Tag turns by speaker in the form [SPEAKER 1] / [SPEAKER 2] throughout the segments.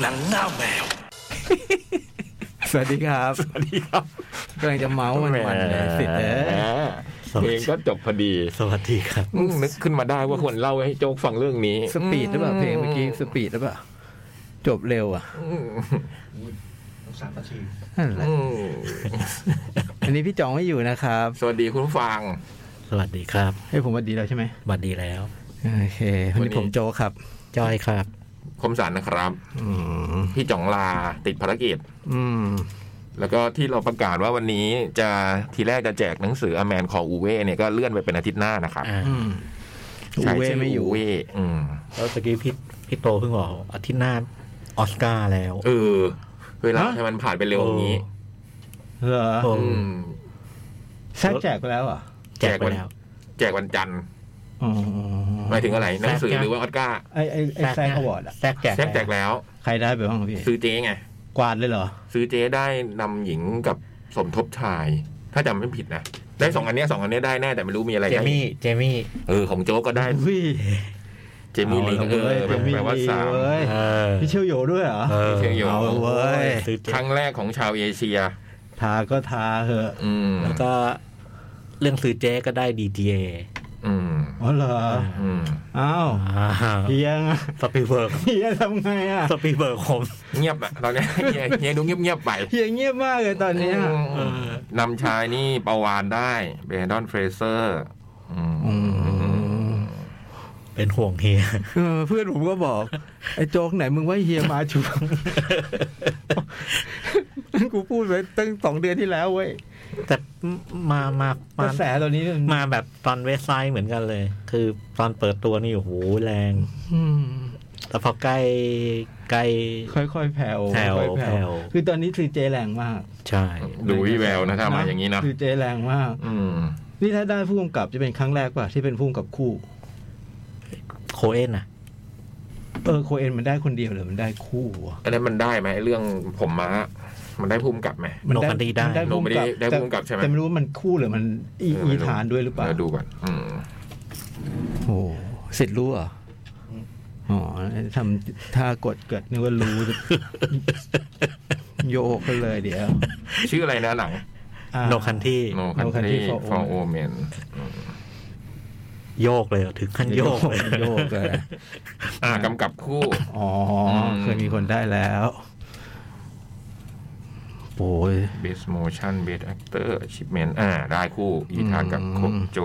[SPEAKER 1] หนังหน้าแมว
[SPEAKER 2] สวัสดีครับ
[SPEAKER 3] สวัสดีครับ
[SPEAKER 2] กำลังจะเมาส์มันมันๆเลยสิเด้
[SPEAKER 3] แห
[SPEAKER 2] อ
[SPEAKER 3] มเพลงก็จบพอดี
[SPEAKER 4] สวัสดีครับ
[SPEAKER 3] อืมนึกขึ้นมาได้ว่าควรเล่าให้โจ๊กฟังเรื่องนี้
[SPEAKER 2] สปีดหรือเปล่าเพลงเมื่อกี้สปีดหรือเปล่าจบเร็วอ่ะนั่นแหละ
[SPEAKER 3] อืม
[SPEAKER 2] อันนี้พี่จองไม่อยู่นะครับ
[SPEAKER 3] สวัสดีคุณผู้ฟัง
[SPEAKER 4] สวัสดีครับ
[SPEAKER 2] ให้ผมสวัสดีแล้วใช่ไหม
[SPEAKER 4] สวัสดีแล้ว
[SPEAKER 2] โอเควันนี้ผมโจกครับ
[SPEAKER 4] จอยครับ
[SPEAKER 3] คมสันนะครับ
[SPEAKER 2] อืม
[SPEAKER 3] พี่จ่องลาติดภารกิจ
[SPEAKER 2] อืม
[SPEAKER 3] แล้วก็ที่เราประกาศว่าวันนี้จะทีแรกจะแจกหนังสืออแมนคออูเว่เนี่ยก็เลื่อนไปเป็นอาทิตย์หน้านะครับ
[SPEAKER 4] อ่า
[SPEAKER 2] อืมอู
[SPEAKER 3] ใช้
[SPEAKER 2] เว่
[SPEAKER 3] ชื่
[SPEAKER 2] ไม่อยู่
[SPEAKER 3] เว่อืม
[SPEAKER 4] แล้วตะกี้พี่พี่โตเพิ่งบอกอาทิตย์หน้าออสการ์แล้ว
[SPEAKER 3] เออ เวลา
[SPEAKER 4] ฮะ
[SPEAKER 3] ให้มันผ่านไปเร็วอย่างนี้
[SPEAKER 2] เหรอ
[SPEAKER 4] โอ้
[SPEAKER 3] อืม
[SPEAKER 2] แซ่บแจกไปแล้วเหรอ่ะ
[SPEAKER 4] แจกไปแล้ว
[SPEAKER 3] แจกวันจันทร์
[SPEAKER 2] อ๋อ
[SPEAKER 3] หมายถึงอะไรหนังสือ
[SPEAKER 4] แจก
[SPEAKER 3] หรือว่าออสการ์
[SPEAKER 2] ไอไอไอแซ่บอวอร์ดอ่ะ
[SPEAKER 4] แซกแจก
[SPEAKER 3] แจกแจกแล้ว
[SPEAKER 2] ใครได้ไปบ้างพี่
[SPEAKER 3] ซื้อเจ๊ไง
[SPEAKER 2] กวาดเลยเหรอ
[SPEAKER 3] ซื้อเจ๊ได้นำหญิงกับสมทบชาย ถ้าจำไม่ผิดนะ ได้สองอันเนี้ยสองอันเนี้ยได้แน่แต่ไม่รู้มีอะไร
[SPEAKER 4] เจ
[SPEAKER 3] ได้
[SPEAKER 4] มี่เจมี่
[SPEAKER 3] เออของโจ๊กก็ได้
[SPEAKER 2] พี่
[SPEAKER 3] เจมี่ลิง
[SPEAKER 4] เอา
[SPEAKER 3] เอ
[SPEAKER 4] ละเว้ย
[SPEAKER 3] อแบบแบบว่าสาม
[SPEAKER 2] เว้ย
[SPEAKER 4] เออ
[SPEAKER 2] พี่เชี่ยวโยด้วยเหรอ
[SPEAKER 3] เชียงอยู่
[SPEAKER 2] เอาเว้ย
[SPEAKER 4] ซื้อเจ
[SPEAKER 3] ครั้งแรกของชาวเอเชีย
[SPEAKER 2] ทาก็ทาเหอะ
[SPEAKER 3] อืม
[SPEAKER 4] แล้วก็เรื่องซื้อเจก็ได้ดีเจ
[SPEAKER 3] อืม
[SPEAKER 2] อ๋อเหรอ
[SPEAKER 3] อืม
[SPEAKER 2] อ้าวเฮียงอะ
[SPEAKER 4] สปีเบิร์ก
[SPEAKER 2] เฮียทำไงอ่ะ
[SPEAKER 4] สปีเบิร์กผม
[SPEAKER 3] เงียบอะตอนเนี้ย เงียบเงียบดูเงียบเงียบไป
[SPEAKER 2] เฮียเงียบมากเลยตอนเนี้ย
[SPEAKER 3] อืมนำชายนี่ประวานได้เบรดอนเฟรเซอร์อืม
[SPEAKER 4] เป็นห่วงเฮีย
[SPEAKER 2] เออเพื่อนผมก็บอก ไอ้โจ๊กไหนมึงว่าเฮียมาชู กูพูดไปตั้งสองเดือนที่แล้วเว้ย
[SPEAKER 4] แต่มามามา
[SPEAKER 2] กระแสตอนนี้มัน
[SPEAKER 4] มาแบบตอนเว็บไซต์เหมือนกันเลย คือตอนเปิดตัวนี่โอ้โหแรง
[SPEAKER 2] อืม
[SPEAKER 4] แต่พอใกล้ใกล้
[SPEAKER 2] ค่อยๆแผ่ว
[SPEAKER 4] แผ่ว
[SPEAKER 2] ค่อยๆ
[SPEAKER 4] แผ่ว
[SPEAKER 2] คือตอนนี้คือเจแรงมาก
[SPEAKER 4] ใช่
[SPEAKER 3] ดูวิแววนะถ้ามาอย่างนี้เนาะ
[SPEAKER 2] คือเจแรงมาก
[SPEAKER 3] อืม
[SPEAKER 2] นี่ถ้าได้ผู้กำกับจะเป็นครั้งแรกป่ะที่เป็นผู้กำกับคู่
[SPEAKER 4] โคเอนอ่ะ
[SPEAKER 2] เออโคเอนมันได้คนเดียวหรือมันได้คู่วะ
[SPEAKER 3] อันนั้นมันได้ไหมไอ้เรื่องผมม้า มันได้ภูมิกับไหม
[SPEAKER 2] มัน
[SPEAKER 4] โนมันดีได้
[SPEAKER 2] มัน
[SPEAKER 3] โน
[SPEAKER 2] ผู้กำกับ
[SPEAKER 3] มันดีได้ผู้กำกับใช่ไหม
[SPEAKER 2] แต่ไม่รู้ว่ามันคู่หรือมันอีอีฐานด้วยหรือเปล่า
[SPEAKER 3] เดูก่อนอืม
[SPEAKER 2] โอ้เสร็จรู้เหรออ๋อทำท่ากดเกิดนึกว่ารู้ โยกกันเลยเดี๋ยว
[SPEAKER 3] ชื่ออะไรนะห นัง
[SPEAKER 2] อ่า
[SPEAKER 4] โนคันที่
[SPEAKER 3] No
[SPEAKER 2] No Country
[SPEAKER 3] Country
[SPEAKER 2] for
[SPEAKER 3] for
[SPEAKER 2] Old
[SPEAKER 3] Omen
[SPEAKER 4] โยกเลยเหรอถึงขั้นโยกเลย
[SPEAKER 2] โยกเลย
[SPEAKER 3] อ่ากำกับคู่
[SPEAKER 2] อ๋ออ
[SPEAKER 3] ม
[SPEAKER 2] เคยมีคนได้แล้วโอ้ย
[SPEAKER 3] Best Motion Best Actor Achievement อ่า ได้คู่อีทากับโค
[SPEAKER 2] อืม
[SPEAKER 3] โจ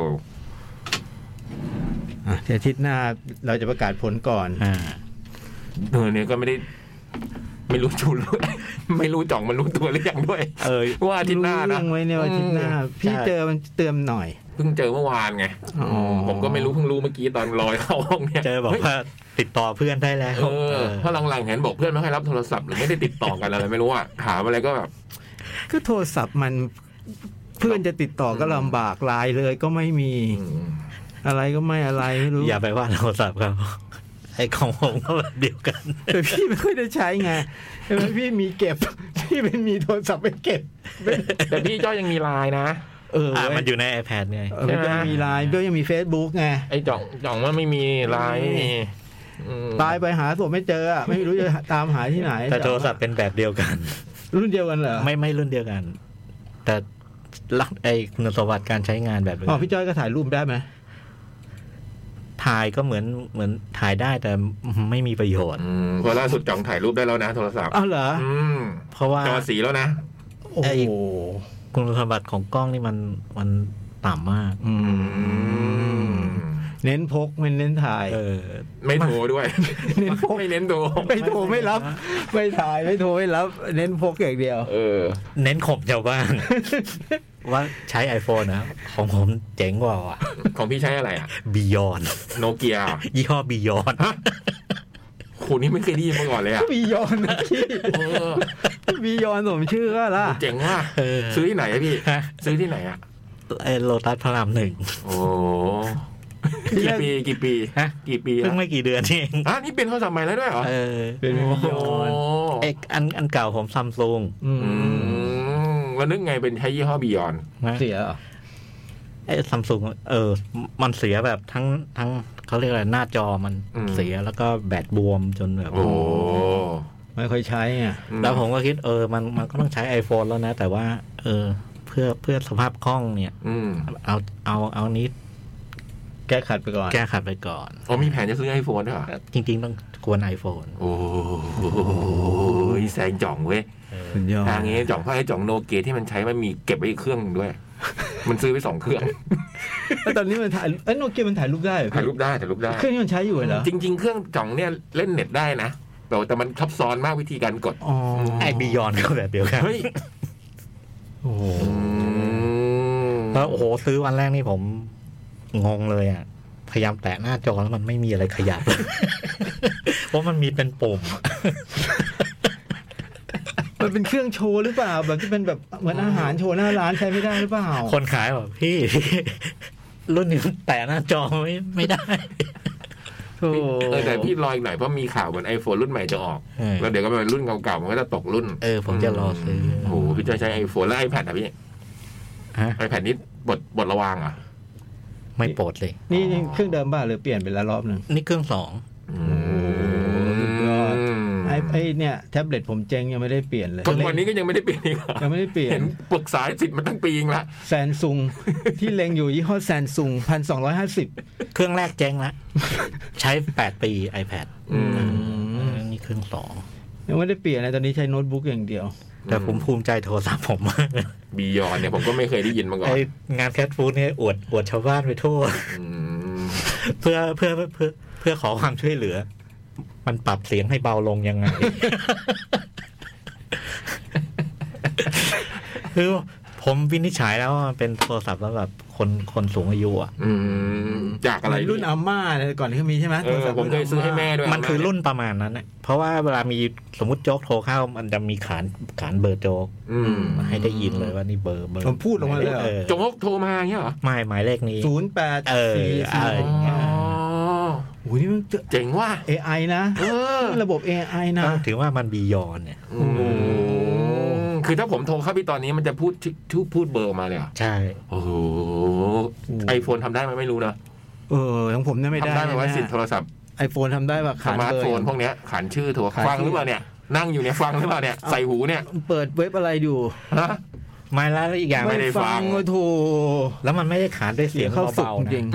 [SPEAKER 2] อ่ะเดี๋ยวอาทิตย์หน้าเราจะประกาศผลก่อน
[SPEAKER 4] อ่า
[SPEAKER 3] เออเนี่ยก็ไม่ได้ ไม่รู้จูรู้ ไม่รู้จ่องมันรู้ตัวหรือยังด้วย
[SPEAKER 4] เอย
[SPEAKER 3] ว่าอาทิตย์หน้า
[SPEAKER 2] รู้
[SPEAKER 3] นะ
[SPEAKER 2] เรื่องไว้ในวันอาทิตย์หน้า
[SPEAKER 3] อืม
[SPEAKER 2] พี่เจอมันเติมหน่อย
[SPEAKER 3] เพิ่งเจอเมื่อวานไง
[SPEAKER 2] อ๋อ
[SPEAKER 3] ผมก็ไม่รู้เพิ่งรู้เมื่อกี้ตอนลอย เข้าห้องเนี่ย
[SPEAKER 4] เจอบอก
[SPEAKER 3] ฮ้ย
[SPEAKER 4] ว่าติดต่อเพื่อนได้แล้ว
[SPEAKER 3] เออเพราะหลังๆเห็นบอกเพื่อนไม่ค่อยรับโทรศัพท์หรือไม่ได้ติดต่อกันอะไรไม่รู้อ่ะ ถามอะไรก็แบบ
[SPEAKER 2] ก็โทรศัพท์มันเพื่อนจะติดต่อก็ลำบากไลน์เลยก็ไม่มีอะไรก็ไม่อะไรไม่รู้
[SPEAKER 4] อย่าไปว่าโทรศัพท์ ครับไอ้ของผมก็แบบเดียวกัน
[SPEAKER 2] แต่พี่ไม่ค่อยได้ใช้ไงใช่ไหมพี่มีเก็บ พี่เป็นมีโทรศัพท์ไปเก็บ
[SPEAKER 3] แต่พี่จ้อยยังมีไลน์นะ
[SPEAKER 2] เออ
[SPEAKER 4] อ่ะ
[SPEAKER 2] เว้ย
[SPEAKER 4] มันอยู่ใน iPad ไง
[SPEAKER 2] เออพี่ก็ยังมีไลน์พี่ก็ยังมี Facebook ไง
[SPEAKER 3] ไอ้จ่องจ่องว่าไม่มีไลน์ไม่มีอืม
[SPEAKER 2] ตายไปหาศพไม่เจออะไม่รู้จะตามหาที่ไหน
[SPEAKER 4] แต่โทรศัพท์เป็นแบบเดียวกัน
[SPEAKER 2] รุ่นเดียวกันเหรอ
[SPEAKER 4] ไม่ไม่รุ่นเดียวกัน แต่ลักไอ้คุณสมบัติการใช้งานแบบเดียว
[SPEAKER 2] อ๋
[SPEAKER 4] กั
[SPEAKER 2] อน พี่จ้อยก็ถ่ายรูปได้ไหม
[SPEAKER 4] ถ่ายก็เหมือนเหมือนถ่ายได้แต่ไม่มีประโยชน์
[SPEAKER 3] อืมเพราะล่าสุดจ่องถ่ายรูปได้แล้วนะโทรศัพท์
[SPEAKER 2] อ้าวเหรอ
[SPEAKER 3] อืม
[SPEAKER 4] เพราะว่า
[SPEAKER 3] จอสีแล้วนะ
[SPEAKER 2] โอ้
[SPEAKER 4] ไอ้
[SPEAKER 2] โห
[SPEAKER 4] คุณสมบัติของกล้องนี่มันมันต่ำมาก
[SPEAKER 2] อืม เน้นพกไม่เน้นถ่าย
[SPEAKER 4] เออ
[SPEAKER 3] ไม่โทรด้วย
[SPEAKER 2] เน้นพก
[SPEAKER 3] ไม่เน้นโทร
[SPEAKER 2] ไม่โทรไม่รับ ไม่ถ่ายไม่โทรไม่รับ เน้นพกอย่างเดียว
[SPEAKER 3] เออ
[SPEAKER 4] เน้นข่มชาวบ้าน ว่าใช้ iPhone นะ ของผมเจ๋งกว่าว่ะ
[SPEAKER 3] ของพี่ใช้อะไรอะ
[SPEAKER 4] บียอน
[SPEAKER 3] โนเกีย
[SPEAKER 4] ยี่ห้อบียอน
[SPEAKER 3] โหนี่ไม่เคยได้ยินมาก่อนเลยอ่ะ
[SPEAKER 2] บียอนนะพี่
[SPEAKER 3] เออ
[SPEAKER 2] บียอนสมชื่อก็ล่ะ
[SPEAKER 3] เจ๋งว่ะซื้อที่ไหนอะพี่ ซื้อที่ไหนอะ
[SPEAKER 4] โลตัสพระรามหนึ่ง
[SPEAKER 3] โอ้กี่ปีกี่ปี
[SPEAKER 4] ฮะ
[SPEAKER 3] กี่ปี
[SPEAKER 4] เพิ่ง
[SPEAKER 3] อะ
[SPEAKER 4] ไม่กี่เดือนนี่เอง
[SPEAKER 3] อ่ะนี่เป็นเขาสมัยแล้วด้วยเหรอ
[SPEAKER 4] เออ
[SPEAKER 2] เป็นบียอน
[SPEAKER 3] โ
[SPEAKER 4] เอกอันอันเก่าผมซัมซุง
[SPEAKER 2] อื
[SPEAKER 3] อื
[SPEAKER 2] ม
[SPEAKER 3] มแล้วนึกไงเป็นใช้ยี่ห้อบียอน
[SPEAKER 4] นะ
[SPEAKER 2] เสียเหรอ
[SPEAKER 4] ไอ้ซัมซุงเออ มันเสียแบบทั้งทั้งเขาเรียกอะไรหน้าจอมันเสียแล้วก็แบตบวมจนแบบ
[SPEAKER 3] โอ้
[SPEAKER 2] ไม่ค่อยใช้อ่ะ
[SPEAKER 3] อืม
[SPEAKER 4] แล้วผมก็คิดเออมันมันก็ต้องใช้ iPhone แล้วนะ แต่ว่า เออ เพื่อเพื่อสภาพคล่องเนี่ย
[SPEAKER 3] อืม
[SPEAKER 4] เอาเอาเอานี้
[SPEAKER 2] แก้ขัดไปก่อน
[SPEAKER 4] แก้ขัดไปก่อน
[SPEAKER 3] อ๋อมีแผนจะซื้อไอโฟนด้วยเหรอ
[SPEAKER 4] จริง ๆ ต้องควร iPhone
[SPEAKER 3] โอ้ยแซงจ่องเว้ย
[SPEAKER 2] สุดยอด
[SPEAKER 3] ทางนี้จ่องเขาให้จ่องโนเกียที่มันใช้มันมีเก็บไว้อีกเครื่องหนึ่งด้วย มันซื้อไปสองเครื่อง
[SPEAKER 2] แล้วตอนนี้มันถ่ายเอ้ยโนเกียมันถ่ายรูปได้เหรอ
[SPEAKER 3] ถ่ายรูปได้ถ่ายรูปได้
[SPEAKER 2] เครื่องที่มันใช้อยู่เหรอ
[SPEAKER 3] จริง ๆ เครื่องจ่องเนี่ยเล่นเน็ตได้นะแต่ว่าแต่มันซับซ้อนมากวิธีการกด
[SPEAKER 2] อ๋อ
[SPEAKER 4] ไอบียอนก็แบบเดียวกัน
[SPEAKER 3] เฮ้ย
[SPEAKER 2] โอ้โห
[SPEAKER 4] แล้วโอ้โหซื้อวันแรกนี่ผม งงเลยอ่ะ พยายามแตะหน้าจอแล้วมันไม่มีอะไรขยับ เพราะมันมีเป็นปุ่ม
[SPEAKER 2] มันเป็นเครื่องโชว์หรือเปล่า แบบที่เป็นแบบเหมือนอาหารโชว์หน้าร้านใช้ไม่ได้หรือเปล่า
[SPEAKER 4] คนขายบอกพี่ รุ่นนี้มันแตะหน้าจอไม่ไม่ได้
[SPEAKER 2] โอ้โห
[SPEAKER 3] เออแต่พี่รออีกหน่อยเพราะมีข่าวเหมือนไอโฟนรุ่นใหม่จะออก
[SPEAKER 4] เออ
[SPEAKER 3] แล้วเดี๋ยวก็เป็นรุ่นเก่าๆมันก็จะตกรุ่น
[SPEAKER 4] เออ ผมจะรอซื้อ
[SPEAKER 3] โอ้โหพี่จะใช้ไอโฟนแล้วไอแพดอ่ะพี่
[SPEAKER 4] ฮะ
[SPEAKER 3] ไอแพดนี้บทบทระวางเหรอ่ะ
[SPEAKER 4] ไม่โปรดเลย
[SPEAKER 2] นี่นี่เครื่องเดิมบ้าหรือเปลี่ยนไปแล้วรอบหนึ่ง
[SPEAKER 4] นี่เครื่องสอง
[SPEAKER 2] สุดยอด ไอ้ไอ้เนี่ยแท็บเล็ตผมเจ๊งยังไม่ได้เปลี่ยนเลย
[SPEAKER 3] จนวันนี้ก็ยังไม่ได้เปลี่ยนอีกเหรอ
[SPEAKER 2] ยังไม่ได้เปลี่ยน
[SPEAKER 3] เห็นปรึกษาสิทธิ์มันตั้งปีเองละ
[SPEAKER 2] แซนซุง ที่เล็งอยู่ยี่ห้อแซนซุงพันสองร้อยห้าสิบ
[SPEAKER 4] เครื่องแรกเจ๊งละ ใช้แปดปี iPad
[SPEAKER 3] อืม
[SPEAKER 4] นี่เครื่องสอง
[SPEAKER 2] ยังไม่ได้เปลี่ยนเลยตอนนี้ใช้โน้ตบุ๊กอย่างเดียว
[SPEAKER 4] แต่ผมภูมิใจโทรศัพท์ผม มากเลย
[SPEAKER 3] บียอนเนี่ยผมก็ไม่เคยได้ยินมาก่อน
[SPEAKER 4] ไองานแคทฟู้ดเนี่ยอวดอวดชาวบ้านไปทั่ว
[SPEAKER 3] อืม
[SPEAKER 4] เพื่อเพื่อเพื่อเพื่อขอความช่วยเหลือ มันปรับเสียงให้เบาลงยัง ไง คือผมวินิจฉัยแล้วว่ามันเป็นโทรศัพท์แล้วแบบคนคนสูงอายุอ่ะ
[SPEAKER 3] อืมจากอะไร
[SPEAKER 2] รุ่นอาม่าเนี่ยก่อนที่เขามีใช่ไหม
[SPEAKER 3] เอ
[SPEAKER 2] โทร
[SPEAKER 3] อ
[SPEAKER 2] ศัพท์
[SPEAKER 3] ผมเคยซื้อให้แม่ด้วย
[SPEAKER 4] มันคือรุ่นประมาณนั้นนะเพราะว่าเวลามีสมมติโจ๊กโทรเข้า มันจะมีขานขานเบอร์โจ๊ก
[SPEAKER 3] อืม
[SPEAKER 4] ให้ได้ยินเลยว่านี่เบอร์เบอร์
[SPEAKER 2] ผมพูดลงมาเลย
[SPEAKER 4] เออ
[SPEAKER 3] โจ๊กโทรมาอย่างเงี้ยเหรอ
[SPEAKER 4] ไม่หมายเลขนี้
[SPEAKER 2] ศูนย์แปด
[SPEAKER 4] เออ
[SPEAKER 2] สี่
[SPEAKER 4] อะ
[SPEAKER 2] สี่
[SPEAKER 4] ไรอย่างเงี้ย
[SPEAKER 3] อ๋อ
[SPEAKER 2] โอ้ยนี่มันเจอ
[SPEAKER 3] เจ๋งว่ะ
[SPEAKER 2] AI นะ
[SPEAKER 3] เออ
[SPEAKER 2] นี่ระบบ AI นะ
[SPEAKER 4] ถือว่ามันบียอนเนี่ย
[SPEAKER 3] อืมคือถ้าผมโทรเข้าไปตอนนี้มันจะพูดชื่อชื่อพูดเบอร์มาเลยเหรอ่ะ
[SPEAKER 4] ใช่
[SPEAKER 3] โอ้โห
[SPEAKER 2] โอ้
[SPEAKER 3] ไอโฟนทำได้ไหมไม่รู้นะ
[SPEAKER 2] เออของผมเนี่ยไม่ได้
[SPEAKER 3] ทำได้ไหมว่าสิทธิ์โทรศัพท์
[SPEAKER 2] ไอโฟนทำได้ป่ะ
[SPEAKER 3] ส
[SPEAKER 2] ขาน
[SPEAKER 3] มาร์ท
[SPEAKER 2] เบอ
[SPEAKER 3] โฟน
[SPEAKER 2] ร์
[SPEAKER 3] พวกเนี้ยขันชื่อโทรฟังหรือเปล่าเนี่ย นั่งอยู่เนี่ยฟังหรือเปล่าเนี่ยใส่หูเนี่ย
[SPEAKER 2] เปิดเว็บอะไรอยู่
[SPEAKER 3] ฮะ
[SPEAKER 4] ไม่แล้วอีกอย่าง
[SPEAKER 3] ไม่ได้ฟัง
[SPEAKER 2] โอ้โถ
[SPEAKER 4] แล้วมันไม่ได้ขานด้วย
[SPEAKER 2] เสี
[SPEAKER 4] เสี
[SPEAKER 2] ย
[SPEAKER 4] ยง
[SPEAKER 2] งเข้าฝึก
[SPEAKER 4] เบา
[SPEAKER 2] จ
[SPEAKER 4] ๆนะ
[SPEAKER 2] ริง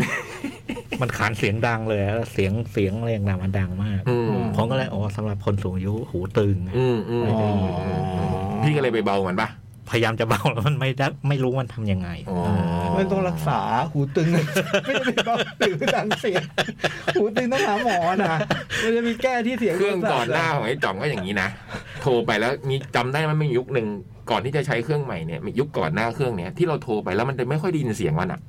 [SPEAKER 4] มันขานเสียงดังเลยอะเสียงเสียงอะไรอย่างนั้นมันดังมาก
[SPEAKER 3] อืม
[SPEAKER 4] ผมก็เลยอ๋อสำหรับคนสูงอายุหูตึง
[SPEAKER 3] อืมอืมอืมอืมพี่ก็เลยไปเบามันปะ
[SPEAKER 4] พยายามจะเบาแล้วมันไม่ได้ไม่รู้มันทำยังไง
[SPEAKER 3] อ๋อ
[SPEAKER 2] ไม่ต้องรักษาหูตึง ไม่ได้ไปบอกตึงดังเสียง หูตึงต้องหาหมอนะมันจะมีแก้ที่เสียง
[SPEAKER 3] เครื่องก่อนหน้าของไอ้จ่องก็อย่างนี้นะ โทรไปแล้วมีจำได้ไหมมียุคหนึ่งก่อนที่จะใช้เครื่องใหม่เนี่ยมียุคก่อนหน้าเครื่องเนี้ยที่เราโทรไปแล้วมันจะไม่ค่อยได้ยินเสียงมันอะ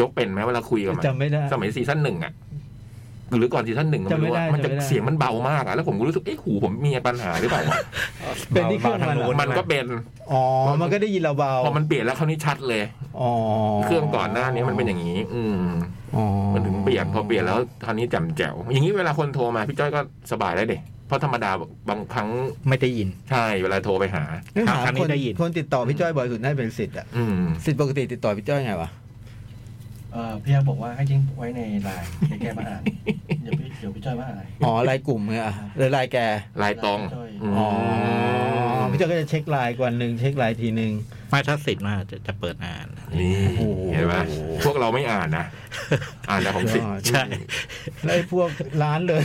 [SPEAKER 3] ยกเป็นไหมเวลาคุยกับมัน
[SPEAKER 2] จำไม่ได้
[SPEAKER 3] สมัยซีซั่นหนึ่งอะหรือก่อนซีซั่นหนึ่งก็ไม่รู้ว่า
[SPEAKER 2] จำไม่ได้
[SPEAKER 3] มันจะ
[SPEAKER 2] จำไม่ได้
[SPEAKER 3] เสียงมันเบามากอะแล้วผมก็รู้สึกเอ๊ะหูผมมีปัญหาหรือเปล่าวะ
[SPEAKER 2] เป็นที่เครื่องมันเหรอ
[SPEAKER 3] มันก็เป็น
[SPEAKER 2] อ๋อมันก็ได้ยินเราเบา
[SPEAKER 3] พอมันเปลี่ยนแล้วคราวนี้ชัดเลย
[SPEAKER 2] อ๋อ
[SPEAKER 3] เครื่องก่อนหน้านี้มันเป็นอย่างนี้ อืม
[SPEAKER 2] อ๋อ
[SPEAKER 3] มันถึงเปลี่ยนพอเปลี่ยนแล้วคราวนี้แจ่มแจ๋วอย่างนี้เวลาคนโทรมาพี่จ้อยก็สบายได้เด็เพราะธรรมดาบางครั้ง
[SPEAKER 4] ไม่ได้ยิน
[SPEAKER 3] ใช่เวลาโทรไปหา
[SPEAKER 2] นี่
[SPEAKER 4] ครับ
[SPEAKER 2] ถาม
[SPEAKER 4] ครั้งนี้
[SPEAKER 2] คน
[SPEAKER 4] ได้ยิน
[SPEAKER 2] คนติดต่อพี่จ้อยบ่อยสุดน่าจะเป็นสิทธิ์อ่ะ
[SPEAKER 3] อืม
[SPEAKER 2] สิทธิ์ปกติติดต่อพี่จ้อยไงวะ
[SPEAKER 1] เอ่อพี่ยักษ์บอกว่าให้ทิ้งไว้ในไลน์เดี๋ยวแก มาอ่านเดี๋ยวพี่เดี๋ยวพี่จ้อยมาอ่าน
[SPEAKER 2] อ๋อลายกลุ่มเนี่ยอะหรือลายแก
[SPEAKER 3] ลายตรง
[SPEAKER 2] อ๋อพี่จ้อยก็จะเช็คลายก่อนหนึ่งเช็คลายทีหนึ่ง
[SPEAKER 4] ไม่ถ้าสิทธิ์มากจะจะเปิดอ่าน
[SPEAKER 3] นี่
[SPEAKER 2] โอ้โห
[SPEAKER 3] เห็นไหมพวกเราไม่อ่านนะ อ่านแต่ของสิทธิ์
[SPEAKER 4] ใช่
[SPEAKER 2] แล้วไอ้พวกร้านเลย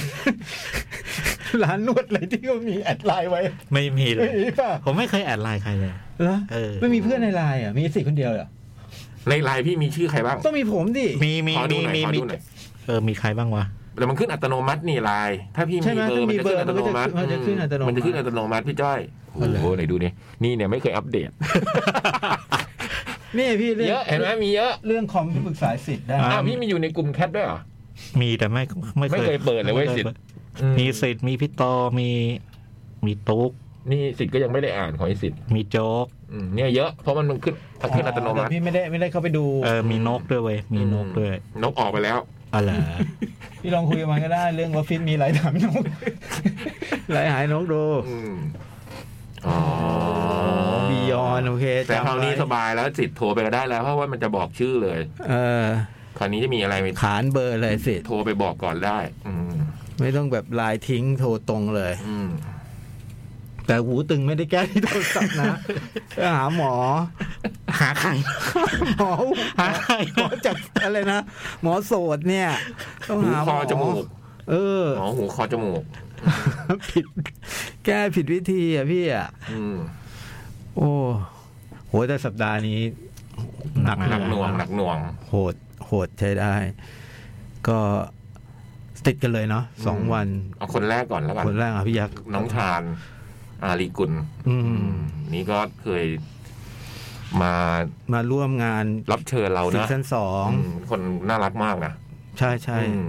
[SPEAKER 2] ร้านนวดอะไรที่เขามีแอดไลน์ไว้
[SPEAKER 4] ไม่มีเล
[SPEAKER 2] ไม่
[SPEAKER 4] ย
[SPEAKER 2] มีป่ะ
[SPEAKER 4] ผมไม่เคยแอดไลน์ใครเลย
[SPEAKER 2] เหรอ
[SPEAKER 4] เออ
[SPEAKER 2] ไม่มีเพื่อนในไลน์อ่ะมีสิทธิ์คนเดียวเหรอ
[SPEAKER 3] ในไลน์พี่มีชื่อใครบ้าง
[SPEAKER 2] ต้องมีผมดิ
[SPEAKER 4] มีมี
[SPEAKER 3] ขอดู
[SPEAKER 4] มี
[SPEAKER 3] หน่อยขอ
[SPEAKER 4] มีมี
[SPEAKER 3] ดูหน่อย
[SPEAKER 4] เออมีใครบ้างวะ
[SPEAKER 3] แต่มันขึ้นอัตโนมัตินี่ไลน์ถ้าพี่
[SPEAKER 2] ใช่
[SPEAKER 3] มี
[SPEAKER 2] ไหม
[SPEAKER 3] เบอ
[SPEAKER 2] ถ้า
[SPEAKER 3] ร์
[SPEAKER 2] มี
[SPEAKER 3] มันจะขึ้นอัตโนมัติ
[SPEAKER 2] เบอร์มันจะขึ้น
[SPEAKER 3] มันจะขึ้น
[SPEAKER 2] อัตโนมัติ
[SPEAKER 3] อัตโนมัติพี่จ้อยโอ้โหไหนดูนี่นี่เนี่ยไม่เคยอัปเดต
[SPEAKER 2] นี่พี่เรื่
[SPEAKER 3] เย
[SPEAKER 2] อง
[SPEAKER 3] อะเห็นไหมมีเยอะ
[SPEAKER 2] เรื่องคอมที่ปรึกษาสิทธิ์ได้
[SPEAKER 4] อ่ะ
[SPEAKER 3] อ้าวพี่มีอยู่ในกลุ่มแคทด้วยเหรอ
[SPEAKER 4] มีแต่ไม่ไม่
[SPEAKER 3] ไม่เคยเปิดเลยเว้ยสิทธิ์ อื
[SPEAKER 4] มีสิทธิ์มีพี่ตอมีมีตุ๊ก
[SPEAKER 3] นี่สิทธิ์ก็ยังไม่ได้อ่านของไอ้สิทธิ์
[SPEAKER 4] มีโจ๊ก
[SPEAKER 3] อืมเนี่ยเยอะเพราะมันมันขึ้นมันขึ้นอัตโนมั
[SPEAKER 2] แต่
[SPEAKER 3] ติ
[SPEAKER 2] พี่ไม่ได้ไม่ได้เข้าไปดู
[SPEAKER 4] เออมีนกด้วยเว้ยมีนกด้วย
[SPEAKER 3] นกออกไปแล้ว
[SPEAKER 4] อะไร
[SPEAKER 2] พี่ลองคุยกับมันก็ได้เรื่องว่าฟิตมีหลายถามนกหลายหายนกดู
[SPEAKER 3] อืมอ๋อ
[SPEAKER 2] บียอนโอเค
[SPEAKER 3] แต่
[SPEAKER 2] จำ
[SPEAKER 3] คราวนี้
[SPEAKER 2] ไ
[SPEAKER 3] สบายแล้วสิทธิ์โทรไปก็ได้แล้ว เพราะว่ามันจะบอกชื่อเลย
[SPEAKER 2] เออ
[SPEAKER 3] คราวนี้จะมีอะไรไป
[SPEAKER 2] ขานเบอร์เลยสิ
[SPEAKER 3] โทรไปบอกก่อนได้ อืม
[SPEAKER 2] ไม่ต้องแบบไลน์ทิ้งโทรตรงเลย
[SPEAKER 3] อืม
[SPEAKER 2] แต่หูตึงไม่ได้แก้ที่โทรศัพท์ นะไปหาหมอ
[SPEAKER 4] หาใคร
[SPEAKER 2] หมอ
[SPEAKER 4] หาใคร
[SPEAKER 2] หมอจากอะไรนะ หมอโสดเนี่ย ต้อง
[SPEAKER 3] หู
[SPEAKER 2] หา
[SPEAKER 3] ค
[SPEAKER 2] หม
[SPEAKER 3] อ
[SPEAKER 2] อ
[SPEAKER 3] จมูก
[SPEAKER 2] เออ
[SPEAKER 3] หมอหูคอจมูก
[SPEAKER 2] ผิด แก้ผิดวิธีอ่ะพี่อ่ะ
[SPEAKER 3] อืม
[SPEAKER 2] โอ้โหแต่สัปดาห์นี้ หนัก
[SPEAKER 3] หนักหน่วงหนักหน่วง
[SPEAKER 2] โหด โหดใช้ได้ ก็ติดกันเลยเนาะสอง
[SPEAKER 3] อืม
[SPEAKER 2] วัน
[SPEAKER 3] เอาคนแรกก่อนแล้วกัน
[SPEAKER 2] คนแรกอ่ะพี่ยักษ์
[SPEAKER 3] น้องชาญอารีกุล
[SPEAKER 2] อืม
[SPEAKER 3] นี่ก็เคยมา
[SPEAKER 2] มาร่วมงาน
[SPEAKER 3] รับเชิญเรา
[SPEAKER 2] ซี
[SPEAKER 3] นะ
[SPEAKER 2] ซั่นสอง
[SPEAKER 3] มคนน่ารักมากนะ
[SPEAKER 2] ใช่ใช่
[SPEAKER 3] อืม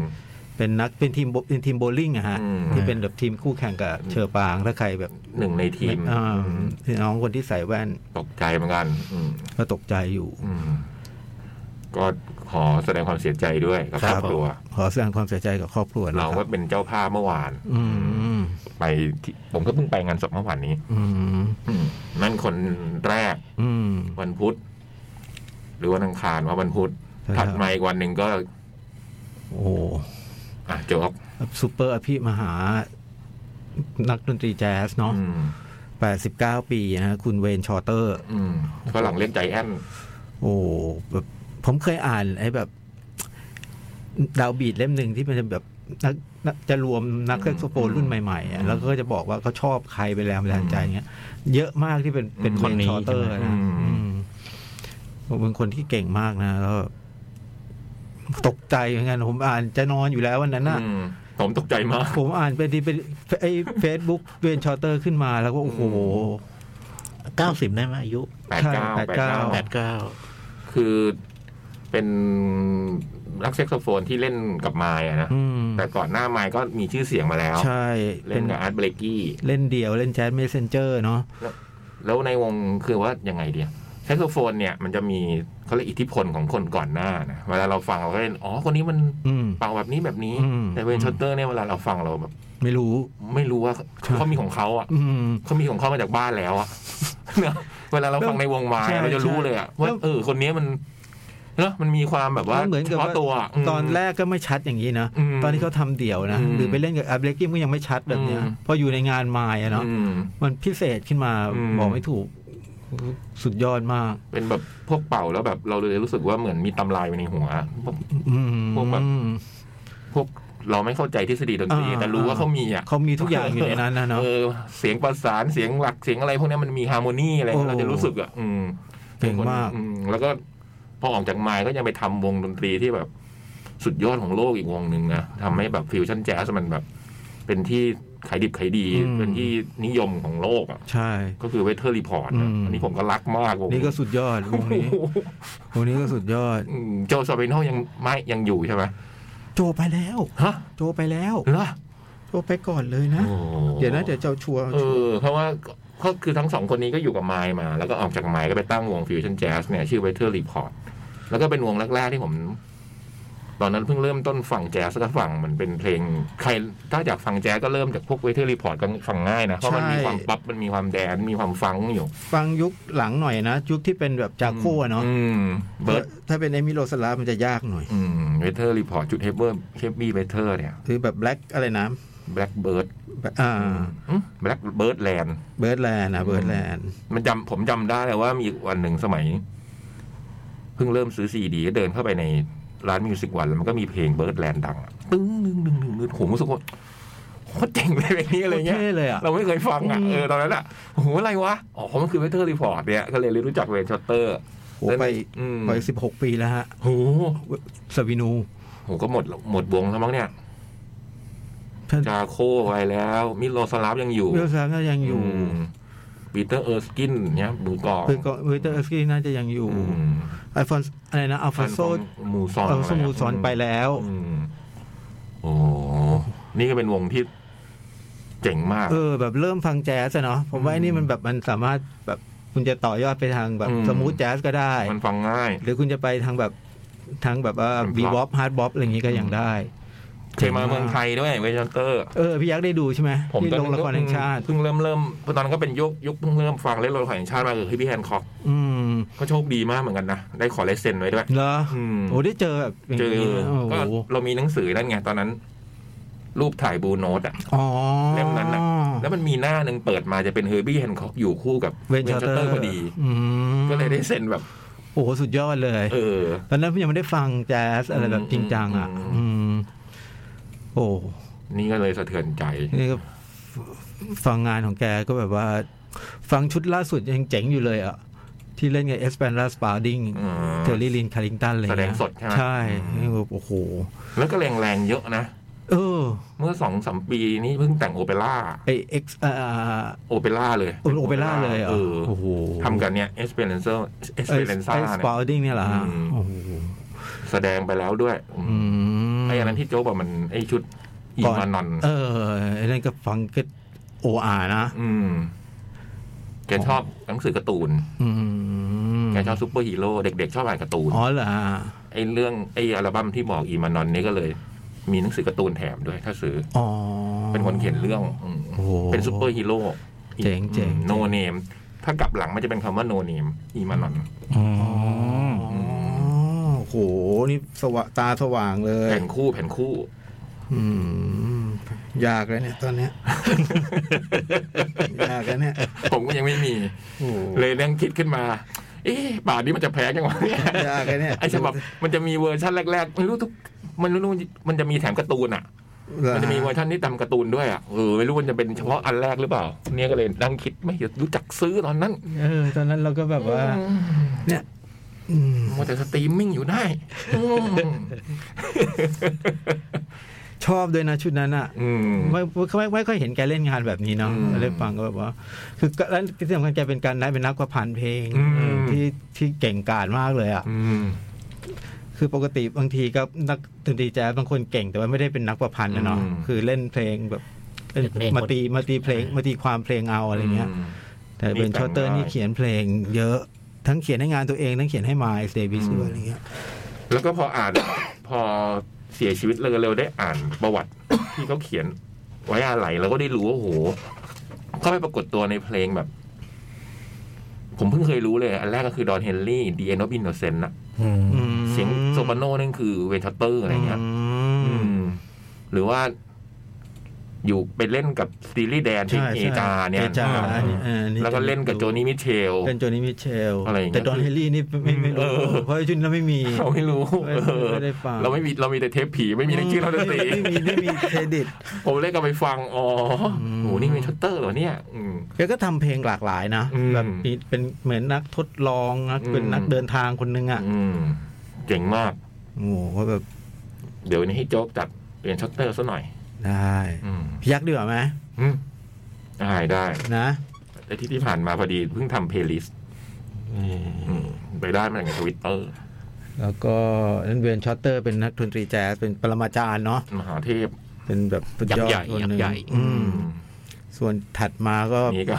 [SPEAKER 2] เป็นนักเป็นทีมโบเป็นทีมโบลิ่งอะฮะ
[SPEAKER 3] อืม
[SPEAKER 2] ที่เป็นแบบทีมคู่แข่งกับเชอปางถ้าใครแบบ
[SPEAKER 3] หนึ่งในทีม
[SPEAKER 2] อ่าพี่น้องคนที่ใส่แว่น
[SPEAKER 3] ตกใจเหมือนกัน อืม
[SPEAKER 2] ก็ตกใจอยู่
[SPEAKER 3] อืม ก็ขอแสดงความเสียใจด้วยกับครอบครัว
[SPEAKER 2] ผมขอแสดงความเสียใจกับครอบครัว
[SPEAKER 3] เรา
[SPEAKER 2] ค
[SPEAKER 3] ก็
[SPEAKER 2] บ
[SPEAKER 3] เป็นเจ้าภาพเมื่อวาน
[SPEAKER 2] อืม
[SPEAKER 3] ไปที่ผมก็เพิ่งไปงานศพเมื่อวานนี้
[SPEAKER 2] อืม
[SPEAKER 3] อืมนั่นคนแรก
[SPEAKER 2] อืม
[SPEAKER 3] วันพุธ หรือวันอังคารว่าวันพุธ
[SPEAKER 2] ใช่ครับ
[SPEAKER 3] ถัดมาอีกวันหนึ่งก็
[SPEAKER 2] โอ้โห
[SPEAKER 3] อ่ะโจ๊ก
[SPEAKER 2] ซูเปอร์อภิมหา นักดนตรีแจ๊สเนาะ
[SPEAKER 3] อืม
[SPEAKER 2] 89 ปีนะฮะคุณเวนชอเตอร์
[SPEAKER 3] อืมฝรั่งเรียกใจแอน
[SPEAKER 2] โอ้แบบผมเคยอ่านไอ้แบบ ดาวบีดเล่มหนึ่งที่มันจะแบบนักนักจะรวมนักแซกโซโฟนรุ่นใหม่ๆอ่ะแล้วก็จะบอกว่าเขาชอบใครไปแล้วแรงใจเงี้ย เยอะมากที่เป็นเป็น
[SPEAKER 4] คนนี้
[SPEAKER 2] ชอเตอร์
[SPEAKER 4] ใช่ไหม
[SPEAKER 2] นะอืมเป็นคนที่เก่งมากนะแล้วตกใจเหมือนกันผมอ่านจะนอนอยู่แล้ววันนั้นน่ะ
[SPEAKER 3] อืมผมตกใจมาก
[SPEAKER 2] ผมอ่านเป็นที่เป็นไอ้เฟซบุ๊กเวนชอเตอร์ขึ้นมาแล้วก็โอ้โห
[SPEAKER 4] เก้าสิบได้ไหมอายุ
[SPEAKER 3] แปดเก้า
[SPEAKER 2] ใช่
[SPEAKER 3] แปดเก้า
[SPEAKER 2] 89
[SPEAKER 4] แปดเก้า
[SPEAKER 3] คือเป็นนักเซ็กโซโฟนที่เล่นกับไมล์อะนะ
[SPEAKER 2] อืม
[SPEAKER 3] แต่ก่อนหน้าไมล์ก็มีชื่อเสียงมาแล้ว
[SPEAKER 2] ใช่
[SPEAKER 3] เล่นกับอาร์ตเบรกกี้
[SPEAKER 2] เล่นเดี่ยวเล่นแจ๊สเมสเซนเจอร์เนาะ
[SPEAKER 3] แล้วในวงคือว่ายังไงเดียแซกโซโฟนเนี่ยมันจะมีเขาเรียกอิทธิพลของคนก่อนหน้านะเวลาเราฟังเราก็เล่นอ๋อคนนี้มัน
[SPEAKER 2] อืม
[SPEAKER 3] เป่าแบบนี้แบบนี้
[SPEAKER 2] อืม
[SPEAKER 3] แต่เวนชอตเตอร์เนี่ยเวลาเราฟังเราแบบ
[SPEAKER 2] ไม่รู้
[SPEAKER 3] ไม่รู้ว่าเขามีของเขาอ่ะ
[SPEAKER 2] อืม
[SPEAKER 3] เขามีของเขามาจากบ้านแล้วอ่ะ เนอะเวลาเราฟังในวงไม้
[SPEAKER 2] ใช่
[SPEAKER 3] เราจะรู้เลยอ่ะว่า
[SPEAKER 2] แล้ว
[SPEAKER 3] เออคนนี้มันเนอะมันมีความแบบว่า
[SPEAKER 2] แล้วเหมือนกับ
[SPEAKER 3] ฉพะ
[SPEAKER 2] ว่า
[SPEAKER 3] ตัวะม
[SPEAKER 2] ตอนแรกก็ไม่ชัดอย่างนี้นะ
[SPEAKER 3] อืม
[SPEAKER 2] ตอนที่เขาทำเดี่ยวนะ
[SPEAKER 3] อืม
[SPEAKER 2] หรือไปเล่นกับอาร์เบลกิ้มก็ยังไม่ชัดแบบเนี้ย
[SPEAKER 3] อืม
[SPEAKER 2] พออยู่ในงานมายอะเนาะ
[SPEAKER 3] อืม
[SPEAKER 2] มันพิเศษขึ้นมา
[SPEAKER 3] อืม
[SPEAKER 2] บอกไม่ถูก สุดยอดมาก
[SPEAKER 3] เป็นแบบพวกเป่าแล้วแบบเราเลยรู้สึกว่าเหมือนมีตำลายไว้ในหัวพวก
[SPEAKER 2] อืม
[SPEAKER 3] พวกแบบ พวกเราไม่เข้าใจทฤษฎีดนตรี
[SPEAKER 2] อ่า
[SPEAKER 3] แต่รู้ว่าเขามีอ่ะ
[SPEAKER 2] เขามีทุกอย่างอยู่ในนั้นนะเนาะ
[SPEAKER 3] เออเสียงประสานเสียงหลักเสียงอะไรพวกเนี้ยมันมีฮาร์โมนีอะไร
[SPEAKER 2] โอ้
[SPEAKER 3] เราจะรู้สึกอ่ะอืม
[SPEAKER 2] เก่งมาก
[SPEAKER 3] อืมแล้วก็พอออกจากไมค์ก็ยังไปทำวงดนตรีที่แบบ สุดยอดของโลกอีกวงหนึ่งนะทำให้แบบฟิวชั่นแจ๊สมันแบบ เป็นที่ขายดิบขายดี เป็นที่นิยมของโลกอ่ะ
[SPEAKER 2] ใช่
[SPEAKER 3] ก็คือเวเทอร์รีพอร์ต
[SPEAKER 2] อืม
[SPEAKER 3] อันนี้ผมก็รักมากวง
[SPEAKER 2] นี่ก็สุดยอดวงนี้วงนี้ก็สุดยอด
[SPEAKER 3] อืมโจซาเปโนยังไม่ยังอยู่ใช่ไหม
[SPEAKER 2] โจไปแล้ว
[SPEAKER 3] ฮะ
[SPEAKER 2] โจไปแล้ว
[SPEAKER 3] เหรอ
[SPEAKER 2] โจไปก่อนเลยนะ
[SPEAKER 3] โอ้
[SPEAKER 2] เดี๋ยวนะเดี๋ยวเจ้าชัวร์
[SPEAKER 3] เออเพราะว่าก็คือทั้งสองคนนี้ก็อยู่กับไมล์มา แล้วก็ออกจากไมล์ก็ไปตั้งวงฟิวชั่นแจ๊สเนี่ย ชื่อ Better Report แล้วก็เป็นวงแรก ๆ ที่ผม ตอนนั้นเพิ่งเริ่มต้นฟังแจ๊สก็ฟังมันเป็นเพลง ใครถ้าอยากฟังแจ๊สก็เริ่มจากพวก Better Report ก็ฟังง่ายนะ เพราะมันมีความปั๊บมันมีความแดนมีความฟังอยู่
[SPEAKER 2] ฟังยุคหลังหน่อยนะยุคที่เป็นแบบจาโค่อะเนาะ
[SPEAKER 3] อืมเบิร์ด
[SPEAKER 2] ถ้าเป็นเอมิโลสลามันจะยากหน่อย
[SPEAKER 3] อืม Better Report จุดเฮเบอร์เฮฟวี่เบเตอร์เนี่ย
[SPEAKER 2] หรือแบบแบล็กอะไรนะ
[SPEAKER 3] Black Bird
[SPEAKER 2] อ่า
[SPEAKER 3] แบล็กเบิร์ดแลนด์
[SPEAKER 2] เบิร์ดแลนด์นะเบิร์ดแลนด์
[SPEAKER 3] มันจำผมจำได้เลยว่ามีวันหนึ่งสมัย เพิ่งเริ่มซื้อซีดีก็เดินเข้าไปในร้านมิวสิกวันแล้วมันก็มีเพลงเบิร์ดแลนด์ดังอะตึ้งดึงดึงดึงดึงผมรู้สึกว่าโคตรเจ๋งเลยเพลงนี้อะไรเงี้ย
[SPEAKER 2] โคตรเท่เลยอะ
[SPEAKER 3] เราไม่เคยฟังอ่ะเออตอนนั้นอ่ะโอ้โหอะไรวะ อ๋อมันคือเวเทอร์รีพอร์ตเนี่ย ก็เลยรู้จักเวนชอตเตอร์
[SPEAKER 2] โหไป
[SPEAKER 3] อืม
[SPEAKER 2] ไปสิบหกปีแล้วฮะ
[SPEAKER 3] โห
[SPEAKER 2] สวินู
[SPEAKER 3] โหก็หมดหมดวงแล้วมั้งเนี่ย
[SPEAKER 2] ท่าน
[SPEAKER 3] จาโคไปแล้ว มิโลสลาฟยังอยู่
[SPEAKER 2] วิลสันก็ยังอยู่
[SPEAKER 3] มปีเตอร์เออร์สกินเนี่ยมือกลอง
[SPEAKER 2] คือก็เวเตอร์สกี้น่าจะยังอยู่
[SPEAKER 3] อืม
[SPEAKER 2] ไอฟอนอะไรนะอัลฟอนโซ
[SPEAKER 3] อัลฟอนมูซอน
[SPEAKER 2] อัลฟอน
[SPEAKER 3] ะไระ
[SPEAKER 2] โซมูซอนไปแล้ว
[SPEAKER 3] อืมโอ้ นี่ก็เป็นวงที่เจ๋งมาก
[SPEAKER 2] เออ แบบเริ่มฟังแจ๊สอะเนาะผมว่าไอ้นี่มันแบบมันสามารถแบบคุณจะต่อยอดไปทางแบบ
[SPEAKER 3] อืม
[SPEAKER 2] สมูทแจ๊สก็ได้
[SPEAKER 3] มันฟังง่าย
[SPEAKER 2] หรือคุณจะไปทางแบบทางแบบว่า
[SPEAKER 3] มันเพ
[SPEAKER 2] บี
[SPEAKER 3] ราะ
[SPEAKER 2] บ๊อบฮาร์ดบ๊อบอะไรอย่างนี้ก็ยังได้
[SPEAKER 3] เคยมาเมืองไทยด้วยเวชันเตอร์
[SPEAKER 2] เออพี่ยักษ์ได้ดูใช่ไหม
[SPEAKER 3] ผม
[SPEAKER 2] ที่
[SPEAKER 3] ตอน
[SPEAKER 2] ล
[SPEAKER 3] นั้
[SPEAKER 2] ง
[SPEAKER 3] น
[SPEAKER 2] ละครแห่งชาติ
[SPEAKER 3] เพิ่งเริ่มเริ่มตอนนั้นก็เป็นยุคยุคเพิ่งเริ่มฟังเล่นละครแห่งชาติมาคือพี่แฮนคอก
[SPEAKER 2] อืม
[SPEAKER 3] ก็โชคดีมากเหมือนกันนะ ได้ขอลายเซ็นไว้ด้วย
[SPEAKER 2] เหรอ
[SPEAKER 3] อืม
[SPEAKER 2] โอ้ได้เจอแบบอย่าง
[SPEAKER 3] เจอ
[SPEAKER 2] นี้นะโอ้
[SPEAKER 3] ก็
[SPEAKER 2] โห
[SPEAKER 3] เรามีหนังสือนั่นไงตอนนั้น รูปถ่ายบลูโนตอ่ะ
[SPEAKER 2] อ๋อ
[SPEAKER 3] เล่มนั้นน่ะ แล้วมันมีหน้าหนึ่งเปิดมาจะเป็นเฮอร์บี้แฮนคอกอยู่คู่กับ
[SPEAKER 2] เวนเชอ
[SPEAKER 3] Wayne
[SPEAKER 2] ร์เตอ
[SPEAKER 3] Shorter
[SPEAKER 2] ร์
[SPEAKER 3] พอดี ก็เลยได้เซ็นแบบ
[SPEAKER 2] โอ้โหสุดยอดเลย
[SPEAKER 3] เออ
[SPEAKER 2] ตอนนั้นผมยังไม่ได้ฟังแจ๊สอะไรแบบ
[SPEAKER 3] อืม
[SPEAKER 2] จริงจังอ่ะ
[SPEAKER 3] อืม
[SPEAKER 2] อืม โอ้
[SPEAKER 3] นี่ก็เลยสะเทือนใจ
[SPEAKER 2] นี่ก็ฟังงานของแกก็แบบว่า ฟังชุดล่าสุดยังเจ๋งอยู่เลยอ่ะ ที่เล่นกับเอสเปนรัสปาดิง
[SPEAKER 3] อืม
[SPEAKER 2] เทอร์รี่ลินคาริงตันอะไรเงี้ย
[SPEAKER 3] แสดงสดใช่ไหม
[SPEAKER 2] ใช่
[SPEAKER 3] อืม
[SPEAKER 2] นี่ก็แบบโอ้โห
[SPEAKER 3] แล้วก็แรงแรงๆเยอะนะ
[SPEAKER 2] เออ
[SPEAKER 3] เมื่อสองสามปีนี้เพิ่งแต่งโอเปร่า
[SPEAKER 2] ไอเอ็กซ์อ่า
[SPEAKER 3] โอเปร่าเลย
[SPEAKER 2] โอเปร่าเลยเหร
[SPEAKER 3] เอ
[SPEAKER 2] อ่ะ
[SPEAKER 3] อ
[SPEAKER 2] โอ้โห
[SPEAKER 3] ทำกันเนี่ยเอสเปเรนเซอร์เอส
[SPEAKER 2] ไอ
[SPEAKER 3] เปเรนซ่า
[SPEAKER 2] ไอส
[SPEAKER 3] เนี่ย
[SPEAKER 2] ปาดิงเนี่ยเหรอฮะ
[SPEAKER 3] อืม
[SPEAKER 2] โอ้โห
[SPEAKER 3] แสดงไปแล้วด้วยอืม
[SPEAKER 2] อืม
[SPEAKER 3] ไอ้อันนั้นที่โจกบอกมันไอ้ชุดอี
[SPEAKER 2] ก่อน
[SPEAKER 3] มานอน
[SPEAKER 2] เออไอ้นั่นก็ฟังก็โออานะ
[SPEAKER 3] อืมแกชอบหนังสือการ์ตูน
[SPEAKER 2] อืม
[SPEAKER 3] แกชอบซูเปอร์ฮีโร่เด็ก ๆ ชอบอ่านการ์ตูน
[SPEAKER 2] อ๋อเหรอฮะ
[SPEAKER 3] ไอ้เรื่องไอ้อัลบั้มที่บอกอีมานอนนี่ก็เลย มีหนังสือการ์ตูนแถมด้วย ถ้าซื้อ
[SPEAKER 2] อ๋อ
[SPEAKER 3] อเป็นคนเขียนเรื่องอืม
[SPEAKER 2] โอ้โห
[SPEAKER 3] เป็นซูเปอร์ฮีโร่
[SPEAKER 2] เจ๋งเจ๋ง
[SPEAKER 3] โนเนม ถ้ากลับหลังมันจะเป็นคำว่าโนเนม อีมานอน
[SPEAKER 4] อื
[SPEAKER 2] อ๋อ
[SPEAKER 4] ม
[SPEAKER 2] อ๋อโอ้โห นี่สว่างตาสว่างเลย
[SPEAKER 3] แผ่นคู่แผ่นคู่
[SPEAKER 2] อืม ยากเลยเนี่ย ตอน เนี้ย ยากเลยเนี่ย
[SPEAKER 3] ผมก็ยังไม่มี
[SPEAKER 2] โอ้โห
[SPEAKER 3] เลยนั่งคิดขึ้นมา เอ๊ะป่านนี้มันจะแพ้ยังวะ เนี่ย
[SPEAKER 2] ยากเลยเนี่ย
[SPEAKER 3] ไอ้ฉบับมันจะมีเวอร์ชันแรกๆไม่รู้ทุกมันรู้มันจะมีแถมการ์ตูนอ่ะ
[SPEAKER 2] เหรอ
[SPEAKER 3] มัน
[SPEAKER 2] ฮะ
[SPEAKER 3] จะมีเวอร์ชันที่ตำการ์ตูนด้วยอ่ะเออไม่รู้มันจะเป็นเฉพาะอันแรกหรือเปล่า เนี่ยก็เลยนั่งคิดไม่รู้จักซื้อตอนนั้น
[SPEAKER 2] เออ ตอนนั้นเราก็แบบว่า เนี่ย อืม
[SPEAKER 3] มัวแต่สตรีมมิ่งอยู่ได้อืม
[SPEAKER 2] ชอบด้วยนะชุดนั้นอะ
[SPEAKER 3] อืม
[SPEAKER 2] ไม่ไม่ไม่ค่อยเห็นแกเล่นงานแบบนี้เนาะ
[SPEAKER 3] อืม
[SPEAKER 2] ได้ฟังก็แบบว่า คือก็แล้วที่สำคัญแกเป็นการนัดเป็นนักประพันธ์เพลง
[SPEAKER 3] อืม
[SPEAKER 2] ที่ที่เก่งกาจมากเลยอ่ะ
[SPEAKER 3] อืม
[SPEAKER 2] คือปกติบางทีก็นักดนตรีแจ๊สบางคนเก่งแต่ว่าไม่ได้เป็นนักประพันธ์นะเนาะ
[SPEAKER 3] อืม
[SPEAKER 2] คือเล่นเพลงแบบเล่นมาตีมาตีเพลงมาตีความเพลงเอาอะไรเงี้ย แต่เป็นชอตเตอร์นี่เขียนเพลงเยอะทั้งเขียนให้งานตัวเองทั้งเขียนให้มายเดวิสด้วยอะไรเงี้ย
[SPEAKER 3] แล้วก็พออ่าน พอเสียชีวิตเร็วๆได้อ่านประวัติ ที่เขาเขียนไว้อะไรเราก็ได้รู้ว่าโอ้โหเขาไปปรากฏตัวในเพลงแบบ ผมเพิ่งเคยรู้เลย อันแรกก็คือดอนเฮนรี่ดีเอนอบินโนเซนต์ะ
[SPEAKER 4] อืม
[SPEAKER 2] อืม
[SPEAKER 3] เสียงโซปราโนนั่นคือเวนทัตเตอร์อะไรเงี้ย
[SPEAKER 2] อืม
[SPEAKER 3] หรือว่าอยู่ไปเล่นกับซีรีส์แดนที่
[SPEAKER 2] ใช่
[SPEAKER 3] เอ
[SPEAKER 2] ใช่
[SPEAKER 3] จาเนี่ย
[SPEAKER 2] เอจาอันนี้อันนี้
[SPEAKER 3] แล้วก็เล่นกับโจนี่มิเชล
[SPEAKER 2] เป็นโจนี่มิเชล
[SPEAKER 3] อะไรอย่างเงี้ย
[SPEAKER 2] แต่ดอนเฮลลี่นี่ไม่ไม่
[SPEAKER 3] เอ
[SPEAKER 2] รู้
[SPEAKER 3] อ
[SPEAKER 2] เพราะชุดนั้นไม่มี
[SPEAKER 3] เราไม่รู้
[SPEAKER 2] ไม่
[SPEAKER 3] เออ
[SPEAKER 2] ไม่ได้ฟัง
[SPEAKER 3] เราไม่มีเรามีแต่เทปผีไม่มีในชื่อเราดนตรี
[SPEAKER 2] ไม่มีไม่มีเครดิต
[SPEAKER 3] ผมเลยก็ไปฟัง อ๋ออ
[SPEAKER 2] ม
[SPEAKER 3] โหนี่เป็นชัตเตอร์เหรอเนี่ย อืม
[SPEAKER 2] แกก็ทำเพลงหลากหลายนะ
[SPEAKER 3] อืม
[SPEAKER 2] แบบมีเป็นเหมือนนักทดลองนะ
[SPEAKER 3] อืม
[SPEAKER 2] เป็นนักเดินทางคนนึงอ่ะ
[SPEAKER 3] อืมเจ๋งมาก
[SPEAKER 2] โอ้โหก็แบบ
[SPEAKER 3] เดี๋ยวนี้ให้โจ๊กจัดเป็นชัตเตอร์ซะหน่อย
[SPEAKER 2] ได้
[SPEAKER 3] อืม
[SPEAKER 2] พยักดีกว่าไหม
[SPEAKER 3] อืมได้ได้
[SPEAKER 2] นะ
[SPEAKER 3] แต่ที่ที่ผ่านมาพอดีเพิ่งทำเพลย์ลิสต์ไปได้มาจากทวิตเตอร์
[SPEAKER 2] แล้วก็นันเวนชอตเตอร์เป็นนักดนตรีแจ๊สเป็นปรมาจารย์เนาะ
[SPEAKER 3] มหาเทพ
[SPEAKER 2] เป็นแบบสุด
[SPEAKER 4] ยัก
[SPEAKER 2] ยอ
[SPEAKER 4] ษ์
[SPEAKER 2] ด
[SPEAKER 4] ให
[SPEAKER 2] คน
[SPEAKER 4] ญ่ยัก
[SPEAKER 2] นึ
[SPEAKER 4] ษ์
[SPEAKER 2] ง
[SPEAKER 4] ใหญ่
[SPEAKER 2] อืมส่วนถัดมาก็
[SPEAKER 3] นี่ก็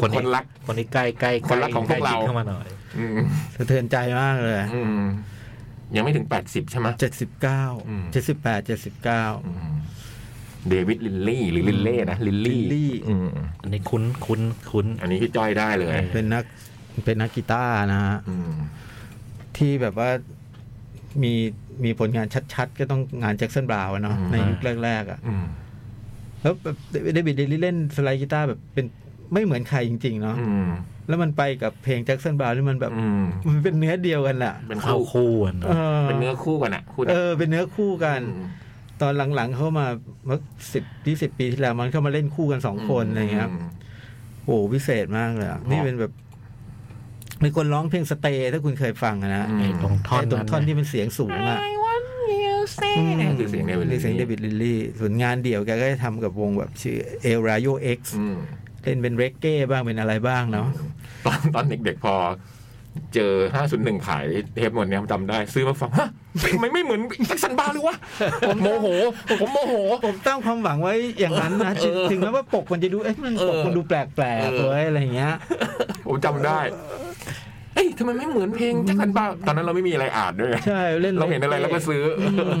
[SPEAKER 3] คนรัก
[SPEAKER 4] คนนี้ใกล้ใกล้ใ
[SPEAKER 3] คนรักของพวกเรา
[SPEAKER 4] ใล้ชิดเข้ามาหน่อย
[SPEAKER 3] อืม
[SPEAKER 2] สะเทือนใจมากเลย
[SPEAKER 3] อืมยังไม่ถึงแปดสิบใช่ไหม
[SPEAKER 2] เจ็ดสิบเก้า
[SPEAKER 3] อืม
[SPEAKER 2] เจ็ดสิบแปดเจ็ดสิบเก้า
[SPEAKER 3] อืมเดวิดลินลี่ หรือลินเล่นะ ลินลี่
[SPEAKER 2] ลินลี่
[SPEAKER 3] อืม
[SPEAKER 4] อันนี้คุ้นคุ้นคุ้น
[SPEAKER 3] อันนี้พี่จ้อยได้เลย
[SPEAKER 2] เป็นนักเป็นนักกีตาร์นะฮะ
[SPEAKER 3] อืม
[SPEAKER 2] ที่แบบว่ามีมีผลงานชัดๆ ก็ต้องงานแจ็คสันบราวน์อะเนาะในยุคแรกๆอ่ะ
[SPEAKER 3] อืม
[SPEAKER 2] แล้วแบบเดวิดเดลลี่เล่นสไลด์กีตาร์แบบเป็นไม่เหมือนใครจริง ๆ เนาะ
[SPEAKER 3] อืม
[SPEAKER 2] แล้วมันไปกับเพลงแจ็คสันบราวน์ที่มันแบบ
[SPEAKER 3] อืม
[SPEAKER 2] มันเป็นเนื้อเดียวกันแหละ
[SPEAKER 3] เป็น
[SPEAKER 4] เข้า
[SPEAKER 3] คู่
[SPEAKER 4] คู่กันเนอะ
[SPEAKER 2] เออ
[SPEAKER 3] เป็นเนื้อคู่กันอ่ะ คู่
[SPEAKER 2] เอ
[SPEAKER 3] นี้
[SPEAKER 2] อเป็นเนื้อคู่กัน
[SPEAKER 3] ม
[SPEAKER 2] ตอนหลังๆเข้ามาเมื่อสิบยี่สิบปีที่แล้วมันเข้ามาเล่นคู่กันสองคนอะไรเงี้ยครับ โอ้โหพิเศษมากเลย
[SPEAKER 3] ค
[SPEAKER 2] อะ
[SPEAKER 3] รับ
[SPEAKER 2] นี่เป็นแบบมีคนร้องเพลงสเตย์ถ้าคุณเคยฟังอะนะ
[SPEAKER 3] อืม
[SPEAKER 4] ไอ้ตรงท่อน
[SPEAKER 2] ไอ้ตรงท่อน
[SPEAKER 4] นั้น
[SPEAKER 2] ที่มันเสียงสูงอะ
[SPEAKER 3] อืมนี่คือเสียงเดวิด
[SPEAKER 2] นี่เสียงเดวิดลิลลี่ส่วนงานเดี่ยวแกก็จะทำกับวงแบบชื่อเอลราโยเอ็กซ์
[SPEAKER 3] อืม
[SPEAKER 2] เล่นเป็นเรกเก้บ้างเป็นอะไรบ้างเนาะ
[SPEAKER 3] ตอน ตอนเด็กๆพอ เจอห้าศูนย์หนึ่งขายเทปหมดเนี้ยจำได้ ซื้อมาฟังฮะทำไมไม่เหมือนแจ็คสันบาร์เลยวะผมโมโห ผมโมโห
[SPEAKER 2] ผมตั้งความหวังไว้อย่างนั้นนะถึง
[SPEAKER 3] เออ
[SPEAKER 2] ถึงแม้ว่าปกมันจะดูเอ๊ะมัน
[SPEAKER 3] เออ
[SPEAKER 2] ปกมันดูแปลกแปลก
[SPEAKER 3] เออ
[SPEAKER 2] เว้ยอะไรอย่างเงี้ย
[SPEAKER 3] ผมจำได้ เอ้ยทำไมไม่เหมือนเพลงแจ็คสันบาร์ตอนนั้นเราไม่มีอะไรอ่านด้วยไง
[SPEAKER 2] ใช่เล่น
[SPEAKER 3] เราเห็นอะไร
[SPEAKER 2] reggae
[SPEAKER 3] เราก็ซื้ออ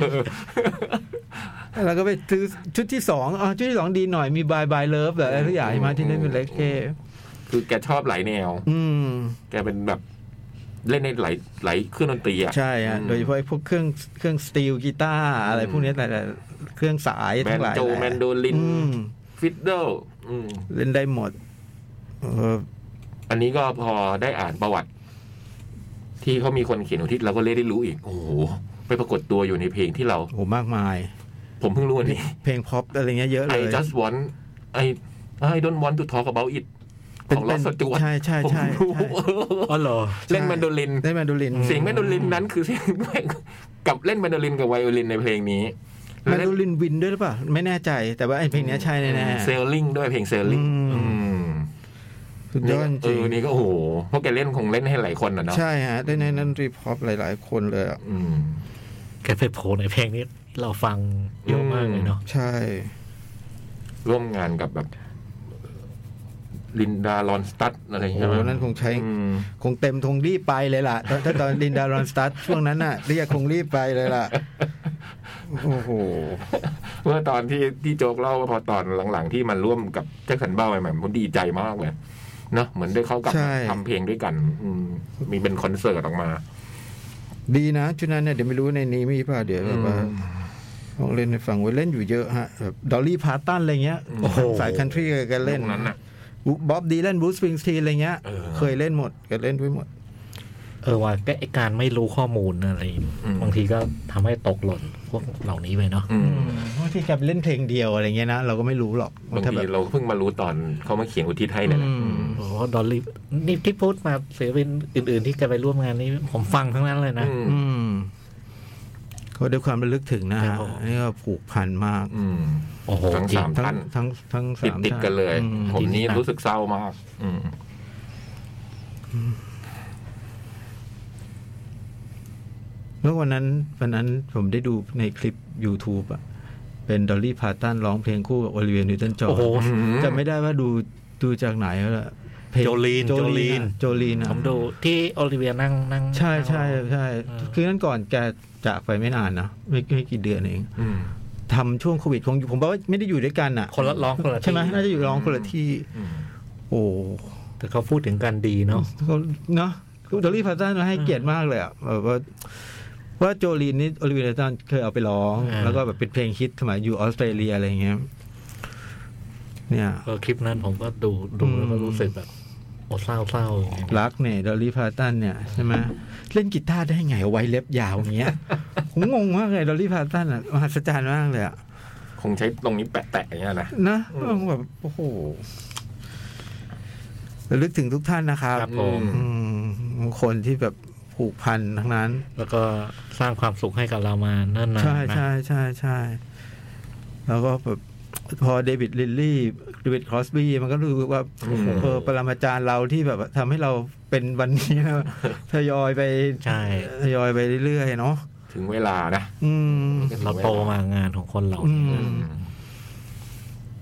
[SPEAKER 2] แล้วก็ไปซื้อชุดที่สองอ๋อชุดที่สองดีหน่อยมีบายบายเลิฟแบบอะไรทุกอย่างมาที่เล่นเป็นเรกเก้
[SPEAKER 3] คือแกชอบหลายแนว
[SPEAKER 2] อืม
[SPEAKER 3] แกเป็นแบบ เล่นในหลายหลายเครื่องดนตรีอ่ะ
[SPEAKER 2] ใช่ฮะ
[SPEAKER 3] อืม
[SPEAKER 2] โดยเฉพาะพวกเครื่องเครื่องสตีลกีตาร์อะไรพวกนี้แต่ละเครื่องสาย
[SPEAKER 3] แม
[SPEAKER 2] ทั้
[SPEAKER 3] น
[SPEAKER 2] งหลาย
[SPEAKER 3] โจแมนโดลิน
[SPEAKER 2] อืม
[SPEAKER 3] ฟิดเดิลอืม
[SPEAKER 2] เล่นได้หมดเออ
[SPEAKER 3] อันนี้ก็พอได้อ่านประวัติ ที่เขามีคนเขียนอุทิศเราก็เลยได้รู้อีก โอ้โหไปปรากฏตัวอยู่ในเพลงที่เรา
[SPEAKER 2] โหมากมาย
[SPEAKER 3] ผมเพิ่งรู้อันนี้
[SPEAKER 2] เพลงพอปอะไรเงี้ยเยอะเล
[SPEAKER 3] I
[SPEAKER 2] ย
[SPEAKER 3] just want I I don't want to talk about it
[SPEAKER 2] เป็น
[SPEAKER 3] ของลอสสจวต
[SPEAKER 2] ใช่ใช่
[SPEAKER 3] ผม
[SPEAKER 2] ใช่
[SPEAKER 3] เพิ่งรู้
[SPEAKER 2] ใช่
[SPEAKER 4] อ๋อเหรอ
[SPEAKER 3] เล่นแมนโดลิน
[SPEAKER 2] ได้แมนโดลิน
[SPEAKER 3] เสียงแมนโดลินนั้นคือเสี ยงแม่งกับเล่นแมนโดลินกับไวโอลินในเพลงนี้
[SPEAKER 2] แมนโดลินวินด้วยหรือเปล่า ไม่แน่ใจ แต่ว่าไอ้เพลงเนี้ยใช่แน่
[SPEAKER 3] เซลลิงด้วยเพลงเซลลิง
[SPEAKER 2] อืม ๆสุดยอดจ
[SPEAKER 3] เอ
[SPEAKER 2] ริง
[SPEAKER 3] อนี่ก็โอ้โหเพราะแกเล่นคงเล่นให้หลายคนอ่ะเนาะ
[SPEAKER 2] ใช่ฮะ ได้ในนั้นรีพอปหลาย ๆ คนเลยอะ
[SPEAKER 3] อืม
[SPEAKER 4] แกไปโผล่ในเพลงนี้ เราฟังเยอะมากเลยเนาะ
[SPEAKER 2] ใช่
[SPEAKER 3] ร่วมงานกับแบบ ลินดาลอนสตัดอะไรอย่างเงี้ย
[SPEAKER 2] โอ้โหนั่นคงใช้
[SPEAKER 3] อืม
[SPEAKER 2] คงเต็มคงรีบไปเลยล่ะถ้าถ้าตอนลินดารอนสตาร์ทช่วงนั้นน่ะเรียกคงรีบไปเลยล่ะ โอ้โห
[SPEAKER 3] เมื่อตอนที่ที่โจกเล่าว่าพอตอนหลังๆ ที่มันร่วมกับแจ็คสันเบ้าใหม่ๆผมดีใจมากเลยเนาะเหมือนได้เขากลับ
[SPEAKER 2] ใช่
[SPEAKER 3] ทำเพลงด้วยกัน อืมมีเป็นคอนเสิร์ตออกมา
[SPEAKER 2] ดีนะชุดนั้นเนี่ยเดี๋ยวไม่รู้ในนี้มีเปล่าเดี๋ยวแบบว่า
[SPEAKER 3] อืม
[SPEAKER 2] ลองเล่นในฝั่งไว้เล่นอยู่เยอะฮะแบบดอลลี่พาร์ตันอะไรเงี้ย
[SPEAKER 3] อืม
[SPEAKER 2] โอ้โหสายคันทรีกันเล่น
[SPEAKER 3] ยุคนั้นน่ะ
[SPEAKER 2] บ๊อบดีเล่นบูสปริงสตีอะไรเงี้ย
[SPEAKER 3] เออ
[SPEAKER 2] เคยเล่นหมดกันเล่นด้วยหมด
[SPEAKER 4] เออว่าแกไอ้การไม่รู้ข้อมูลอะไร
[SPEAKER 3] อืม
[SPEAKER 4] บางทีก็ทำให้ตกหล่นพวกเหล่านี้ไปเนาะ
[SPEAKER 3] อืม
[SPEAKER 2] บางทีแกไปเล่นเพลงเดียวอะไรเงี้ยนะ เราก็ไม่รู้หรอก
[SPEAKER 3] บาง
[SPEAKER 2] ถ้
[SPEAKER 3] ที
[SPEAKER 2] แบบ
[SPEAKER 3] เราเพิ่งมารู้ตอนเขามาเขียนอุทิศให้เนี่ยแหละ
[SPEAKER 2] อืม
[SPEAKER 3] อืม
[SPEAKER 4] โอ้โหดอลลี่นี่ที่พูดมาศิลปินอื่น ๆ ที่แกไปร่วมงานนี่ผมฟังทั้งนั้นเลยนะ
[SPEAKER 2] อืมก็ด้วยความระลึกถึงนะ
[SPEAKER 4] ครั
[SPEAKER 2] ฮะ
[SPEAKER 4] บผม
[SPEAKER 2] อันนี่ก็ผูกพันมาก
[SPEAKER 3] อืม
[SPEAKER 4] โอ้โห
[SPEAKER 3] ทั้ง
[SPEAKER 4] จริ
[SPEAKER 3] สาม
[SPEAKER 2] ทั้
[SPEAKER 3] ท่าง น
[SPEAKER 2] ทั้งทั้งสา
[SPEAKER 3] ติด
[SPEAKER 2] ม
[SPEAKER 3] ติดๆกันเลย
[SPEAKER 2] อืม
[SPEAKER 3] ผมนี้รู้สึกเศร้ามาก อืม
[SPEAKER 2] แล้ววันนั้นวันนั้นผมได้ดูในคลิป YouTube อ่ะ เป็นดอลลี่พาร์ตันร้องเพลงคู่กับโอลิเวียนิวตันจอ
[SPEAKER 4] โอ้โห
[SPEAKER 2] ห์นจำไม่ได้ว่าดูดูจากไหนแล้วล่ะเพลง
[SPEAKER 4] โจลีน
[SPEAKER 2] โจ
[SPEAKER 4] โจลี
[SPEAKER 2] ลีน
[SPEAKER 4] น
[SPEAKER 2] อะโจลีนอะ
[SPEAKER 4] ผมดูที่โอลิเวียนั่งนั่ง
[SPEAKER 2] ใช่ใช่ใช่
[SPEAKER 4] เออ
[SPEAKER 2] คือนั่นก่อนแกจากไปไม่นานนะไม่ไม่กี่เดือนเอง
[SPEAKER 3] อืม
[SPEAKER 2] ทำช่วงโควิดคงอยู่ผมบอกว่าไม่ได้อยู่ด้วยกันอ่ะ
[SPEAKER 4] คนละร้องคนละที่
[SPEAKER 2] ใช่ไหมน่าจะอยู่ร้องคนละที่
[SPEAKER 3] อืม
[SPEAKER 2] โอ้
[SPEAKER 4] แต่เขาพูดถึงกันดีเนาะ
[SPEAKER 2] เขาเนาะดอลลี่พาร์ตันให้เกียรติมากเลยอ่ะแบบว่าว่าโจลีนนี่โอลิเวียตันเคยเอาไปร้อง
[SPEAKER 4] อ่า
[SPEAKER 2] แล้วก็แบบเป็นเพลงฮิตสมัยอยู่ออสเตรเลียอะไรเงี้ยเนี่ย
[SPEAKER 4] เออคลิปนั้นผมก็ดูดูแล้วก็รู้สึกแบบโอ้เศร้าเศร้าอย่างเงี้ย
[SPEAKER 2] รักเนี่ยดอลลี่พาร์ตันเนี่ยใช่ไหมเล่นกีตาร์ได้ไงไว้เล็บยาวอย่างเงี้ย ผมงงมากเลยดอลลี่พาร์ตันอ่ะมหัศจรรย์มากเลยอ่ะ
[SPEAKER 3] คงใช้ตรงนี้แปะแตะอย่างเงี้ยนะ
[SPEAKER 2] นะแบบโอ้โหระลึกถึงทุกท่านนะครับ
[SPEAKER 3] ครับผม
[SPEAKER 2] อืมคนที่แบบผูกพันทั้งนั้น
[SPEAKER 4] แล้วก็สร้างความสุขให้กับเรามาเนิ่นนาน
[SPEAKER 2] ใช่
[SPEAKER 4] นะ
[SPEAKER 2] ใช่ใช่ใช่แล้วก็แบบพอเดวิดลิลลี่เดวิดครอสบี้มันก็รู้สึกว่า
[SPEAKER 3] อืม
[SPEAKER 2] เออปรมาจารย์เราที่แบบทำให้เราเป็นวันนี้ นะทยอยไป
[SPEAKER 4] ใช่
[SPEAKER 2] ทยอยไปเรื่อยๆเนาะ
[SPEAKER 3] ถึงเวลานะ
[SPEAKER 2] อืม
[SPEAKER 4] เราโตมางานของคนเรา
[SPEAKER 2] อืม
[SPEAKER 3] อืม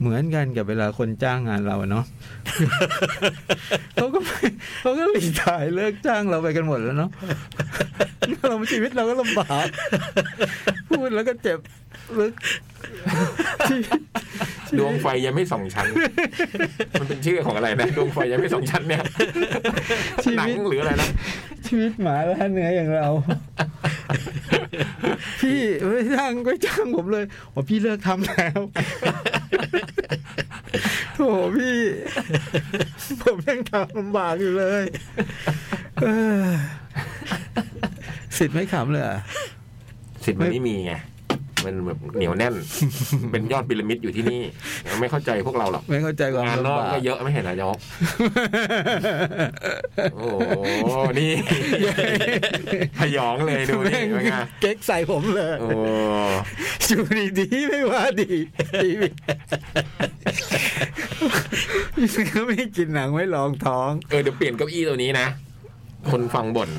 [SPEAKER 2] เหมือนกันกับเวลาคนจ้างงานเราอะเนาะ เขาก็ไม่เขาก็หลีกทายเลิกจ้างเราไปกันหมดแล้วเนาะ เราชีวิตเราก็ลำบากพูดแล้วก็เจ็บลึก
[SPEAKER 3] ดวงไฟยังไม่สองชั้น มันเป็นชื่อของอะไรนะ ดวงไฟยังไม่สองชั้นเนี่ย
[SPEAKER 2] ชี
[SPEAKER 3] หนัง
[SPEAKER 2] วิต
[SPEAKER 3] หรืออะไรนะ
[SPEAKER 2] ชีวิตหมาล่าเนื้ออย่างเรา พี่ไม่จ้างไม่จ้างผมเลยโอ้พี่เลิกทำ แล้วโถพี่ ผมยังทำลำบากอยู่เลย เออสิทธิ์ไม่ขำเลยอะ
[SPEAKER 3] สิทธิ์มันไม่มีไง มันแบบเหนียวแน่น เป็นยอดพีระมิดอยู่ที่นี่ ไม่เข้าใจพวกเราหรอก
[SPEAKER 2] ไม่เข้าใจความ
[SPEAKER 3] งานนอก
[SPEAKER 2] ลำบาก
[SPEAKER 3] ก็เยอะไม่เห็นนายก โอ้โห นี่ พยองเลยดูนี่
[SPEAKER 2] แม่ง
[SPEAKER 3] เป็นไง
[SPEAKER 2] เก๊กใส่ผมเลย
[SPEAKER 3] โอ้
[SPEAKER 2] อยู่ดีๆไม่ว่าดี ชีวิตก็ไม่กินหนังไม่รองท้อง
[SPEAKER 3] เออเดี๋ยวเปลี่ยนเก้าอี้ตัวนี้นะ คนฟังบ่น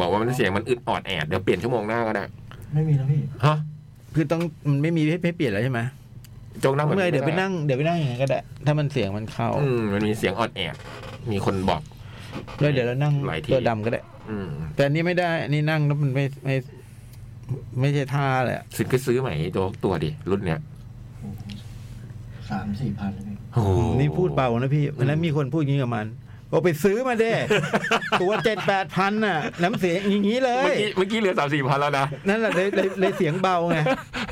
[SPEAKER 3] บอกว่ามันเสียงมันอึดออดแอด เดี๋ยวเปลี่ยนชั่วโมงหน้าก็ได้
[SPEAKER 1] ไม่มีแล้วพี่
[SPEAKER 3] ฮะ
[SPEAKER 2] คือต้องมันไม่มีให้ให้เปลี่ยนแล้วใช่ไหม
[SPEAKER 3] จงนั่งแบบ
[SPEAKER 2] เมื่อไหร่เดี๋ยวไป
[SPEAKER 3] ม่
[SPEAKER 2] นั่งเดี๋ยวไปนั่งอย่างนั้นก็ได้ ถ้ามันเสียงมันเข้า
[SPEAKER 3] อืมมันมีเสียงออดแอด มีคนบอก
[SPEAKER 2] แล้วเดี๋ยวเรานั่ง
[SPEAKER 3] หลายที่
[SPEAKER 2] ตัวดำก็ได้
[SPEAKER 3] อืม
[SPEAKER 2] แต่อันนี้ไม่ได้อันนี้นั่งแล้วมันไม่ไม่ ไม่ใช่ท่าเลยอะ
[SPEAKER 3] สิทธิ์ก็ซื้อใหม่ตัวตัวดิรุ่นเนี้ย
[SPEAKER 1] โอ้โหสามสี่พันเลยพี่
[SPEAKER 3] โอ้โห
[SPEAKER 2] นี่พูดเบานะพี่วันนั้นมีคนพูดอย่างนี้กับมัน บอกไปซื้อมา เด้ ตัวเจ็ดแปดพันน่ะ น้ำเสียงอย่างนี้เล
[SPEAKER 3] เมื่อย กี้เมื่อกี้เหลือสามสี่พันแล้วนะ
[SPEAKER 2] นั่นแหละเลยเลยเลยเสียงเบาไง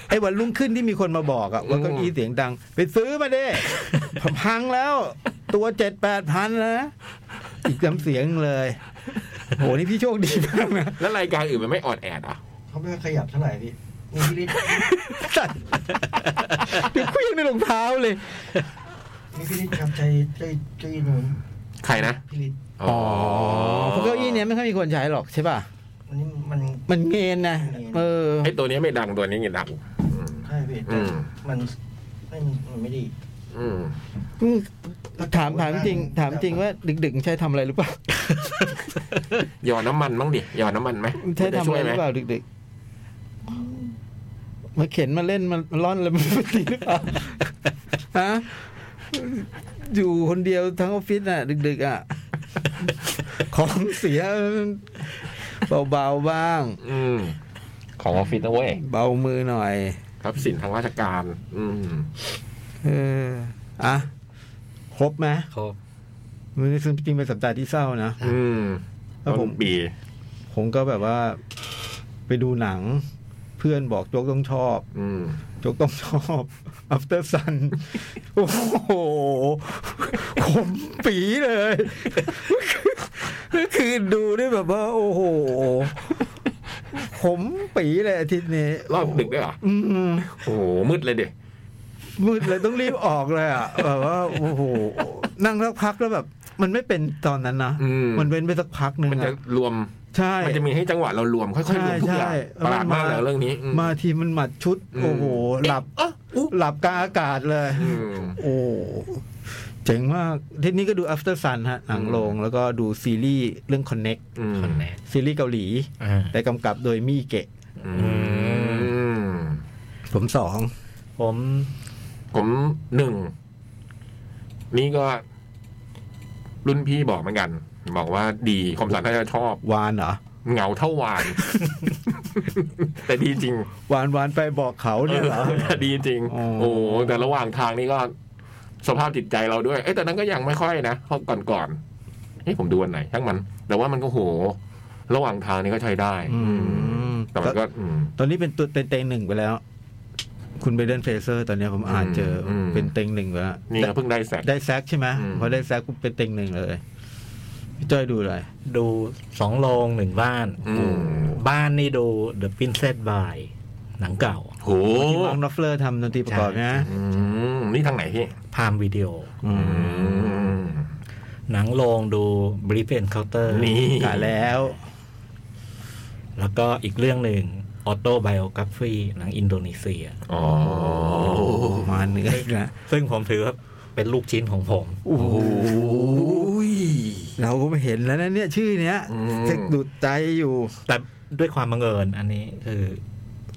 [SPEAKER 2] ไอ้วันรุ่งขึ้นที่มีคนมาบอกอะว่าเก้าอี้เสียงดัง ไปซื้อมาเด้ พังแล้ว ตัวเจ็ดแปดพันนะ อีกน้ำเสียงเลยโหนี่พี่โชคดีมากนะ
[SPEAKER 3] แล้วรายการอื่นมันไม่ออดแอดอ่ะ
[SPEAKER 1] เขาไม่ขยับเท่าไหร่พี่นี่พี่ได้
[SPEAKER 2] เดี๋ยวควี้งในรองเท้าเลย
[SPEAKER 1] นี่พี่ได้ทำใจใจใจนู้น
[SPEAKER 3] ใครนะ
[SPEAKER 1] พี่ลิศ
[SPEAKER 2] อ๋อเพราะเก้าอี้เนี้ยไม่ค่อยมีคนใช้หรอกใช่ป่ะ
[SPEAKER 1] อันนี้มัน
[SPEAKER 2] มันเงนนะ เออ
[SPEAKER 3] ไอ้ตัวเนี้ยไม่ดังตัวนี้ดังอืม
[SPEAKER 1] ใช่พี่แต่
[SPEAKER 3] อืม
[SPEAKER 1] มันไม่มันไม่ดี
[SPEAKER 3] อืม
[SPEAKER 2] ถามถามจริง ถามจริงว่าดึกๆใช้ทำอะไรหรือเปล่า
[SPEAKER 3] หยอดน้ำมันบ้างดิหยอดน้ำมันไหม
[SPEAKER 2] ใช้
[SPEAKER 3] จะ
[SPEAKER 2] ทำ
[SPEAKER 3] ช่ว
[SPEAKER 2] อะไร
[SPEAKER 3] ย
[SPEAKER 2] ห
[SPEAKER 3] ไหม
[SPEAKER 2] รือเปล่าดึกๆ มาเข็นมาเล่นมาล่อนอะไร มันไม่ดีหรือเปล่าฮะอยู่คนเดียวทั้งออฟฟิศน่ะ ดึกๆ อ่ะ ของเสียเบาๆบ้าง
[SPEAKER 3] อืม ของออฟฟิศนะเว้ย
[SPEAKER 2] เบามือหน่อย
[SPEAKER 3] ครับสินทางราชการ อืม
[SPEAKER 2] เอออ่ะครบไหม
[SPEAKER 4] ครับ
[SPEAKER 2] มันจริงๆเป็นสัปดาห์ที่เศร้านะ
[SPEAKER 3] อืม
[SPEAKER 2] ครับผม
[SPEAKER 3] ต้นปี
[SPEAKER 2] ผมก็แบบว่า ไปดูหนัง เพื่อนบอกโจ๊กต้องชอบ
[SPEAKER 3] อืม
[SPEAKER 2] โจ๊กต้องชอบ after sun โอ้โหขมปีเลยก็คือดูด้วยแบบว่า โอ้โหขมปีเลยอาทิตย์นี้
[SPEAKER 3] รอบดึกด้วยเหรอ
[SPEAKER 2] อืม
[SPEAKER 3] โอ้โห มืดเลยเด็ก
[SPEAKER 2] มืดเลยต้องรีบออกเลยอ่ะแบบว่าโอ้โหนั่งสักพักแล้วแบบ มันไม่เป็นตอนนั้นนะ
[SPEAKER 3] อืม
[SPEAKER 2] มันเป็นไปสักพักหนึ่ง
[SPEAKER 3] มันจะ
[SPEAKER 2] อะ
[SPEAKER 3] รวม
[SPEAKER 2] ใช่
[SPEAKER 3] มันจะมีให้จังหวะเรารวม ค่อยๆรวมทุกอย่าง
[SPEAKER 2] ใช่ใช่
[SPEAKER 3] ประหลาดมาก
[SPEAKER 2] มัน
[SPEAKER 3] เล
[SPEAKER 2] มา
[SPEAKER 3] ยเรื่องนี้อื
[SPEAKER 2] มาทีมันหมัดชุด โอ้โห หลับ
[SPEAKER 3] เอ๊ะอุ๊ย
[SPEAKER 2] หลับกลางอากาศเลย
[SPEAKER 3] อืม
[SPEAKER 2] โอ้เจ๋งมากทีนี้ก็ดู after sun ฮะหนังโรงแล้วก็ดูซีรีส์เรื่อง connect
[SPEAKER 3] อืม
[SPEAKER 4] คนแน่
[SPEAKER 2] ซีรีส์เกาหลี
[SPEAKER 4] อ่า
[SPEAKER 2] แต่กำกับโดยมี่เกะ
[SPEAKER 3] อืม
[SPEAKER 2] ผมสอง
[SPEAKER 4] ผม
[SPEAKER 3] ผมหนึ่ง นี่ก็ รุ่นพี่บอกเหมือนกัน บอกว่าดีคมสันน่าจะชอบ
[SPEAKER 2] วานเหรอ
[SPEAKER 3] เหงาเท่า วาน แต่ดีจริง
[SPEAKER 2] วานวานไปบอกเขาเนี่ยเหรอ
[SPEAKER 3] แต่ดีจริง
[SPEAKER 2] อ๋อ
[SPEAKER 3] โอ้โหแต่ระหว่างทางนี่ก็ สภาพจิตใจเราด้วย เอ้ยแต่นั้นก็ยังไม่ค่อยนะเพราะก่อนก่อนๆเอ้ยผมดูวันไหนช่างมัน แต่ว่ามันก็โห ระหว่างทางนี่ก็ใช้ได้
[SPEAKER 2] อืม
[SPEAKER 3] แต่มันก็ อืม
[SPEAKER 2] ตอนนี้เป็นตัวเต็งๆหนึ่งไปแล้ว คุณไบเดนเฟเซอร์ตอนเนี้ยผมอ่านเจออ
[SPEAKER 3] ม
[SPEAKER 2] เป็นเต็งหนึ่งไปแล้ว
[SPEAKER 3] นี่ก็เพิ่งได้แสก
[SPEAKER 2] ได้แซกใช่ไหม
[SPEAKER 3] อืม
[SPEAKER 2] พอได้แซกปุ๊บเป็นเต็งหนึ่งเลยพี่จ้อยดูอะไร
[SPEAKER 4] ดูสองโรงหนึ่งบ้าน
[SPEAKER 3] อืม
[SPEAKER 4] บ้านนี่ดู The Princess by หนังเก่า
[SPEAKER 3] โห
[SPEAKER 2] ที่มาร์คนอฟเลอร์ทำดนตรีประกอบนะ
[SPEAKER 3] อืมนี่ทางไหนพี่
[SPEAKER 4] พามวิดีโอ
[SPEAKER 2] อืม
[SPEAKER 4] หนังโรงดู Brief Encounter
[SPEAKER 3] นี่
[SPEAKER 2] กะแล้ว
[SPEAKER 4] แล้วก็อีกเรื่องหนึ่ง Auto Biography หนังอินโดนีเซีย
[SPEAKER 3] อ๋อ
[SPEAKER 2] มาเหนืออีกแล้ว
[SPEAKER 4] ซึ่งผมถือว่าเป็นลูกชิ้นของผม
[SPEAKER 2] โอ้โห
[SPEAKER 3] โอ้ย
[SPEAKER 2] เราก็ไม่เห็นแล้วนะเนี่ยชื่อเนี้ย
[SPEAKER 3] อืม
[SPEAKER 2] เซ็กดูดใจอยู่
[SPEAKER 4] แต่ด้วยความบังเอิญอันนี้คือ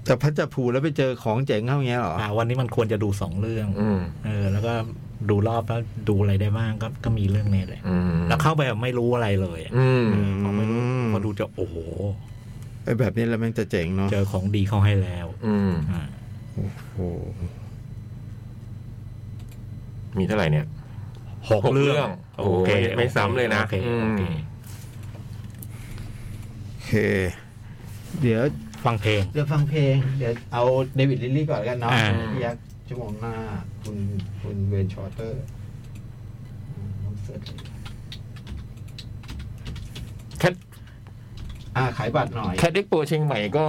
[SPEAKER 2] แต่พัชจะผูแล้วไปเจอของเจ๋งเข้าอย่างเงี้ยเหรอ
[SPEAKER 4] อ่าวันนี้มันควรจะดูสองเรื่อง
[SPEAKER 3] อืม
[SPEAKER 4] เออ แล้วก็ดูรอบแล้วดูอะไรได้บ้างก็ก็มีเรื่องนี้แหละ
[SPEAKER 3] อืม
[SPEAKER 4] แล้วเข้าไปแบบไม่รู้อะไรเลยอะ
[SPEAKER 3] อืม
[SPEAKER 4] พอไม่รู้
[SPEAKER 2] อืม
[SPEAKER 4] พอดูจะโอ้โห
[SPEAKER 2] ไอ้แบบนี้แล้วแม่งจะเจ๋งเนาะ
[SPEAKER 4] เจอของดีเข้าให้แล้ว
[SPEAKER 3] อืม
[SPEAKER 4] อ่า
[SPEAKER 2] โอ้
[SPEAKER 3] มีเท่าไหร่เนี่ย
[SPEAKER 4] หก
[SPEAKER 3] หกเรื่อง
[SPEAKER 4] เรื่อง
[SPEAKER 3] โอ้โหไม่ไม่ซ้ำเลยนะ
[SPEAKER 4] โอเค
[SPEAKER 3] อืม
[SPEAKER 4] โอเค
[SPEAKER 2] เค เดี๋ยว
[SPEAKER 4] ฟังเพลง
[SPEAKER 2] เดี๋ยวฟังเพลง เดี๋ยวเอาเดวิดลิลลี่ก่อนแล้วกันเนาะ
[SPEAKER 4] อ่า
[SPEAKER 2] พี่ยักษ์ชั่วโมงหน้า คุณคุณเวนชอร์เตอร์อืมน้องเสิร์ช
[SPEAKER 3] แคท
[SPEAKER 2] อ่าขายบัตรหน่อย
[SPEAKER 3] แคทเอ็กโปเชียงใหม่ก็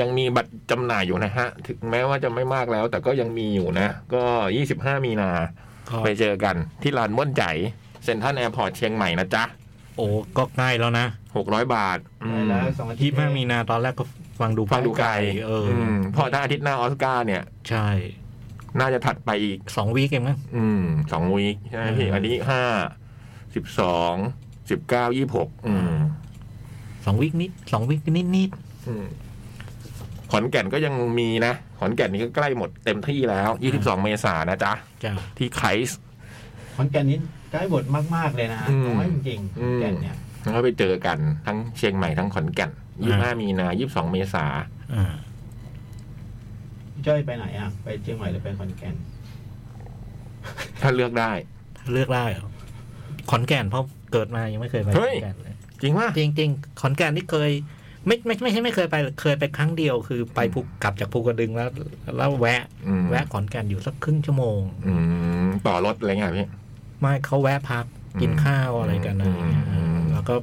[SPEAKER 3] ยังมีบัตรจำหน่ายอยู่นะฮะ ถึงแม้ว่าจะไม่มากแล้ว แต่ก็ยังมีอยู่นะ ก็ 25 มีนา
[SPEAKER 4] ก็
[SPEAKER 3] ไปเจอกันที่ลานม่วนใจ เซ็นทรัลแอร์พอร์ตเชียงใหม่นะจ๊ะ
[SPEAKER 4] โอ้ก็ใกล้แล้วนะ
[SPEAKER 3] 600 บาทอื
[SPEAKER 2] ได้
[SPEAKER 3] ม
[SPEAKER 2] แล้วสองอาทิต
[SPEAKER 4] ที่
[SPEAKER 2] ย์
[SPEAKER 4] แม่มีนาตอนแรกก็ฟังดู
[SPEAKER 3] ฟังดูไกล
[SPEAKER 4] เออ
[SPEAKER 3] มพอถ้าอาทิตย์หน้าออสการ์เนี่ย
[SPEAKER 4] ใช่
[SPEAKER 3] น่าจะถัดไปอีก
[SPEAKER 4] สองวีคเองมั้ง
[SPEAKER 3] อืมสองวีคใช่ไหมพี่
[SPEAKER 4] อืม
[SPEAKER 3] อันนี้ห้าสิบสองสิบเก้ายี่หกอืม
[SPEAKER 4] สองวีคนิดสองวีคนิดนิด
[SPEAKER 3] อืมขอนแก่นก็ยังมีนะ ขอนแก่นนี่ก็ใกล้หมดเต็มที่แล้วยี่สิบสองเมษายนนะจ๊ะ
[SPEAKER 4] ๆจ้า
[SPEAKER 3] ที่ไคส์
[SPEAKER 2] ขอนแก่นนี้ใกล้บทมากๆเลยนะฮะ
[SPEAKER 3] อืม
[SPEAKER 2] น้อยจริงๆขอนแก่น
[SPEAKER 3] อืม
[SPEAKER 2] เนี่ย
[SPEAKER 3] แล้วก็ไปเจอกันทั้งเชียงใหม่ทั้งขอนแก่นยี่ห้ามีนายี่สิบสองเมษา
[SPEAKER 4] อ่า
[SPEAKER 2] พี่จ้อยไปไหนอ่ะ ไปเชียงใหม่หรือไปขอนแก่น
[SPEAKER 3] ถ้าเลือกได้
[SPEAKER 4] เลือกได้เหรอขอนแก่นเพราะ เกิดมายังไม่เคยไป
[SPEAKER 3] เฮ้
[SPEAKER 4] ขอย นแก่นเลย
[SPEAKER 3] จริงว่า
[SPEAKER 4] จริงจริงๆขอนแก่นนี่เคย ไม่ไม่ไม่ใช่ไม่เคยไปหรอกเคยไปครั้งเดียวคือไปภูกลับจากภูกระดึงแล้วแล้วแวะ แวะขอนแก่นอยู่สักครึ่งชั่วโมง
[SPEAKER 3] ต่อรถอะไรเงี้ยพี่
[SPEAKER 4] ไม่เขาแวะพักกินข้าวอะไรกันอะไรเงี้ย
[SPEAKER 3] อืม
[SPEAKER 4] แล้วก็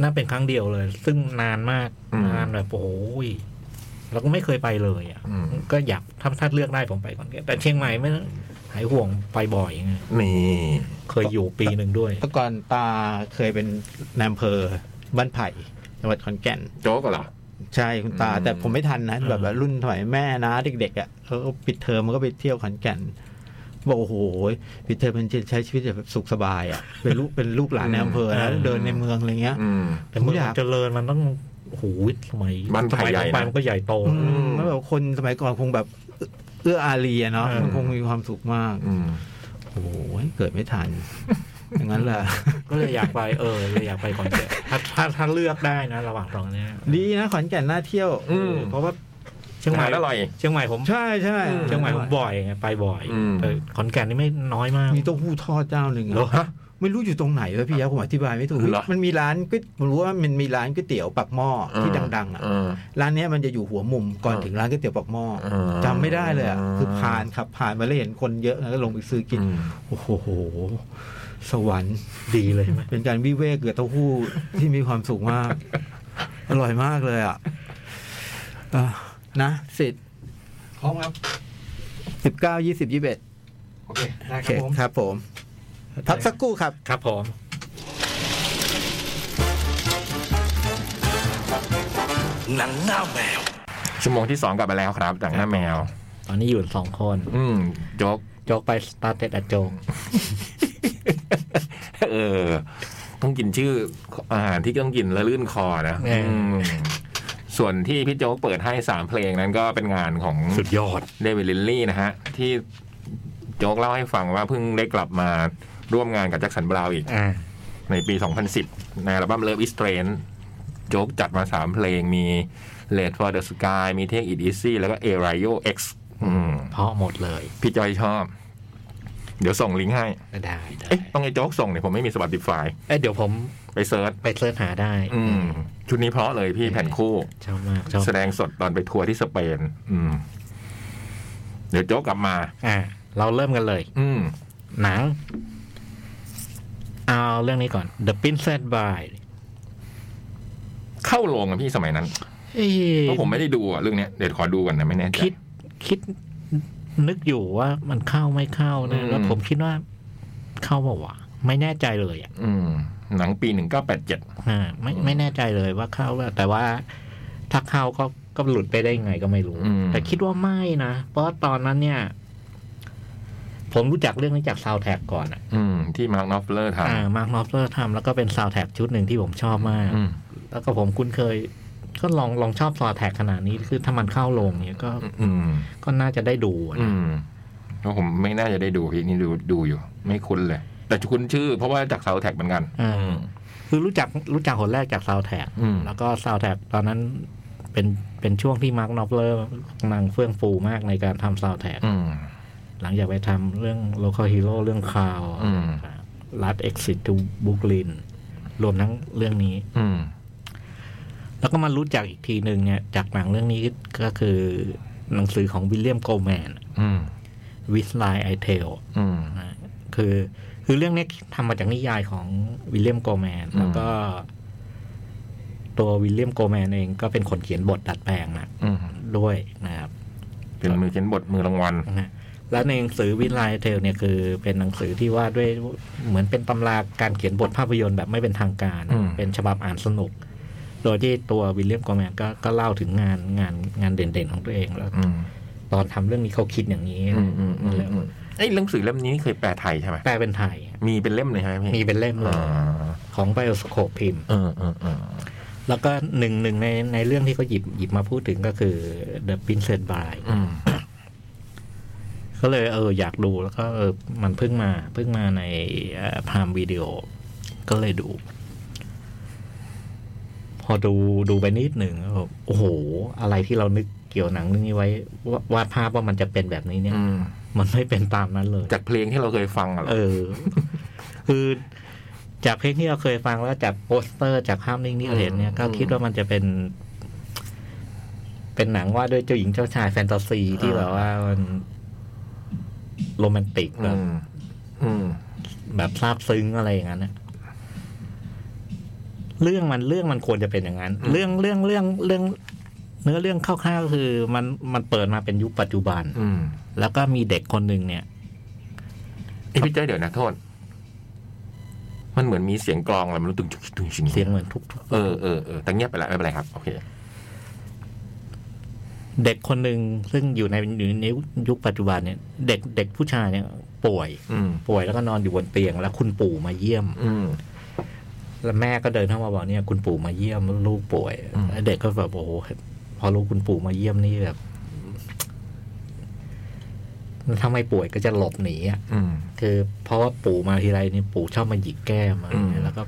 [SPEAKER 4] น่าเป็นครั้งเดียวเลย ซึ่งนานมาก
[SPEAKER 3] อืม
[SPEAKER 4] นานแบบโอ้ยเราก็ไม่เคยไปเลยอ่ะ
[SPEAKER 3] อืม
[SPEAKER 4] ก็อยากถ้าถ้าเลือกได้ผมไปก่อนแก่นแต่เชียงใหม่ไม่หายห่วงไปบ่อยไง
[SPEAKER 3] นี่
[SPEAKER 4] เคยอยู่ปีหนึ่งด้วย
[SPEAKER 2] แต่ก่อนตาเคยเป็นนายอำเภอบ้านไผ่จังหวัดขอนแก่น
[SPEAKER 3] โจ๊กเหรอ
[SPEAKER 2] ใช่คุณตา
[SPEAKER 3] อืม
[SPEAKER 2] แต่ผมไม่ทันนะ แบบว่ารุ่นสมัยแม่นะเด็กๆอ่ะเขาก็ปิดเทอมมันก็ไปเที่ยวขอนแก่นบอกโอ้โหปิดเทอมมันจะใช้ชีวิตแบบสุขสบายอ่ะเป็นลูกเป็นลูกหลานในอำเภอนะเดินในเมืองอะไรเงี้ย
[SPEAKER 3] อืม
[SPEAKER 4] แต่เมือง
[SPEAKER 2] ผมอยาก
[SPEAKER 4] มันเจริญมันต้องโอ้โหสมัย
[SPEAKER 3] บ้าน
[SPEAKER 4] ส
[SPEAKER 3] ไผ่
[SPEAKER 4] มัย
[SPEAKER 3] ใหญ่
[SPEAKER 4] ผมไป
[SPEAKER 3] นะ
[SPEAKER 4] มันก็ใหญ่โต
[SPEAKER 2] อืมแล้วแบบคนสมัยก่อนคงแบบเอื้ออารีอะเนาะ
[SPEAKER 4] เออ
[SPEAKER 2] มันคงมีความสุขมาก
[SPEAKER 3] อืม
[SPEAKER 2] โอ้โหเกิดไม่ทัน อย่างนั้นแหละ
[SPEAKER 4] ก็เลยอยากไปเออเลยอยากไปขอนแก่นถ้าถ้าถ้าเลือกได้นะ ระหว่างสองเนี้ย
[SPEAKER 2] ดีนะขอนแก่นน่าเที่ยว
[SPEAKER 3] อืม
[SPEAKER 2] เพราะว่า
[SPEAKER 4] เชียงใหม่
[SPEAKER 3] อาหารอร่อย
[SPEAKER 4] เชียงใหม่ผม
[SPEAKER 2] ใช่ใช่
[SPEAKER 3] อืม
[SPEAKER 4] เชียงใหม่ผมบ่อยไงไปบ่อย
[SPEAKER 3] อืม
[SPEAKER 4] แต่ขอนแก่นนี่ไม่น้อยมาก
[SPEAKER 2] มีเต้าหู้ทอดเจ้าหนึ่งอะ
[SPEAKER 3] เหรอฮะ
[SPEAKER 2] ไม่รู้อยู่ตรงไหนวะพี่ยะผมอธิบายไม่ถูก
[SPEAKER 3] เหรอ
[SPEAKER 2] มันมีร้านก๋วยผมรู้ว่ามันมีร้านก๋วยเตี๋ยวปักหม้อที่ดัง ๆ อ่ะ
[SPEAKER 3] เออ
[SPEAKER 2] ร้านเนี้ยมันจะอยู่หัวมุมก่อน
[SPEAKER 3] เออ
[SPEAKER 2] ถึงร้านก๋วยเตี๋ยวปักหม้อ
[SPEAKER 3] เออ
[SPEAKER 2] จำไม่ได้เลยอ่ะ
[SPEAKER 3] เออ
[SPEAKER 2] คือผ่านขับผ่านมาแล้วเห็นคนเยอะไงก็ลงไปซื้อกิน
[SPEAKER 3] อืม
[SPEAKER 2] โอ้โห สวรรค์
[SPEAKER 4] ดีเลยใช่ไหม
[SPEAKER 2] เป็นการวิเวกเกือเต้าหู้ ที่มีความสุขมาก อร่อยมากเลยอ่ะอ่ะนะสิบ
[SPEAKER 1] พร้อมครับ
[SPEAKER 2] สิบเก้ายี่สิบยี่สิบเอ็ด
[SPEAKER 1] โอเค ได้
[SPEAKER 2] โอ
[SPEAKER 1] ค
[SPEAKER 2] เครับ
[SPEAKER 1] ผม
[SPEAKER 2] ครับผมพักสักครู่ครับ
[SPEAKER 4] ครับผม
[SPEAKER 3] ชั่วโมงที่สองกลับไปแล้วครับจากหน้าแมว
[SPEAKER 4] ตอนนี้อยู่สองคน
[SPEAKER 3] อืมโจ๊ก
[SPEAKER 4] โจกไปสตาร์เต็ดอะโจง
[SPEAKER 3] เออ ต้องกินชื่ออาหารที่ต้องกินแล้วลื่นคอนะอืมส่วนที่พี่โจ๊กเปิดให้สามเพลงนั้นก็เป็นงานของ
[SPEAKER 4] สุดยอด
[SPEAKER 3] เดวิดลินลี่นะฮะ ที่โจ๊กเล่าให้ฟังว่าเพิ่งได้กลับมาร่วมงานกับแจ็คสันบราวน์อีก
[SPEAKER 4] อ่า
[SPEAKER 3] ในปี 2010 ในอัลบั้ม Love is Train โจ๊กจัดมาสามเพลงมี Late for the Sky มี Take It Easy แล้วก็ A Rio X อืม
[SPEAKER 4] เพราะหมดเลย
[SPEAKER 3] พี่จอยชอบ เดี๋ยวส่งลิงก์ให้
[SPEAKER 4] ได้ได้
[SPEAKER 3] เอ๊ะ ต้องไอ้โจ๊กส่งเนี่ยผมไม่มี Spotify
[SPEAKER 4] เอ้ยเดี๋ยวผม
[SPEAKER 3] ไปเซิร์ช
[SPEAKER 4] ไปเสิร์ชหาได้
[SPEAKER 3] อืม ชุดนี้เพราะเลยพี่แผ่นคู่
[SPEAKER 4] ชอบมากชอบ
[SPEAKER 3] แสดงสดตอนไปทัวร์ที่สเปน อืม เดี๋ยวโจ๊กกลับมา
[SPEAKER 4] อ่า เราเริ่มกันเลย
[SPEAKER 3] อืม
[SPEAKER 4] หนัง เอาเรื่องนี้ก่อน The Princess Bride
[SPEAKER 3] เข้าโรงอะพี่สมัยนั้น
[SPEAKER 4] เอ้ย
[SPEAKER 3] เพราะผมไม่ได้ดูอะเรื่องเนี้ยเดี๋ยวขอดูก่อนนะไม่แน่ใจ
[SPEAKER 4] คิดคิดนึกอยู่ว่ามันเข้าไม่เข้านะแล้ว
[SPEAKER 3] อืม
[SPEAKER 4] ผมคิดว่าเข้าเปล่าวะไม่แน่ใจเลยอะ
[SPEAKER 3] อืม หนังปีหนึ่งเก้าแปดเจ็ด
[SPEAKER 4] อ่าไม่ไม่แน่ใจเลยว่าเข้าว่าแต่ว่าถ้าเข้าก็ก็หลุดไปได้ไงก็ไม่รู้
[SPEAKER 3] อืม
[SPEAKER 4] แต่คิดว่าไม่นะ เพราะตอนนั้นเนี่ย ผมรู้จักเรื่องนี้จากซาวแท็กก่อนอะ
[SPEAKER 3] อืม ที่มาร์คนอฟเลอร์ท
[SPEAKER 4] อ่ามาร์คนอฟเลอร์ทำแล้วก็เป็นซาวแท็กชุดหนึ่งที่ผมชอบมาก
[SPEAKER 3] ำอืม
[SPEAKER 4] แล้วก็ผมคุ้นเคย ก็ลองลองชอบซาวแท็กขนาดนี้คือถ้ามันเข้าลงเนี่ยก็
[SPEAKER 3] อืม
[SPEAKER 4] ก็น่าจะได้ดูอะ
[SPEAKER 3] อื
[SPEAKER 4] นะ
[SPEAKER 3] มเพราะผมไม่น่าจะได้ดูพี่นี่ดูดูอยู่ ไม่คุ้นเลย แต่คุ้นชื่อเพราะว่าจากเสาแท็กเหมือนกัน
[SPEAKER 4] อ่า
[SPEAKER 3] อืม
[SPEAKER 4] คือรู้จักรู้จักคนแรกจากซาวแท็ก
[SPEAKER 3] อืม
[SPEAKER 4] แล้วก็ซาวแท็กตอนนั้นเป็นเป็นช่วงที่มาร์คนอฟเลอร์กำลังเฟื่องฟูมากในการทำซาวแท็ก
[SPEAKER 3] อืม
[SPEAKER 4] หลังจากไปทำเรื่อง local hero เรื่องคาว
[SPEAKER 3] อืม
[SPEAKER 4] รัด exit to Brooklyn รวมทั้งเรื่องนี้
[SPEAKER 3] อืม
[SPEAKER 4] แล้วก็มารู้จักอีกทีหนึ่งเนี่ย จากหนังเรื่องนี้ก็คือ หนังสือของวิลเลียมโกลแมน
[SPEAKER 3] อืม
[SPEAKER 4] with line I tell
[SPEAKER 3] อืม
[SPEAKER 4] นะคือคือเรื่องเนี้ยทำมาจากนิยายของวิลเลียมโกลแมน
[SPEAKER 3] อืม
[SPEAKER 4] แล้วก็ ตัววิลเลียมโกลแมนเองก็เป็นคนเขียนบทดัดแปลงนะ
[SPEAKER 3] อืม
[SPEAKER 4] ด้วยนะครับ
[SPEAKER 3] เป็นมือเขียนบทมือรางวัล
[SPEAKER 4] นะฮะแล้วในหนังสือวินไลเทลเนี่ยคือเป็นหนังสือที่ว่าด้วยเหมือนเป็นตำราการเขียนบทภาพยนตร์แบบไม่เป็นทางการ
[SPEAKER 3] อืม
[SPEAKER 4] เป็นฉบับอ่านสนุก โดยที่ตัววิลเลียมกอแมนก็ก็เล่าถึงงานงานงานเด่นๆของตัวเองแล้ว
[SPEAKER 3] อืม
[SPEAKER 4] ตอนทำเรื่องนี้เขาคิดอย่างนี้
[SPEAKER 3] อืมอืมอืมอืมเอ้ยหนังสือเล่มนี้เคยแปลไทยใช่ไหม
[SPEAKER 4] แปลเป็นไทย
[SPEAKER 3] มีเป็นเล่มเลยใช่ไหมพี่
[SPEAKER 4] มีเป็นเล่มเล
[SPEAKER 3] อ่
[SPEAKER 4] ย
[SPEAKER 3] า
[SPEAKER 4] ของไบโอสโคปพิมพ์
[SPEAKER 3] เออเออเออ
[SPEAKER 4] แล้วก็หนึ่งหนึ่งในในเรื่องที่เขาหยิบหยิบมาพูดถึงก็คือ The Princess Bride
[SPEAKER 3] อืม
[SPEAKER 4] ก็เลยเอออยากดูแล้วก็เออมันเพิ่งมาเพิ่งมาในพามวิดีโอ ก็เลยดู พอดูดูไปนิดหนึ่งแล้วแบบโอ้โห อะไรที่เรานึกเกี่ยวหนังเรื่องนี้ไว้วาวาดภาพว่ามันจะเป็นแบบนี้เนี่ย
[SPEAKER 3] อืม
[SPEAKER 4] มันไม่เป็นตามนั้นเลย
[SPEAKER 3] จากเพลงที่เราเคยฟังอะเหรอ
[SPEAKER 4] เออ คือ จากเพลงที่เราเคยฟังแล้วจากโปสเตอร์จากภาพนิ่งที่เราเห็นเนี่ย ก็คิดว่ามันจะเป็น เป็นหนังว่าด้วยเจ้าหญิงเจ้าชายแฟนตาซีที่แบบว่ามันโรแมนติกแบ
[SPEAKER 3] อื
[SPEAKER 4] บ
[SPEAKER 3] มอืม
[SPEAKER 4] แบบซาบซึ้งอะไรอย่างนั้นน่ะเรื่องมันเรื่องมันควรจะเป็นอย่างนั้น
[SPEAKER 3] อืม
[SPEAKER 4] เรื่องเรื่องเรื่องเรื่อง เนื้อเรื่องคร่าวๆก็คือมันมันเปิดมาเป็นยุคปัจจุบัน
[SPEAKER 3] อืม
[SPEAKER 4] แล้วก็มีเด็กคนหนึ่งเนี่ย
[SPEAKER 3] ไอยพี่เจ้ยเดี๋ยวนะโทษ มันเหมือนมีเสียงกลองอะไรมันรู้ตึงชุกชุกชุกชุก
[SPEAKER 4] เสียงเหมือนทุกๆ
[SPEAKER 3] เออเออเออแต่เงียบไปละไม่เป็นไรครับโอเค
[SPEAKER 4] เด็กคนหนึ่งซึ่งอยู่ในอยู่ในยุคปัจจุบันเนี่ย เด็กเด็กผู้ชายเนี่ย ป่วย
[SPEAKER 3] อืม
[SPEAKER 4] ป่วยแล้วก็นอนอยู่บนเตียง แล้วคุณปู่มาเยี่ยม
[SPEAKER 3] อืม
[SPEAKER 4] แล้วแม่ก็เดินเข้ามาบอกเนี่ยคุณปู่มาเยี่ยมลูกป่วย
[SPEAKER 3] อืม
[SPEAKER 4] แล้วเด็กก็แบบโอ้โหพอรู้คุณปู่มาเยี่ยมนี่แบบถ้าไม่ป่วยก็จะหลบหนีอ่ะ
[SPEAKER 3] อืม
[SPEAKER 4] คือเพราะว่าปู่มาทีไรนี่ปู่ชอบมาหยิกแก้มอะ
[SPEAKER 3] อืม
[SPEAKER 4] แล้วก็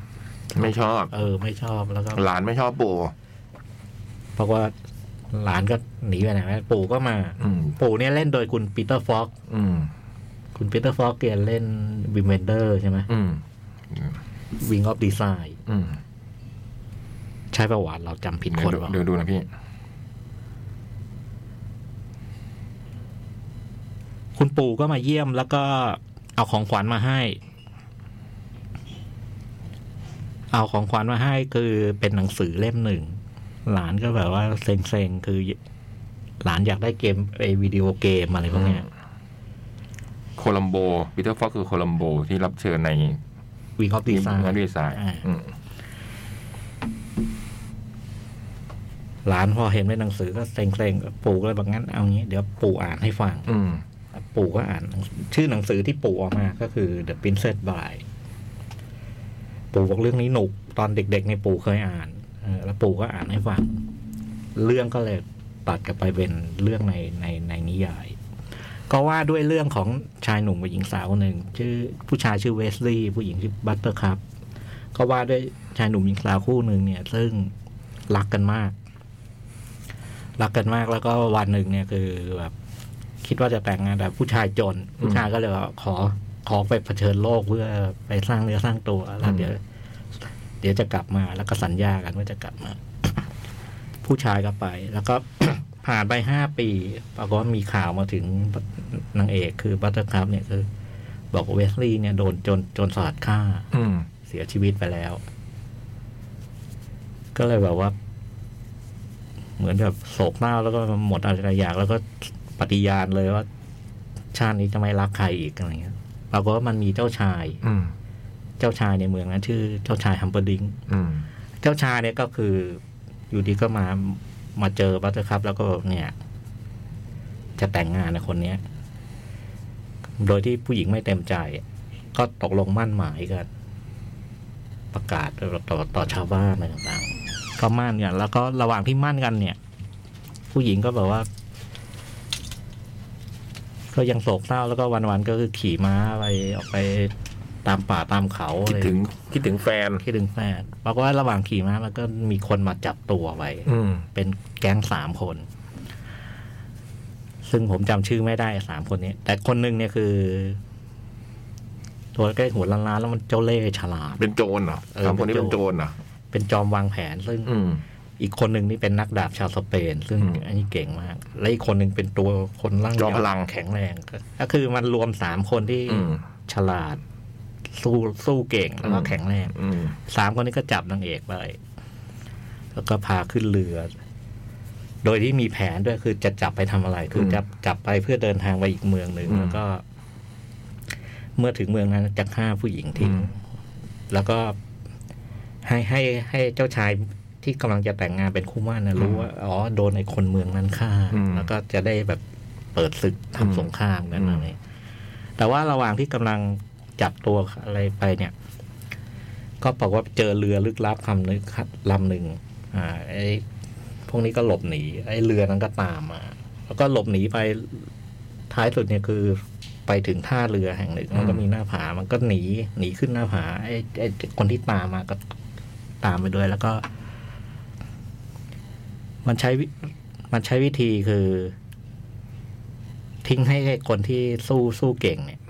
[SPEAKER 3] ไม่ชอบ
[SPEAKER 4] เออ ไม่ชอบแล้วก็
[SPEAKER 3] หลานไม่ชอบปู่
[SPEAKER 4] เพราะว่าหลานก็หนีไปไหนไม่ได้ปู่ก็มา
[SPEAKER 3] อืม
[SPEAKER 4] ปู่เนี่ยเล่นโดยคุณปีเตอร์ฟ็อกซ์
[SPEAKER 3] อืม
[SPEAKER 4] คุณปีเตอร์ฟ็อกซ์เกียนเล่นวิมเวนเดอร์ใช่ไหม
[SPEAKER 3] อืม
[SPEAKER 4] วิงออฟดีไซน์
[SPEAKER 3] อืม
[SPEAKER 4] ใช่ประวัติเราจำผิดคนเปล่า
[SPEAKER 3] เดี๋ยวดูนะพี่
[SPEAKER 4] คุณปู่ก็มาเยี่ยมแล้วก็เอาของขวัญมาให้ เอาของขวัญมาให้คือเป็นหนังสือเล่มหนึ่ง หลานก็แบบว่าเซ็งๆ คือ หลานอยากได้เกมไอวิดีโอเกมอะไรพวกเนี้ย
[SPEAKER 3] โคลัมโบปีเตอร์ฟ็อกคือโคลัมโบที่รับเชิญใน
[SPEAKER 4] วิงออฟดีไซน์
[SPEAKER 3] งานดีไซน์
[SPEAKER 4] อ่า หลานพอเห็นเป็นหนังสือก็เซ็งๆปู่ก็เลยบอกงั้นเอางี้เดี๋ยวปู่อ่านให้ฟัง
[SPEAKER 3] อืม
[SPEAKER 4] ปู่ก็อ่านหนังสือชื่อหนังสือที่ปู่เออกมาก็คือ The Princess Bride ปู่บอกเรื่องนี้หนุกตอนเด็กๆในยปู่เคยอ่านเออแล้วปู่ก็อ่านให้ฟัง เรื่องก็เลยตัดกลับไปเป็นเรื่องในในในนิยาย ก็ว่าด้วยเรื่องของชายหนุ่มกับหญิงสาวคนหนึ่งชื่อผู้ชายชื่อเวสลีย์ผู้หญิงชื่อบัตเตอร์ครับ ก็ว่าด้วยชายหนุ่มหญิงสาวคู่หนึ่งเนี่ย ซึ่งรักกันมาก รักกันมากแล้วก็วันหนึ่งเนี่ยคือแบบ คิดว่าจะแต่งงานแต่ผู้ชายจน ผู้ชายก็เลยว่าขอขอไปเผชิญโลกเพื่อไปสร้างเนื้อสร้างตัวแล้วเดี๋ยว เดี๋ยวจะกลับมาแล้วก็สัญญากันว่าจะกลับมา ผู้ชายก็ไป แล้วก็ ผ่านไปห้าปีปรากฏว่ามีข่าวมาถึงนางเอกคือบัตเตอร์คัพเนี่ยคือ บอกว่าเวสลีย์เนี่ยโดนจนจนสลัดฆ่า
[SPEAKER 3] อืม
[SPEAKER 4] เสียชีวิตไปแล้ว ก็เลยแบบว่า เหมือนแบบโศกเศร้าแล้วก็หมดอะไรอยาก แล้วก็ปฏิญาณเลยว่า ชาตินี้จะไม่รักใครอีกอะไรเงี้ยปรากฏว่ามันมีเจ้าชาย
[SPEAKER 3] อืม
[SPEAKER 4] เจ้าชายในเมืองนั้นชื่อเจ้าชายฮัมเบอร์ดิง
[SPEAKER 3] อืม
[SPEAKER 4] เจ้าชายเนี่ยก็คืออยู่ดีก็มามาเจอบัตเตอร์ครับ แล้วก็แบบเนี่ย จะแต่งงานนะคนเนี้ย โดยที่ผู้หญิงไม่เต็มใจ ก็ตกลงมั่นหมายกัน ประกาศต่อต่อชาวบ้านอะไรต่างๆ ก็มั่นกัน แล้วก็ระหว่างที่มั่นกันเนี่ย ผู้หญิงก็แบบว่า ก็ยังโศกเศร้าแล้วก็วันๆก็คือขี่ม้าไปออกไปตามป่าตามเขาอะ
[SPEAKER 3] คิด
[SPEAKER 4] ไร
[SPEAKER 3] ถึงคิดถึงแฟน
[SPEAKER 4] คิดถึงแฟนปรากฏว่าระหว่างขี่ม้ามันก็มีคนมาจับตัวไว้
[SPEAKER 3] อืม
[SPEAKER 4] เป็นแก๊งสามคน ซึ่งผมจำชื่อไม่ได้สามคนนี้ แต่คนหนึ่งเนี่ยคือ ตัวใกล้หัวล้านๆแล้วมันเจ้าเล่ห์ฉลาด
[SPEAKER 3] เป็นโจรเหรอ
[SPEAKER 4] เออ
[SPEAKER 3] สามคนนี้
[SPEAKER 4] เป็
[SPEAKER 3] เป็น
[SPEAKER 4] น
[SPEAKER 3] โจ
[SPEAKER 4] โจ
[SPEAKER 3] ร
[SPEAKER 4] ร
[SPEAKER 3] เหรอ
[SPEAKER 4] เป็นจอมวางแผน ซึ่ง
[SPEAKER 3] อืม
[SPEAKER 4] อีกคนหนึ่งนี่เป็นนักดาบชาวสเปน ซึ่ง
[SPEAKER 3] อืม
[SPEAKER 4] อันนี้เก่งมาก และอีกคนหนึ่งเป็นตัวคนร่าง
[SPEAKER 3] จอมพลัง
[SPEAKER 4] แข็งแรงก็ก็คือมันรวมสามคนที่
[SPEAKER 3] อืม
[SPEAKER 4] ฉลาด สู้สู้เก่งแล้วก็
[SPEAKER 3] อืม
[SPEAKER 4] แข็งแรง
[SPEAKER 3] อืม
[SPEAKER 4] สามคนนี้ก็จับนางเอกไป แล้วก็พาขึ้นเรือ โดยที่มีแผนด้วยคือจะจับไปทำอะไร คืออ
[SPEAKER 3] ม
[SPEAKER 4] จับจับไปเพื่อเดินทางไปอีกเมืองหนึ่ง
[SPEAKER 3] อืม
[SPEAKER 4] แล้วก็ เมื่อถึงเมืองนั้นจะฆ่าผู้หญิงทิ้ง
[SPEAKER 3] อืม
[SPEAKER 4] แล้วก็ให้ให้ให้เจ้าชายที่กำลังจะแต่งงานเป็นคู่หมั่นนะรู้ว่าอ๋อโดนไอ้คนเมืองนั้นฆ่า แล้วก็จะได้แบบเปิดศึกทำสงครามกันอะไรแต่ว่าระหว่างที่กำลังจับตัวอะไรไปเนี่ย ก็บอกว่าเจอเรือลึกลับคำนึงลำหนึ่งอ่าไอ้พวกนี้ก็หลบหนี ไอ้เรือนั้นก็ตามมา แล้วก็หลบหนีไปท้ายสุดเนี่ยคือไปถึงท่าเรือแห่งหนึ่งมันก็มีหน้าผา มันก็หนีหนีขึ้นหน้าผาไอ้ไอ้คนที่ตามมาก็ตามไปด้วย แล้วก็ มันใช้วิมันใช้วิธีคือ ทิ้งให้คนที่สู้สู้เก่งเนี่ย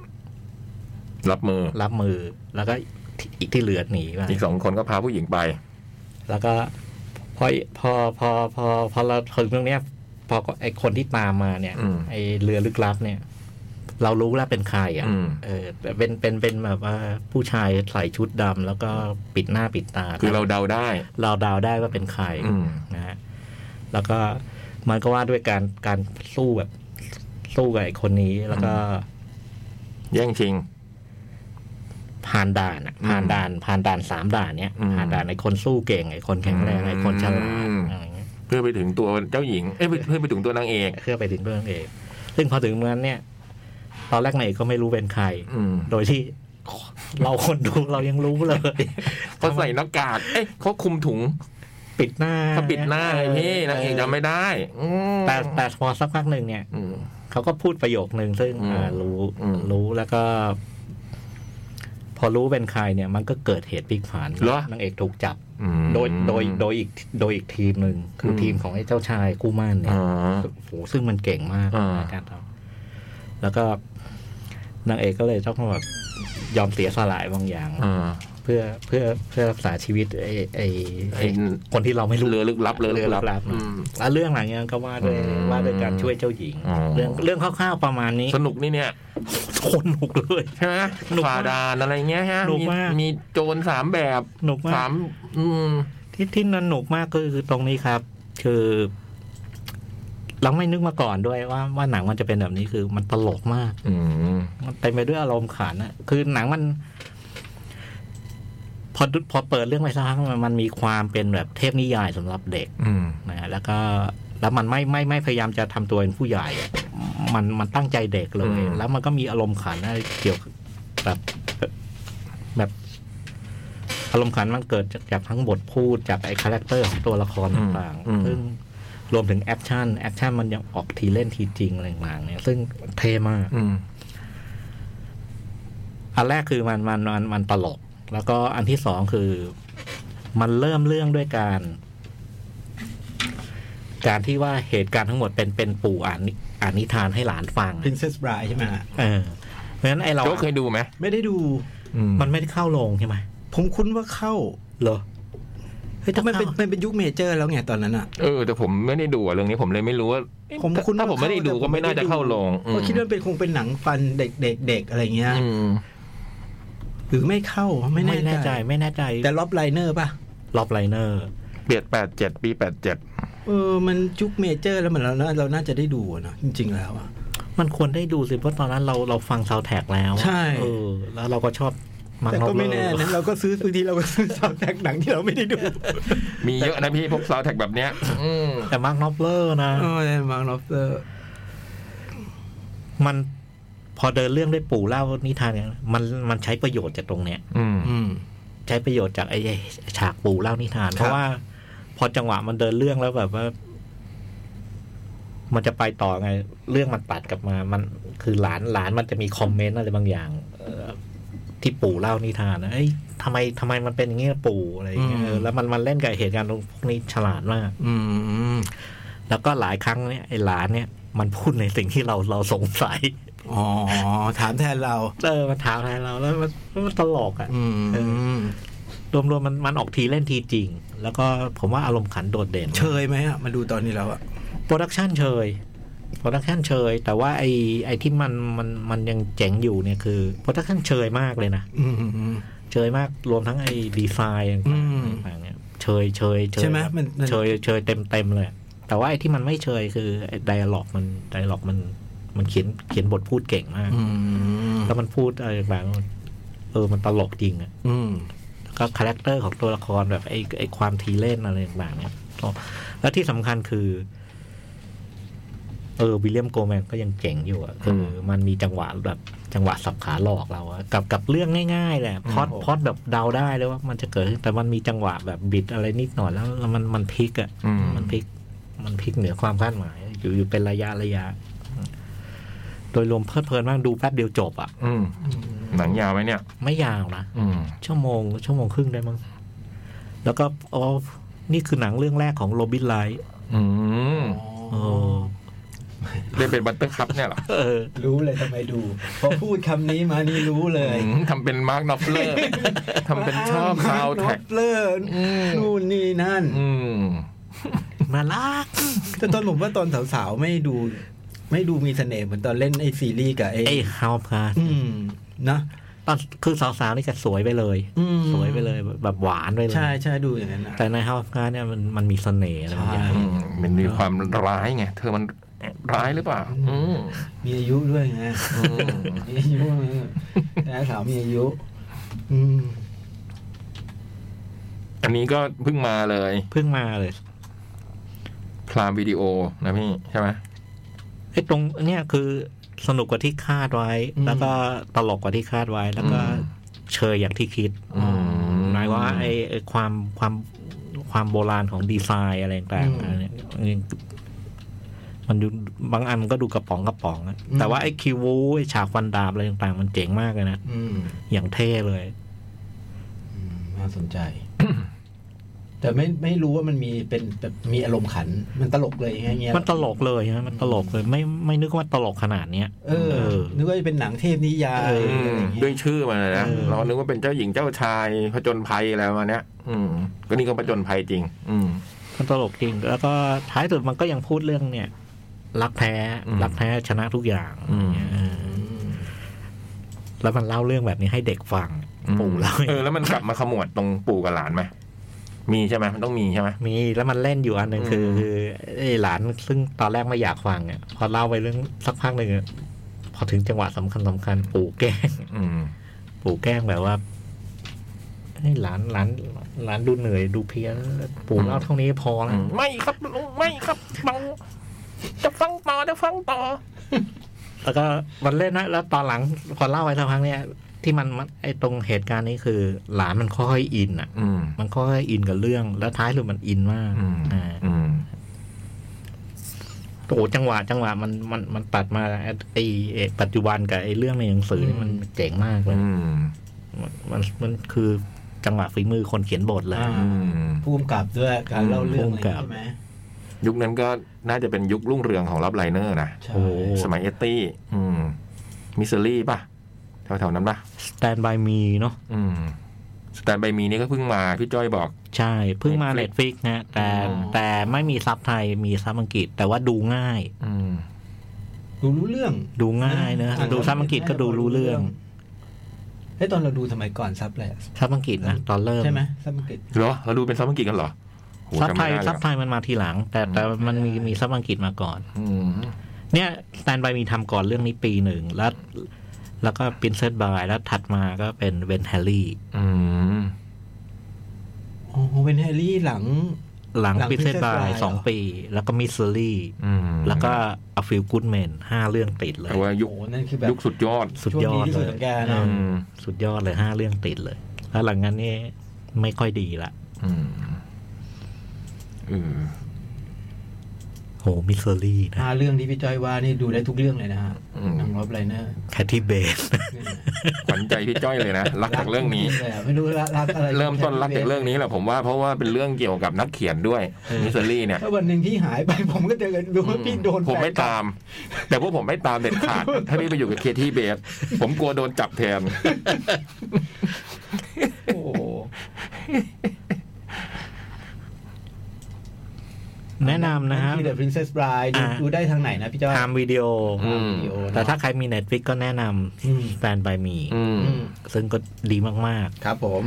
[SPEAKER 3] รับมือ
[SPEAKER 4] รับมือแล้วก็ อีกที่เหลือหนีไป
[SPEAKER 3] อีกสองคนก็พาผู้หญิงไป
[SPEAKER 4] แล้วก็พอพอพอพอพอเราถึงตรงเนี้ย พอไอคนที่ตามมาเนี่ย
[SPEAKER 3] อืม
[SPEAKER 4] ไอเรือลึกลับเนี่ย เรารู้แล้วเป็นใครอ่ะ
[SPEAKER 3] อืม
[SPEAKER 4] เออแต่เป็นเป็นเป็นแบบว่าผู้ชายใส่ชุดดำแล้วก็ปิดหน้าปิดตา
[SPEAKER 3] คือเราเดาได้
[SPEAKER 4] เราเดาได้ว่าเป็นใคร
[SPEAKER 3] อืม
[SPEAKER 4] นะฮะแล้วก็มันก็ว่าด้วยการการสู้แบบสู้กับไอคนนี้แล้วก็
[SPEAKER 3] แย่งชิง
[SPEAKER 4] ผ่านด่านอะผ่านด่าน ผ่านด่านสามด่านเนี้ย
[SPEAKER 3] อืม
[SPEAKER 4] ผ่านด่านไอคนสู้เก่งไอคนแข็งแรงไอคนฉลาด
[SPEAKER 3] อืม
[SPEAKER 4] อะไรเงี้ย
[SPEAKER 3] เพื่อไปถึงตัวเจ้าหญิง เอ้ยเพื่อไปถึงตัวนางเอก
[SPEAKER 4] เพื่อไปถึงเรื่องเอกซึ่งพอถึงเมืองนั้นเนี่ย ตอนแรกนายเอกก็ไม่รู้เป็นใคร
[SPEAKER 3] อืม
[SPEAKER 4] โดยที่ เราคนดูเรายังรู้เลย
[SPEAKER 3] เขาใส่หน้ากาก เอ้ยเขาคลุมถุง
[SPEAKER 4] ปิดหน้า
[SPEAKER 3] เขาปิดหน้าไงพี่นางเอกจำไม่ได้อืม
[SPEAKER 4] แต่แต่พอสักพักหนึ่งเนี่ย
[SPEAKER 3] อืม
[SPEAKER 4] เขาก็พูดประโยคนึงซึ่ง
[SPEAKER 3] อืม
[SPEAKER 4] อ่ารู้
[SPEAKER 3] อืม
[SPEAKER 4] รู้แล้วก็ พอรู้เป็นใครเนี่ย มันก็เกิดเหตุพลิกผัน
[SPEAKER 3] เหรอน
[SPEAKER 4] างเอกถูกจับ
[SPEAKER 3] อืม
[SPEAKER 4] โดยโดยโดยอีกโดยอีกทีมหนึ่งคืออ
[SPEAKER 3] ม
[SPEAKER 4] ทีมของไอ้เจ้าชายกู้ม่านเนี่ย
[SPEAKER 3] อ๋อ
[SPEAKER 4] โอ้โหซึ่งมันเก่งมาก
[SPEAKER 3] อ่า
[SPEAKER 4] ในการทำแล้วก็นางเอกก็เลยต้องแบบยอมเสียสละบางอย่าง
[SPEAKER 3] อ่า
[SPEAKER 4] เพื่อเพื่อเพื่อรักษาชีวิตไอ้ไอ้ไอ้
[SPEAKER 3] ไอ้
[SPEAKER 4] คนที่เราไม่รู้
[SPEAKER 3] เรือลึกลับเรือ
[SPEAKER 4] เรือ
[SPEAKER 3] ลึกลับ
[SPEAKER 4] ลับ
[SPEAKER 3] อืม
[SPEAKER 4] แล้วเรื่องหลังเนี้ยก็ว่าด้วย
[SPEAKER 3] อืม
[SPEAKER 4] ว่าด้วยการช่วยเจ้าหญิง
[SPEAKER 3] อ๋อ
[SPEAKER 4] เรื่องเรื่องคร่าวๆประมาณนี้
[SPEAKER 3] สนุกนี่เนี่ย
[SPEAKER 4] คนหนุกเลย
[SPEAKER 3] ใช่ไหม
[SPEAKER 4] หนุกมาก
[SPEAKER 3] ฝ่าดานอะไรเงี้ยฮะ
[SPEAKER 4] หนุกมาก
[SPEAKER 3] มีโจรสามแบบ
[SPEAKER 4] หนุกมา
[SPEAKER 3] สาก มอืม
[SPEAKER 4] ที่ที่นั้นหนุกมากก็คือตรงนี้ครับ คือ เราไม่นึกมาก่อนด้วยว่าว่าหนังมันจะเป็นแบบนี้คือมันตลกมาก
[SPEAKER 3] อืม
[SPEAKER 4] มันเต็มไปด้วยอารมณ์ขันอะคือหนังมัน พอดูพอเปิดเรื่องไปสักพักมันมันมีความเป็นแบบเทพนิยายสำหรับเด็ก
[SPEAKER 3] อืม
[SPEAKER 4] นะฮะแล้วก็แล้วมันไม่ไม่ไม่พยายามจะทำตัวเป็นผู้ใหญ่อะมันมันตั้งใจเด็กเลย
[SPEAKER 3] อืม
[SPEAKER 4] แล้วมันก็มีอารมณ์ขันอะไรเกี่ยวกับแบบแบบ อารมณ์ขันมันเกิดจากจากทั้งบทพูดจากไอ้คาแรคเตอร์ของตัวละครต่าง
[SPEAKER 3] อืมอืม
[SPEAKER 4] ๆซึ่งรวมถึงแอคชั่นแอคชั่นมันยังออกทีเล่นทีจริงอะไรต่างๆเนี่ยซึ่งเท่มาก
[SPEAKER 3] อืม
[SPEAKER 4] อันแรกคือมันมันมันมันตลก แล้วก็อันที่สองคือ มันเริ่มเรื่องด้วยการ การที่ว่าเหตุการณ์ทั้งหมดเป็นเป็นปู่อ่านนิอ่านนิทานให้หลานฟัง
[SPEAKER 2] Princess Bride ใช่ไหมฮะ
[SPEAKER 4] เออเพราะฉะนั้นไอเรา
[SPEAKER 3] โจ๊กเคยดูไหม
[SPEAKER 2] ไม่ได้ดู
[SPEAKER 3] อืม
[SPEAKER 4] มันไม่ได้เข้าโรงใช่ไหม
[SPEAKER 2] ผมคุ้นว่าเข้า
[SPEAKER 4] เหรอเฮ้ย
[SPEAKER 2] แต่
[SPEAKER 4] ถ้า
[SPEAKER 2] มัน
[SPEAKER 4] เข้า
[SPEAKER 2] เป็นมันเป็นยุคเมเจอร์แล้วไงตอนนั้นอ่ะ
[SPEAKER 3] เออ แต่ผมไม่ได้ดูอะเรื่องนี้ผมเลยไม่รู้ว่าเอ๊ะ
[SPEAKER 2] ผมคุ้น
[SPEAKER 3] ถ้าผมไม่ได้ดู
[SPEAKER 2] ว่
[SPEAKER 3] ก็ไม่น่าจะเข้าโรง
[SPEAKER 2] ก็คิดว่าเป็นคงเป็นหนังฟันเด็กเด็กเด็กอะไรเงี้ย
[SPEAKER 3] อืม
[SPEAKER 2] หรือไม่เข้าไม่
[SPEAKER 4] ไม่
[SPEAKER 2] แน่
[SPEAKER 4] แน่
[SPEAKER 2] ใจ
[SPEAKER 4] ใจ ไม่แน่ใจ
[SPEAKER 2] แต่ล็อบไลเนอร์ป่ะ
[SPEAKER 4] ลอบไลเนอร์
[SPEAKER 3] เปียดแปดเจ็ดปีแปดเจ็ด
[SPEAKER 2] เออ มันยุคเมเจอร์แล้วเหมือนเราเราน่าจะได้ดูอะเนอะจริง ๆ แล้วอะ
[SPEAKER 4] มันควรได้ดูสิเพราะตอนนั้นเราเราฟังซาวแท็กแล้ว
[SPEAKER 2] ใช่
[SPEAKER 4] เออ แล้วเราก็ชอบมา
[SPEAKER 2] แต่ก็ไม่แน่นะเราก็ซื้อบางทีเราก็ซื้อซาวด์แทร็กหนังที่เราไม่ได้ดู
[SPEAKER 3] มีเยอะนะพี่พวกซาวแท็กแบบเนี้ย อืม
[SPEAKER 4] แต่มาร์กนอเลอร์นะ
[SPEAKER 2] เออมาร์ล็อบเตอร์
[SPEAKER 4] มันพอเดินเรื่องด้วยปู่เล่านิทานเนี่ยมันมันใช้ประโยชน์จากตรงเนี้ย
[SPEAKER 3] อืม
[SPEAKER 2] อืม
[SPEAKER 4] ใช้ประโยชน์จากไอ้ไอ้ฉากปู่เล่านิทาน
[SPEAKER 2] ครับ
[SPEAKER 4] เพราะว่า พอจังหวะมันเดินเรื่องแล้วแบบว่า มันจะไปต่อไง เรื่องมันตัดกลับมา มันคือหลานหลานมันจะมีคอมเมนต์อะไรบางอย่าง เอ่อที่ปู่เล่านิทานนะเอ้ยทำไมทำไมมันเป็นอย่างนี้ล่ะปู่อะไรอย่างเงี้ยเออแล้วมันมันเล่นกับเหตุการณ์ตรงพวกนี้ฉลาดมาก
[SPEAKER 2] อืม
[SPEAKER 4] แล้วก็หลายครั้งเนี่ยไอ้หลานเนี่ย มันพูดในสิ่งที่เราเราสงสัย
[SPEAKER 2] อ๋อ ถามแทนเรา
[SPEAKER 4] เออมันถามอะไรเราแล้วมันมันตลกอ่ะ
[SPEAKER 2] อื
[SPEAKER 4] เอ
[SPEAKER 2] ม
[SPEAKER 4] รวมๆมันมันออกทีเล่นทีจริง แล้วก็ผมว่าอารมณ์ขันโดดเด่น
[SPEAKER 2] เชยไหมอะมาดูตอนนี้แล้วอะ
[SPEAKER 4] โปรดักชันเชยโปรดักชันเชย แต่ว่าไอ้ไอ้ที่มันมันมันยังเจ๋งอยู่เนี่ยคือโปรดักชันเชยมากเลยนะ
[SPEAKER 2] อืมอืมอืม
[SPEAKER 4] เชยมากรวมทั้งไอ้ดีไซน์
[SPEAKER 2] อื
[SPEAKER 4] ต่าง
[SPEAKER 2] ม
[SPEAKER 4] ๆต่างๆเนี่ยเชยเชยเชย
[SPEAKER 2] ใช่ไหม
[SPEAKER 4] แบบ
[SPEAKER 2] มันมัน
[SPEAKER 4] เชยเชยเต็มเต็มๆเลย แต่ว่าไอ้ที่มันไม่เชยคือไอ้ไดอะล็อกมันไดอะล็อกมันมันเขียนเขียนบทพูดเก่งมาก
[SPEAKER 2] อืม
[SPEAKER 4] แล้วมันพูดอะไรต่างๆมันเออมันตลกจริงอะ
[SPEAKER 2] อืม
[SPEAKER 4] ก็คาแรคเตอร์ของตัวละครแบบไอ้ไอ้ความทีเล่นอะไรต่างๆเนี่ยแล้วที่สำคัญคือ เออวิลเลียมโกแมนก็ยังเจ๋งอยู่อะคืออ
[SPEAKER 3] ม
[SPEAKER 4] มันมีจังหวะแบบจังหวะสับขาหลอกเราอะกับกับเรื่องง่ายๆแหละพอด
[SPEAKER 2] ผม
[SPEAKER 4] พอดแบบเดาได้เลยว่ามันจะเกิดขึ้นแต่มันมีจังหวะแบบบิดอะไรนิดหน่อยแล้วแล้วมันมันพลิกอะ
[SPEAKER 3] อืม
[SPEAKER 4] มันพลิก มันพลิกเหนือความคาดหมาย อยู่อยู่เป็นระยะระยะ โดยรวมเพลิดเพลินมากดูแป๊บเดียวจบอะ
[SPEAKER 3] อืม หนังยาวไหมเนี่ย
[SPEAKER 4] ไม่ยาวนะ
[SPEAKER 3] อืม
[SPEAKER 4] ชั่วโมงชั่วโมงครึ่งได้มั้ง แล้วก็อ๋อ นี่คือหนังเรื่องแรกของโรบินไลท์
[SPEAKER 3] อืม
[SPEAKER 4] เออ
[SPEAKER 3] ได้เป็นบัตเตอร์คัพเนี่ยเหรอ
[SPEAKER 4] เออ
[SPEAKER 5] รู้เลยทำไมดู พอพูดคำนี้มานี่รู้เลย
[SPEAKER 3] อืมทำเป็นมาร์กนอฟเล อร์ทำเป็นชอบซาวแท็ก
[SPEAKER 5] เลิศ
[SPEAKER 3] อืม
[SPEAKER 5] นู่นนี่นั่น
[SPEAKER 3] อืม
[SPEAKER 4] มาลาก
[SPEAKER 2] แต่ตอนผมว่าตอนสาวๆไม่ดู ไม่ดูมีเสน่ห์เหมือนตอนเล่นไอ้ซีรีส์กับไอ้
[SPEAKER 4] ไอ้ฮาวพา
[SPEAKER 2] อืมนะ
[SPEAKER 4] ตอนคือสาวๆนี่จะสวยไปเลย
[SPEAKER 2] อืม
[SPEAKER 4] สวยไปเลยแบบแบบหวานไปเลย
[SPEAKER 2] ใช่ใช่ดูอย่างนั้นนะ
[SPEAKER 4] แต่ในฮาวพาเนี่ยมันมันมีเสน่ห์อะไรบางอย่าง
[SPEAKER 2] ใช่
[SPEAKER 3] อืมมันมีความร้ายไง เธอมันร้ายหรือเปล่า อืม
[SPEAKER 5] มีอายุด้วยไง
[SPEAKER 3] อืม
[SPEAKER 5] มีอายุนะสาวมีอายุ
[SPEAKER 2] อืม
[SPEAKER 3] อันนี้ก็เพิ่งมาเลย
[SPEAKER 4] เพิ่งมาเลย
[SPEAKER 3] พรามวิดีโอนะพี่ ใช่ไหม
[SPEAKER 4] ไอ้ตรงเนี่ยคือสนุกกว่าที่คาดไว้
[SPEAKER 2] อืม
[SPEAKER 4] แล้วก็ตลกกว่าที่คาดไว้ แล้วก็เชยอย่างที่คิด
[SPEAKER 3] อืม
[SPEAKER 4] หมายว่าไอ้ไอ้ความความความโบราณของดีไซน์อะไรต่างๆอันเนี้ยมันดูบางอันก็ดูกระป๋องกระป๋องอะแต่ว่าไอ้คิววูไอ้ฉากฟันดาบอะไรต่างๆ มันเจ๋งมากเลยนะ
[SPEAKER 5] อืม
[SPEAKER 4] อย่างเท่เลย
[SPEAKER 5] อืมน่าสนใจ แต่ไม่ไม่รู้ว่ามันมีเป็นแบบมีอารมณ์ขัน มันตลกเลยไงเงี้ย
[SPEAKER 4] มันตลกเลยฮะมันตลกเลยไม่ไม่นึกว่าตลกขนาดเนี้ย
[SPEAKER 5] เออ
[SPEAKER 4] เออ
[SPEAKER 5] นึกว่าจะเป็นหนังเทพนิยาย
[SPEAKER 3] อื
[SPEAKER 5] อะไร
[SPEAKER 3] ม
[SPEAKER 5] อย่างเงี้ย
[SPEAKER 3] ด้วยชื่อมันน่ะนะ เรานึกว่าเป็นเจ้าหญิงเจ้าชายผจญภัยอะไรประมาณเนี้ย อืม ก็นี่ก็ผจญภัยจริง อืม
[SPEAKER 4] มันตลกจริง แล้วก็ท้ายสุดมันก็ยังพูดเรื่องเนี่ย รักแท้
[SPEAKER 3] อืม
[SPEAKER 4] รักแท้ชนะทุกอย่าง
[SPEAKER 3] อืม
[SPEAKER 4] เออแล้วมันเล่าเรื่องแบบนี้ให้เด็กฟัง ปู่เล่าให้
[SPEAKER 3] เออแล้วมันกลับมาขมวดตรงปู่กับหลานไหมมีใช่ไหมมันต้องมีใช่ไหม
[SPEAKER 4] มีแล้วมันเล่นอยู่อันหนึ่งคือ
[SPEAKER 3] อืม
[SPEAKER 4] คือไอ้หลานซึ่งตอนแรกไม่อยากฟังอ่ะพอเล่าไปเรื่องสักพักหนึ่งอะพอถึงจังหวะสำคัญสำคัญปู่แกล้ง
[SPEAKER 3] อืม
[SPEAKER 4] ปู่แกล้งแบบว่าให้ยหลานหลานหลานดูเหนื่อยดูเพลียปู่
[SPEAKER 3] อืม
[SPEAKER 4] เล่าเท่านี้พอแล้ว
[SPEAKER 3] ไม่ครับลุงไม่ครับเมาจะฟังต่อจะฟังต่อ
[SPEAKER 4] แล้วก็มันเล่นนะแล้วตอนหลังพอเล่าไปสักพักเนี่ย ที่มันมันไอตรงเหตุการณ์นี้คือ หลานมันค่อยๆอินอ่ะ
[SPEAKER 3] อืม
[SPEAKER 4] มันค่อยๆอินกับเรื่อง แล้วท้ายสุดมันอินมาก
[SPEAKER 3] อืม
[SPEAKER 4] อ่า
[SPEAKER 3] อืม
[SPEAKER 4] โอ้โหจังหวะจังหวะมันมันมันตัดมาไอ้ไอไอ้ปัจจุบันกับไอเรื่องในหนังสือนี่มันเจ๋งมากเลย
[SPEAKER 3] อืม
[SPEAKER 4] มันมันมันคือจังหวะฝีมือคนเขียนบทเลย
[SPEAKER 5] อ่า
[SPEAKER 3] อืม
[SPEAKER 5] ภูมิกับด้วยการเล่าเรื่อง
[SPEAKER 4] ภูมิกั
[SPEAKER 5] อะไร
[SPEAKER 4] บ
[SPEAKER 5] ใช่ไหม
[SPEAKER 3] ยุคนั้นก็น่าจะเป็นยุครุ่งเรืองของรับไลเนอร์นะ
[SPEAKER 5] ใช่
[SPEAKER 4] โอ้โห
[SPEAKER 3] สมัยเอตตี้ อืม มิสซิลี่ป่ะ แถวๆนั้นป่ะ
[SPEAKER 4] สแตนบายมีเนาะ
[SPEAKER 3] อืม สแตนบายมีนี่ก็เพิ่งมา พี่จ้อยบอก
[SPEAKER 4] ใช่เพิ่งมา
[SPEAKER 3] Netflix
[SPEAKER 4] เน็ตฟิกนะแต่
[SPEAKER 3] อ๋อ
[SPEAKER 4] แต่ไม่มีซับไทยมีซับอังกฤษ แต่ว่าดูง่าย
[SPEAKER 3] อืม
[SPEAKER 5] ดูรู้เรื่อง
[SPEAKER 4] ดูง่ายเนอะ
[SPEAKER 5] อ่
[SPEAKER 4] ดูซับอังกฤษก็ดูรู้เรื่อง
[SPEAKER 5] เฮ้ยตอนเราดูสมัยก่อนซับอะไรอะ
[SPEAKER 4] ซับอังกฤษนะตอนเริ่ม
[SPEAKER 5] ใช่ไหมซับอังกฤษ
[SPEAKER 3] เหรอ เราดูเป็นซับอังกฤษกันเหรอโห
[SPEAKER 4] ซับ
[SPEAKER 3] จำ
[SPEAKER 4] ไท
[SPEAKER 3] ม่
[SPEAKER 4] ย
[SPEAKER 3] ด้เล
[SPEAKER 4] ซับไทยมันมาทีหลัง แต่แต่มันมีมีซับอังกฤษมาก่อน
[SPEAKER 3] อืม
[SPEAKER 4] เนี่ยสแตนบายมีทำก่อนเรื่องนี้ปีหนึ่งแล้วแล้วก็ปินเซตบายแล้วถัดมาก็เป็นเวนแฮลลี่
[SPEAKER 3] อืม
[SPEAKER 5] โอ้โหเป็นแฮร์รี่หลัง
[SPEAKER 4] หลัง
[SPEAKER 5] หลัง
[SPEAKER 4] ปินเซต
[SPEAKER 5] Princess
[SPEAKER 4] บาย
[SPEAKER 5] Bride
[SPEAKER 4] สอง
[SPEAKER 5] เหรอ
[SPEAKER 4] ปี แล้วก็มิสซิลี่
[SPEAKER 3] อืม
[SPEAKER 4] แล้วก็อฟิลกูดแมนห้าเรื่องติดเลย
[SPEAKER 3] แต่ว่ายุค
[SPEAKER 5] โอ้โหนั่นคือแบบ
[SPEAKER 3] ยุคสุดยอด
[SPEAKER 4] สุด
[SPEAKER 5] ช่วง
[SPEAKER 4] ยอ
[SPEAKER 5] ดี
[SPEAKER 4] ด
[SPEAKER 5] ที่
[SPEAKER 4] เลย
[SPEAKER 5] สุดของแก
[SPEAKER 4] เอ
[SPEAKER 5] นะ
[SPEAKER 4] อสุดยอดเลยห้าเรื่องติดเลย แล้วหลังนั้นนี่ไม่ค่อยดีละ
[SPEAKER 3] อืม อืม
[SPEAKER 4] โหมิสซิลี่นะ
[SPEAKER 5] ห้าเรื่องที่พี่จ้อยว่านี่ดูได้ทุกเรื่องเลยนะฮะ
[SPEAKER 3] อืม
[SPEAKER 5] หนังรบไลเนอร์
[SPEAKER 4] แคทตี้เบ ส
[SPEAKER 3] ขวัญใจพี่จ้อยเลยนะ รักจากเรื่องนี้
[SPEAKER 5] แต่ไม่รู้ละรักอะไร
[SPEAKER 3] เริ่มต้นรักจากเรื่องนี้แหละผมว่าเพราะว่าเป็นเรื่องเกี่ยวกับนักเขียนด้วยมิสซิลี่เนี่ย
[SPEAKER 5] ถ้าวันหนึ่งพี่หายไป ผมก็จะรู้ว่าพี่โดน
[SPEAKER 3] ผมไม่
[SPEAKER 5] แฟน
[SPEAKER 3] ตาม แต่พวกผมไม่ตามเด็ดขาด ถ้าพี่ไปอยู่กับเคที่เบสผมกลัวโดนจับแทน
[SPEAKER 5] โอ้โห
[SPEAKER 4] แนะนำนะครับ
[SPEAKER 5] คือ The Princess Bride ดู
[SPEAKER 4] อ่า
[SPEAKER 5] ดูได้ทางไหนนะพี่จ้อย
[SPEAKER 4] ทามวิดีโอ
[SPEAKER 3] อืม
[SPEAKER 5] วิดีโอนะ
[SPEAKER 4] แต่ถ้าใครมี Netflix ก็แนะน
[SPEAKER 5] อืม
[SPEAKER 4] ำ Stand by Me
[SPEAKER 3] อืม
[SPEAKER 5] อืม
[SPEAKER 4] ซึ่งก็ดีมาก
[SPEAKER 5] ครับผม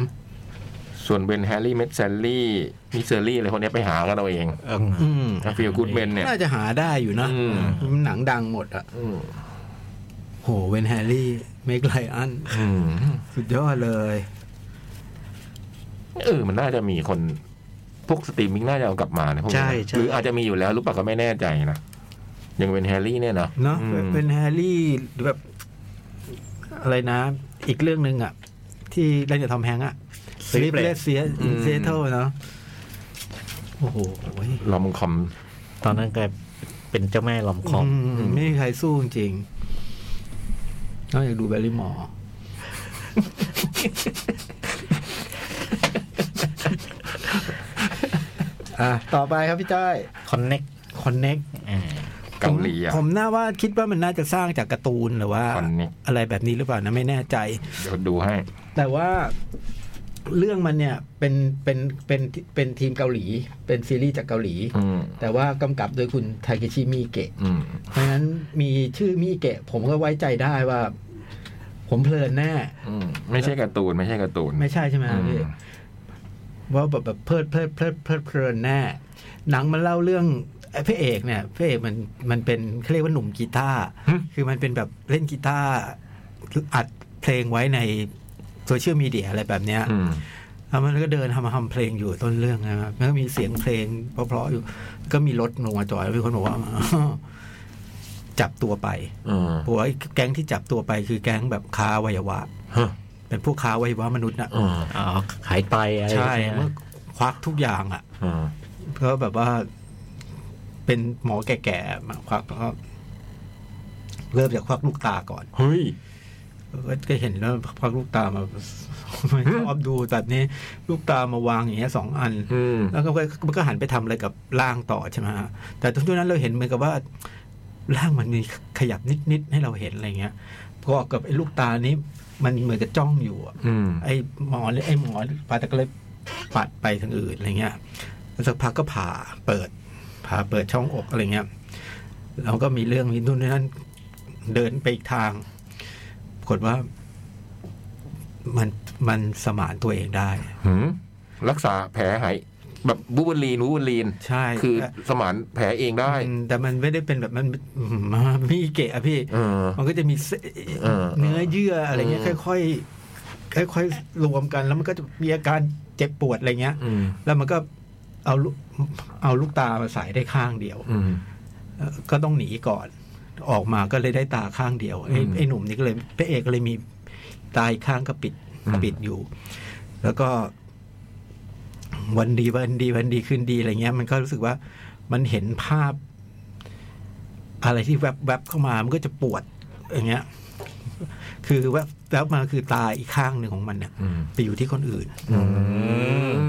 [SPEAKER 3] ส่วนเบนแฮร์รี่เมดแซลลี่มิสเซอรี่อะไรพวกเนี้ยไปหากันเอาเอง
[SPEAKER 4] ๆ
[SPEAKER 2] อืม
[SPEAKER 3] ฟิลกูดเมนเนี่ย
[SPEAKER 2] น่าจะหาได้อยู่นะ
[SPEAKER 3] อืม
[SPEAKER 2] มันหนังดังหมดอะ
[SPEAKER 3] อืม
[SPEAKER 2] โหเวนแฮร์รี่เมกไลอัน
[SPEAKER 3] อืม
[SPEAKER 2] สุดยอดเลย
[SPEAKER 3] เออมันน่าจะมีคน พวกสตรีมมิ่งน่าจะเอากลับมานะพวกนี้นะ
[SPEAKER 4] ใช่ใช่
[SPEAKER 3] หรืออาจจะมีอยู่แล้วหรู้ปะก็ไม่แน่ใจนะยังเป็นแฮร์รี่เนี่ยเนาะ
[SPEAKER 2] เนาะ
[SPEAKER 3] อืม
[SPEAKER 2] เป็นแฮร์รี่แบบ อะไรนะ อีกเรื่องหนึ่งอ่ะ ที่เล่นกับทอมแฮงค์อ่ะสลิป
[SPEAKER 4] Sleepless
[SPEAKER 2] เลสเซียอินเซเทลเนาะโอ้โหโอ้ย
[SPEAKER 3] ลอมคอม
[SPEAKER 4] ตอนนั้นแกเป็นเจ้าแม่ลอมคอม
[SPEAKER 2] อืมไม่มีใครสู้จริงๆนอกจากดูแบลลี่มอร์ อ่ะต่อไปครับพี่จ้อย
[SPEAKER 4] Connect
[SPEAKER 2] คอนเน็ก
[SPEAKER 4] อ่า
[SPEAKER 3] เกาหลีอ่ะ
[SPEAKER 2] ผมน่าว่าคิดว่ามันน่าจะสร้างจากการ์ตูนหรือว่า
[SPEAKER 3] คอนนี้
[SPEAKER 2] อะไรแบบนี้หรือเปล่านะไม่แน่ใจ
[SPEAKER 3] เดี๋ยวดูให้
[SPEAKER 2] แต่ว่า
[SPEAKER 5] เรื่องมันเนี่ยเป็นเป็นเป็นเป็นทีมเกาหลี เป็นซีรีส์จากเกาหลี
[SPEAKER 3] อืม
[SPEAKER 5] แต่ว่ากำกับโดยคุณทาเคชิมิเกะ
[SPEAKER 3] อืม
[SPEAKER 5] เพราะฉะนั้นมีชื่อมิเกะ ผมก็ไว้ใจได้ว่า ผมเพลินแน่
[SPEAKER 3] อืมไม่ใช่การ์ตูนไม่ใช่การ์ตูน
[SPEAKER 5] ไม่ใช่ใช่ไหมครับ
[SPEAKER 3] อื
[SPEAKER 5] พี่
[SPEAKER 3] ม
[SPEAKER 5] ว่าแบบแบบเพลิดเพลิดเพลิดเพลิดเพลินแน่
[SPEAKER 2] หนังมันเล่าเรื่องไอ้พระเอกเนี่ยพระเอกมันมันเป็นเขาเรียกว่าหนุ่มกีตาร์
[SPEAKER 3] หึ
[SPEAKER 2] คือมันเป็นแบบเล่นกีตาร์อัดเพลงไว้ในโซเชียลมีเดียอะไรแบบเนี้ย
[SPEAKER 3] อืม
[SPEAKER 2] แล้วมันก็เดินทำทำเพลงอยู่ต้นเรื่องนะครับมันก็มีเสียงเพลงเพราะๆอยู่ ก็มีรถลงมาจอดมีคนบอกว่า จับตัวไป
[SPEAKER 3] อืม
[SPEAKER 2] บอกว่าไอ้แก๊งที่จับตัวไปคือแก๊งแบบค้าอวัยวะ
[SPEAKER 3] ฮะ
[SPEAKER 2] เป็นพวกค้าอวัยวะมนุษย์นะ
[SPEAKER 3] อืม
[SPEAKER 4] อ๋อขายไตอะไร
[SPEAKER 2] ใช่
[SPEAKER 4] ไหม
[SPEAKER 2] เมื่อควักทุกอย่างอ่ะ
[SPEAKER 3] อืม
[SPEAKER 2] ก็แบบว่าเป็นหมอแก่ๆมาควักแล้วก็เริ่มจากควักลูกตาก่อน
[SPEAKER 3] เฮ้ย
[SPEAKER 2] ก็ก็เห็นแล้วควักลูกตามา ไม่ชอบดูแบบนี้ ลูกตามาวางอย่างเงี้ยสองอัน
[SPEAKER 3] อืม
[SPEAKER 2] แล้วก็มันก็หันไปทำอะไรกับร่างต่อใช่ไหมฮะแต่ทุกนั้นเราเห็นเหมือนกับว่า ร่างมันมีขยับนิดๆให้เราเห็นอะไรเงี้ยพอกับไอ้ลูกตานี้มันเหมือนกับจ้องอยู่อะ
[SPEAKER 3] อืม
[SPEAKER 2] ไอ้หมอเนี่ยไอ้หมอผ่าตัดก็เลยปัดไปทางอื่นอะไรเงี้ยแล้วสักพักก็ผ่าเปิด ผ่าเปิดช่องอกอะไรเงี้ยแล้วก็มีเรื่องนี้นู่นนี่นั่นเดินไปอีกทางปรากฏว่า มันมันสมานตัวเองได้
[SPEAKER 3] หืมรักษาแผลหายแบบบูบูลีนบูบูลีน
[SPEAKER 2] ใช่
[SPEAKER 3] คือ
[SPEAKER 2] แต่
[SPEAKER 3] สมานแผลเองได้
[SPEAKER 2] อืมแต่มันไม่ได้เป็นแบบมันอืมมีเกะอะพี่
[SPEAKER 3] เออ
[SPEAKER 2] มันก็จะมีเส
[SPEAKER 3] เออ
[SPEAKER 2] เนื้อเยื่ออะไรเงี้ย
[SPEAKER 3] อืม
[SPEAKER 2] ค่อยๆค่อยๆรวมกัน แล้วมันก็จะมีอาการเจ็บปวดอะไรเงี้ย
[SPEAKER 3] อืม
[SPEAKER 2] แล้วมันก็เอาลูกเอาลูกตามาใส่ได้ข้างเดียว
[SPEAKER 3] อืม
[SPEAKER 2] เอ่อก็ต้องหนีก่อน ออกมาก็เลยได้ตาข้างเดียวไอ้
[SPEAKER 3] อืม
[SPEAKER 2] ไอ้หนุ่มนี่ก็เลยพระเอกก็เลยมีตาอีกข้างก็ปิด
[SPEAKER 3] อืม
[SPEAKER 2] ปิดอยู่ แล้วก็วันดีวันดีวันดีขึ้นดีอะไรเงี้ย มันก็รู้สึกว่ามันเห็นภาพ อะไรที่แวบๆเข้ามามันก็จะปวดอย่างเงี้ย คือแวบแวบมาคือตาอีกข้างหนึ่งของมันเนี่ย
[SPEAKER 3] อืม
[SPEAKER 2] ไปอยู่ที่คนอื่น
[SPEAKER 3] อื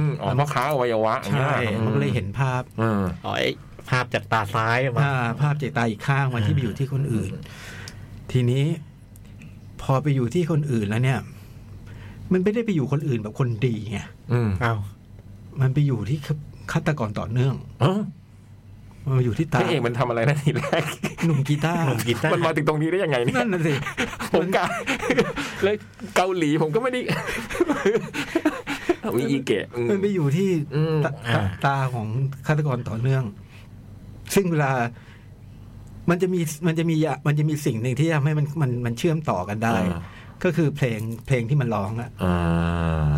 [SPEAKER 3] มอ๋อเพราะค้าอวัยวะอย่างเงี้
[SPEAKER 2] ใช่
[SPEAKER 3] ย
[SPEAKER 2] มันก็เลยเห็นภาพ
[SPEAKER 3] อืม
[SPEAKER 4] อ๋อไอ้ภาพจากตาซ้ายมา
[SPEAKER 2] อ่าภาพเจตตาอีกข้างมันที่ไปอยู่ที่คนอื่น ทีนี้พอไปอยู่ที่คนอื่นแล้วเนี่ย มันไม่ได้ไปอยู่คนอื่นแบบคนดีไง
[SPEAKER 3] อืม
[SPEAKER 4] อ้าว
[SPEAKER 2] มันไปอยู่ที่ฆาตกรต่อเนื่อง
[SPEAKER 3] เอ้า
[SPEAKER 2] มันมาอยู่ที่
[SPEAKER 3] พ
[SPEAKER 2] ตา
[SPEAKER 3] ระเอกมันทำอะไรนะทีแรก
[SPEAKER 2] หนุ่มกีตาร์
[SPEAKER 4] หนุ่มกีตา
[SPEAKER 3] มัน
[SPEAKER 4] ร์
[SPEAKER 3] มาถึงตรงนี้ได้ยังไงเนี่ย
[SPEAKER 2] นั่นน่ะสิ
[SPEAKER 3] ผมกะเลยเกาหลีผมก็ไม่ได้ วิอีเกะอืม
[SPEAKER 2] มันไปอยู่ที่
[SPEAKER 3] อืม
[SPEAKER 2] ตาตาตาของฆาตกรต่อเนื่อง ซึ่งเวลา มันจะมีมันจะมียามันจะมีสิ่งหนึ่งที่ทำให้มันมันมันเชื่อมต่อกันได้ ก็คือเพลงเพลงที่มันร้องอะ
[SPEAKER 3] อ่า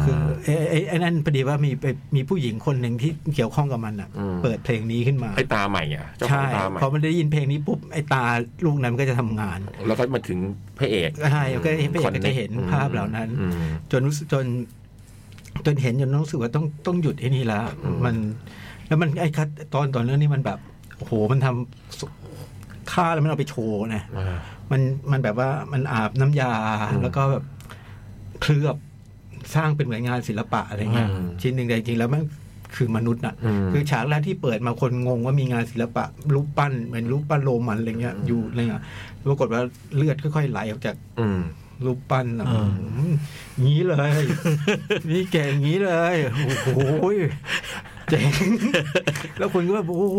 [SPEAKER 2] คือไอ้ไอ้ไอ้นั่นพอดีว่ามีไปมีผู้หญิงคนหนึ่งที่เกี่ยวข้องกับมันอ่ะ
[SPEAKER 3] ม
[SPEAKER 2] เปิดเพลงนี้ขึ้นมา
[SPEAKER 3] ไอ้ตาใหม่อ่ะเจ้าขอ
[SPEAKER 2] ใช่
[SPEAKER 3] งตาใหม่
[SPEAKER 2] พอมันได้ยินเพลงนี้ปุ๊บไอ้ตาลูกนั้นมันก็จะทำงาน
[SPEAKER 3] แล้วก็มาถึงพระเอก
[SPEAKER 2] ใช่ก็เห็นพระเอกก็จะเห็นภาพเหล่านั้น
[SPEAKER 3] อืม
[SPEAKER 2] จนรู้สึกจน จนเห็นจนรู้สึกว่าต้องต้องหยุดไอ้นี่ละ
[SPEAKER 3] อืม
[SPEAKER 2] มัน แล้วมันไอ้คัดตอนตอนเรื่องนี้มันแบบโอ้โหมันทำฆ่าแล้วมันเอาไปโชว์นะ
[SPEAKER 3] อ่า
[SPEAKER 2] มันมันแบบว่ามันอาบน้ำยา
[SPEAKER 3] อืม
[SPEAKER 2] แล้วก็แบบเคลือบสร้างเป็นเหมือนงานศิลปะอะไรเงี้ย
[SPEAKER 3] อืม
[SPEAKER 2] ชิ้นหนึ่งแต่จริงๆแล้วมันคือมนุษย์น่ะ
[SPEAKER 3] ม
[SPEAKER 2] คือฉากแรกที่เปิดมาคนงงว่ามีงานศิลปะรูปปั้นเหมือนรูปปั้นโรมันอะไรเงี้ยอยู่อะไรเงี้ยปรากฏว่าเลือดค่อยๆไหลออกจาก
[SPEAKER 3] อืม
[SPEAKER 2] รูปปั้นอะมงี้เลย นี่แกงงี้เลยโอ้โหเจ๋งแล้วคนก็แบบโอ้โห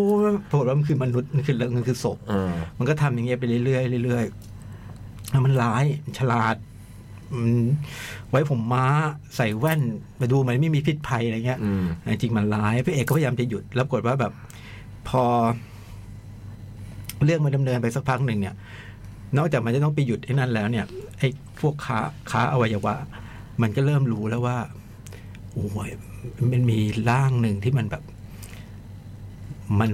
[SPEAKER 2] ปรากฏว่ามันคือมนุษย์มันคือเรื่องมันคือศพ
[SPEAKER 3] อืม
[SPEAKER 2] มันก็ทำอย่างเงี้ยไปเรื่อยๆเรื่อยๆแล้วมันร้ายมันฉลาดมันไว้ผมม้าใส่แว่นไปดูเหมันไม่มีพิษภัยอะไรเงี้ย
[SPEAKER 3] อืม
[SPEAKER 2] จริงๆมันร้ายพระเอกก็พยายามจะหยุดแล้วปรากฏว่าแบบ พอ เรื่องมันดำเนินไปสักพักหนึ่งเนี่ย นอกจากมันจะต้องไปหยุดไอ้นั่นแล้วเนี่ยไอ้พวกค้าค้าอวัยวะ มันก็เริ่มรู้แล้วว่าโอ้ยมันมีร่างหนึ่งที่มันแบบ มัน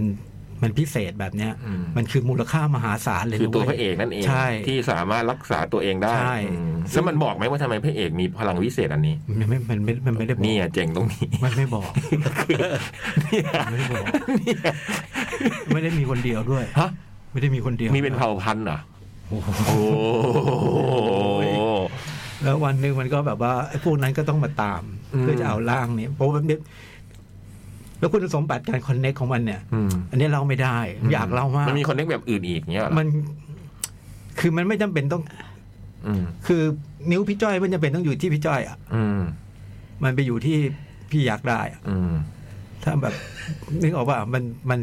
[SPEAKER 2] มันพิเศษแบบเนี้ย
[SPEAKER 3] อืม
[SPEAKER 2] มันคือมูลค่ามหาศาลเลย
[SPEAKER 3] คือ
[SPEAKER 2] นะ
[SPEAKER 3] ตัวพ
[SPEAKER 2] เว้ย
[SPEAKER 3] ระเอกนั่นเอง
[SPEAKER 2] ใช่
[SPEAKER 3] ที่สามารถรักษาตัวเองได้
[SPEAKER 2] ใช่
[SPEAKER 3] อืมแล้วมันบอกไหมว่าทำไมพระเอกมีพลังวิเศษอันนี้
[SPEAKER 2] มันไม่มันไม่มันไม่ได้บอก
[SPEAKER 3] เนี่ยเจ๋งตรงนี้
[SPEAKER 2] มันไม่บอกมันไม่ได้บอกไม่ได้มีคนเดียวด้วย
[SPEAKER 3] ฮะ
[SPEAKER 2] ไม่ได้มีคนเดียว
[SPEAKER 3] มีเป็นเผ่าพันธุ์เหรอโอ้โห
[SPEAKER 2] แล้ววันหนึ่งมันก็แบบว่าไอ้พวกนั้นก็ต้องมาตาม เพื่อจะเอาร่างเนี่ยเพราะว่ามัน แล้วคุณสมบัติการคอนเน็กของมันเนี่ย
[SPEAKER 3] อืม
[SPEAKER 2] อันนี้เล่าไม่ได้อยากเล่ามาก
[SPEAKER 3] มันมีคอนเนคแบบอื่นอีกเงี้ยเหรอ
[SPEAKER 2] มัน คือมันไม่จำเป็นต้อง
[SPEAKER 3] อืม
[SPEAKER 2] คือนิ้วพี่จ้อยมันจำเป็นต้องอยู่ที่พี่จ้อยอ่ะ
[SPEAKER 3] อืม
[SPEAKER 2] มันไปอยู่ที่พี่อยากได้อะ
[SPEAKER 3] อืม
[SPEAKER 2] ถ้าแบบ นึกออกว่ามันมัน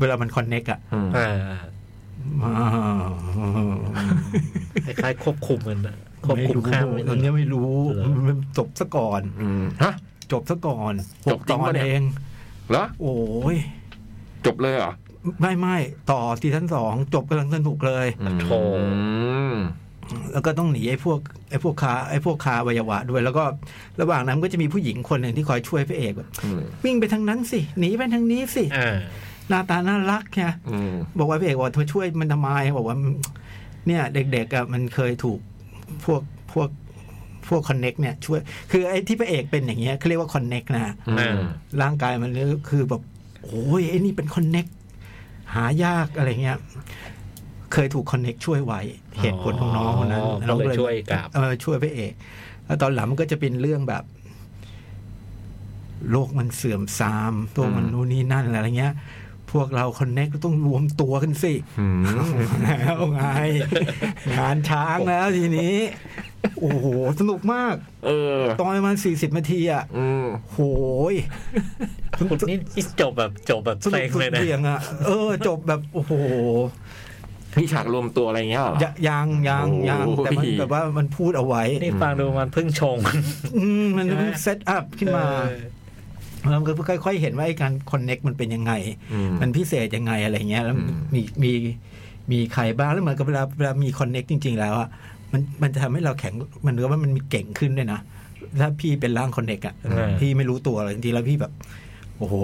[SPEAKER 2] เวลามันคอนเน็กอ่ะ
[SPEAKER 3] อืม
[SPEAKER 4] เออคล้ายๆควบคุมมันนะ ควบคุมข้าม
[SPEAKER 2] ไม่
[SPEAKER 4] ไม่
[SPEAKER 2] รู้ตอ
[SPEAKER 4] ได้
[SPEAKER 2] นนี้ไม่รู้
[SPEAKER 4] เหรอ
[SPEAKER 2] มันจบซะก่อน
[SPEAKER 3] อืมฮะ
[SPEAKER 2] จบซะก่อน
[SPEAKER 3] จบจริง
[SPEAKER 2] หกตอ
[SPEAKER 3] ปะ
[SPEAKER 2] น
[SPEAKER 3] เนี่ย
[SPEAKER 2] เอง
[SPEAKER 3] เหรอ
[SPEAKER 2] โอ้ย
[SPEAKER 3] จบเลยเหรอ
[SPEAKER 2] ไม่ไม่ต่อซีซั่นสองจบกำลังสนุกเลย
[SPEAKER 3] อืม
[SPEAKER 4] โถ
[SPEAKER 2] แล้วก็ต้องหนีไอ้พวกไอ้พวกคาไอ้พวกคาวัยวะด้วย แล้วก็ระหว่างนั้นก็จะมีผู้หญิงคนหนึ่งที่คอยช่วยพระเอกแบบ
[SPEAKER 3] อืม
[SPEAKER 2] วิ่งไปทางนั้นสิหนีไปทางนี้สิ
[SPEAKER 4] อ่า
[SPEAKER 2] หน้าตาน่ารักไง
[SPEAKER 3] อืม
[SPEAKER 2] บอกว่าพระเอกว่าเธอช่วยมันทำไมบอกว่า เนี่ย เด็กๆอ่ะมันเคยถูกพวกพวกพวกคอนเน็กเนี่ยช่วยคือไอ้ที่พระเอกเป็นอย่างเงี้ยเขาเรียกว่าคอนเน็กนะ
[SPEAKER 3] อืม
[SPEAKER 2] ร่างกายมันเนี่ยคือแบบโอ้ยไอ้นี่เป็นคอนเน็กหายากอะไรเงี้ย เคยถูกคอนเน็กช่วยไว้ เหตุผลของน้องคนนั้น
[SPEAKER 4] อ๋อ
[SPEAKER 2] น้อง
[SPEAKER 4] ก็เลยช่วยกลับ
[SPEAKER 2] เออช่วยพระเอก แล้วตอนหลังมันก็จะเป็นเรื่องแบบ โลกมันเสื่อมทรามโลกมันนู่นนี่นั่นอะไรเงี้ย พวกเราคอนเน็กต้องรวมตัวกันสิ
[SPEAKER 3] อืม
[SPEAKER 2] แล้วไง งานช้างแล้วทีนี้ โอ้โหสนุกมาก
[SPEAKER 3] เออ
[SPEAKER 2] ตอนประมาณสี่สิบนาทีอ่ะ
[SPEAKER 3] อืม
[SPEAKER 2] โหย
[SPEAKER 4] คุณนี่นี่จบแบบจบแบบ
[SPEAKER 2] ส
[SPEAKER 4] เซ็
[SPEAKER 2] นุก
[SPEAKER 4] ง
[SPEAKER 2] สุด
[SPEAKER 4] เลยนะ
[SPEAKER 2] เบี่ยงอ่ะ เออ จบแบบ โอ้โห
[SPEAKER 3] มีฉากรวมตัวอะไรอย่างเงี้ยเหรอ
[SPEAKER 2] ยะยังยังยัง
[SPEAKER 3] โอ้โห
[SPEAKER 2] แต่มันแบบว่ามันพูดเอาไว้
[SPEAKER 4] นี่ฟังดูมันเพิ่งชง
[SPEAKER 2] อืมมันเพิ่งเซตอัพขึ้นมา
[SPEAKER 4] เออ
[SPEAKER 2] แล้วมันก็ค่อยๆเห็นว่าไอ้การคอนเน็กมันเป็นยังไง
[SPEAKER 3] อืม
[SPEAKER 2] มันพิเศษยังไงอะไรเงี้ย แล้ว
[SPEAKER 3] อืม
[SPEAKER 2] มีมีมีใครบ้างแล้วเหมือนกับเวลาเวลามีคอนเน็กจริง ๆ แล้วอ่ะมันมันจะทำให้เราแข็งมันเหมือนกับว่ามันมีเก่งขึ้นด้วยนะถ้าพี่เป็นร่างคอนเน็กอ่ะ
[SPEAKER 4] อืม
[SPEAKER 2] พี่ไม่รู้ตัวเลยจริงๆแล้วพี่แบบ โอ้โห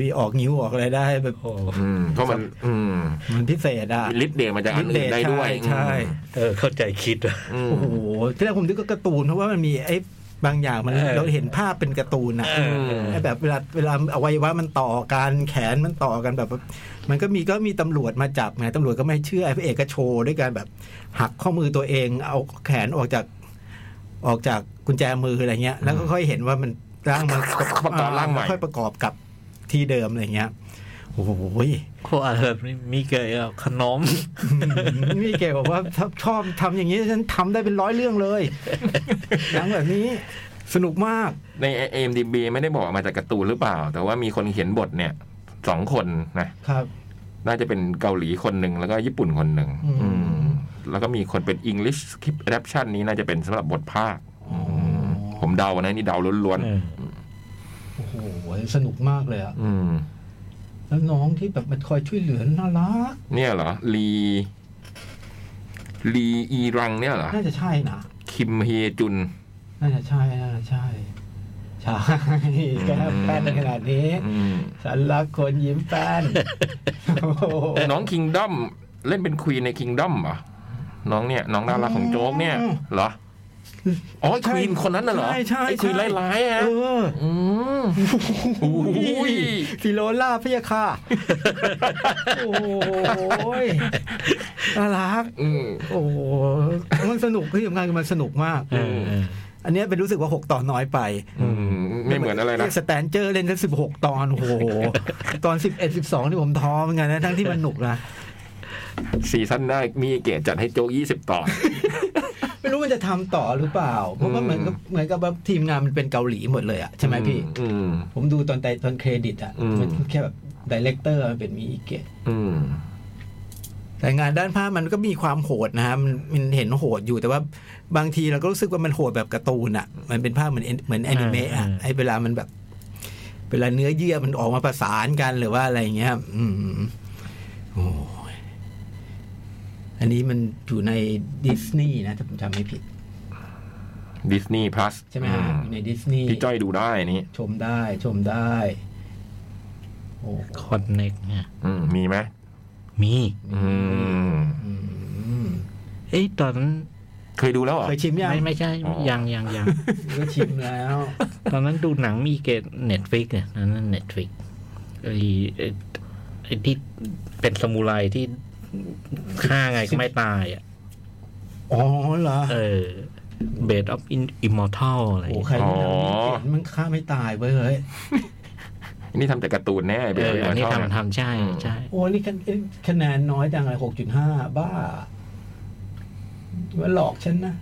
[SPEAKER 2] พี่ออกนิ้วออกอะไรได้แบบ
[SPEAKER 4] โอ้
[SPEAKER 3] อืมเพราะมันอืม
[SPEAKER 2] มันพิเศษอ่ะ
[SPEAKER 3] ฤทธิ์เดชมันจะอันอื่นได้ด้วย
[SPEAKER 2] ใช่
[SPEAKER 4] เออ เข้าใจคิดว่ะ
[SPEAKER 3] อืม
[SPEAKER 2] โอ้โหที่แรกผมนึกก็การ์ตูนเพราะว่ามันมีไอ้บางอย่างมัน
[SPEAKER 4] เออ
[SPEAKER 2] เราเห็นภาพเป็นการ์ตูนนะ
[SPEAKER 4] เออ
[SPEAKER 2] ไอ้แบบเวลาเวลาอวัยวะมันต่อกันแขนมันต่อกันแบบ มันก็มีก็มีตำรวจมาจับไงตำรวจก็ไม่เชื่อไอ้พระเอกก็โชว์ด้วยการแบบหักข้อมือตัวเอง เอาแขนออกจากออกจากกุญแจมืออะไรเงี้ย แล้วก็ค่อยเห็นว่ามันร่างมัน
[SPEAKER 3] ประกอบร่างใหม่
[SPEAKER 2] ค่อยประกอบกับที่เดิมอะไรเงี้ยโอ้โห
[SPEAKER 4] โคอาแบบนี้มีเกยกับขนม
[SPEAKER 2] นี่เก๋บอกว่าถ้าชอบทำอย่างนี้ฉันทำได้เป็นร้อยเรื่อง เลยหนังแบบนี้สนุกมาก
[SPEAKER 3] ใน AMDB ไม่ได้บอกมาจากการ์ตูนหรือเปล่า แต่ว่ามีคนเขียนบทเนี่ยสองคนนะ
[SPEAKER 2] ครับ
[SPEAKER 3] น่าจะเป็นเกาหลีคนหนึ่งแล้วก็ญี่ปุ่นคนหนึ่ง
[SPEAKER 2] อืม
[SPEAKER 3] อืมแล้วก็มีคนเป็น English Script Adaptation นี้น่าจะเป็นสำหรับบทภาคมผมเดานะนี่เดาล้วน
[SPEAKER 5] โอ้โหสนุกมากเลยอะ
[SPEAKER 3] ๆอืม
[SPEAKER 5] แล้วน้องที่แบบมันคอยช่วยเหลือน่ารัก
[SPEAKER 3] เนี่ยเหรอลีลีอีรังเนี่ยเหรอ
[SPEAKER 5] น่าจะใช่นะ
[SPEAKER 3] คิมเฮจุน
[SPEAKER 5] น่าจะใช่น่าจะใช่ใช่ แก้มแป้นขนาดนี้
[SPEAKER 3] อืม
[SPEAKER 5] ฉันรักคนยิ้มแป้น โอ้โห
[SPEAKER 3] น้องคิงด o มเล่นเป็นควีนในคิงด o มเหรอ น้องเนี่ย น้องน่ารักของโจ๊กเนี่ยเหรอ อ๋อควีนคนนั้นน่ะเหรอ
[SPEAKER 2] ใช่ใช่
[SPEAKER 3] ไอ้ควีน
[SPEAKER 2] ใช่
[SPEAKER 3] ร้ายๆ
[SPEAKER 2] เอ
[SPEAKER 3] ฮะ
[SPEAKER 2] อ
[SPEAKER 3] อืมอุ้ย
[SPEAKER 2] ฟิโลล่าพยาค่ะโอ้ยน่ารัก
[SPEAKER 3] อืม
[SPEAKER 2] โอ้โหมันสนุกที่สำคัญคือมันสนุกมาก
[SPEAKER 3] เออ
[SPEAKER 2] อันเนี้ยเป็นรู้สึกว่า 6 ตอนน้อยไป
[SPEAKER 3] อืมไม่เหมือนอะไรนะ
[SPEAKER 2] สแตนเจอร์เล่นทั้งสิบหกตอนโอ้โหตอนสิบเอ็ดสิบสองที่ผมท้อเหมือนกันนะทั้งที่มันหนุกนะ
[SPEAKER 3] ซีซั่นได้มีเกยรตจัดให้โจ๊กยี่สิบตอน
[SPEAKER 2] ไม่รู้มันจะทำต่อหรือเปล่า เพราะว่าเหมือนกับเหมือนกับว่าทีมงานมันเป็นเกาหลีหมดเลยอะใช่ไหมพี่
[SPEAKER 3] อืม
[SPEAKER 5] ผมดูตอนไตตอนเครดิตอ่ะ
[SPEAKER 3] อืม
[SPEAKER 5] มันแค่แบบดีเลกเตอร์มันเป็นมีอิเกะ
[SPEAKER 3] อืม
[SPEAKER 2] แต่งานด้านภาพมันก็มีความโหดนะฮะมันมันเห็นโหดอยู่แต่ว่าบางทีเราก็รู้สึกว่ามันโหดแบบการ์ตูนอะมันเป็นภาพเหมือนเหมือนแอนิเมะอะ
[SPEAKER 4] อ่า
[SPEAKER 2] ไอเวลามันแบบ เวลาเนื้อเยื่อมันออกมาประสานกันหรือว่าอะไรอย่างเงี้ย อืมโอ้ยอันนี้มันอยู่ในดิสนีย์นะถ้าผมจำไม่ผิด
[SPEAKER 3] ดิสนีย์พลัส
[SPEAKER 5] ใช่ไหมฮะอยู่ในดิสนีย์
[SPEAKER 3] พี่จ้อยดูได้นี่
[SPEAKER 5] ชมได้ชมได้ โอ้
[SPEAKER 4] คอนเน็กเนี่ย
[SPEAKER 3] อืมมีไหม
[SPEAKER 4] มี
[SPEAKER 3] อืม
[SPEAKER 5] อืม
[SPEAKER 4] เอ้ยตอนนั้น
[SPEAKER 3] เคยดูแล้วเหรอ
[SPEAKER 2] เคยชิมยัง
[SPEAKER 4] ไม่ไม่ใช่
[SPEAKER 3] อ๋อ
[SPEAKER 4] ยังยัง ยัง
[SPEAKER 5] นี่ก็ชิมแล้ว
[SPEAKER 4] ตอนนั้นดูหนังมีเกตเน็ตฟิกเนี่ยตอนนั้นเน็ตฟิกไอ้ไอ้ไอ้ที่เป็นสมุไรที่ฆ่า ไงก็ไม่ตายอ่ะ
[SPEAKER 2] อ๋อเหรอ
[SPEAKER 4] เออเบดออฟอิมมอร์ทัลอะไร
[SPEAKER 5] โอ้ใครที่ทำมีเกะมันฆ่าไม่ตายเว้ยเฮ้ย
[SPEAKER 3] อันนี้ทำแต่การ์ตูนแน่ไอ้
[SPEAKER 4] เอ
[SPEAKER 3] เบล
[SPEAKER 4] ออันนี้
[SPEAKER 3] ชบะ
[SPEAKER 4] ทำทำใช่ใช่
[SPEAKER 5] โอ้นี่คะคะแนนน้อยจังเลยหกจุดห้าบ้ามันหลอกฉันนะ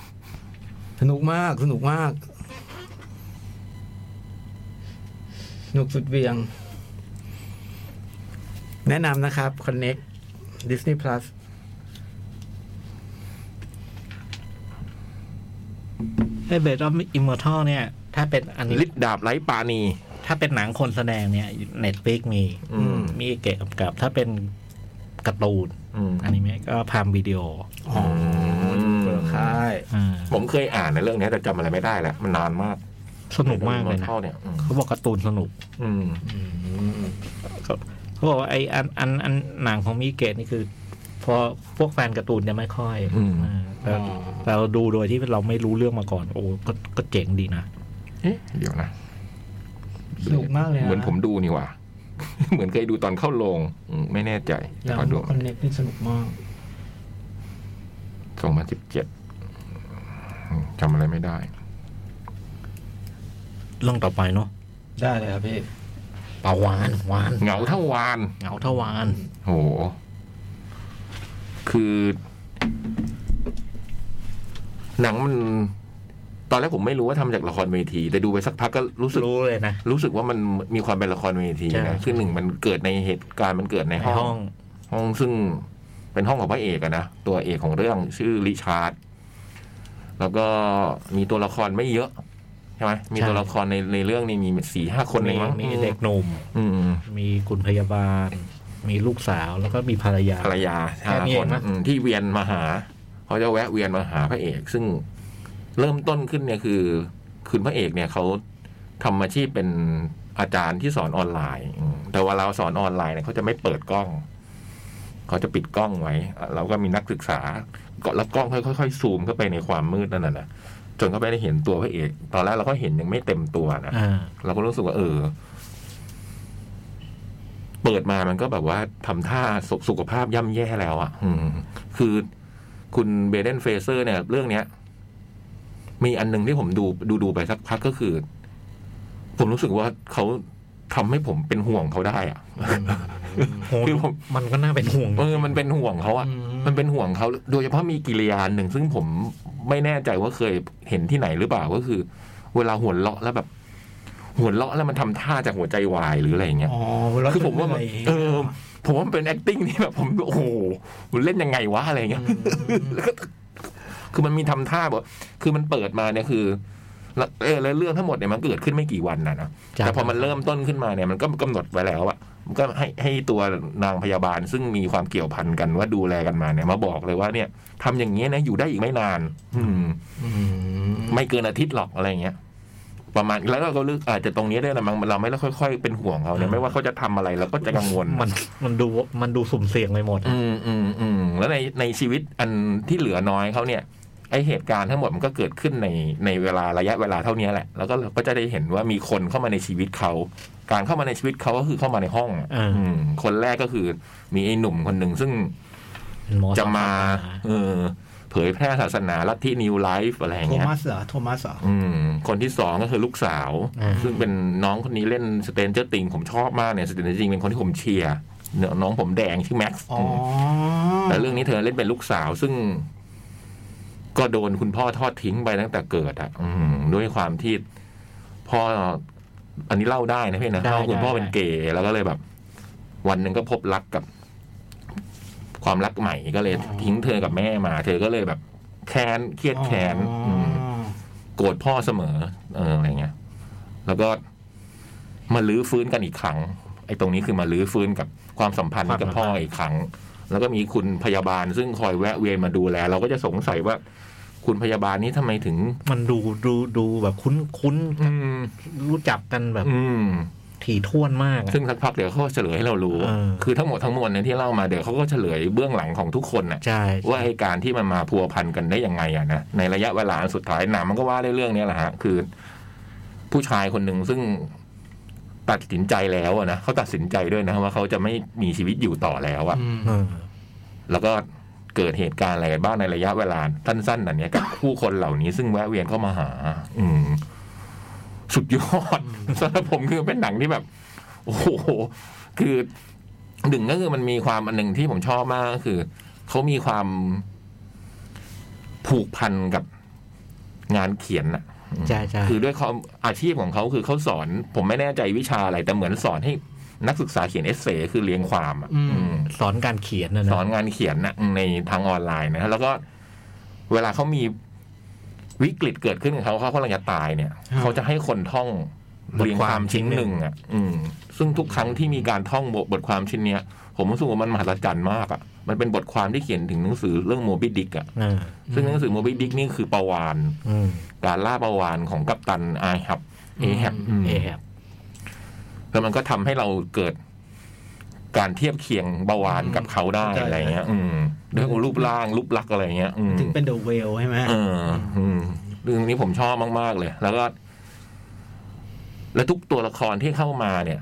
[SPEAKER 2] สนุกมากสนุกมากสนุกสุดเวียง แนะนำนะครับ Connect Disney Plus
[SPEAKER 4] ไอเบดออฟอิมมอร์ทัลเนี่ย ถ้าเป็นอันนี้
[SPEAKER 3] ลิดดาบไร้ปานี
[SPEAKER 4] ถ้าเป็นหนังคนแสดงเนี่ยเน็ตฟิกมี
[SPEAKER 3] อืม
[SPEAKER 4] มีเกะกำกับ ถ้าเป็นการ์ตูน
[SPEAKER 3] อืม
[SPEAKER 4] อนิเมะก็พามวิดีโอ
[SPEAKER 2] อ๋อเปิดค่าย
[SPEAKER 4] อ่า
[SPEAKER 3] ผมเคยอ่านในเรื่องนี้แต่จำอะไรไม่ได้แล้วมันนานมาก
[SPEAKER 4] สนุกมากเลยนะ
[SPEAKER 3] ท่เนี่ยอืม
[SPEAKER 4] เขาบอกการ์ตูนสนุก
[SPEAKER 3] อืม
[SPEAKER 4] เขาบอกว่าไออันอันอันหนังของมีเกะนี่คือ พอพวกแฟนการ์ตูนเนี่ยไม่ค่อยอ่าแต่
[SPEAKER 5] อ๋อ
[SPEAKER 4] แต่เราดูโดยที่เราไม่รู้เรื่องมาก่อน โอ้ก็ก็เจ๋งดีนะ
[SPEAKER 3] เอ๊ะเดี๋ยวนะ
[SPEAKER 5] สนุกมากเลยนะ
[SPEAKER 3] เหมือนผมดูนี่หว่า เหมือนเคยดูตอนเข้าโรงอืมไม่แน่ใจ
[SPEAKER 5] หนัง
[SPEAKER 3] ขอดู
[SPEAKER 5] คอนเน็กนี่สนุกมาก
[SPEAKER 3] สองพันสิบเจ็ดจำอะไรไม่ได้
[SPEAKER 4] เรื่องต่อไปเนาะ
[SPEAKER 5] ได้เลยครับพี่
[SPEAKER 4] ปลาวานวาน
[SPEAKER 3] เหงาเท่าวาน
[SPEAKER 4] เหงาทวาน
[SPEAKER 3] โห คือ หนังมัน ตอนแรกผมไม่รู้ว่าทำจากละครเวที แต่ดูไปสักพักก็รู้สึก
[SPEAKER 4] รู้เลยนะ
[SPEAKER 3] รู้สึกว่ามันมีความเป็นละครเวที
[SPEAKER 4] ใช่
[SPEAKER 3] นะคือหนึ่งมันเกิดในเหตุการณ์มันเกิดใน
[SPEAKER 4] ใน
[SPEAKER 3] ห้อง
[SPEAKER 4] ห้อง
[SPEAKER 3] ห้องซึ่งเป็นห้องของพระเอกอะนะ ตัวเอกของเรื่องชื่อริชาร์ด แล้วก็มีตัวละครไม่เยอะใช่ไหมมี
[SPEAKER 4] ใช่
[SPEAKER 3] ตัวละครในในเรื่องนี้มีสี่ห้าคนเองมั้ง
[SPEAKER 4] มีเด็กหนุ่ม
[SPEAKER 3] อืม
[SPEAKER 4] มีคุณพยาบาล มีลูกสาวแล้วก็มีภรรยา
[SPEAKER 3] ภรรยา
[SPEAKER 4] แค่นี้
[SPEAKER 3] ห้าคน
[SPEAKER 4] เองนะ
[SPEAKER 3] อืมที่เวียนมาหา เขาจะแวะเวียนมาหาพระเอก ซึ่งเริ่มต้นขึ้นเนี่ยคือ คุณพระเอกเนี่ยเขาทำอาชีพเป็นอาจารย์ที่สอนออนไลน์อืมแต่เว่าเราสอนออนไลน์เนี่ยเขาจะไม่เปิดกล้อง เขาจะปิดกล้องไว้อ่ะเราก็มีนักศึกษาก็แล้วกล้องค่อยๆซูมเข้าไปในความมืดนั่นน่ะนะจนเข้าไปได้เห็นตัวพระเอก ตอนแรกเราก็เห็นยังไม่เต็มตัวนะ
[SPEAKER 4] อ่า
[SPEAKER 3] เราก็รู้สึกว่าเออ เปิดมามันก็แบบว่าทำท่าสุสุขภาพย่ำแย่แล้วอะ่ะ อืม คือคุณเบเดนเฟเซอร์เนี่ย เรื่องเนี้ย มีอันหนึงที่ผมดูดูดูไปสักพักก็คือ ผมรู้สึกว่าเขาทำให้ผมเป็นห่วงเขาได้อะ่ะ
[SPEAKER 4] โอ้ย
[SPEAKER 3] คือผม
[SPEAKER 4] มันก็น่าเป็นห่วง
[SPEAKER 3] เออมันเป็นห่วงเขาอะ่ะ มันเป็นห่วงเขาโดยเฉพาะมีกิริยาหนึ่ง ซึ่งผมไม่แน่ใจว่าเคยเห็นที่ไหนหรือเปล่าก็คือ เวลาหัวเราะแล้วแบบ หัวเราะแล้วมันทำท่าจากหัวใจวายหรืออะไรอย่างเงี้ย
[SPEAKER 5] อ๋อแล้ว
[SPEAKER 3] คือผมว่ามัน
[SPEAKER 5] เหนื่ย
[SPEAKER 3] เออ ผมว่ามันเป็น acting ที่แบบผมโอ้โหมันเล่นยังไงวะอะไรเงี้ยแล้วก็ คือมันมีทำท่าแบบคือมันเปิดมาเนี่ยคือแล้วเออแล้วเรื่องทั้งหมดเนี่ยมันเกิดขึ้นไม่กี่วันนะนะแต่พอมันเริ่มต้นขึ้นมาเนี่ยมันก็กำหนดไว้แล้วอะมันก็ให้ให้ตัวนางพยาบาล ซึ่งมีความเกี่ยวพันกันว่าดูแลกันมาเนี่ยมาบอกเลยว่าเนี่ยทำอย่างเงี้ยนะอยู่ได้อีกไม่นาน อืม
[SPEAKER 5] อืม
[SPEAKER 3] ไม่เกินอาทิตย์หรอกอะไรอย่างเงี้ย ประมาณแล้วเราก็เลือกอาจจะตรงนี้ได้วยนะมันเราไม่ได้ค่อย ๆ เป็นห่วงเขาเนี่ยไม่ว่าเขาจะทำอะไรเราก็จะกังวล
[SPEAKER 4] มันมันดูมันดูสุ่มเสี่ยงไปหมดอะ
[SPEAKER 3] อืมอืมอืมแล้วในในชีวิตอันที่เหลือน้อยเขาเนี่ย ไอเหตุการณ์ทั้งหมดมันก็เกิดขึ้นในในเวลาระยะเวลาเท่านี้แหละ แล้วก็เราก็จะได้เห็นว่ามีคนเข้ามาในชีวิตเขา การเข้ามาในชีวิตเขาก็คือเข้ามาในห้องอะอืมคนแรกก็คือมีไอหนุ่มคนหนึ่งซึ่ง
[SPEAKER 4] เป็นหมอ
[SPEAKER 3] จะมา
[SPEAKER 4] สอน
[SPEAKER 3] เออเผยแพร่ศาสนาลัทธินิวไลฟ์อะไรอย่าง
[SPEAKER 5] โท
[SPEAKER 3] เงี้ย
[SPEAKER 5] มัสเหรอโทมัสเหรอ
[SPEAKER 3] อืมคนที่สองก็คือลูกสาว
[SPEAKER 4] อ่า
[SPEAKER 3] ซึ่งเป็นน้องคนนี้เล่นสเตนเจอร์ติงผมชอบมากเนี่ยสเตนเจอร์ติงเป็นคนที่ผมเชียร์เนี่ยน้องผมแดงชื่อแม็กซ์
[SPEAKER 5] อ๋อ
[SPEAKER 3] แต่เรื่องนี้เธอเล่นเป็นลูกสาว ซึ่ง ก็โดนคุณพ่อทอดทิ้งไปตั้งแต่เกิดอ่ะ อืมด้วยความที่พ่ออันนี้เล่าได้นะพี่นะเล่าคุณพ่อเป็นเกย์แล้วก็เลยแบบ วันหนึ่งก็พบรักกับ ความรักใหม่ก็เลย ทิ้งเธอกับแม่มา เธอก็เลยแบบแค้นเครียดแค้น
[SPEAKER 5] อ๋อ
[SPEAKER 3] ม โกรธพ่อเสมอ เอออะไรเงี้ย แล้วก็มาลื้อฟื้นกันอีกครั้ง ไอ้ตรงนี้คือมาลื้อฟื้นกับความสัมพันธ์กับพ่ออีกครั้ง แล้วก็มีคุณพยาบาลซึ่งคอยแวะเวียนมาดูแล เราก็จะสงสัยว่า คุณพยาบาลนี้ทำไมถึง
[SPEAKER 4] มันดูดูดูแบบคุ้นคุ้น
[SPEAKER 3] อืม
[SPEAKER 4] รู้จักกันแบบ
[SPEAKER 3] อืม
[SPEAKER 4] ถี่ถ้วนมากอะ
[SPEAKER 3] ซึ่งสักพักเดี๋ยวเขาก็เฉลยให้เรารู้
[SPEAKER 4] เออ
[SPEAKER 3] คือทั้งหมดทั้งมวลเนี่ยที่เล่ามาเดี๋ยวเขาก็เฉลยเบื้องหลังของทุกคนน่ะ
[SPEAKER 4] ใช่
[SPEAKER 3] ว่าไอการที่มันมาพัวพันกันได้ยังไงอะนะในระยะเวลาอันสุดท้ายหนังมันก็ว่าได้เรื่องเนี้ยแหละฮะคือ ผู้ชายคนหนึ่งซึ่งตัดสินใจแล้วอะนะเขาตัดสินใจด้วยนะว่าเขาจะไม่มีชีวิตอยู่ต่อแล้วอะ
[SPEAKER 5] อืม
[SPEAKER 4] เออ
[SPEAKER 3] แล้วก็เกิดเหตุการณ์อะไรกันบ้างในระยะเวลาสั้นๆอันเนี้ยกับ ผู้คนเหล่านี้ซึ่งแวะเวียนเข้ามาหา อืม สุดยอด สำหรับผมคือเป็นหนังที่แบบ โอ้โห คือหนึ่งก็คือมันมีความอันหนึ่งที่ผมชอบมากก็คือ เขามีความผูกพันกับงานเขียนน่ะ
[SPEAKER 4] ใช่ใช่
[SPEAKER 3] คือด้วยความอาชีพของเขาคือเขาสอน ผมไม่แน่ใจวิชาอะไร แต่เหมือนสอนให้นักศึกษาเขียนเอเซคือเรียงความอะ
[SPEAKER 2] อืม
[SPEAKER 3] อืม
[SPEAKER 4] สอนการเขียนนะ
[SPEAKER 3] ส
[SPEAKER 4] นะ
[SPEAKER 3] อนงานเขียนนะในทางออนไลน์นะแล้วก็เวลาเขามีวิกฤตเกิดขึ้นกับเขาเขากำลังจะตายเนี่ย เขาจะให้คนท่อง
[SPEAKER 4] บทควา
[SPEAKER 3] เรียงควา
[SPEAKER 4] ม
[SPEAKER 3] มชิ้นหนึ่งอ่ะ อืม ซึ่งทุกครั้งที่มีการท่องบทบทความชิ้นเนี้ย ผมรู้สึกว่ามันมหัศจรรย์มากอ่ะมันเป็นบทความที่เขียนถึงหนังสือเรื่องโมบิดิกอ่ะ
[SPEAKER 4] เออ
[SPEAKER 3] ซึ่งหนังสือโมบิดิกนี่คือประวาน
[SPEAKER 4] อืม
[SPEAKER 3] การล่าประวานของกัปตันอาฮับเอฮับอืม
[SPEAKER 4] เอแอบ
[SPEAKER 3] แล้วมันก็ทำให้เราเกิดการเทียบเคียงเบาหวานกับเขาได้
[SPEAKER 5] ใช่
[SPEAKER 3] อะไรเงี้ย อืมด้วยรูปร่างรูปลักษณ์อะไรเงี้ย อืม
[SPEAKER 2] ถึงเป็นเดอะเวลใช่ไหม
[SPEAKER 3] เออ อืมเรื่องนี้ผมชอบมาก ๆ เลย แล้วก็ และทุกตัวละครที่เข้ามาเนี่ย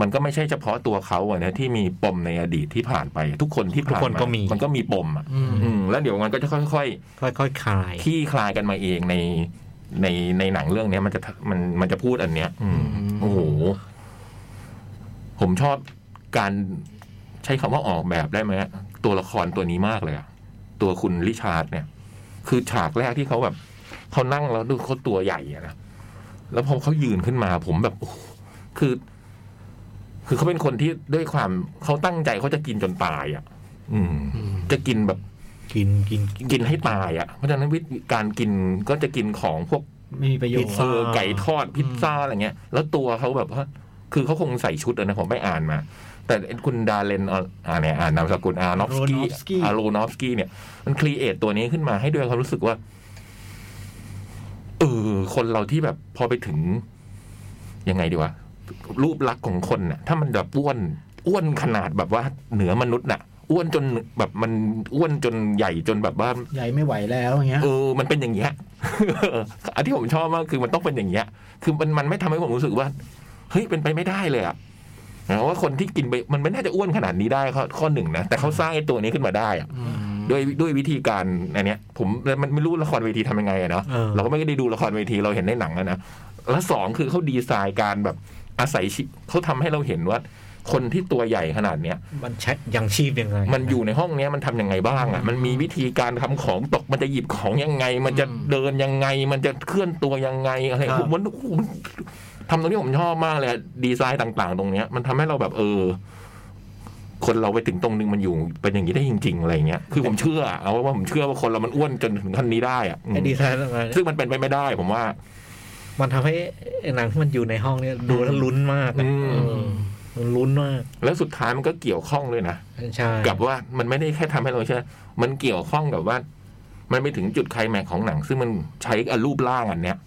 [SPEAKER 3] มันก็ไม่ใช่เฉพาะตัวเขาอะนะที่มีปมในอดีตที่ผ่านไป ทุกคนที่ผ่านมามันก็มีปมอ่ะ อืม แล้วเดี๋ยวมันก็จะค่อย ๆ
[SPEAKER 4] ค่อยๆคลาย
[SPEAKER 3] ที่คลายกันมาเองในในในหนังเรื่องเนี้ย มันจะมันมันจะพูดอันเนี้ย อืมโอ้โห ผมชอบการใช้คำว่าออกแบบได้ไหมตัวละครตัวนี้มากเลยอะตัวคุณริชาร์ดเนี่ย คือฉากแรกที่เขาแบบเขานั่งแล้วดูเขาตัวใหญ่อะนะแล้วพอเขายืนขึ้นมา ผมแบบโอ้โหคือ คือเขาเป็นคนที่ด้วยความเขาตั้งใจเขาจะกินจนตายอ่ะ อืม จะกินแบบ
[SPEAKER 4] กินกินกิน
[SPEAKER 3] กินให้ตายอ่ะ เพราะฉะนั้นวิธีการกินก็จะกินของพวก
[SPEAKER 2] ไม่มีประโยชน์
[SPEAKER 3] เซอร์ไก่ทอดพิซซ่าอะไรเงี้ย แล้วตัวเขาแบบว่าคือเขาคงใส่ชุดอะนะผมไปอ่านมา แต่คุณดาเลนอ่านเนี่ยอ่านนามสกุลอารนอฟสกี้
[SPEAKER 2] Aronofsky
[SPEAKER 3] อารนอฟสกี้เนี่ย มันครีเอทตัวนี้ขึ้นมาให้ด้วยความรู้สึกว่า เออ คนเราที่แบบพอไปถึง ยังไงดีวะ รูปลักษณ์ของคนน่ะ ถ้ามันแบบอ้วนอ้วนขนาดแบบว่าเหนือมนุษย์น่ะ อ้วนจนแบบมันอ้วนจนใหญ่จนแบบว่า
[SPEAKER 5] ใหญ่ไม่ไหวแล้วอย่างเงี้ย
[SPEAKER 3] เออ มันเป็นอย่างเงี้ย อันที่ผมชอบมากคือมันต้องเป็นอย่างเงี้ย คือมันมันไม่ทำให้ผมรู้สึกว่า เฮ้ย เป็นไปไม่ได้เลยอะหมายความว่าคนที่กินไปมันไม่น่าจะอ้วนขนาดนี้ได้ข้อข้อหนึ่งนะ แต่เขาสร้างไอ้ตัวนี้ขึ้นมาได้อะด้วยด้วยวิธีการอันเนี้ย ผมมันไม่รู้ละครเวทีทำยังไงอะเนาะ
[SPEAKER 4] เออ
[SPEAKER 3] เราก็ไม่ได้ดูละครเวทีเราเห็นในหนังอะนะ และสองคือเขาดีไซน์การแบบอาศัยชีเขาทำให้เราเห็นว่า คนที่ตัวใหญ่ขนาดเนี้ย
[SPEAKER 4] มันใช้ยังชีพยังไง
[SPEAKER 3] มันอยู่ในห้องเนี้ยมันทำยังไงบ้างอ่ะ มันมีวิธีการทำของตก มันจะหยิบของยังไง มันจะเดินยังไง มันจะเคลื่อนตัวยังไงอะไร
[SPEAKER 2] ครับ
[SPEAKER 3] ผมมันโอ้โหมันทำตรงนี้ผมชอบมากเลยอะดีไซน์ต่าง ๆ ตรงเนี้ย มันทำให้เราแบบเออ คนเราไปถึงตรงนึงมันอยู่เป็นอย่างนี้ได้จริง ๆ อะไรเงี้ย คือผมเชื่อเอาว่าผมเชื่อว่าคนเรามันอ้วนจนถึงขั้นนี้ได้อ่ะอืม
[SPEAKER 4] ไอ้ดีไซน์อะไร
[SPEAKER 3] ซึ่งมันเป็นไปไม่ได้ ผมว่า
[SPEAKER 4] มันทำให้ไอ้หนังที่มันอยู่ในห้องเนี่ยดูแล้วลุ้นมากอะ
[SPEAKER 3] อืม
[SPEAKER 4] เออมันลุ้นมาก
[SPEAKER 3] แล้วสุดท้ายมันก็เกี่ยวข้องด้วยนะ
[SPEAKER 4] ใช่
[SPEAKER 3] กับว่ามันไม่ได้แค่ทำให้เราเชื่อ มันเกี่ยวข้องกับว่า มันไปถึงจุดไคลแม็กซ์ของหนัง ซึ่งมันใช้อรูปร่างอันเนี้ย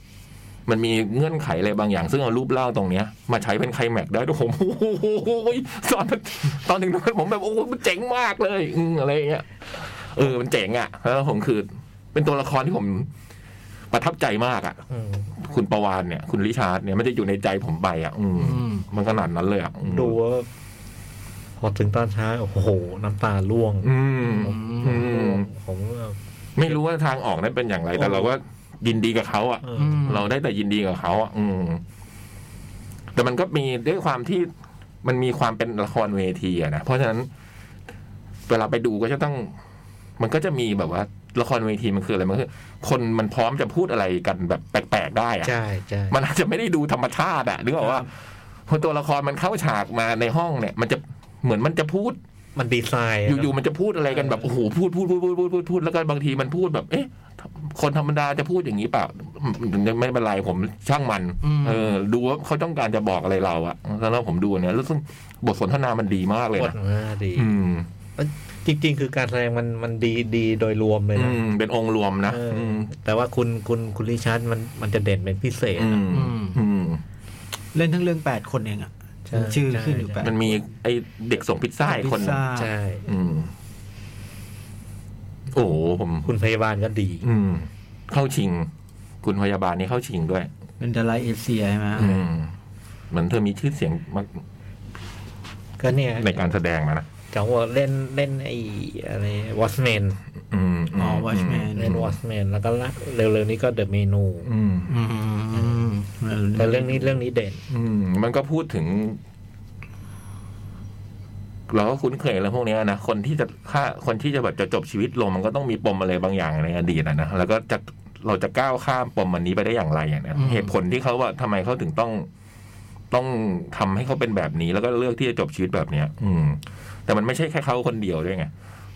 [SPEAKER 3] มันมีเงื่อนไขอะไรบางอย่าง ซึ่งเอารูปร่างตรงเนี้ย มาใช้เป็นไคล แม็กซ์ได้ด้วยผมโอ้โหตอนตอนถึงตรงนั้นผมแบบโอ้โหมันเจ๋งมากเลยอืมอะไรอย่างเงี้ยเออมันเจ๋งอ่ะแล้วผมคือ เป็นตัวละครที่ผมประทับใจมากอ่ะ
[SPEAKER 4] อืม
[SPEAKER 3] คุณประวานเนี่ย คุณริชาร์ดเนี่ยมันจะอยู่ในใจผมไปอ่ะ อืมมันขนาดนั้นเลยอ่ะอืม
[SPEAKER 4] ดูว่าพอถึงตอนเช้าโอ้โห น้ำตาร่วง
[SPEAKER 3] อืมอืม
[SPEAKER 4] ผมว่า
[SPEAKER 3] ไม่รู้ว่าทางออกนั้นเป็นอย่างไร แต่
[SPEAKER 4] โอ้
[SPEAKER 3] เราก็ยินดีกับเขาอ่ะ
[SPEAKER 4] เออ
[SPEAKER 3] เราได้แต่ยินดีกับเขาอ่ะ อืม แต่มันก็มีด้วยความที่มันมีความเป็นละครเวทีอะนะเพราะฉะนั้น เวลาไปดูก็จะต้อง มันก็จะมีแบบว่า ละครเวทีมันคืออะไรมันคือ คนมันพร้อมจะพูดอะไรกันแบบแปลกๆได้อะ
[SPEAKER 4] ใช่ใช่
[SPEAKER 3] มันอาจจะไม่ได้ดูธรรมชาติอะนึกออกว่าพอตัวละครมันเข้าฉากมาในห้องเนี่ย มันจะเหมือนมันจะพูด
[SPEAKER 4] มันดีไซน์ะ
[SPEAKER 3] อยู่ๆมันจะพูดอะไรกันแบบโอ้โหพูดพูดพูดพูดพูดพูดพูดแล้วก็บางทีมันพูดแบบ เอ๊ะ คนธรรมดาจะพูดอย่างนี้เปล่าไม่เป็นไรผมช่างมัน เออ ดูว่าเขาต้องการจะบอกอะไรเราอะแล้วผมดูเนี่ยรู้สึกบทสนทนามันดีมากเลย
[SPEAKER 4] กด
[SPEAKER 3] นะ
[SPEAKER 4] มาดี
[SPEAKER 3] อืม
[SPEAKER 4] จริง ๆ คือการแสดงมันมันดีดีโดยรวมเลย
[SPEAKER 3] อื
[SPEAKER 4] นะ
[SPEAKER 3] ม เป็นองค์รวมนะ
[SPEAKER 4] เอออ
[SPEAKER 3] อืม
[SPEAKER 4] แต่ว่าคุณคุณคุณริชาร์ดมันมันจะเด่นเป็นพิเศษ
[SPEAKER 3] อืมอืม
[SPEAKER 2] เล่นทั้งเรื่องแปดคนเองอ่ะ
[SPEAKER 4] ใช่
[SPEAKER 2] ชื่อ
[SPEAKER 4] ใช่
[SPEAKER 2] ขึ้นอยู่แปด
[SPEAKER 3] มันมีไอเด็กส่งพิซซ่าอีกคน
[SPEAKER 2] พิ
[SPEAKER 3] ห
[SPEAKER 2] ซ
[SPEAKER 3] นึ่ง
[SPEAKER 2] ซ่า
[SPEAKER 4] ใช่
[SPEAKER 3] อืม โอ้โหผม
[SPEAKER 4] คุณพยาบาลก็ดี
[SPEAKER 3] อืม เข้าชิง คุณพยาบาลนี่เข้าชิงด้วย
[SPEAKER 2] เป็นดาราเอเชียใช่ไหม
[SPEAKER 3] อืม เหมือนเธอมีชื่อเสียงมาก
[SPEAKER 4] ก็เนี่ย
[SPEAKER 3] ในการแสดงมานะ
[SPEAKER 4] จังหวะเล่นเล่นไอ้อะไรวอชแมน
[SPEAKER 3] อืมม
[SPEAKER 2] อ๋อวอชแมน
[SPEAKER 4] เล่นวอชแมนแล้วก็ละเร็วๆนี้ก็เดอะเมนู
[SPEAKER 3] อืม
[SPEAKER 2] อืม
[SPEAKER 4] แต่เรื่องนี้เรื่องนี้เด่น
[SPEAKER 3] อืมมันก็พูดถึง เราก็คุ้นเคยแล้วพวกเนี้ยนะคนที่จะฆ่าคนที่จะแบบจะจบชีวิตลง มันก็ต้องมีปมอะไรบางอย่างในอดีตอะนะแล้วก็จะเราจะก้าวข้ามปมอันนี้ไปได้อย่างไรอะนะ
[SPEAKER 5] อืม
[SPEAKER 3] เหตุผลที่เขาว่าทำไมเขาถึงต้อง ต้องทำให้เขาเป็นแบบนี้ แล้วก็เลือกที่จะจบชีวิตแบบเนี้ย อืม แต่มันไม่ใช่แค่เขาคนเดียวด้วยไง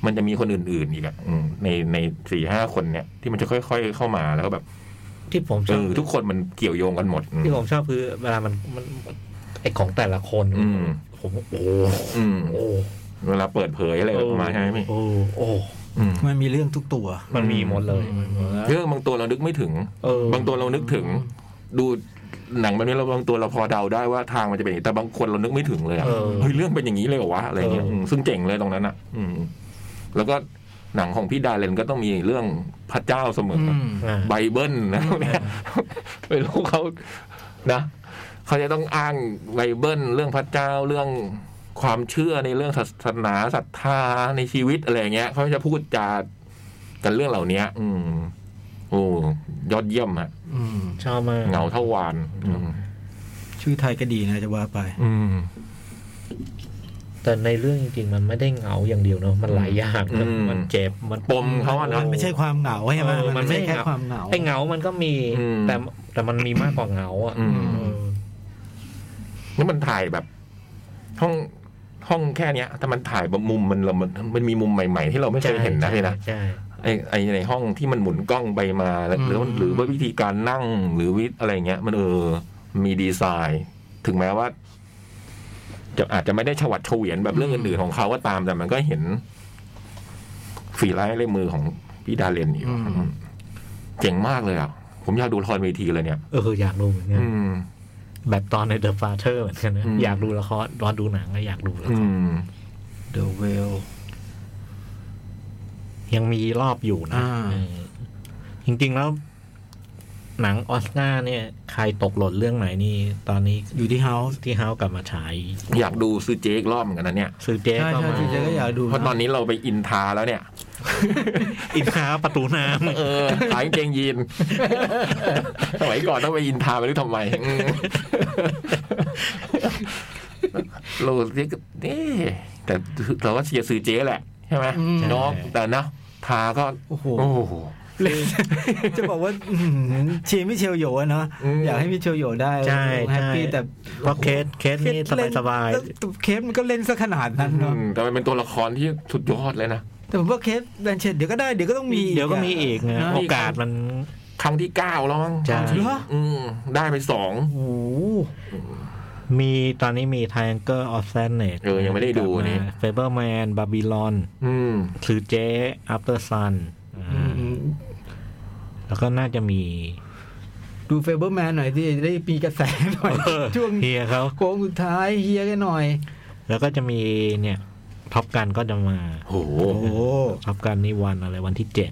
[SPEAKER 3] มันจะมีคนอื่น ๆ อีกอะอืมในในสี่ห้าคนเนี้ยที่มันจะค่อย ๆ เข้ามาแล้วก็แบบ
[SPEAKER 4] ที่ผมช
[SPEAKER 3] เอ
[SPEAKER 4] อบ
[SPEAKER 3] อทุกคนมันเกี่ยวโยงกันหมดอืม
[SPEAKER 4] ที่ผมชอบคือเวลามันมันไอของแต่ละคน
[SPEAKER 3] อืม
[SPEAKER 4] ผมโอ้
[SPEAKER 3] อืม
[SPEAKER 4] โอ้
[SPEAKER 3] เวลาเปิดเผยอะไรออกมาใช่ไหมพี่
[SPEAKER 4] โอ้โอ้
[SPEAKER 3] อืม
[SPEAKER 2] มันมีเรื่องทุกตัว
[SPEAKER 4] มันมีหมดเลยมันมีหมดแล้ว
[SPEAKER 3] เรื่องบางตัวเรานึกไม่ถึง
[SPEAKER 4] เออบ
[SPEAKER 3] างตัวเรานึกถึง ดูหนังแบบนี้เราบางตัวเราพอเดาได้ว่าทางมันจะเป็นอย่างนี้แต่บางคนเรานึกไม่ถึงเลยอะ
[SPEAKER 4] เออ
[SPEAKER 3] เฮ้ยเรื่องเป็นอย่างนี้เลยเหรอวะอะไรเงี้ย
[SPEAKER 4] เอออื
[SPEAKER 3] มซึ่งเจ๋งเลยตรงนั้นอ่ะ อืม แล้วก็หนังของพี่ดาเลนก็ต้องมีเรื่องพระเจ้าเสมออ
[SPEAKER 4] อ่า
[SPEAKER 3] ไบเบิลนะเนี่ยไม่รู้เขานะเขาจะต้องอ้างไบเบิลเรื่องพระเจ้าเรื่องความเชื่อในเรื่องศาสนาศรัทธาในชีวิตอะไรเงี้ยเขาจะพูดจากันเรื่องเหล่านี้อืมโอ้ยอดเยี่ยมฮะ
[SPEAKER 2] อืม
[SPEAKER 4] ชอบมาก
[SPEAKER 3] เหงาเท่าวานอืม
[SPEAKER 2] ชื่อไทยก็ดีนะจะว่าไป
[SPEAKER 3] อืม
[SPEAKER 4] แต่ในเรื่องจริงๆ มันไม่ได้เหงาอย่างเดียวเนาะมันหลายอย่าง
[SPEAKER 3] อืม
[SPEAKER 4] มันเจ็บมัน
[SPEAKER 3] ปมเขาอะนะ
[SPEAKER 2] มันไม่ใช่ความเหงาใช่ไหม
[SPEAKER 4] เออมั
[SPEAKER 2] มัน น
[SPEAKER 4] ไม่
[SPEAKER 2] ไม่
[SPEAKER 4] ใช่
[SPEAKER 2] ใช่แค่ความเหงา
[SPEAKER 4] ไอเหงามันก็มี
[SPEAKER 3] อืม
[SPEAKER 4] แต่แต่มันมีมากกว่าเหงาอ่ะ
[SPEAKER 3] อืม
[SPEAKER 4] เออ
[SPEAKER 3] นี่มันถ่ายแบบ ห้องห้องแค่เนี้ยแต่มันถ่ายแบบมุมมันละมันมันมีมุมใหม่ ๆ ที่เราไม่เคยเห็นนะ
[SPEAKER 4] ใช่
[SPEAKER 3] พี่นะ
[SPEAKER 4] ใช่
[SPEAKER 3] ไอไอในห้องที่มันหมุนกล้องไปมาแล้ว
[SPEAKER 2] อืม
[SPEAKER 3] หรือหรือว่าวิธีการนั่งหรือวิธีอะไรเงี้ย มันเออ มีดีไซน์ ถึงแม้ว่า จะอาจจะไม่ได้ฉวัดเฉวียนแบบเรื่องอื่นๆของเขาก็ตามแต่มันก็เห็น ฝีลายลายมือของพี่ดาเลนอยู่
[SPEAKER 2] อืม
[SPEAKER 3] อืมเจ๋งมากเลยอ่ะผมอยากดูละครเวทีเลยเนี่ย
[SPEAKER 4] เอออยากดูเหมือนกัน
[SPEAKER 3] อืม
[SPEAKER 4] แบบตอนใน The Father เหมือนกันนะ
[SPEAKER 3] อืม
[SPEAKER 4] อยากดูละครตอนดูหนังก็อยากดูละ
[SPEAKER 3] อื
[SPEAKER 4] คร
[SPEAKER 3] ม
[SPEAKER 2] The Whale
[SPEAKER 4] ยังมีรอบอยู่นะ
[SPEAKER 2] อ่า
[SPEAKER 4] เออจริงๆแล้ว หนังออสการ์เนี่ย ใครตกหล่นเรื่องไหนนี่ ตอนนี้
[SPEAKER 2] อยู่ที่ House
[SPEAKER 4] ที่เฮากลับมาฉาย
[SPEAKER 3] อยากดูซื้อเจอีกรอบเหมือนกันนะเนี่ย
[SPEAKER 4] ซื้อเจ๊
[SPEAKER 2] ใช่
[SPEAKER 4] ก็
[SPEAKER 2] ใช่
[SPEAKER 4] มา
[SPEAKER 2] จริงๆก็อยากดู
[SPEAKER 3] เพราะตอนนี้เราไปอินทาแล้วเนี่ย
[SPEAKER 4] อินคาประตูน้ำ
[SPEAKER 3] เออขายกางเกงยีนสมัยก่อนต้องไปอินทาไม่รู้ทำไมอืมเราเรียกนี่แต่เราก็เชียร์ซื้อเจ๊แหละ ใช่ไหม
[SPEAKER 2] อืม
[SPEAKER 3] เนาะแต่นะทาก็
[SPEAKER 2] โอ้โห
[SPEAKER 3] โอ้โห
[SPEAKER 2] จะบอกว่าอื้อหือเชียร์มิเชลโยอะเนาะ
[SPEAKER 3] อืม
[SPEAKER 2] อยากให้มิเชลโยได้
[SPEAKER 4] ใช่
[SPEAKER 2] แฮปปี้
[SPEAKER 4] ใช่
[SPEAKER 2] แต่
[SPEAKER 4] เพราะเคสเคสนี่สบายสบาย
[SPEAKER 2] เคสเล่นแต่เคสมันก็เล่นซะขนาดนั้นเนาะ
[SPEAKER 3] อืมแต่มันเป็นตัวละครที่สุดยอดเลยนะ
[SPEAKER 2] แต่ผมว่าเคสแบนเชตเดี๋ยวก็ได้เดี๋ยวก็ต้องมี
[SPEAKER 4] เดี๋ยวก็มีอีกนะ
[SPEAKER 2] นะ
[SPEAKER 4] โอกาสมัน
[SPEAKER 3] ครั้งที่เก้าแล้วมั้ง
[SPEAKER 4] ใช่
[SPEAKER 2] เหรอ
[SPEAKER 3] อืม ได้ไปสอง
[SPEAKER 2] โอ้โห
[SPEAKER 4] มีตอนนี้มี Triangle of Sadness
[SPEAKER 3] เออยังไม่ได้ดูอันนี่
[SPEAKER 4] Faberman Babylon
[SPEAKER 3] อืม
[SPEAKER 4] ซื้อเจ๊ After Sun อ่า
[SPEAKER 2] อืม
[SPEAKER 4] แล้วก็น่าจะมี
[SPEAKER 2] ดูเฟเบอร์แมนหน่อยที่ได้มีกระแสหน่อยช่วง
[SPEAKER 4] เฮียเขา
[SPEAKER 2] โค้งสุดท้ายเฮียกันหน่อย
[SPEAKER 4] แล้วก็จะมีเนี่ยท็อปกันก็จะมา
[SPEAKER 3] โห
[SPEAKER 2] โอ้โห
[SPEAKER 4] ท็อปกันนี่วันอะไรวันที่เจ็ด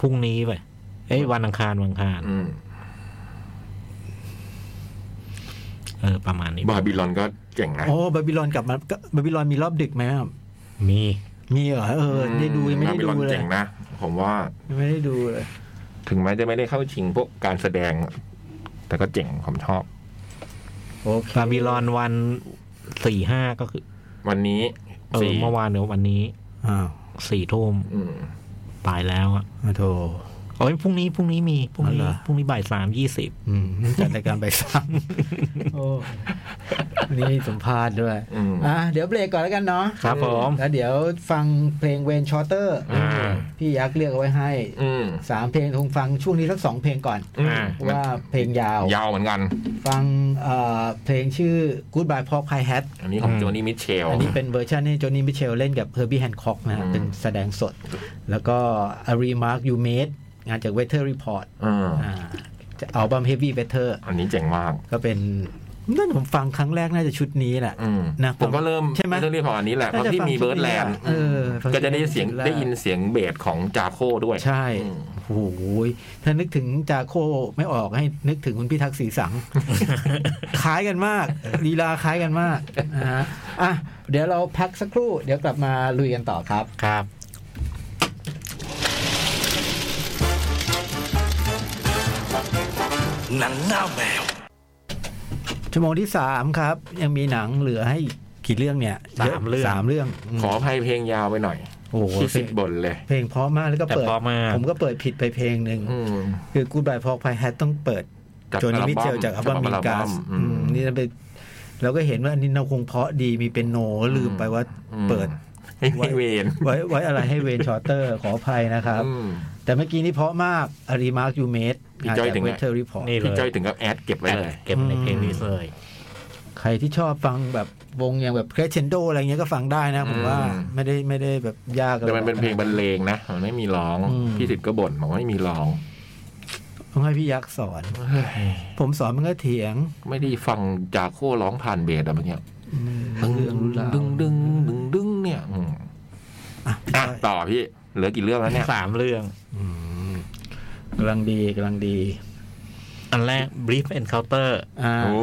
[SPEAKER 4] พรุ่งนี้ไปเอ้ยวันอังคารวันอังคาร
[SPEAKER 3] อืม
[SPEAKER 4] เออประมาณนี้
[SPEAKER 3] บาบิลอนก็เจ๋งนะ
[SPEAKER 2] โอ้บาบิลอนกลับมาก็บาบิลอนมีรอบดึกไหมครับ
[SPEAKER 4] มี
[SPEAKER 2] มีเหรอเออได้ดูยังไม่ได้
[SPEAKER 3] บาบิล
[SPEAKER 2] ดู
[SPEAKER 3] อน
[SPEAKER 2] เลย
[SPEAKER 3] เจ๋งนะ ผมว่า
[SPEAKER 2] ยังไม่ได้ดูเลย
[SPEAKER 3] ถึงแม้จะไม่ได้เข้าชิงพวกการแสดง แต่ก็เจ๋งผมชอบ
[SPEAKER 2] โอเค
[SPEAKER 4] บาบิลอนวันสี่ห้าก็คือ
[SPEAKER 3] วันนี้
[SPEAKER 4] เออ
[SPEAKER 3] สี่
[SPEAKER 4] เมื่อวานเดี๋ยววันนี้
[SPEAKER 2] อ้าว
[SPEAKER 4] สี่ทุ่ม
[SPEAKER 3] อืม
[SPEAKER 4] ตายแล้วอะ
[SPEAKER 2] มาโท
[SPEAKER 4] โอ้ยพรุ่งนี้พรุ่งนี้มีพรุ่ง
[SPEAKER 2] อ๋อเหร
[SPEAKER 4] นี้
[SPEAKER 2] อ
[SPEAKER 4] พรุ่งนี้บ่ายสามยี่สิบ
[SPEAKER 2] อืมจัดรายการไปซ้ ำโอ้วันนี่สัมภาษณ์ด้วย
[SPEAKER 3] อืม
[SPEAKER 2] อ่ะเดี๋ยวเบรกก่อนแล้วกันเนาะ
[SPEAKER 4] ครับผม
[SPEAKER 2] แล้วเดี๋ยวฟังเพลงเวนชอเตอร์
[SPEAKER 3] อ่า
[SPEAKER 2] พี่ยักษ์เลือกเอาไว้ให้
[SPEAKER 3] อืม
[SPEAKER 2] สามเพลงคงฟังช่วงนี้สักสองเพลงก่อน
[SPEAKER 3] อืม
[SPEAKER 4] อ่า
[SPEAKER 2] เพราะว่าเพลงยาว
[SPEAKER 3] ยาวเหมือนกัน
[SPEAKER 2] ฟังเอ่อเพลงชื่อ Goodbye Pop Hi Hat
[SPEAKER 3] อันนี้ของ
[SPEAKER 4] อืม
[SPEAKER 3] โจนี่มิเชล
[SPEAKER 2] อันนี้เป็นเวอร์ชันที่โจนี่มิเชลเล่นกับเฮอร์บี้แฮนคอกนะฮะ
[SPEAKER 3] อืม
[SPEAKER 2] เป็นแสดงสด แล้วก็ A Remark You Made งานจาก Weather Report
[SPEAKER 3] อ่า
[SPEAKER 2] อ่าจะอัลบั้ม Heavy Weather
[SPEAKER 3] อันนี้เจ๋งมาก
[SPEAKER 2] ก็เป็นนั่นผมฟังครั้งแรกน่าจะชุดนี้แหละ
[SPEAKER 3] อืม
[SPEAKER 2] นะ
[SPEAKER 3] ผมก็เริ่ม
[SPEAKER 2] ใช่ไหม
[SPEAKER 3] เรื่องนี้พออันนี้แหละเพ
[SPEAKER 2] น่า
[SPEAKER 3] ราะ
[SPEAKER 2] จะ
[SPEAKER 3] ที่
[SPEAKER 2] ฟัง
[SPEAKER 3] มี
[SPEAKER 2] ชุ
[SPEAKER 3] เบิร์ดแลนด์
[SPEAKER 2] เออฟัง
[SPEAKER 3] ก็จะได้เสียงได้ยินเสียงเบสของจาโคด้วย
[SPEAKER 2] ใช่
[SPEAKER 3] อืม
[SPEAKER 2] โอ้โหถ้านึกถึงจาโคไม่ออกให้นึกถึงคุณพิทักษ์ศรีสัง คล้ายกันมากลีลาคล้ายกันมากนะฮะอ่ะเดี๋ยวเราพักสักครู่ เดี๋ยวกลับมาลุยกันต่อครับ
[SPEAKER 4] ครับ
[SPEAKER 2] ชั่วโมงที่สามครับ ยังมีหนังเหลือให้กี่เรื่องเนี่ย
[SPEAKER 4] สามเรื่อง
[SPEAKER 2] สามเรื่องม
[SPEAKER 3] ขออภัยเพลงยาวไปหน่อย
[SPEAKER 2] โอ้โห
[SPEAKER 3] ที่สิบบทเลย
[SPEAKER 2] เพลงเพราะมากแล้วก็
[SPEAKER 4] แต่
[SPEAKER 2] เปิด
[SPEAKER 4] พอมา
[SPEAKER 2] ผมก็เปิดผิดไปเพลงหนึ่ง
[SPEAKER 3] อืม
[SPEAKER 2] คือ Goodbye Pork Pie Hat ต้องเปิด
[SPEAKER 3] จาก
[SPEAKER 2] โจนิมิเช
[SPEAKER 3] อัล
[SPEAKER 2] ล
[SPEAKER 3] บั้ม
[SPEAKER 2] จากอัลบั้มมิ
[SPEAKER 3] จากอัลบั้
[SPEAKER 2] กาม ส
[SPEAKER 3] อืม
[SPEAKER 2] นี่เราไปเราก็เห็นว่าอันนี้เราคงเพราะดีมีเป็นโนก็ลืมไปว่า
[SPEAKER 3] อืม
[SPEAKER 2] เปิด
[SPEAKER 3] ไม่มีเวร
[SPEAKER 2] ไว้ไว้อะไรให้เวนชอเตอร์ ขออภัยนะครับ
[SPEAKER 3] อืม
[SPEAKER 2] แต่เมื่อกี้นี่เพราะมากอารีมาร์คยูเมด
[SPEAKER 3] พี่จ้อยถึง
[SPEAKER 2] เว
[SPEAKER 3] ไง
[SPEAKER 2] เทอร์รีพอร์ต
[SPEAKER 4] นี่เล
[SPEAKER 3] พี่จ้อย ยถึงกับแอดเก็บไว้เลย
[SPEAKER 4] เก็บในเพลงนี้เลย
[SPEAKER 2] ใครที่ชอบฟังแบบวงอย่างแบบครเชนโดอะไรเงี้ยก็ฟังได้นะ ผมว่า
[SPEAKER 3] อืม
[SPEAKER 2] ไม่ได้ไม่ได้แบบยากอะไร
[SPEAKER 3] แต่มันเป็นเพลงบรรเลงนะมันไม่มีร้อง
[SPEAKER 2] อืม
[SPEAKER 3] พี่สิทธิ์ก็บ่นบอกว่าไม่มีร้อง
[SPEAKER 2] ต้องให้พี่ยักษ์สอน
[SPEAKER 3] เฮ้ย
[SPEAKER 2] ผมสอนมันก็เถียง
[SPEAKER 3] ไม่ได้ฟังจากโคร้องผ่านเบสอะไรเงี้ย
[SPEAKER 2] อืมเรื่องรู้ราว
[SPEAKER 3] ดึงดึงดึงดึงเนี่ยอืม
[SPEAKER 2] อ่ะพี่
[SPEAKER 3] อ่ะ
[SPEAKER 2] จ้อย
[SPEAKER 3] ต่อพี่เหลือกี่เรื่องแล้วเนี่ย
[SPEAKER 4] สามเรื่อง
[SPEAKER 2] อืมกำลังดีกำลังดี
[SPEAKER 4] อันแรก Brief Encounter
[SPEAKER 2] อ่า
[SPEAKER 3] โอ้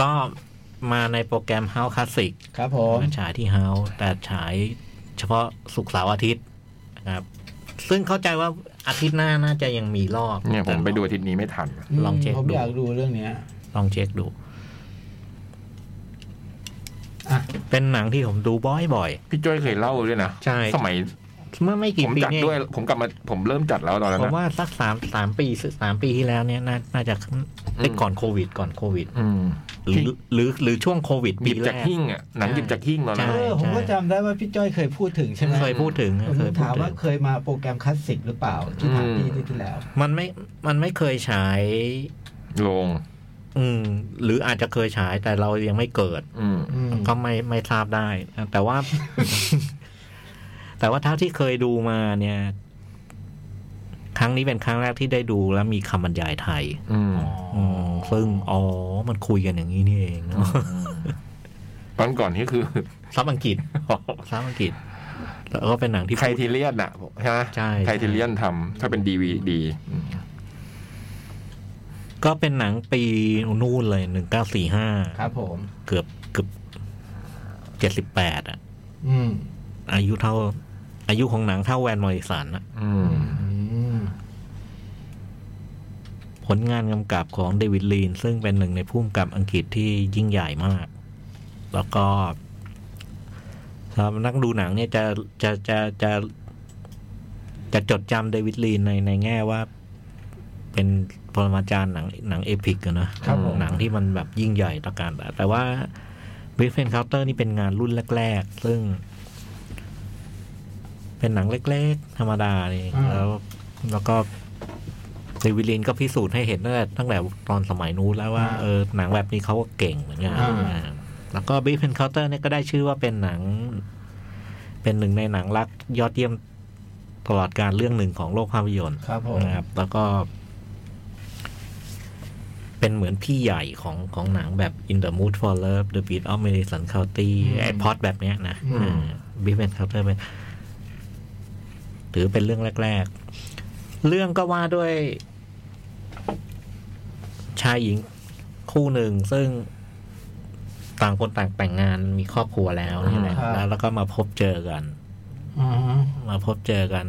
[SPEAKER 4] ก็มาในโปรแกรม House Classic
[SPEAKER 5] ครับผม
[SPEAKER 4] ฉายที่ House แต่ฉายเฉพาะศุกร์เสาร์อาทิตย์นะครับ ซึ่งเข้าใจว่าอาทิตย์หน้าน่าจะยังมีรอบ
[SPEAKER 3] เนี่ยผมไป
[SPEAKER 4] แต่
[SPEAKER 3] ดูอาทิตย์นี้ไม่ทัน
[SPEAKER 4] ลองเช็ค
[SPEAKER 5] มผม
[SPEAKER 4] ดู
[SPEAKER 5] อยากดูเรื่องเนี้ย
[SPEAKER 4] ลองเช็คดู
[SPEAKER 5] อ่ะ
[SPEAKER 4] เป็นหนังที่ผมดูบ่อย
[SPEAKER 3] พี่จ้อยเคยเล่าด้วยนะ
[SPEAKER 4] ใช่
[SPEAKER 3] สมัย
[SPEAKER 4] ๆ เมื่อไม่
[SPEAKER 3] ผ
[SPEAKER 4] กี่
[SPEAKER 3] ม
[SPEAKER 4] ปี
[SPEAKER 3] จัด
[SPEAKER 4] เนี่ย
[SPEAKER 3] ด้วย ผมกลับมาผมเริ่มจัดแล้วตอนนั้น
[SPEAKER 4] ผม
[SPEAKER 3] นะ
[SPEAKER 4] ว่าสักสามสามปีสามปีที่แล้วเนี่ยน่าน่าจะไอ้ย
[SPEAKER 3] อืม
[SPEAKER 4] ก่อนโควิด ก่อนโควิด
[SPEAKER 3] อืม
[SPEAKER 4] หรือหรือหรือช่วงโควิด
[SPEAKER 3] หยิ
[SPEAKER 4] ปี
[SPEAKER 3] บ
[SPEAKER 4] แร
[SPEAKER 3] จาก
[SPEAKER 4] ก
[SPEAKER 3] หิ้งอ่ะหนังหยิบจากหิ้งตอนนั้น
[SPEAKER 5] เอ
[SPEAKER 4] ใช่
[SPEAKER 3] นะ
[SPEAKER 5] อผมก็จำได้ว่าพี่จ้อยเคยพูดถึงใช่ไหม
[SPEAKER 4] เคยพูดถึงอะ
[SPEAKER 5] ผม
[SPEAKER 4] เคย
[SPEAKER 5] ถา
[SPEAKER 4] พูด
[SPEAKER 5] มว่า
[SPEAKER 4] ถึง
[SPEAKER 5] เคยมาโปรแกรมคลาสสิกหรือเปล่าที่ถามพี่ที่ที่แล้ว
[SPEAKER 4] มันไม่มันไม่เคยฉาย
[SPEAKER 3] ลง
[SPEAKER 4] อืม หรืออาจจะเคยฉายแต่เรายังไม่เกิด
[SPEAKER 3] อืม
[SPEAKER 5] อืม
[SPEAKER 4] ก็ไม่ไม่ทราบได้นะแต่ว่า แต่ว่าเท่าที่เคยดูมาเนี่ย ครั้งนี้เป็นครั้งแรกที่ได้ดูแล้วมีคำบรรยายไทย
[SPEAKER 3] อืม
[SPEAKER 4] มซึ่งอ๋อ มันคุยกันอย่างนี้นี่เอง
[SPEAKER 3] ตอนก่อนนี่คือ
[SPEAKER 4] ซับอังกฤษซับอังกฤษแล้วก็เป็นหนังที่
[SPEAKER 3] ไท
[SPEAKER 4] พูด
[SPEAKER 3] ทีเลียนอ่ะใช่ไหม
[SPEAKER 4] ใช่
[SPEAKER 3] ไททีเลียนทำถ้าเป็นดีวีดี
[SPEAKER 4] ก็เป็นหนังปีนู่นเลยหนึ่งเก้าสี่ห้า
[SPEAKER 5] ครับผม
[SPEAKER 4] เกือบเกือบเจ็ดสิบแปดอะ
[SPEAKER 5] อืม
[SPEAKER 4] อายุเท่า อายุของหนังเท่าแวนมอริสันอะ
[SPEAKER 3] อืม
[SPEAKER 5] อืม
[SPEAKER 4] ผลงานกำกับของเดวิดลีน ซึ่งเป็นหนึ่งในผู้กำกับอังกฤษที่ยิ่งใหญ่มาก แล้วก็สำหรับนักดูหนังเนี่ยจะจะจะจะจะจดจำเดวิดลีนในในแง่ว่า เป็นปรมาจารย์หนังหนังเอพิกอะนะครับ
[SPEAKER 3] ผม
[SPEAKER 4] หนังที่มันแบบยิ่งใหญ่ตระการตาแต่ว่าบิฟเฟนคา u เตอร์นี่เป็นงานรุ่นแรก ๆ ซึ่ง เป็นหนังเล็ก ๆ ธรรมดาเองแล้วแล้วก็ เดวิดลินก็พิสูจน์ให้เห็นตั้งแต่ตั้งแต่ตอนสมัยนู้นแล้วว่าเออหนังแบบนี้เขาก็เก่งเหมือนกันอ่าแล้วก็บิ๊กเพนเคาน์เตอร์เนี่ยก็ได้ชื่อว่าเป็นหนัง เป็นหนึ่งในหนังรักยอดเยี่ยมตลอดการเรื่องหนึ่งของโลกภาพยนตร์
[SPEAKER 5] ครับผม
[SPEAKER 4] นะครับ แล้วก็ เป็นเหมือนพี่ใหญ่ของของหนังแบบ In the Mood for Love The Beat of Madison County ไอพอดแบบเนี้ยนะ
[SPEAKER 3] อืม
[SPEAKER 4] บิ๊กเพนเคาน์เตอร์เป็นถือเป็นเรื่องแรก ๆ เรื่องก็ว่าด้วย ชายหญิงคู่หนึ่งซึ่งต่างคนต่างแต่งงานมีครอบครัวแล้วนี่แหละแล้วแล้วก็มาพบเจอกัน
[SPEAKER 5] อ่าฮะ
[SPEAKER 4] มาพบเจอกัน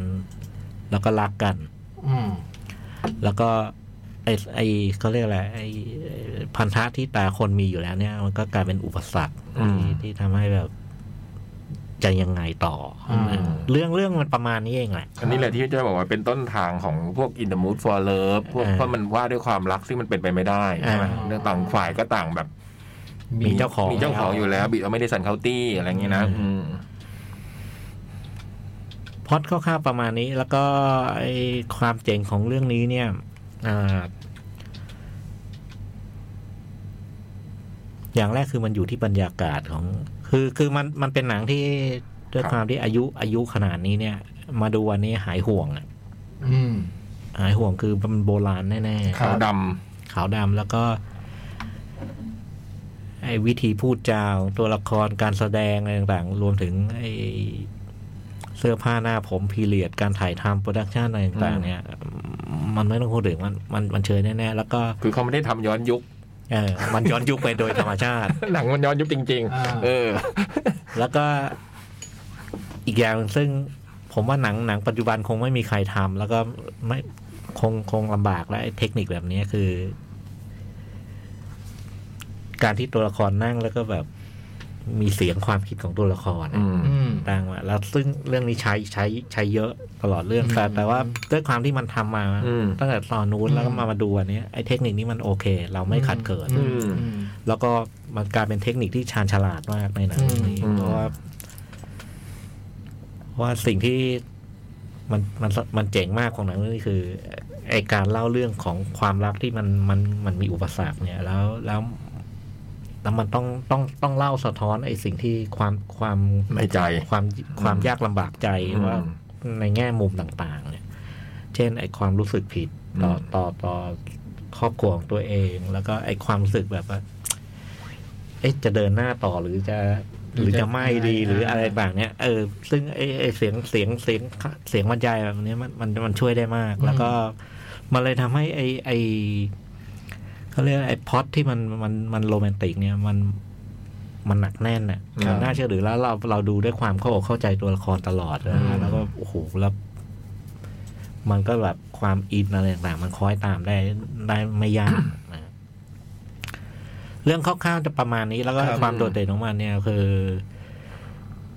[SPEAKER 4] แล้วก็รักกัน
[SPEAKER 5] อืม
[SPEAKER 4] แล้วก็ไอไอเขาเรียกอะไรไอไอ้พันธะที่แต่ละคนมีอยู่แล้วเนี่ย มันก็กลายเป็นอุปสรรค
[SPEAKER 3] อืม
[SPEAKER 4] ที่ที่ทำให้แบบ จะยังไงต่ออเรื่องเรื่องมันประมาณนี้เองแหละ
[SPEAKER 3] อันนี้แหละที่พี่จ้อยบอกว่าเป็นต้นทางของพวก In the Mood for Love พวก
[SPEAKER 4] อ่า
[SPEAKER 3] เพราะมันว่าด้วยความรักซึ่งมันเป็นไปไม่ได้ใช่ไหม
[SPEAKER 4] อ่า
[SPEAKER 3] เรื่องต่างฝ่ายก็ต่างแบบ
[SPEAKER 4] มีเจ้าของ
[SPEAKER 3] มีเจ้าของอยู่แล้วบีเอาไม่ได้สันเคาตี้อะไรอย่างงี้นะอืม
[SPEAKER 4] พล็อดคร่าวๆประมาณนี้ แล้วก็ไอความเจ๋งของเรื่องนี้เนี่ย อ่า อย่างแรกคือมันอยู่ที่บรรยากาศของ คือคือมันมันเป็นหนังที่ด้วย
[SPEAKER 3] ครับ
[SPEAKER 4] ความที่อายุอายุขนาดนี้เนี่ย มาดูวันนี้หายห่วงอะ
[SPEAKER 5] อืม
[SPEAKER 4] หายห่วงคือมันโบราณแน่
[SPEAKER 5] ครั
[SPEAKER 3] ขาว
[SPEAKER 5] บ
[SPEAKER 3] ด
[SPEAKER 4] ๆ ขาวดำแล้วก็ ไอ้วิธีพูดจาของตัวละครการแสดงอะไรต่างๆ รวมถึงไอ้เสื้อผ้าหน้าผมพีเรียดการถ่ายทำโปรดักชันอะไรต่างๆ เนี่ย มันไม่ต้องพูดถึงมันมันมันเชยแน่ๆ แล้วก็
[SPEAKER 3] ำคือเขาไม่ได้ทำย้อนยุค
[SPEAKER 4] เออ มันย้อนยุคไปโดยธรรมชาติ
[SPEAKER 3] หนังมันย้อนยุคจริง
[SPEAKER 5] อ่า
[SPEAKER 3] ๆ เออ
[SPEAKER 4] แล้วก็อีกอย่างหนึ่งซึ่งผมว่าหนังหนังปัจจุบันคงไม่มีใครทำแล้วก็ไม่คงคงลำบากแล้วไอ้เทคนิคแบบนี้คือ การที่ตัวละครนั่งแล้วก็แบบมีเสียงความคิดของตัวละคร
[SPEAKER 3] อืม
[SPEAKER 2] อืม
[SPEAKER 4] ดังมาแล้วซึ่งเรื่องนี้ใช้ใช้ใช้เยอะตลอดเรื่องแต่แต่ว่าด้วยความที่มันทำมา
[SPEAKER 3] อืม
[SPEAKER 4] ตั้งแต่ตอนนู้น
[SPEAKER 2] อืม
[SPEAKER 4] แล้วก็มามาดูอันเนี้ยไอ้เทคนิคนี้มันโอเค เราไม่ขัดเขิน
[SPEAKER 3] อืม
[SPEAKER 4] แล้วก็มันกลายเป็นเทคนิคที่ชาญฉลาดมากในหนังเรื่องนี้
[SPEAKER 3] อืม
[SPEAKER 4] เพราะว่าเพราะว่าสิ่งที่มันมันมันเจ๋งมากของหนังเรื่องนี้คือไอการเล่าเรื่องของความรักที่มันมันมันมีอุปสรรคเนี่ย แล้วแล้วแล้วมันต้องต้องต้องเล่าสะท้อนไอสิ่งที่ความความ
[SPEAKER 3] ในใจ
[SPEAKER 4] ความความยากลำบากใจ
[SPEAKER 3] อืม
[SPEAKER 4] ว่า ในแง่มุมต่างๆ เนี่ย เช่น ไอ้ความรู้สึกผิดต่อ
[SPEAKER 3] อืม
[SPEAKER 4] ต่อต่อครอบครัวของตัวเอง แล้วก็ไอ้ความรู้สึกแบบว่า เอ๊ะจะเดินหน้าต่อหรือจะ หรือจะไม่ดีหรืออะไรต่างเนี่ย เออ ซึ่งไอ้ไอ้เสียงเสียงเสียงเสียงบรรยายแบบนี้มันมันมันช่วยได้มาก แล้วก็มันเลยทำให้ไอ้ไอ้เขาเรียกว่าไอ้พล็อตที่มันมันมันโรแมนติกเนี่ยมันมันหนักแน่นน่ะ
[SPEAKER 3] ครับ
[SPEAKER 4] น่าเชื่อถือแล้วเราเราดูด้วยความเข้าอกเข้าใจตัวละครตลอดนะฮะแล้วก็โอ้โหแล้ว มันก็แบบความอินอะไรต่างๆ มันคล้อยตามได้ได้ไม่ยาก นะ เรื่องคร่าวๆจะประมาณนี้แล้วก็
[SPEAKER 5] ครับ
[SPEAKER 4] ความโดดเด่นของมันเนี่ยคือ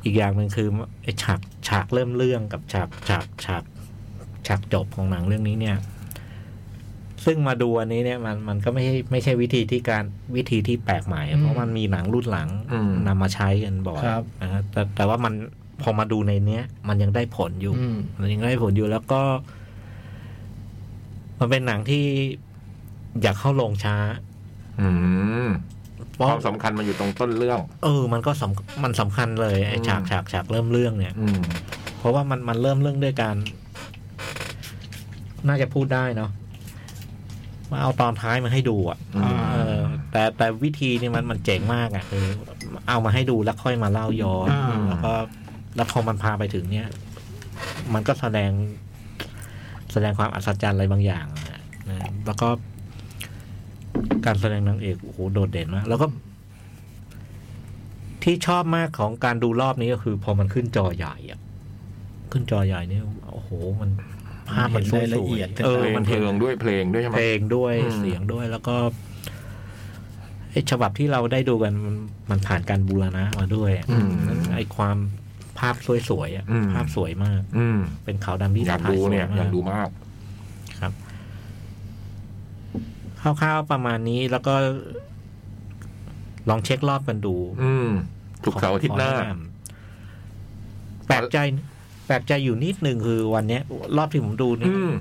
[SPEAKER 4] อีกอย่างหนึ่งคือไอ้ฉากฉากเริ่มเรื่องกับฉากฉากฉากฉากจบของหนังเรื่องนี้เนี่ย ซึ่งมาดูอันนี้เนี่ยมันมันก็ไม่ใช่ไม่ใช่วิธีที่การวิธีที่แปลกใหม่ เพราะมันมีหนังรุ่นหลัง
[SPEAKER 3] อืม
[SPEAKER 4] นำมาใช้กันบ่อย
[SPEAKER 5] ครับ
[SPEAKER 4] นะฮะแต่แต่ว่ามันพอมาดูในเนี้ย มันยังได้ผลอยู่
[SPEAKER 5] อืม
[SPEAKER 4] มันยังได้ผลอยู่แล้วก็ มันเป็นหนังที่อยากเข้าโรงช้า
[SPEAKER 3] อืมค
[SPEAKER 4] เพราะ
[SPEAKER 3] วามสำคัญมันอยู่ตรงต้นเรื่อง
[SPEAKER 4] เออ มันก็สำมันสำคัญเลยไอ้ฉาก
[SPEAKER 3] อืม
[SPEAKER 4] ฉากฉากเริ่มเรื่องเนี่ย
[SPEAKER 3] อืม
[SPEAKER 4] เพราะว่ามันมันเริ่มเรื่องด้วยการ น่าจะพูดได้เนาะมาเอาตอนท้ายมาให้ดูอ่ะ
[SPEAKER 3] อ่า
[SPEAKER 4] เออ แต่แต่วิธีเนี่ยมันมันเจ๋งมากอ่ะคือเอามาให้ดูแล้วค่อยมาเล่าย้อน
[SPEAKER 2] อ่า
[SPEAKER 4] แล้วก็แล้วพอมันพาไปถึงเนี่ย มันก็แสดง แสดงความอัศจรรย์อะไรบางอย่างนะฮะนะแล้วก็ การแสดงนางเอกโอ้โหโดดเด่นมาก แล้วก็ ที่ชอบมากของการดูรอบนี้ก็คือ พอมันขึ้นจอใหญ่อะขึ้นจอใหญ่เนี่ยโอ้โห มันภาพมันสวย
[SPEAKER 5] เห็นรายละเอียด
[SPEAKER 4] เออ
[SPEAKER 3] เพลง
[SPEAKER 4] มัน
[SPEAKER 3] เพ
[SPEAKER 4] เห็
[SPEAKER 3] ล
[SPEAKER 4] น
[SPEAKER 3] งด้วยเพลงด้วยใช่ไหม
[SPEAKER 4] เพลงด้วย
[SPEAKER 3] อืม
[SPEAKER 4] เสียงด้วยแล้วก็ไอ้ฉบับที่เราได้ดูกันมันมันผ่านการบูรณะมาด้วยอะ
[SPEAKER 3] อืม
[SPEAKER 4] ไอ้ความภาพสวยๆอะ
[SPEAKER 3] อืม
[SPEAKER 4] ภาพสวยมาก
[SPEAKER 3] อืม
[SPEAKER 4] เป็นขาวดำที่
[SPEAKER 3] อยาก
[SPEAKER 4] ถ่าย
[SPEAKER 3] ดู
[SPEAKER 4] สว
[SPEAKER 3] เนี่ย
[SPEAKER 4] ม
[SPEAKER 3] อยากดูมาก
[SPEAKER 4] ครับคร่าวๆประมาณนี้แล้วก็ ลองเช็ครอบกันดู
[SPEAKER 3] อืมถูกร์เสาร์อาทิตย์หน้า
[SPEAKER 4] ขอแะำแปลกใจ แปลกใจอยู่นิดหนึ่งคือวันเนี้ย รอบที่ผมดูนี่
[SPEAKER 3] อืม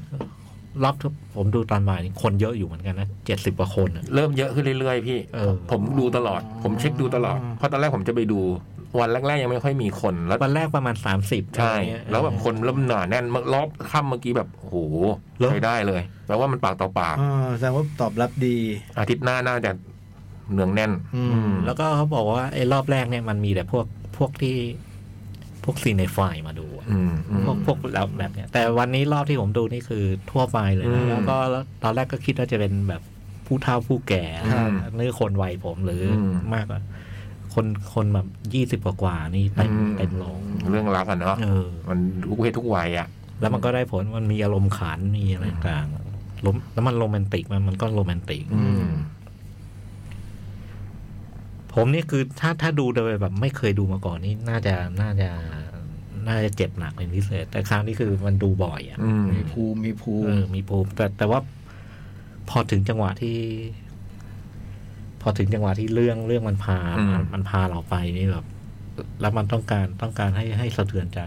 [SPEAKER 4] รอบที่ผมดูตอนบ่ายนี่คนเยอะอยู่เหมือนกันนะเจ็ดสิบกว่าคนอะ
[SPEAKER 3] เริ่มเยอะขึ้นเรื่อยๆพี่
[SPEAKER 4] เออ
[SPEAKER 3] ผมดูตลอด ผมเช็คดูตลอด เพราะตอนแรกผมจะไปดู วันแรกๆยังไม่ค่อยมีคนแล้ว
[SPEAKER 4] วันแรกประมาณสามสิบ
[SPEAKER 3] ใช่ แล้วแบบคนเริ่มหนาแน่นมารอบค่ำเมื่อกี้แบบโอ้โหใช้ได้เลยแปลว่ามันปากต่อปาก
[SPEAKER 2] อ่าแสดงว่าตอบรับดี
[SPEAKER 3] อาทิตย์หน้าน่าจะเนืองแน่น
[SPEAKER 2] อืม
[SPEAKER 3] อืม
[SPEAKER 4] แล้วก็เขาบอกว่าไอ้รอบแรกเนี่ยมันมีแต่พวกพวกที่ พวกซีในไฟล์มาดูอะ
[SPEAKER 3] อืมอืม
[SPEAKER 4] พวกพวกแบบแบบเนี้ย แต่วันนี้รอบที่ผมดูนี่คือทั่วไปเลย
[SPEAKER 3] อื
[SPEAKER 4] นะ
[SPEAKER 3] ม
[SPEAKER 4] แล้วก็ตอนแรกก็คิดว่าจะเป็นแบบผู้เฒ่าผู้แก่
[SPEAKER 3] อืม
[SPEAKER 4] เนื้อคนวัยผมหรืออ
[SPEAKER 3] ม
[SPEAKER 4] มากกว่าคนคนแบบยี่สิบกว่าๆนี่เต็มเต็มลง
[SPEAKER 3] เรื่องรักอะเนาะ
[SPEAKER 4] เออ
[SPEAKER 3] มันทุกเพศทุกวัยอะ
[SPEAKER 4] แล้วมันก็ได้ผลมันมีอารมณ์ขันมีอะไรต่างๆล้มแล้วมันโรแมนติกมันมันก็โรแมนติก
[SPEAKER 3] อืม
[SPEAKER 4] ผมนี่คือถ้าถ้าดูโดยแบบไม่เคยดูมาก่อนนี่น่าจะน่าจะน่าจะเจ็บหนักเป็นพิเศษ แต่คราวนี้คือมันดูบ่อยอ่ะ
[SPEAKER 3] อืม
[SPEAKER 5] มีภูมิมีภู
[SPEAKER 4] เอ
[SPEAKER 5] มิ
[SPEAKER 4] อมีภูมิแต่แต่ว่าพอถึงจังหวะที่ พอถึงจังหวะที่เรื่องเรื่องมันพา
[SPEAKER 3] อืม
[SPEAKER 4] มันพาเราไปนี่แบบ แล้วมันต้องการต้องการให้ให้สะเทือนใจ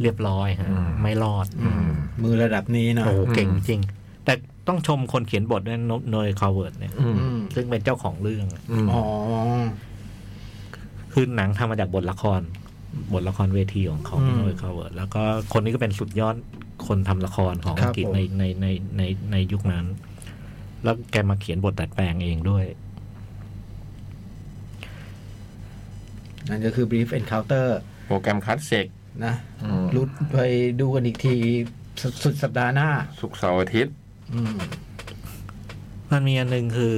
[SPEAKER 4] เรียบร้อยฮะไม่รอด
[SPEAKER 3] อืม
[SPEAKER 5] มือระดับนี้เนาะ
[SPEAKER 4] โอ้โหเก่ง
[SPEAKER 3] อืม
[SPEAKER 4] จริง แต่ต้องชมคนเขียนบทด้วยนะเนยคาวเวิร์ดเนี่ย
[SPEAKER 3] อืม
[SPEAKER 5] อืม
[SPEAKER 4] ซึ่งเป็นเจ้าของเรื่อง
[SPEAKER 3] อืม
[SPEAKER 5] อ๋อ
[SPEAKER 4] คือหนังทำมาจากบทละคร บทละครเวทีของเขา
[SPEAKER 5] อืม
[SPEAKER 4] เนยคาวเวิร์ดแล้วก็คนนี้ก็เป็นสุดยอดคนทำละครของ
[SPEAKER 5] ค
[SPEAKER 4] อั
[SPEAKER 5] รั
[SPEAKER 4] ง
[SPEAKER 5] บ
[SPEAKER 4] กฤษ
[SPEAKER 5] ผม
[SPEAKER 4] ในในในในในยุคนั้น แล้วแกมาเขียนบทดัดแปลงเองด้วย
[SPEAKER 5] นั่นก็คือ brief encounter
[SPEAKER 3] โปรแกรมคัดเสก
[SPEAKER 5] นะ
[SPEAKER 3] อืม
[SPEAKER 5] รุดไปดูกันอีกทีสุดสุดสัปดาห์หน้า
[SPEAKER 3] ศุกร์เสาร์อาทิตย์
[SPEAKER 5] อืม
[SPEAKER 4] มันมีอันหนึ่งคือ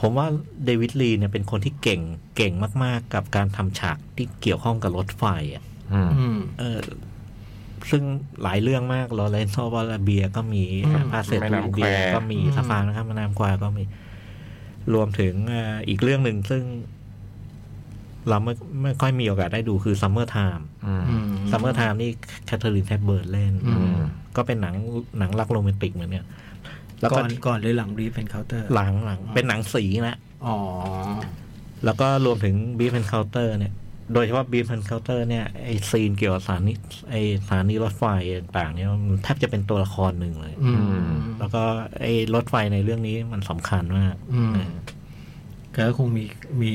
[SPEAKER 4] ผมว่าเดวิดลีเนี่ยเป็นคนที่เก่งเก่งมาก ๆ กับการทำฉากที่เกี่ยวข้องกับรถไฟอ่ะ
[SPEAKER 3] อืม
[SPEAKER 5] อืม
[SPEAKER 4] เออซึ่งหลายเรื่องมากลอเรนโซวาลาเบียก็มี
[SPEAKER 5] อืม
[SPEAKER 4] พาเซต
[SPEAKER 3] แม่
[SPEAKER 4] ตู
[SPEAKER 3] น้ำ
[SPEAKER 4] เบี
[SPEAKER 3] แคว
[SPEAKER 4] ยก็มีสะพานนะครับแม่น้ำแควก็มี รวมถึงเอ่ออีกเรื่องหนึ่งซึ่ง เราไม่ไม่ค่อยมีโอกาสได้ดูคือ Summer Time
[SPEAKER 3] อืม
[SPEAKER 4] Summer Time นี่แคทเธอรีนแทบเบิร์ดเล่น
[SPEAKER 2] อืม
[SPEAKER 3] อืม
[SPEAKER 4] ก็เป็นหนังหนังรักโรแมนติกเหมือนเนี่ย แล้ว
[SPEAKER 2] ก่
[SPEAKER 4] ก็
[SPEAKER 2] อนก่อนหรือหลังรีเป็นเคาน์เตอร์
[SPEAKER 4] หลังหลังเป็นหนังสีนะ
[SPEAKER 2] อ๋อ
[SPEAKER 4] แล้วก็รวมถึงบีฟ a อนเคาน์เตอร์เนี่ย โดยเฉพาะบีฟ a อนเคาน์เตอร์เนี่ยไอซีนเกี่ยวกับสถานีไอสถานีรถไฟต่างๆเนี่ยมันแทบจะเป็นตัวละครหนึ่งเลย
[SPEAKER 2] อืม
[SPEAKER 4] แล้วก็ไอรถไฟในเรื่องนี้มันสำคัญมาก
[SPEAKER 2] อืมแกก็คงมีมี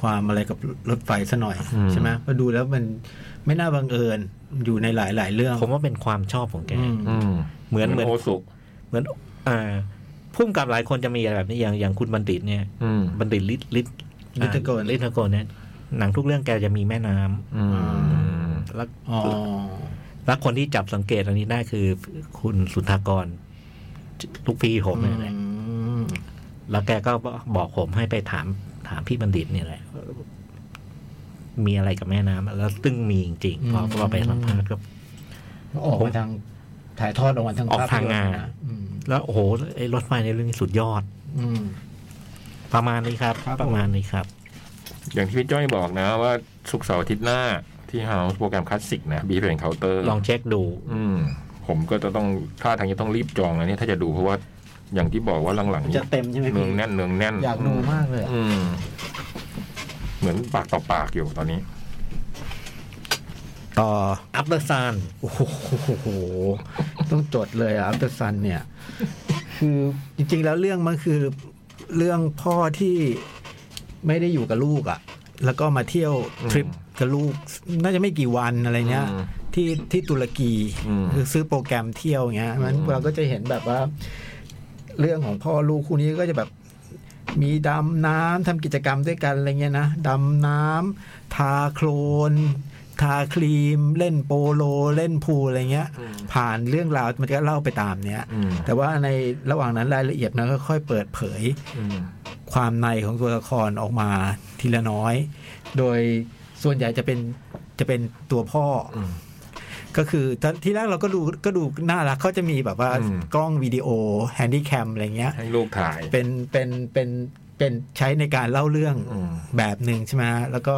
[SPEAKER 2] ความอะไรกับรถไฟซะหน่อย
[SPEAKER 3] อืม
[SPEAKER 2] ใช่ไหมพอดูแล้วมันไม่น่าบังเอิญอยู่ในหลายหลายๆเรื่อง
[SPEAKER 4] ผมว่าเป็นความชอบของแก
[SPEAKER 2] อืม
[SPEAKER 3] อืม
[SPEAKER 4] เหมือนเหมือน
[SPEAKER 3] โอสุ
[SPEAKER 4] เหมือน อ่าพุ่มกับหลายคนจะมีอะไรแบบนี้อย่างอย่างคุณบัณฑิตเนี่ย
[SPEAKER 3] อืม
[SPEAKER 4] บัณฑิตลิทลิท
[SPEAKER 2] ลิทธิโกน
[SPEAKER 4] ลิทธิโกนเนี่ยหนังทุกเรื่องแกจะมีแม่น้ำ
[SPEAKER 3] อืม
[SPEAKER 4] แล้ว
[SPEAKER 2] อ๋อ
[SPEAKER 4] แล้วคนที่จับสังเกตอันนี้ได้คือคุณสุนทรกรลูกพี่ผมเนี่ยแหละ
[SPEAKER 2] ม
[SPEAKER 4] แล้วแกก็บอกผมให้ไปถามถามพี่บัณฑิตเนี่ยแหละ มีอะไรกับแม่น้ำแล้วซึ่งมีจริงๆพอพอไปสัมภาษณ์ก็
[SPEAKER 5] ออกมาทางถ่ายทอดออกมาทาง
[SPEAKER 4] ออกทางงาน
[SPEAKER 5] ภพยตร์ะอืม
[SPEAKER 4] แล้วโอ้โหไอ้รถไฟในเรื่องนี้สุดยอด
[SPEAKER 5] อืม
[SPEAKER 4] ประมาณนี้ครับ
[SPEAKER 5] ครับผม
[SPEAKER 4] ประมาณนี้ครับ
[SPEAKER 3] อย่างที่พี่จ้อยบอกนะว่าสุกร์เสาร์อาทิตย์หน้าที่เฮาโปรแกรมคลาสสิกนะบีเป็นเคาน์เตอร์
[SPEAKER 4] ลองเช็คดู
[SPEAKER 3] อืม ผมก็จะต้องท่าทางจะต้องรีบจองแล้วเนี่ยถ้าจะดูเพราะว่าอย่างที่บอกว่าหลังๆ
[SPEAKER 5] จะเต็มใช่ไหม
[SPEAKER 3] เนื
[SPEAKER 5] พี่
[SPEAKER 3] องแน่นเนืองแน่น
[SPEAKER 5] อยากดูมากเลยอะ
[SPEAKER 3] อืม เหมือนปากต่อปากอยู่ตอนนี้
[SPEAKER 2] ต่อ
[SPEAKER 4] อัพเดอร์ซัน
[SPEAKER 2] โอ้โห ต้องจดเลยอัลเตอร์ซันเนี่ย คือจริง ๆ แล้วเรื่องมันคือเรื่องพ่อที่ไม่ได้อยู่กับลูกอะ่ะ แล้วก็มาเที่ยวทริปกับลูก น่าจะไม่กี่วันอะไรเงี้ย
[SPEAKER 3] อืม
[SPEAKER 2] ที่ที่ตุรกี
[SPEAKER 3] อืม
[SPEAKER 2] คือซื้อโปรแกรมเที่ยวเงี้ยมัน
[SPEAKER 3] อืม
[SPEAKER 2] เราก็จะเห็นแบบว่า เรื่องของพ่อลูกคู่นี้ก็จะแบบ มีดำน้ำทำกิจกรรมด้วยกันอะไรเงี้ยนะดำน้ำทาโครน ทาครีม เล่นโปโล เล่นพูลอะไรเงี้ย
[SPEAKER 3] อืม
[SPEAKER 2] ผ่านเรื่องราวมันก็เล่าไปตามเนี้ย
[SPEAKER 3] อืม
[SPEAKER 2] แต่ว่าในระหว่างนั้นรายละเอียดนั้นก็ค่อยเปิดเผย
[SPEAKER 3] อืม
[SPEAKER 2] ความในของตัวละครออกมาทีละน้อย โดยส่วนใหญ่จะเป็นจะเป็นตัวพ่ออ
[SPEAKER 3] ม
[SPEAKER 2] ก็คือตอนที่แรกเราก็ดูก็ดูน่ารักเขาจะมีแบบว่า
[SPEAKER 3] อืม
[SPEAKER 2] กล้องวิดีโอแฮนดี้แคมอะไรเงี้ย
[SPEAKER 3] ให้ลูกถ่าย
[SPEAKER 2] เป็นเป็นเป็นเป็นใช้ในการเล่าเรื่อง
[SPEAKER 3] อืม
[SPEAKER 2] แบบหนึ่งใช่ไหมฮะแล้วก็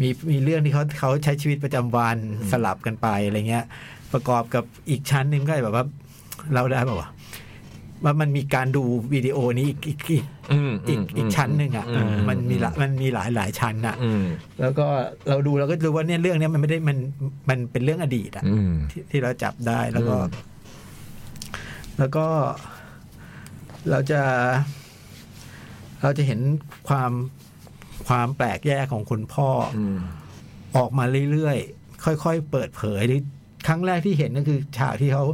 [SPEAKER 2] มีมีเรื่องที่เขาเขาใช้ชีวิตประจำวันสลับกันไปอะไรเงี้ย ประกอบกับอีกชั้นหนึ่งก็แบบว่าเราได้แบบว่าว่ามันมีการดูวิดีโอนี้อีกอีกอีก
[SPEAKER 3] อืม
[SPEAKER 2] อีก
[SPEAKER 3] ม
[SPEAKER 2] อีกชั้นหนึ่งอ่ะ
[SPEAKER 3] อื
[SPEAKER 2] เออมันมีหละมันมีหลายหลายชั้นอ่ะ
[SPEAKER 3] อืม
[SPEAKER 2] แล้วก็เราดูเราก็รู้ว่าเนี่ยเรื่องเนี้ยมันไม่ได้มันมันเป็นเรื่องอดีตอ่ะ
[SPEAKER 3] อืม
[SPEAKER 2] ที่ที่เราจับได้แล้วก็
[SPEAKER 3] อืม
[SPEAKER 2] แล้วก็ เราจะ เราจะเห็นความความแปลกแยกของคุณพ่ออ
[SPEAKER 3] อืม
[SPEAKER 2] ออกมาเรื่อยๆ ค่อยๆ เปิดเผยครั้งแรกที่เห็นก็คือฉากที่เขา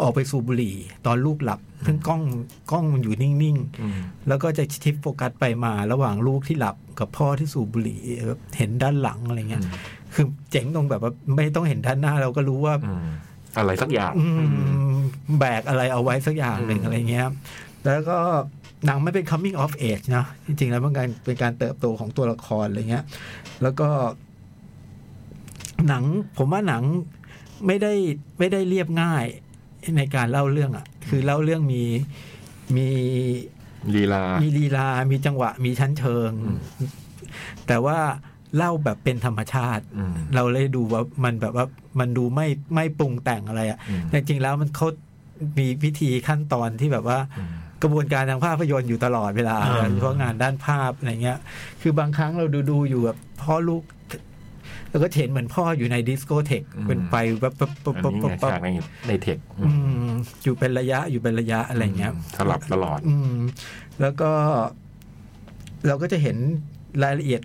[SPEAKER 2] ออกไปสูบบุหรี่ ตอนลูกหลับซึ่งกล้องกล้องมันอยู่นิ่งๆ
[SPEAKER 3] อืม
[SPEAKER 2] แล้วก็จะชิปโฟกัสไปมาระหว่างลูกที่หลับกับพ่อที่สูบบุหรี่แบบเห็นด้านหลังอะไรเงี้ย
[SPEAKER 3] อืม
[SPEAKER 2] คือเจ๋งตรงแบบว่าไม่ต้องเห็นด้านหน้าเราก็รู้ว่า
[SPEAKER 3] อืมอะไรสักอย่าง
[SPEAKER 2] อืมแบกอะไรเอาไว้สักอย่างหนึ่ง
[SPEAKER 3] อืม
[SPEAKER 2] อะไรเงี้ย แล้วก็หนังไม่เป็น coming of age นะจริงๆ แล้วมันการเป็นการเติบโตของตัวละครอะไรเงี้ย แล้วก็ หนังผมว่าหนังไม่ได้ไม่ได้เรียบง่ายในการเล่าเรื่องอะ่ะ คือเล่าเรื่องมีมี
[SPEAKER 3] ลีลา
[SPEAKER 2] มีลีลา มีจังหวะ มีชั้นเชิง
[SPEAKER 3] อืม
[SPEAKER 2] แต่ว่าเล่าแบบเป็นธรรมชาติ
[SPEAKER 3] อืม
[SPEAKER 2] เราเลยดูว่ามันแบบว่ามันดูไม่ไม่ปรุงแต่งอะไรอะ
[SPEAKER 3] อืม
[SPEAKER 2] แต่จริงๆแล้วมันเขามีพิธีขั้นตอนที่แบบว่า
[SPEAKER 3] อืม
[SPEAKER 2] กระบวนการทางภาพยนตร์อยู่ตลอดเวลา
[SPEAKER 3] อืม
[SPEAKER 2] โดยเฉพาะงานด้านภาพอะไรเงี้ย คือบางครั้งเราดูดูๆอยู่แบบพ่อลูกแล้วก็เห็นเหมือนพ่ออยู่ในดิสโกเทคเป็นไฟแบบปั๊บปั๊บ
[SPEAKER 3] อัน
[SPEAKER 2] ปั๊บ
[SPEAKER 3] นี้ไง
[SPEAKER 2] ปั๊บปั๊
[SPEAKER 3] ฉาก
[SPEAKER 2] บ
[SPEAKER 3] ในในเทค
[SPEAKER 2] อืมอยู่เป็นระยะอยู่เป็นระยะอะไรเงี้ย
[SPEAKER 3] สลับตลอด
[SPEAKER 2] อืมแล้วก็เราก็จะเห็นรายละเอียด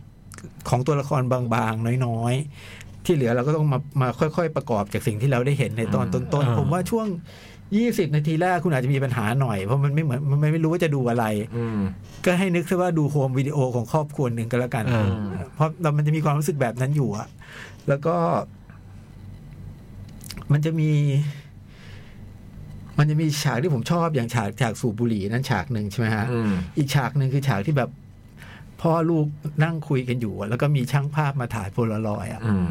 [SPEAKER 2] ของตัวละครบางๆ น้อยๆ ที่เหลือเราก็ต้องมามาค่อยๆ ประกอบจากสิ่งที่เราได้เห็นในตอน
[SPEAKER 3] อืม
[SPEAKER 2] ต้นๆ ผมว่าช่วง 20 นาทีแรกคุณอาจจะมีปัญหาหน่อย เพราะมันไม่เหมือนมันไม่รู้ว่าจะดูอะไร
[SPEAKER 3] อืม
[SPEAKER 2] ก็ให้นึกซะว่าดูโฮมวิดีโอของครอบครัวหนึ่งก็แล้วกัน
[SPEAKER 4] อ่า
[SPEAKER 2] เพราะเรามันจะมีความรู้สึกแบบนั้นอยู่อะแล้วก็ มันจะมี มันจะมีฉากที่ผมชอบอย่างฉากฉากสูบบุหรี่นั่นฉากหนึ่งใช่ไหมฮะ
[SPEAKER 3] อืม
[SPEAKER 2] อีกฉากหนึ่งคือฉากที่แบบ พ่อลูกนั่งคุยกันอยู่อะแล้วก็มีช่างภาพมาถ่ายโพลารอยด์อะ
[SPEAKER 3] อืม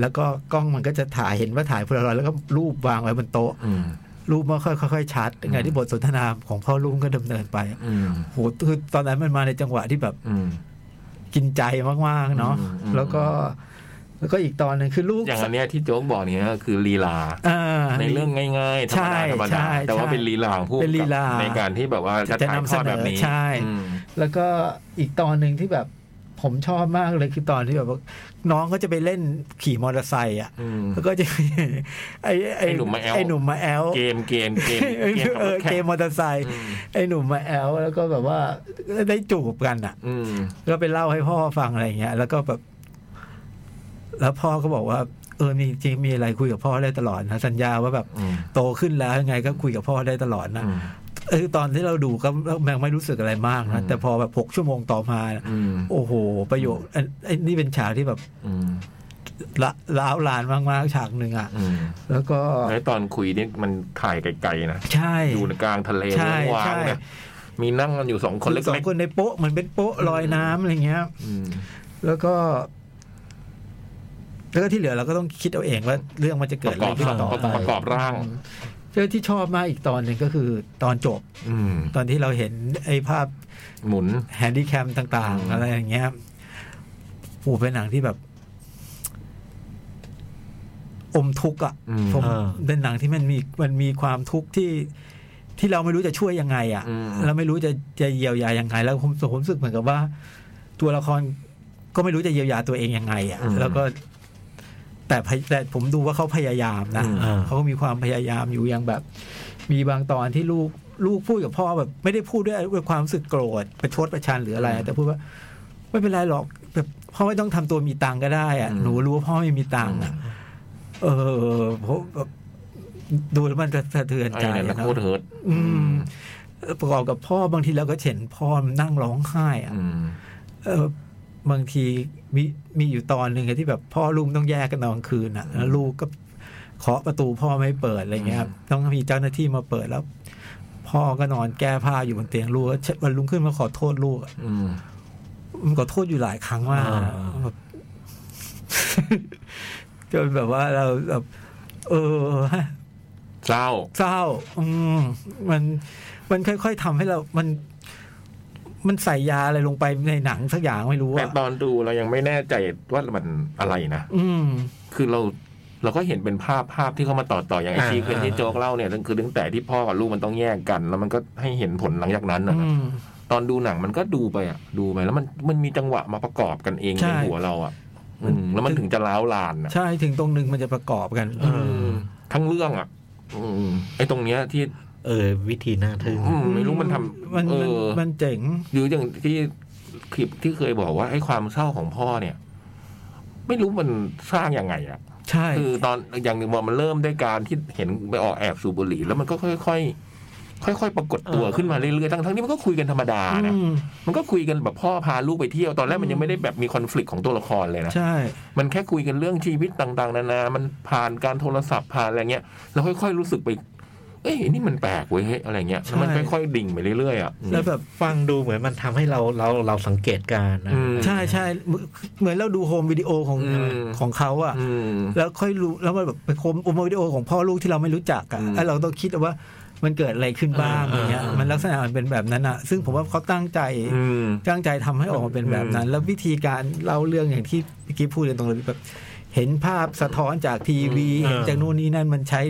[SPEAKER 2] แล้วก็กล้องมันก็จะถ่ายเห็นว่าถ่ายโพลารอยด์แล้วก็รูปวางไว้บนโต๊ะ
[SPEAKER 3] อืม
[SPEAKER 2] รูปมันค่อยค่อยๆชัดไงที่บทสนทนาของพ่อลูกก็ดำเนินไป
[SPEAKER 3] อืม
[SPEAKER 2] โหคือตอนนั้นมันมาในจังหวะที่แบบ
[SPEAKER 3] อืม
[SPEAKER 2] กินใจมากๆเนาะ
[SPEAKER 3] อืมอืม
[SPEAKER 2] แล้วก็ แล้วก็อีกตอนหนึ่งคือลูก
[SPEAKER 3] อย่างอันเนี้ยที่โจ๊กบอกเนี้ยคือลีลา
[SPEAKER 2] อ่า
[SPEAKER 3] ในเรื่องง่ายๆธรรมดาธรรมดา
[SPEAKER 2] ใช่ใช่
[SPEAKER 3] แต่ว่าเป็นลีลาของผู้กำกับ
[SPEAKER 2] เป็นลีลา
[SPEAKER 3] ในการที่แบบว่าจะ
[SPEAKER 2] จะ
[SPEAKER 3] ถ่าย
[SPEAKER 2] นำ
[SPEAKER 3] ท
[SPEAKER 2] เสนอ
[SPEAKER 3] อดแบบนี้
[SPEAKER 2] ใช่
[SPEAKER 3] อืม
[SPEAKER 2] แล้วก็อีกตอนหนึ่งที่แบบผมชอบมากเลยคือตอนที่แบบว่าน้องก็จะไปเล่นขี่มอเตอร์ไซค์อ่ะ
[SPEAKER 3] อืม
[SPEAKER 2] แล้วก็จะมีไอ้
[SPEAKER 3] ไอ้หนุ่มมาแอ้ว
[SPEAKER 2] ไอ้หนุ่มมาแอล
[SPEAKER 3] เกมเกมเกมขับ
[SPEAKER 2] เอ
[SPEAKER 3] ร
[SPEAKER 2] อ
[SPEAKER 3] ถแข่
[SPEAKER 2] เก
[SPEAKER 3] ง
[SPEAKER 2] มมอเตอร์ไซค์ไอ้หนุ่มมาแอลแล้วก็แบบว่าได้จูบกันอ่ะ
[SPEAKER 3] อืม
[SPEAKER 2] ก็ไปเล่าให้พ่อฟังอะไรอย่างเงี้ย แล้วก็แบบ แล้วพ่อก็บอกว่า เออมีจริงมีอะไรคุยกับพ่อได้ตลอดนะสัญญาว่าแบบ
[SPEAKER 3] อืม
[SPEAKER 2] โตขึ้นแล้วยังไงก็คุยกับพ่อได้ตลอดนะ
[SPEAKER 3] อืม
[SPEAKER 2] เออตอนที่เราดูก็ยังไม่รู้สึกอะไรมากนะ
[SPEAKER 3] อืม
[SPEAKER 2] แต่พอแบบหกชั่วโมงต่อมานะ
[SPEAKER 3] อืม
[SPEAKER 2] โอ้โห ประโยชน์อันไอ้นี่เป็นฉากที่แบบ
[SPEAKER 3] อืม
[SPEAKER 2] ละล้าวลานมากๆฉากหนึ่งอ่ะ
[SPEAKER 3] อืม
[SPEAKER 2] แล้วก็
[SPEAKER 3] แล้วตอนคุยนี่มันถ่ายไกลๆนะ
[SPEAKER 2] ใช่
[SPEAKER 3] อยู่ในกลางทะเล
[SPEAKER 2] ใช่
[SPEAKER 3] เรื่องวาง
[SPEAKER 2] ใช่
[SPEAKER 3] นะมีนั่งกันอยู่สองคนเล็
[SPEAKER 2] สอง
[SPEAKER 3] ก
[SPEAKER 2] คนในโป๊ะเหมือนเป็นโป๊ะลอยน้ำอะไรเงี้ย
[SPEAKER 3] ๆอืม
[SPEAKER 2] แล้วก็ แล้วก็ที่เหลือเราก็ต้องคิดเอาเองว่าเรื่องมันจะ
[SPEAKER 3] ป
[SPEAKER 2] เกิด
[SPEAKER 3] ระกอบ
[SPEAKER 2] อะไรขึ้นต่อไป
[SPEAKER 3] ประกอบร่าง
[SPEAKER 2] เรื่องที่ชอบมากอีกตอนหนึ่งก็คือตอนจบ
[SPEAKER 3] อืม
[SPEAKER 2] ตอนที่เราเห็นไอ้ภาพ
[SPEAKER 3] หมุน
[SPEAKER 2] แฮนดี้แคมต่าง
[SPEAKER 3] อืม
[SPEAKER 2] ๆ อะไรอย่างเงี้ยโอ้เป็นหนังที่แบบ อมทุกข์อ่ะ
[SPEAKER 3] อืม
[SPEAKER 2] ผม
[SPEAKER 4] เออ
[SPEAKER 2] เป็นหนังที่มันมีมันมีความทุกข์ที่ที่เราไม่รู้จะช่วยยังไง อ่ะ
[SPEAKER 3] อืม
[SPEAKER 2] เราไม่รู้จะจะเยียวยายังไง แล้วผมผมรู้สึกเหมือนกับว่า ตัวละครก็ไม่รู้จะเยียวยาตัวเองยังไงอ่ะ
[SPEAKER 3] อืม
[SPEAKER 2] แล้วก็ แต่พยแต่ผมดูว่าเขาพยายามนะ
[SPEAKER 3] อืม
[SPEAKER 2] เออเขาก็มีความพยายามอยู่อย่างแบบ มีบางตอนที่ลูกลูกพูดกับพ่อแบบ ไม่ได้พูดด้วยด้วยความรู้สึกโกรธประชดประชันหรืออะไร แต่พูดว่า ไม่เป็นไรหรอกแบบพ่อไม่ต้องทำตัวมีตังค์ก็ได้อ่ะ
[SPEAKER 3] อืม
[SPEAKER 2] หนูรู้ว่าพ่อไม่มีตังค์อ่ะเออผมแบบดูแล้วมันสะเทือน
[SPEAKER 3] ไอ้
[SPEAKER 2] ใจ
[SPEAKER 3] นั่นนะ
[SPEAKER 2] นะ
[SPEAKER 3] โคตรเฮิร์ต
[SPEAKER 2] อืมประกอบกับพ่อบางทีเราก็เห็นพ่อนั่งร้องไห้อะ
[SPEAKER 3] อืม
[SPEAKER 2] เออบางทีมีมีอยู่ตอนหนึ่งอะที่แบบพ่อลูกต้องแยกกันนอนคืนอ่ะแล้วลูกก็เคาะประตูพ่อไม่เปิดอะไรเงี้ยครับต้องมีเจ้าหน้าที่มาเปิดแล้ว พ่อก็นอนแก้ผ้าอยู่บนเตียงลูกแล้ววันรุ่งขึ้นมาขอโทษลูกอะ
[SPEAKER 3] อืม
[SPEAKER 2] มันขอโทษอยู่หลายครั้งมากอะ
[SPEAKER 4] อ่า
[SPEAKER 2] แบบ จนแบบว่าเราแบบเออ
[SPEAKER 3] เศร้า
[SPEAKER 2] เศร้า อืมมันมันค่อย ๆทำให้เรา มัน มันใส่ยาอะไรลงไปในหนังสักอย่างไม่รู้
[SPEAKER 3] แต่
[SPEAKER 2] อะ
[SPEAKER 3] ตอนดูเรายังไม่แน่ใจว่ามันอะไรนะ
[SPEAKER 2] อืม
[SPEAKER 3] คือเราเราก็เห็นเป็นภาพภาพที่เขามาต่อต่ออย่างไอ
[SPEAKER 4] อ่า
[SPEAKER 3] ชีเควนที่
[SPEAKER 4] อ่า
[SPEAKER 3] โจ๊กเล่าเนี่ยคือตั้งแต่ที่พ่อกับลูกมันต้องแยกกัน แล้วมันก็ให้เห็นผลหลังจากนั้นนะ
[SPEAKER 2] อืม
[SPEAKER 3] ตอนดูหนังมันก็ดูไปอ่ะดูไปแล้วมันมันมีจังหวะมาประกอบกันเอง
[SPEAKER 2] ใช่
[SPEAKER 3] ในหัวเราอ่ะ
[SPEAKER 2] มั
[SPEAKER 3] อื
[SPEAKER 2] น
[SPEAKER 3] มแล้วมันถึงจะล้าวลานอ่ะ
[SPEAKER 2] ใช่ถึงตรงหนึ่งมันจะประกอบกัน
[SPEAKER 3] เออทั้งเรื่องอ่ะอืมไอ้ตรงเนี้ยที่
[SPEAKER 4] เออ วิธีน่าทึ่ง
[SPEAKER 3] อืมไม่รู้มันทำ
[SPEAKER 2] มัน
[SPEAKER 3] เอ
[SPEAKER 2] มัน
[SPEAKER 3] อ
[SPEAKER 2] มันเจ๋ง
[SPEAKER 3] หรืออย่างที่คลิปที่เคยบอกว่าไอ้ความเศร้าของพ่อเนี่ย ไม่รู้มันสร้างยังไงอ่ะ
[SPEAKER 2] ใช่
[SPEAKER 3] คือตอนอย่างหนึ่งบอกมันเริ่มด้วยการที่เห็นไปออกแอบสูบบุหรี่แล้วมันก็ค่อยๆค่อยๆปรากฏตัว
[SPEAKER 4] เออ
[SPEAKER 3] ขึ้นมาเรื่อยๆทั้งทั้งที่มันก็คุยกันธรรมดานะ
[SPEAKER 2] อืม
[SPEAKER 3] มันก็คุยกันแบบพ่อพาลูกไปเที่ยวตอนแรกมันยัง
[SPEAKER 2] อืม
[SPEAKER 3] ไม่ได้แบบมีคอน FLICT ของตัวละครเลยนะ
[SPEAKER 2] ใช่
[SPEAKER 3] มันแค่คุยกันเรื่องชีวิตต่างๆ นานา มันผ่านการโทรศัพท์ผ่านอะไรเงี้ยแล้วค่อยๆรู้สึกไป เอ้ยนี่มันแปลกเว้ยเฮ้ยอะไรเงี้ยแล้วมัน
[SPEAKER 2] ใช่
[SPEAKER 3] ค่อยๆดิ่งไปเรื่อยๆอ่ะ
[SPEAKER 2] แล้วแบบ
[SPEAKER 4] ฟังดูเหมือนมันทำให้เราเราเราสังเกตการณ์นะ
[SPEAKER 3] อืม
[SPEAKER 2] ใช่ใช่เหมือนเหมือนเราดูโฮมวิดีโอของ
[SPEAKER 3] อืม
[SPEAKER 2] ของเขาอะ
[SPEAKER 3] อืม
[SPEAKER 2] แล้วค่อยรู้แล้วมันแบบไปคมอุโมวิดีโอของพ่อลูกที่เราไม่รู้จักอะ
[SPEAKER 3] อืม
[SPEAKER 2] แล้วเราต้องคิดว่ามันเกิดอะไรขึ้นบ้าง
[SPEAKER 3] เอออ
[SPEAKER 2] อย่างเงี้ย มันลักษณะมันเป็นแบบนั้นอะซึ่งผมว่าเขาตั้งใจ
[SPEAKER 3] อืม
[SPEAKER 2] ตั้งใจทำให้ออกมาเป็นแบบนั้น แล้ววิธีการเล่าเรื่องอย่างที่เมื่อกี้พูดกันตรงเลยแบบเห็นภาพสะท้อนจากทีวี
[SPEAKER 4] อืม
[SPEAKER 2] เห็นจากนู่นนี่นั่นมันใช้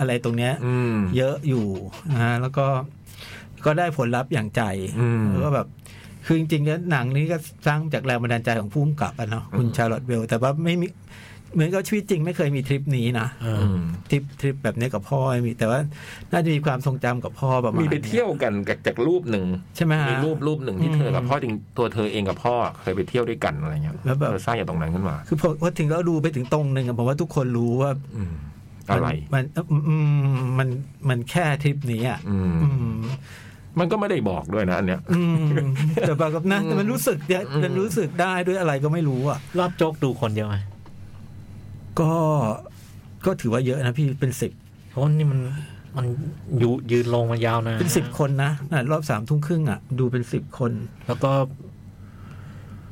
[SPEAKER 2] อะไรตรงเนี้ย
[SPEAKER 3] อืม
[SPEAKER 2] เยอะอยู่นะฮะแล้วก็ก็ได้ผลลัพธ์อย่างใจ
[SPEAKER 3] อืม
[SPEAKER 2] แล้วก็แบบ คือจริงๆแล้วหนังนี้ก็สร้างจากแรงบันดาลใจของผู้กำกับอะเนาะคุณ
[SPEAKER 3] อืม
[SPEAKER 2] ชาร์ลอตเวล แต่ว่าไม่มีเหมือนกับชีวิตจริงไม่เคยมีทริปนี้นะ
[SPEAKER 4] เออ
[SPEAKER 3] อืม
[SPEAKER 2] ทริปทริปแบบนี้กับพ่อไม่มี แต่ว่าน่าจะมีความทรงจำกับพ่อประมาณ
[SPEAKER 3] มีไปเที่ยว
[SPEAKER 2] นี้
[SPEAKER 3] กันจากจากรูปหนึ่ง
[SPEAKER 2] ใช่ไหมฮะ
[SPEAKER 3] มีรูปรูปหนึ่งที่
[SPEAKER 2] อืม
[SPEAKER 3] เธอกับพ่อจริงตัวเธอเองกับพ่อเคยไปเที่ยวด้วยกันอะไรเงี้ย
[SPEAKER 2] แล้วแบบ
[SPEAKER 3] เออสร้างอย่างตรงนั้นขึ้นมา
[SPEAKER 2] คือพอพอถึงเราดูไปถึงตรงหนึ่งอะผมว่าทุกคนรู้ว่า
[SPEAKER 3] อืมอะไร
[SPEAKER 2] มันมันอืมมันมันแค่ทริปนี้อ่ะ
[SPEAKER 3] อืม
[SPEAKER 2] อืม
[SPEAKER 3] มันก็ไม่ได้บอกด้วยนะอันเนี้ย
[SPEAKER 2] อืมแต่แบบกับนะแต่มันรู้สึกเนี่ย
[SPEAKER 3] อืม
[SPEAKER 2] มันรู้สึกได้ด้วยอะไรก็ไม่รู้อ่ะ
[SPEAKER 4] รอบโจ๊กดูคนเดียวไหม
[SPEAKER 2] ก็ก็ถือว่าเยอะนะพี่เป็นสิบ
[SPEAKER 4] เพราะว่านี่มันมันยูยืนลงมายาวนาน
[SPEAKER 2] เป็นสิบคนนะน่ะรอบสามทุ่มครึ่งอ่ะ ดูเป็นสิบคน
[SPEAKER 4] แล้วก็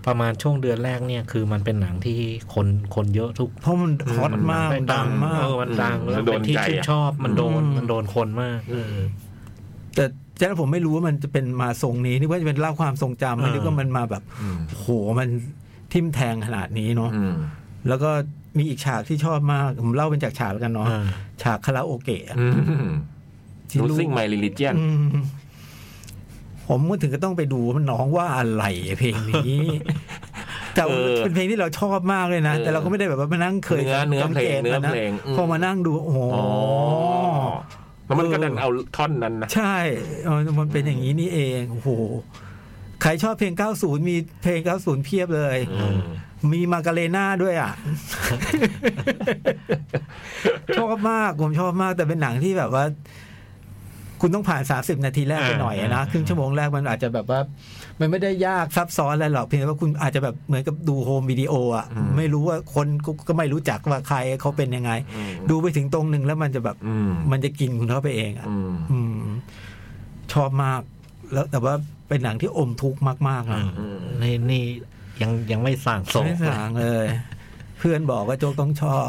[SPEAKER 4] ประมาณช่วงเดือนแรกเนี่ยคือมันเป็นหนังที่คนคนเยอะทุก
[SPEAKER 2] เพราะมันฮอตมากมันดังมาก
[SPEAKER 4] เออมันดัง
[SPEAKER 3] อืม
[SPEAKER 4] แล้ว
[SPEAKER 3] โด
[SPEAKER 4] เป็น
[SPEAKER 3] น
[SPEAKER 4] ที่
[SPEAKER 3] ใจ
[SPEAKER 4] ชื่น
[SPEAKER 3] อะ
[SPEAKER 4] ชอบมันโดน
[SPEAKER 2] อืม
[SPEAKER 4] มันโดนคนมากเออ
[SPEAKER 2] แต่แจ๊คผมไม่รู้ว่ามันจะเป็นมาทรงนี้นึกว่าจะเป็นเล่าความทรงจำไม่นึกว่ามันมาแบบ
[SPEAKER 3] อืม
[SPEAKER 2] โหมันทิ่มแทงขนาดนี้เนาะ
[SPEAKER 3] อืม
[SPEAKER 2] แล้วก็มีอีกฉากที่ชอบมากผมเล่าเป็นจากฉากๆแล้วกันเนาะ
[SPEAKER 4] อ่า
[SPEAKER 2] ฉากคาราโอเกะอะ
[SPEAKER 3] อืม
[SPEAKER 2] ที่ลูก
[SPEAKER 3] losing my religion
[SPEAKER 2] อืมผมก็ถึงก็ต้องไปดูว่ามันน้องว่าอะไรเพลงนี้ แต่ว่า
[SPEAKER 3] เออ
[SPEAKER 2] เป็นเพลงที่เราชอบมากเลยนะ
[SPEAKER 3] เออ
[SPEAKER 2] แต่เราก็ไม่ได้แบบว่ามานั่งเคย
[SPEAKER 3] เนื้อเนื้อ
[SPEAKER 2] สังกต
[SPEAKER 3] เพลงเนื้อ
[SPEAKER 2] มาะ
[SPEAKER 3] เพลงอืม
[SPEAKER 2] พอมานั่งดูโอ้โห
[SPEAKER 3] อ๋อแล้วมันก็ดันเอาท่อนนั้นนะ
[SPEAKER 2] ใช่เออมันเป็นอย่างนี้นี่เองโอ้โหใครชอบเพลง 90 มีเพลง 90 เพียบเลย
[SPEAKER 3] อืม
[SPEAKER 2] มีมาการเลน่าด้วยอ่ะ ชอบมากผมชอบมากแต่เป็นหนังที่แบบว่า คุณต้องผ่าน 30 นาทีแรกไปหน่อยอะนะ
[SPEAKER 4] อ่า
[SPEAKER 2] ครึ่งชั่วโมงแรกมันอาจจะแบบว่า มันไม่ได้ยากซับซ้อนอะไรหรอกเพียงแต่ว่าคุณอาจจะแบบเหมือนกับดูโฮมวิดีโออ่ะ
[SPEAKER 3] อืม
[SPEAKER 2] ไม่รู้ว่าคนก็ก็ไม่รู้จักว่าใครเขาเป็นยังไง ดูไปถึงตรงหนึ่งแล้วมันจะแบบ
[SPEAKER 3] อืม
[SPEAKER 2] มันจะกินคุณเข้าไปเองอ่ะ
[SPEAKER 3] อืม
[SPEAKER 2] อืมชอบมาก แล้วแต่ว่าเป็นหนังที่อมทุกข์มากๆนะ
[SPEAKER 3] อืม
[SPEAKER 4] นี่นี่ยังยังไม่สั่งสม
[SPEAKER 2] ไม่สางเลย เพื่อนบอกว่าโจ๊กต้องชอบ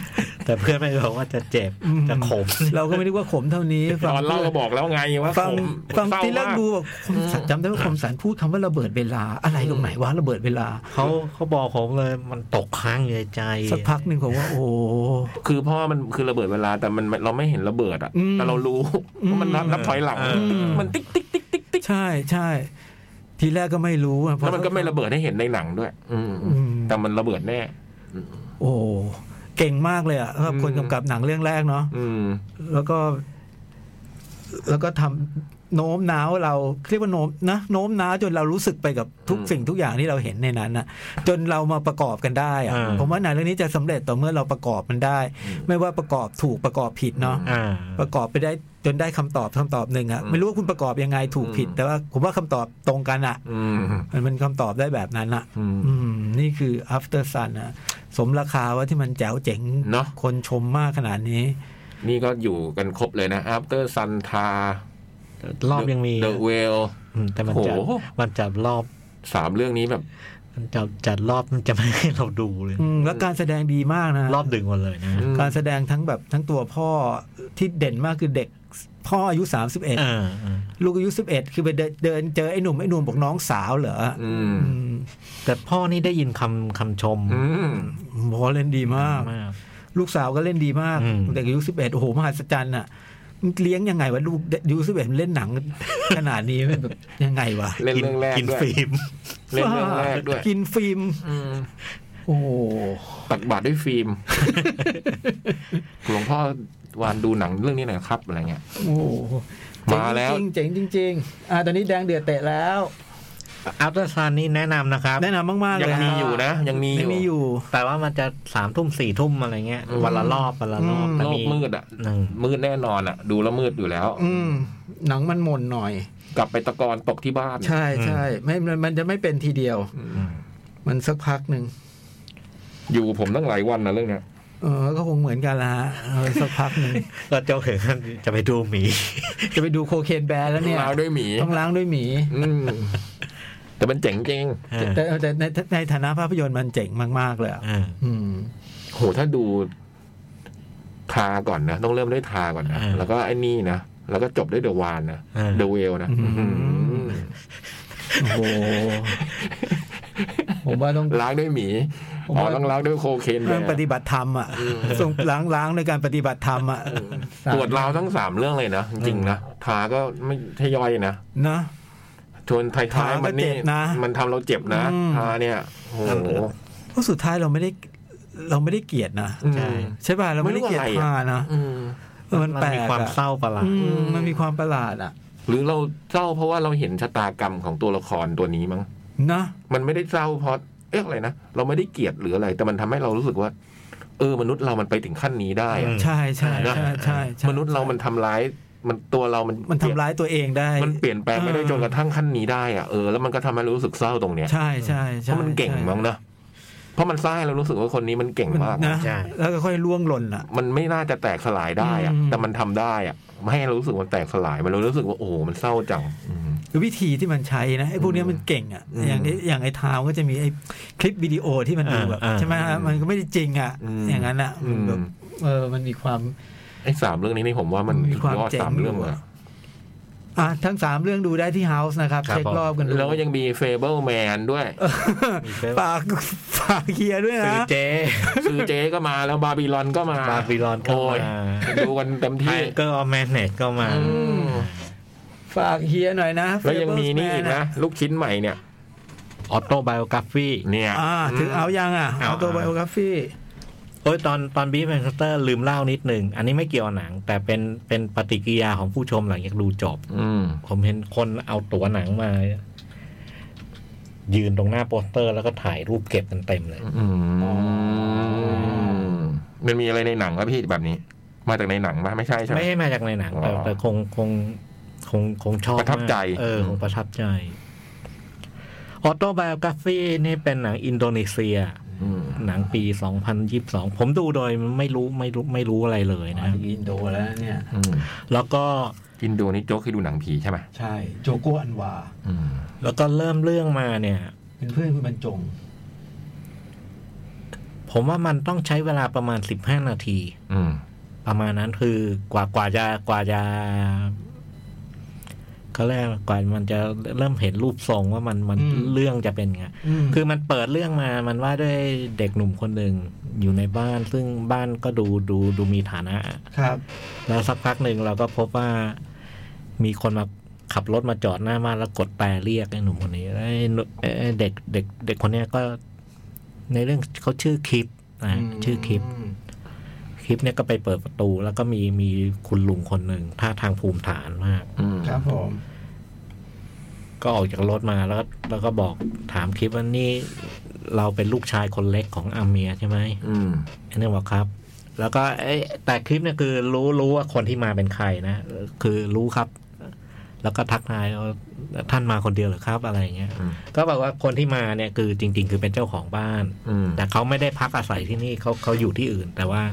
[SPEAKER 4] แต่เพื่อนไม่บอกว่าจะเจ็บ
[SPEAKER 2] อืม
[SPEAKER 4] จะขม
[SPEAKER 2] เราก็ไม่นึกว่าขมเท่านี้
[SPEAKER 3] ตอนเล่า
[SPEAKER 2] พื่
[SPEAKER 3] ก็บอกแล้วไงว่า
[SPEAKER 2] ฟัง
[SPEAKER 3] ผม
[SPEAKER 2] ฟัง
[SPEAKER 3] เศร้า
[SPEAKER 2] ที่แรก
[SPEAKER 3] มา
[SPEAKER 2] ดูแบบคมสันจำได้ว่าคมสันพูดคำว่าระเบิดเวลาอะไรตรงไหนวะระเบิดเวลา
[SPEAKER 4] เขาเขาบอกผมเลยมันตกค้างอยู่ในใจ
[SPEAKER 2] สักพักหนึ่งผมว่า โอ้โห
[SPEAKER 3] คือเพราะว่อมันคือระเบิดเวลาแต่มันเราไม่เห็นระเบิดอ่ะ
[SPEAKER 2] อืม
[SPEAKER 3] แต่เรารู้
[SPEAKER 2] อืม
[SPEAKER 3] ว่ามันนับนับถอยหลัง
[SPEAKER 4] อืม
[SPEAKER 3] มันติ๊กติ๊กติ๊กติ๊กติ๊ก
[SPEAKER 2] ใช่ใช่ทีแรกก็ไม่รู้อะพอ
[SPEAKER 3] แล้วมันก็ไม่ระเบิดให้เห็นในหนังด้วย อืม
[SPEAKER 2] อืม
[SPEAKER 3] แต่มันระเบิดแน่
[SPEAKER 2] โอ้โหเก่งมากเลยอ่ะครับ
[SPEAKER 3] อืม
[SPEAKER 2] คนกำกับหนังเรื่องแรกเนาะ
[SPEAKER 3] อืม
[SPEAKER 2] แล้วก็ แล้วก็ทำโน้มน้าวเราเรียกว่าโน้มนะโน้มน้าวจนเรารู้สึกไปกับทุก
[SPEAKER 3] อืม
[SPEAKER 2] สิ่งทุกอย่างที่เราเห็นในนั้นนะจนเรามาประกอบกันได้อะ
[SPEAKER 4] อ่า
[SPEAKER 2] ผมว่าหนังเรื่องนี้จะสำเร็จต่อเมื่อเราประกอบมันได้ ไม่ว่าประกอบถูกประกอบผิดเนาะ
[SPEAKER 4] อ่า
[SPEAKER 2] ประกอบไปได้จนได้คำตอบคำตอบหนึ่งอะไม่รู้ว่าคุณประกอบยังไงถูกผิด แต่ว่าผมว่าคำตอบตรงกันอะ
[SPEAKER 3] อืม
[SPEAKER 2] มันเป็นคำตอบได้แบบนั้นอะ
[SPEAKER 3] อืม
[SPEAKER 2] อืม นี่คือ after sun อะสมราคาว่าที่มันแจ๋วเจ๋ง
[SPEAKER 3] เนอะ
[SPEAKER 2] คนชมมากขนาดนี้
[SPEAKER 3] นี่ก็อยู่กันครบเลยนะ after sun ทาร
[SPEAKER 4] อบยังมี
[SPEAKER 3] the whale
[SPEAKER 4] อืมแต่มันจัด
[SPEAKER 3] โอ้โห
[SPEAKER 4] มันจัดรอบ
[SPEAKER 3] สามเรื่องนี้แบบ
[SPEAKER 4] มันจัดจัดรอบมันจะไม่ให้เราดูเลย
[SPEAKER 2] อืมแล้วการแสดงดีมากนะ
[SPEAKER 4] รอบดึงหมดเลยนะ
[SPEAKER 3] อืม
[SPEAKER 2] การแสดงทั้งแบบทั้งตัวพ่อที่เด่นมากคือเด็กพ่ออายุ
[SPEAKER 4] เออเออ
[SPEAKER 2] 31 ลูกอายุ 11 คือไปเดินเดินเจอไอ้หนุ่มไอ้หนุ่มบอกน้องสาวเหรอ
[SPEAKER 3] อืม
[SPEAKER 2] อืม
[SPEAKER 4] แต่พ่อนี่ได้ยินคำคำชม
[SPEAKER 3] อืม
[SPEAKER 2] หมอเล่นดีมาก
[SPEAKER 4] มาก
[SPEAKER 2] ลูกสาวก็เล่นดีมาก
[SPEAKER 4] อืม
[SPEAKER 2] เด็กอายุ 11 โอ้โหมหัศจรรย์อ่ะมันเลี้ยงยังไงวะลูกอายุ11มันเล่นหนัง ขนาดนี้มันแบบ ยังไงวะ
[SPEAKER 3] เล่น
[SPEAKER 4] กิ
[SPEAKER 3] เรื่องแรก
[SPEAKER 4] กิน
[SPEAKER 3] ด้วย
[SPEAKER 4] ฟิล์ม
[SPEAKER 3] เล่นเรื่องแรกด้วย
[SPEAKER 2] กินฟิล์ม
[SPEAKER 3] อืม
[SPEAKER 2] โอ้โห
[SPEAKER 3] ตักบาตรด้วยฟิล์มหลวงพ่อวานดูหนังเรื่องนี้หน่อยครับอะไรเงี้ย
[SPEAKER 2] โอ้โห
[SPEAKER 3] มาแล้ว
[SPEAKER 2] เจ๋งจริงๆเจ๋งจริงๆอ่าตอนนี้แดงเดือดเตะแล้ว
[SPEAKER 4] อัพเดอร์ซันนี่แนะนำนะครับ
[SPEAKER 2] แนะนำมากๆเลย
[SPEAKER 3] ยังมี
[SPEAKER 2] ฮะ
[SPEAKER 3] อยู่นะ ยังมี
[SPEAKER 2] ยังมี
[SPEAKER 3] อ
[SPEAKER 2] อยู่ ยู่
[SPEAKER 4] แต่ว่ามันจะสามทุ่มสี่ทุ่มอะไรเงี้ย
[SPEAKER 3] อืม
[SPEAKER 4] วันละรอบวันละรอบ
[SPEAKER 2] อืม
[SPEAKER 4] แต่
[SPEAKER 3] โลกมืดอ่ะ
[SPEAKER 4] หนึ่ง
[SPEAKER 3] มืดแน่นอนอ่ะ ดูแล้วมืดอยู่แล้ว
[SPEAKER 2] อืม หนังมันหม่นหน่อย
[SPEAKER 3] กลับไปตะกอนตกที่บ้าน
[SPEAKER 2] ใช่ใช่ไม่มันมันจะไม่เป็นทีเดียว
[SPEAKER 3] อืม
[SPEAKER 2] มันสักพักหนึ่ง
[SPEAKER 3] อยู่ผมตั้งหลายวันนะเรื่องเนี้ย
[SPEAKER 2] เออก็คงเหมือนกันละฮะเออสักพัก หนึ่ง
[SPEAKER 4] ก็เจ้าเห็นจะไปดูหมี
[SPEAKER 2] จะไปดูโคเคนแบร์แล้วเนี่ย
[SPEAKER 3] ล้างด้วยหมี
[SPEAKER 2] ต้องล้างด้วยหมี
[SPEAKER 3] อืมแต่มันเจ๋งจริง
[SPEAKER 2] แต่แต่ในในฐานะภาพยนตร์มันเจ๋งมาก ๆ เลยอะ
[SPEAKER 4] อ่า
[SPEAKER 2] อืม
[SPEAKER 3] โหถ้าดู ทาก่อนนะ ต้องเริ่มด้วยทาก่อนนะ
[SPEAKER 4] อ่า
[SPEAKER 3] แล้วก็ไอ้นี่นะ แล้วก็จบด้วยเดอะวานนะ
[SPEAKER 4] อ่า
[SPEAKER 3] เดอะเวลนะ
[SPEAKER 2] อืม
[SPEAKER 3] อื้อหือ
[SPEAKER 2] โอ้โหผมว่าต้อง
[SPEAKER 3] ล้างด้วยหมี
[SPEAKER 2] ผม
[SPEAKER 3] อ๋อ
[SPEAKER 2] ว่า
[SPEAKER 3] ต้องล้างด้วยโคเคนแบ
[SPEAKER 2] เรื่อง
[SPEAKER 3] ร์
[SPEAKER 2] ปฏิบัติธรรมอ่ะส่งล้างล้างในการปฏิบัติธรรมอ่ะ
[SPEAKER 3] ตรวจราวทั้งสามเรื่องเลยนะ จริงๆนะทาก็ไม่ทยอยนะ
[SPEAKER 2] นะ
[SPEAKER 3] ชวนไทย
[SPEAKER 2] ทา
[SPEAKER 3] ท้าย
[SPEAKER 2] ก็
[SPEAKER 3] ๆมันนี่
[SPEAKER 2] เจ็บนะ
[SPEAKER 3] มันทำเราเจ็บนะ
[SPEAKER 2] อืม
[SPEAKER 3] ทาเนี่ยโอ้โห
[SPEAKER 2] เพราะสุดท้ายเราไม่ได้เราไม่ได้เกลียดนะ
[SPEAKER 3] อืม
[SPEAKER 4] ใช่
[SPEAKER 2] ใช่ป่ะเราไม่ได้เกลียด
[SPEAKER 3] ไม่รู้อะไรอะ
[SPEAKER 2] พานะ
[SPEAKER 3] อืม
[SPEAKER 2] เออมันแปลก
[SPEAKER 4] มี
[SPEAKER 2] อะ
[SPEAKER 4] ความเศร้าประหลาด
[SPEAKER 2] อืมมันมีความประหลาดอ่ะ
[SPEAKER 3] หรือเราเศร้าเพราะว่าเราเห็นชะตากรรมของตัวละครตัวนี้มั้ง
[SPEAKER 2] นะ
[SPEAKER 3] มันไม่ได้เศร้าเพราะเอ๊ะอะไรนะ เราไม่ได้เกลียดหรืออะไร แต่มันทำให้เรารู้สึกว่า เออ มนุษย์เรามันไปถึงขั้นนี้ได้อะ
[SPEAKER 2] ใช่ใช่ใช่ใช่ใช่
[SPEAKER 3] มนุษย์เรามันทำร้าย มันตัวเรามัน
[SPEAKER 2] มันทำร้ายตัวเองได้
[SPEAKER 3] มันเปลี่ยนแปลงไม่ได้จนกระทั่งขั้นนี้ได้อะเออแล้วมันก็ทำให้เรารู้สึกเศร้าตรงเนี้ย
[SPEAKER 2] ใช่ใช่
[SPEAKER 3] เพ
[SPEAKER 2] ใช่
[SPEAKER 3] ราะมันเก่งมั้งนะเพราะมันสร้างให้เรารู้สึกว่าคนนี้มันเก่ง
[SPEAKER 2] มัน
[SPEAKER 3] มาก
[SPEAKER 2] นะแล้วก็ค่อยล่วงหล่นอ่ะ
[SPEAKER 3] มันไม่น่าจะแตกสลายได้อะ
[SPEAKER 2] อืม
[SPEAKER 3] แต่มันทำได้อะไม่ให้เรารู้สึกมันแตกสลาย มันเรารู้สึกว่าโอ้โหมันเศร้าจังอืม
[SPEAKER 2] ดู คือวิธีที่มันใช้นะไอ้พวกเนี้ยมันเก่งอ่ะ
[SPEAKER 6] อืม
[SPEAKER 2] อย่างที่อย่างไอ้ทาวก็จะมีไอ้คลิปวิดีโอที่มันดูแบบ
[SPEAKER 4] อ่าอ่า
[SPEAKER 2] ใช่ไหมฮะมันก็ไม่ได้จริงอ่ะ
[SPEAKER 6] อืม
[SPEAKER 2] อย่างนั้นอ่ะมันแบบเออมันมีความ
[SPEAKER 3] ไอ้สามเรื่องนี้นี่ผมว่ามัน
[SPEAKER 2] มีความ
[SPEAKER 3] ยอด
[SPEAKER 2] เจ๋ง
[SPEAKER 3] สามเรื่อง
[SPEAKER 2] อยู่
[SPEAKER 3] เลย
[SPEAKER 2] อะ อ่ะทั้งสามเรื่องดูได้ที่ House นะครับ
[SPEAKER 4] ครับ
[SPEAKER 2] เช็ครอบกันดู
[SPEAKER 3] แล้วก็ยังมีเฟเบิลแมนด้วย
[SPEAKER 4] มีเฟซ
[SPEAKER 2] ฝากฝากเฮียด้วย
[SPEAKER 4] ซื้อ
[SPEAKER 2] นะ
[SPEAKER 4] เจ
[SPEAKER 3] ซื้อเจ๊ก็มาแล้วบาบิลอนก็มา
[SPEAKER 4] บาบิลอนก็
[SPEAKER 3] โอ้ย
[SPEAKER 4] มา
[SPEAKER 3] ดูกันเต็ม
[SPEAKER 4] ไท
[SPEAKER 3] ที่
[SPEAKER 4] เกอร์แมนเนตก็มา
[SPEAKER 3] อืม
[SPEAKER 2] ฝากเฮียหน่อยนะ
[SPEAKER 3] แล้วยังมีนี่อีกนะลูกชิ้นใหม่เนี่ย
[SPEAKER 4] ออโต b บ o g กราฟี
[SPEAKER 3] เนี่ย
[SPEAKER 2] อ่าถึงเอายังอ่ะ
[SPEAKER 4] เอา
[SPEAKER 2] เอาตัวไบโอกราฟี
[SPEAKER 4] โอ้ยตอนตอนบีฟแมนสเตอร์ลืมเล่านิดหนึ่ง อันนี้ไม่เกี่ยวกับหนัง แต่เป็นเป็นปฏิกิริยาของผู้ชมหลังจากดูจบ
[SPEAKER 3] อืม
[SPEAKER 4] ผมเห็นคนเอาตั๋วหนังมา ยืนตรงหน้าโปสเตอร์แล้วก็ถ่ายรูปเก็บกันเต็มเลย
[SPEAKER 3] อืมมันมีอะไรในหนังวะพี่แบบนี้ มาจากในหนังปะไม่ใช่ใช่ไหม
[SPEAKER 4] ไม่ได้มาจากในหนังแต่
[SPEAKER 3] อ๋อ
[SPEAKER 4] แต่คงคงคงคงชอบ
[SPEAKER 3] ประทับใจ
[SPEAKER 4] มากเออคงประทับใจออโต b บ o g กราฟีนี่เป็นหนังอินโดนีเซีย
[SPEAKER 3] อืม
[SPEAKER 4] หนังปี 2022 ผมดูโดยไม่รู้ไม่รู้ไม่รู้อะไรเลย
[SPEAKER 5] มา
[SPEAKER 4] นะ
[SPEAKER 5] ถึงอินโดแล้วเนี่ย
[SPEAKER 3] อืม
[SPEAKER 4] แล้วก็
[SPEAKER 3] อินโดนี่โจ๊กเคยดูหนังผีใช่ไหม
[SPEAKER 5] ใช่ โจโกอันวา
[SPEAKER 3] อืม
[SPEAKER 4] แล้วก็เริ่มเรื่องมาเนี่ย
[SPEAKER 5] เป็นเพื่อนคุณบรรจง
[SPEAKER 4] ผมว่ามันต้องใช้เวลาประมาณ 15 นาที
[SPEAKER 3] อืม
[SPEAKER 4] ประมาณนั้นคือกว่ากว่าจะกว่าจะเขาเรียกว่ากว่ามันจะเริ่มเห็นรูปทรงว่ามันมัน
[SPEAKER 5] อืม
[SPEAKER 4] เรื่องจะเป็นไงคือมันเปิดเรื่องมามันว่าด้วยเด็กหนุ่มคนหนึ่งอยู่ในบ้าน ซึ่งบ้านก็ดูดูดูมีฐานะ
[SPEAKER 5] ครับ
[SPEAKER 4] แล้วสักพักหนึ่งเราก็พบว่ามีคนมาขับรถมาจอดหน้าบ้านแล้วกดแตรเรียกไอ้หนุ่มคนนี้ไอ้หนุ่มไอ้เด็กเด็ก เด็กคนเนี้ยก็ในเรื่องเขาชื่อคลิปนะชื่อคลิป คลิปเนี่ยก็ไปเปิดประตู แล้วก็มีมีคุณลุงคนหนึ่งท่าทางภูมิฐานมาก
[SPEAKER 3] อืม
[SPEAKER 5] ครับผม
[SPEAKER 4] ก็ออกจากรถมาแล้วก็แล้วก็บอกถามคลิปว่านี่เราเป็นลูกชายคนเล็กของอาเมียใช่ไหม
[SPEAKER 3] อืม
[SPEAKER 4] ไอ้เนี่ยบอกครับ แล้วก็เอ้ยแต่คลิปเนี่ยคือรู้รู้ว่าคนที่มาเป็นใครนะคือรู้ครับ แล้วก็ทักทายว่าท่านมาคนเดียวเหรือครับอะไรอย่างเงี้ย ก็บอกว่าคนที่มาเนี่ยคือจริง ๆ คือเป็นเจ้าของบ้าน
[SPEAKER 3] อืม
[SPEAKER 4] แต่เขาไม่ได้พักอาศัยที่นี่เขาเขาอยู่ที่อื่น แต่ว่า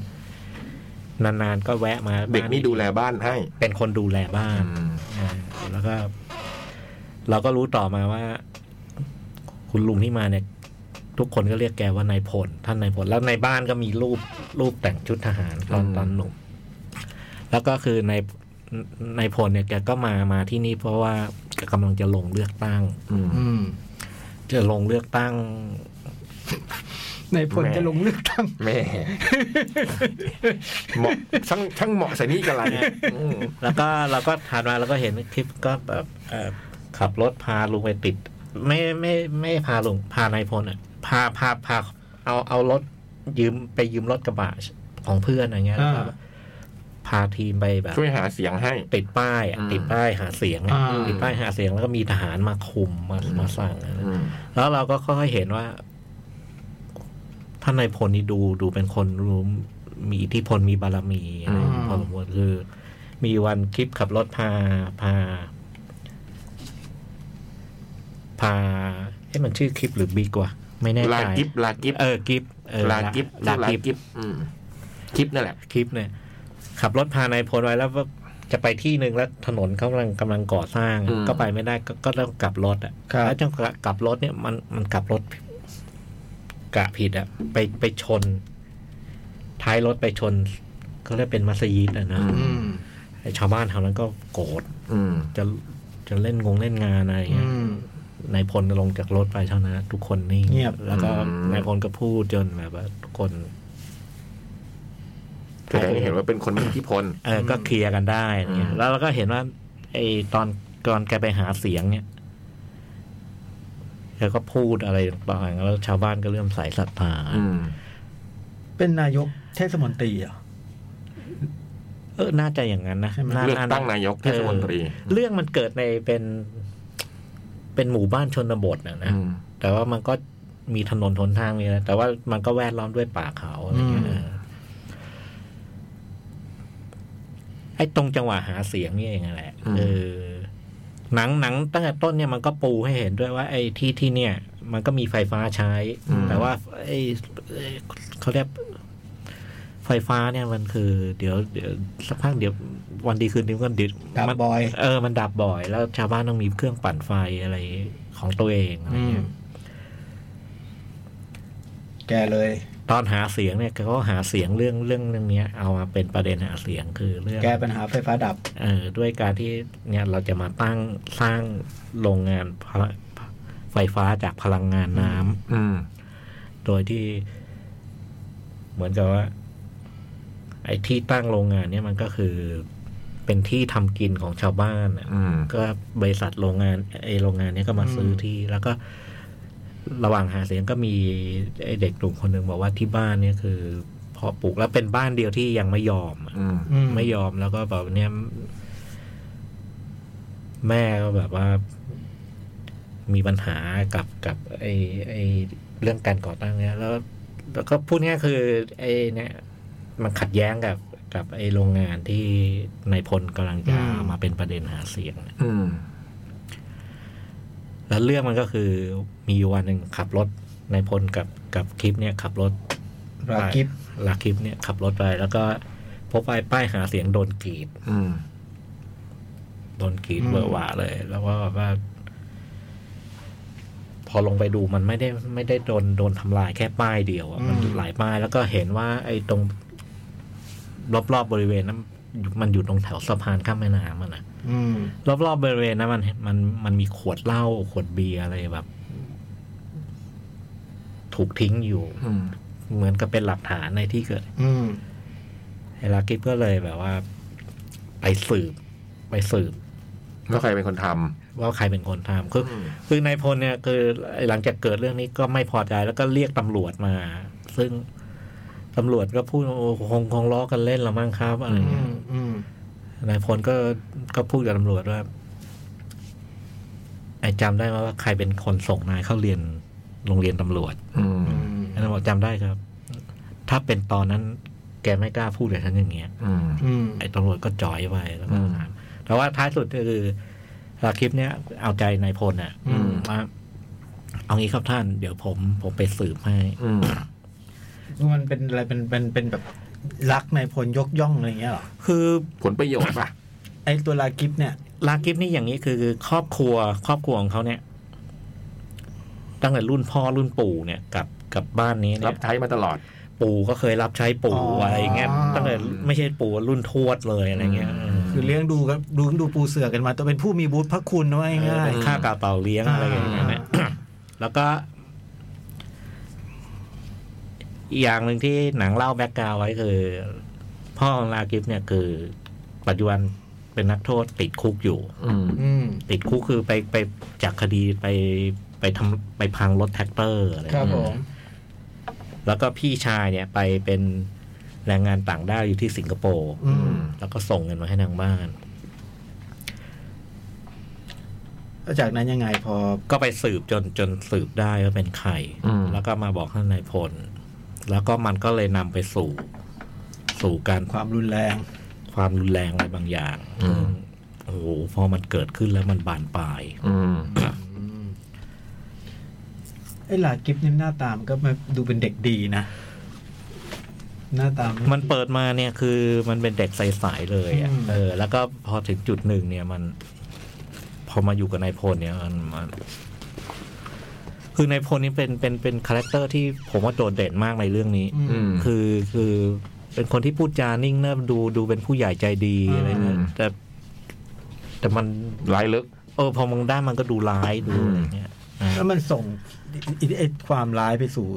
[SPEAKER 4] นานๆก็แวะมา
[SPEAKER 3] เด็กนี่ดูแลบ้านให้
[SPEAKER 4] เป็นคนดูแลบ้า
[SPEAKER 3] อื
[SPEAKER 4] น
[SPEAKER 3] ม
[SPEAKER 4] อ่าแล้วก็ เราก็รู้ต่อมาว่า คุณลุงที่มาเนี่ย ทุกคนก็เรียกแกว่านายพลท่านนายพลแล้วในบ้านก็มีรูปรูปแต่งชุดทหารตอนตอนหนุ่ม แล้วก็คือในในายพลเนี่ยแกก็มามาที่นี่เพราะว่าแกกำลังจะลงเลือกตั้ง
[SPEAKER 3] อืม
[SPEAKER 5] อืม
[SPEAKER 4] จะลงเลือกตั้ง
[SPEAKER 2] ในผล
[SPEAKER 3] แหม่
[SPEAKER 2] จะลงเลือกตั้ง
[SPEAKER 3] แม่เหมาะช่างช่างเหมาะใส่นี่กันอะไรเนี่ยอืม
[SPEAKER 4] แล้วก็เราก็ผ่านมาเราก็เห็นคลิปก็แบบเอ่อขับรถพาลุงไปติด ไม่ไม่ไม่พาลุงพานายพลอ่ะพาพาพาเอาเอารถยืมไปยืมรถกระบะของเพื่อนอะไรเงี้ยแล้วก็พาทีมไปแบบ
[SPEAKER 3] ช่วยหาเสียงให้
[SPEAKER 4] ติดป้ายอะ
[SPEAKER 3] อืม
[SPEAKER 4] ติดป้ายหาเสียงอะ
[SPEAKER 5] อ่า
[SPEAKER 4] ติดป้ายหาเสียงแล้วก็มีทหารมาคุมมามาสั่งอะ
[SPEAKER 3] อืม
[SPEAKER 4] แล้วเราก็ค่อยๆเห็นว่าท่านนายพลนี่ดูดูเป็นคนรู้มีอิทธิพลมีบารมีอะไรพอสมควรคือ มีวันคลิปขับรถพาพา พาเอ้มันชื่อคลิปหรือบิ๊กวะไม่แน่ใจ
[SPEAKER 3] ลากิฟลากิฟ
[SPEAKER 4] เออกิฟเออ
[SPEAKER 3] ลากิฟ
[SPEAKER 4] ลา
[SPEAKER 3] ลา
[SPEAKER 4] กิฟ
[SPEAKER 3] กิฟอืมคลิปนั่นแหละ
[SPEAKER 4] คลิปเนี่ย ขับรถพานายพลไว้แล้วว่าจะไปที่หนึ่งแล้วถนนเขากำลังกำลังก่อสร้าง
[SPEAKER 3] อืม
[SPEAKER 4] ก็ไปไม่ได้ก็ก็ต้องกลับรถอ่ะ
[SPEAKER 5] ครับ
[SPEAKER 4] แล้วจังหวะกลับรถเนี่ย มันมันกลับรถกะผิดอ่ะ ไปไปชน ท้ายรถไปชนเขาเรียกเป็นมัสยิดอ่ะนะ
[SPEAKER 5] อืม
[SPEAKER 4] ไอ้ชาวบ้านแถวนั้นก็โกรธ
[SPEAKER 3] อืม
[SPEAKER 4] จะจะเล่นงงเล่นงานอะไรอย่าง
[SPEAKER 5] อื
[SPEAKER 4] เงี้ย
[SPEAKER 5] ม
[SPEAKER 4] นายพลลงจากรถไปเท่านั้นทุกคนนิ่ง
[SPEAKER 5] เงียบ
[SPEAKER 4] แล้วก็
[SPEAKER 3] อืม
[SPEAKER 4] นายพลก็พูดจนแบบว่าทุกคน
[SPEAKER 3] แสดงให้เห็นว่าเป็นคนมีอิทธิพล
[SPEAKER 4] เออก็เคลียร์กันได้อะไรเงี้ย
[SPEAKER 3] อืม
[SPEAKER 4] แล้วเราก็เห็นว่า ไอ้ตอนตอนแกไปหาเสียงเนี่ยแกก็พูดอะไรต่างๆแล้วชาวบ้านก็เริ่มใส่ศรัทธา
[SPEAKER 3] อืม
[SPEAKER 2] เป็นนายกเทศมนตรีเหรอ่ะ
[SPEAKER 4] เออน่าจะอย่างนั้นนะ
[SPEAKER 2] ใช่ไหม
[SPEAKER 4] น่า
[SPEAKER 3] เลือกตั้งนายกเทศมนตรี
[SPEAKER 4] เออเรื่องมันเกิดในเป็น เป็นหมู่บ้านชนบทนะนะ
[SPEAKER 3] อืม
[SPEAKER 4] แต่ว่ามันก็มีถนนทนทางมีอะไรแต่ว่ามันก็แวดล้อมด้วยป่าเขาอะไรเงี้ยเอ
[SPEAKER 5] อืม
[SPEAKER 4] อไอ้ตรงจังหวะหาเสียงนี่เองแหละ
[SPEAKER 3] อืม
[SPEAKER 4] เออหนังหนังตั้งแต่ต้นเนี่ยมันก็ปูให้เห็นด้วยว่า ไอ้ที่ที่เนี่ย มันก็มีไฟฟ้าใช้ แต่ว่า ไอ้เอ่อเขาเรียก ไฟฟ้าเนี่ยมันคือ เดี๋ยวเดี๋ยวสักพักเดี๋ยววันดีคืนดีก็ดิ
[SPEAKER 5] ดับ
[SPEAKER 4] มัน
[SPEAKER 5] บ่อย
[SPEAKER 4] เออมันดับบ่อย แล้วชาวบ้านต้องมีเครื่องปั่นไฟอะไรของตัวเองอะไรเงี้ย
[SPEAKER 5] แกเลย
[SPEAKER 4] ตอนหาเสียงเนี่ยเขาก็หาเสียงเรื่องเรื่องเรื่องเนี้ย เอามาเป็นประเด็นหาเสียงคือเรื่อง
[SPEAKER 5] แกปัญหาไฟฟ้าดับ
[SPEAKER 4] เออด้วยการที่เนี่ยเราจะมาตั้งสร้างโรงงานพละไฟฟ้าจากพลังงานน้ำ
[SPEAKER 3] อืม
[SPEAKER 4] โดยที่ เหมือนกับว่า ไอ้ที่ตั้งโรงงานเนี่ยมันก็คือ เป็นที่ทำกินของชาวบ้านอะ
[SPEAKER 3] อืม
[SPEAKER 4] ก็บริษัทโรงงานไอโรงงานเนี้ยก็มาซื้ออ
[SPEAKER 1] ม
[SPEAKER 4] ที่แล้วก็ระหว่างหาเสียงก็มีไอเด็กกลุ่มคนหนึ่งบอกว่าที่บ้านเนี่ยคือพอปลูกแล้วเป็นบ้านเดียวที่ยังไม่ยอมอะ
[SPEAKER 3] อืม
[SPEAKER 4] ไม่ยอมแล้วก็แบบเนี้ยแม่ก็แบบว่า มีปัญหากับกับไอไอเรื่องการก่อตั้งเนี้ยแล้ว แล้วก็พูดง่ายๆคือไอเนี่ยมันขัดแย้งกับกับไอโรงงานที่นายพลกำลังจะเอามาเป็นประเด็นหาเสียง
[SPEAKER 3] อืม
[SPEAKER 4] แล้วเรื่องมันก็คือมีอยู่วันหนึ่งขับรถนายพลกับกับคลิปเนี่ยขับรถไป
[SPEAKER 5] รากิฟ
[SPEAKER 4] ลาคลิปเนี่ยขับรถไป แล้วก็พบไปป้ายหาเสียงโดนกรีด
[SPEAKER 3] อืม
[SPEAKER 4] โดนกรีด
[SPEAKER 1] อืม
[SPEAKER 4] เวอร์หวาเลย แล้วก็แบบว่า พอลงไปดูมันไม่ได้ไม่ได้โดนโดนทำลายแค่ป้ายเดียวอะมันหลายป้าย แล้วก็เห็นว่า ไอ้ตรง รอบๆบบริเวณนั้นมันอยู่ตรงแถวสะพานข้ามแม่น้ำอะนะ
[SPEAKER 1] อืม
[SPEAKER 4] รอบๆบริเวณนะมันมันมันมีขวดเหล้าขวดเบียร์อะไรแบบ ถูกทิ้งอยู่
[SPEAKER 3] อืม
[SPEAKER 4] เหมือนกับเป็นหลักฐานในที่เกิด
[SPEAKER 1] อืม
[SPEAKER 4] ไอ้ลากิฟก็เลยแบบว่า ไปสืบ ไปสืบ
[SPEAKER 3] แล้วใครเป็นคนทำ
[SPEAKER 4] ว่าใครเป็นคนทำคือ
[SPEAKER 3] อืม
[SPEAKER 4] คือนายพลเนี่ยคือหลังจากเกิดเรื่องนี้ก็ไม่พอใจแล้วก็เรียกตำรวจมา ซึ่งตำรวจก็พูดว่าโอ้คงคงล้อกันเล่นละมั้งครับอะไรอย่าง
[SPEAKER 1] อื
[SPEAKER 4] เงี้ย
[SPEAKER 1] ม อืม
[SPEAKER 4] นายพลก็ก็พูดกับตำรวจว่าไอ้จำได้ไหมว่าใครเป็นคนส่งนายเข้าเรียนโรงเรียนตำรวจ
[SPEAKER 3] อืม
[SPEAKER 4] นายตำรวจจำได้ครับ ถ้าเป็นตอนนั้น แกไม่กล้าพูดกับฉันอย่างเงี้ย
[SPEAKER 3] อืม
[SPEAKER 1] อืม
[SPEAKER 4] ไอ้ตำรวจก็จอยไปแล้วก็
[SPEAKER 3] อืม
[SPEAKER 4] ถามแต่ว่าท้ายสุดก็คือลาคลิปเนี้ยเอาใจนายพลอ่ะ
[SPEAKER 1] อืม
[SPEAKER 4] ว่าเอางี้ครับท่าน เดี๋ยวผม ผมไปสืบให้
[SPEAKER 3] อืม
[SPEAKER 5] มันเป็นอะไรเป็นเป็นเป็นแบบรักในายพลยกย่องอะไรอย่างเงี้ยเหรอ
[SPEAKER 4] คือ
[SPEAKER 3] ผลประโยชน์ป่ะ
[SPEAKER 5] ไอตัวรากิฟเนี่ย
[SPEAKER 4] ลาคลิปนี่อย่างนี้คือครอบครัว ครอบครัวของเขาเนี่ย ตั้งแต่รุ่นพ่อรุ่นปู่เนี่ยกับกับบ้านนี้เนี่
[SPEAKER 3] รั
[SPEAKER 4] ย
[SPEAKER 3] บใช้มาตลอด
[SPEAKER 4] ปู่ก็เคยรับใช้ปู่
[SPEAKER 5] อ๋ออ
[SPEAKER 4] อะไรอย่างเงี้ยตั้งแต่ไม่ใช่ปู่รุ่นทวดเลยอะไรเงี้ย
[SPEAKER 3] อืม
[SPEAKER 5] คือเลี้ยงดูกับดูดูปูเสือกันมาตัวเป็นผู้มีบุญพระคุณนะว่า
[SPEAKER 4] เออ
[SPEAKER 5] ง่าย
[SPEAKER 4] เป็นค่ากาเป่าเลี้ยงอะไรอย่างเงี้ยนะแล้วก็อีกอย่างหนึ่งที่หนังเล่าแบ็กกราวไว้คือ พ่อของลากิฟเนี่ยคือ ปัจจุบันเป็นนักโทษติดคุกอยู่
[SPEAKER 3] อืม
[SPEAKER 5] ๆอืม
[SPEAKER 4] ติดคุกคือไปไปจากคดีไปไปทำไปพังรถแท็กเตอร์อะไร
[SPEAKER 5] ครับผ
[SPEAKER 4] เงี้ย
[SPEAKER 5] ม
[SPEAKER 4] แล้วก็พี่ชายเนี่ยไปเป็นแรงงานต่างด้าวอยู่ที่สิงคโปร์
[SPEAKER 5] อื
[SPEAKER 3] อื
[SPEAKER 5] ม
[SPEAKER 3] ม
[SPEAKER 4] แล้วก็ส่งเงินมาให้ทางบ้าน
[SPEAKER 5] แล้วจากนั้นยังไงพอ
[SPEAKER 4] ก็ไปสืบจนจนสืบได้ว่าเป็นใคร
[SPEAKER 3] อืม
[SPEAKER 4] แล้วก็มาบอกท่านนายพล แล้วก็มันก็เลยนำไปสู่ สู่การ
[SPEAKER 5] ความรุนแรง
[SPEAKER 4] ความรุนแรงอะไรบางอย่าง
[SPEAKER 3] อืม
[SPEAKER 4] โอ้โหพอมันเกิดขึ้นแล้วมันบานปลาย
[SPEAKER 3] อืม
[SPEAKER 5] ไอ้หลากิฟนี่หน้าตามนก็มาดูเป็นเด็กดีนะ หน้าตาม
[SPEAKER 4] มันเปิดมาเนี่ยคือมันเป็นเด็กใสๆเลยอะ
[SPEAKER 5] อืม
[SPEAKER 4] เออ แล้วก็พอถึงจุดหนึ่งเนี่ยมัน พอมาอยู่กับนายพลเนี่ยมันมันคือนายพลนี่เป็นเป็นเป็นคาแรคเตอร์ที่ผมว่าโดดเด่นมากในเรื่องนี้
[SPEAKER 3] อืม
[SPEAKER 4] คือคือเป็นคนที่พูดจานิ่งเนิบดูดูเป็นผู้ใหญ่ใจดี
[SPEAKER 5] อืม
[SPEAKER 4] อะไรเงี้ย
[SPEAKER 3] อืม
[SPEAKER 4] แต่แต่มัน
[SPEAKER 3] ลายลึก
[SPEAKER 4] เออ พอมองด้านมันก็ดูร้ายดูอะไรเงี้ยอ่า
[SPEAKER 5] แล้วมันส่งอิไอ้ความร้ายไปสู่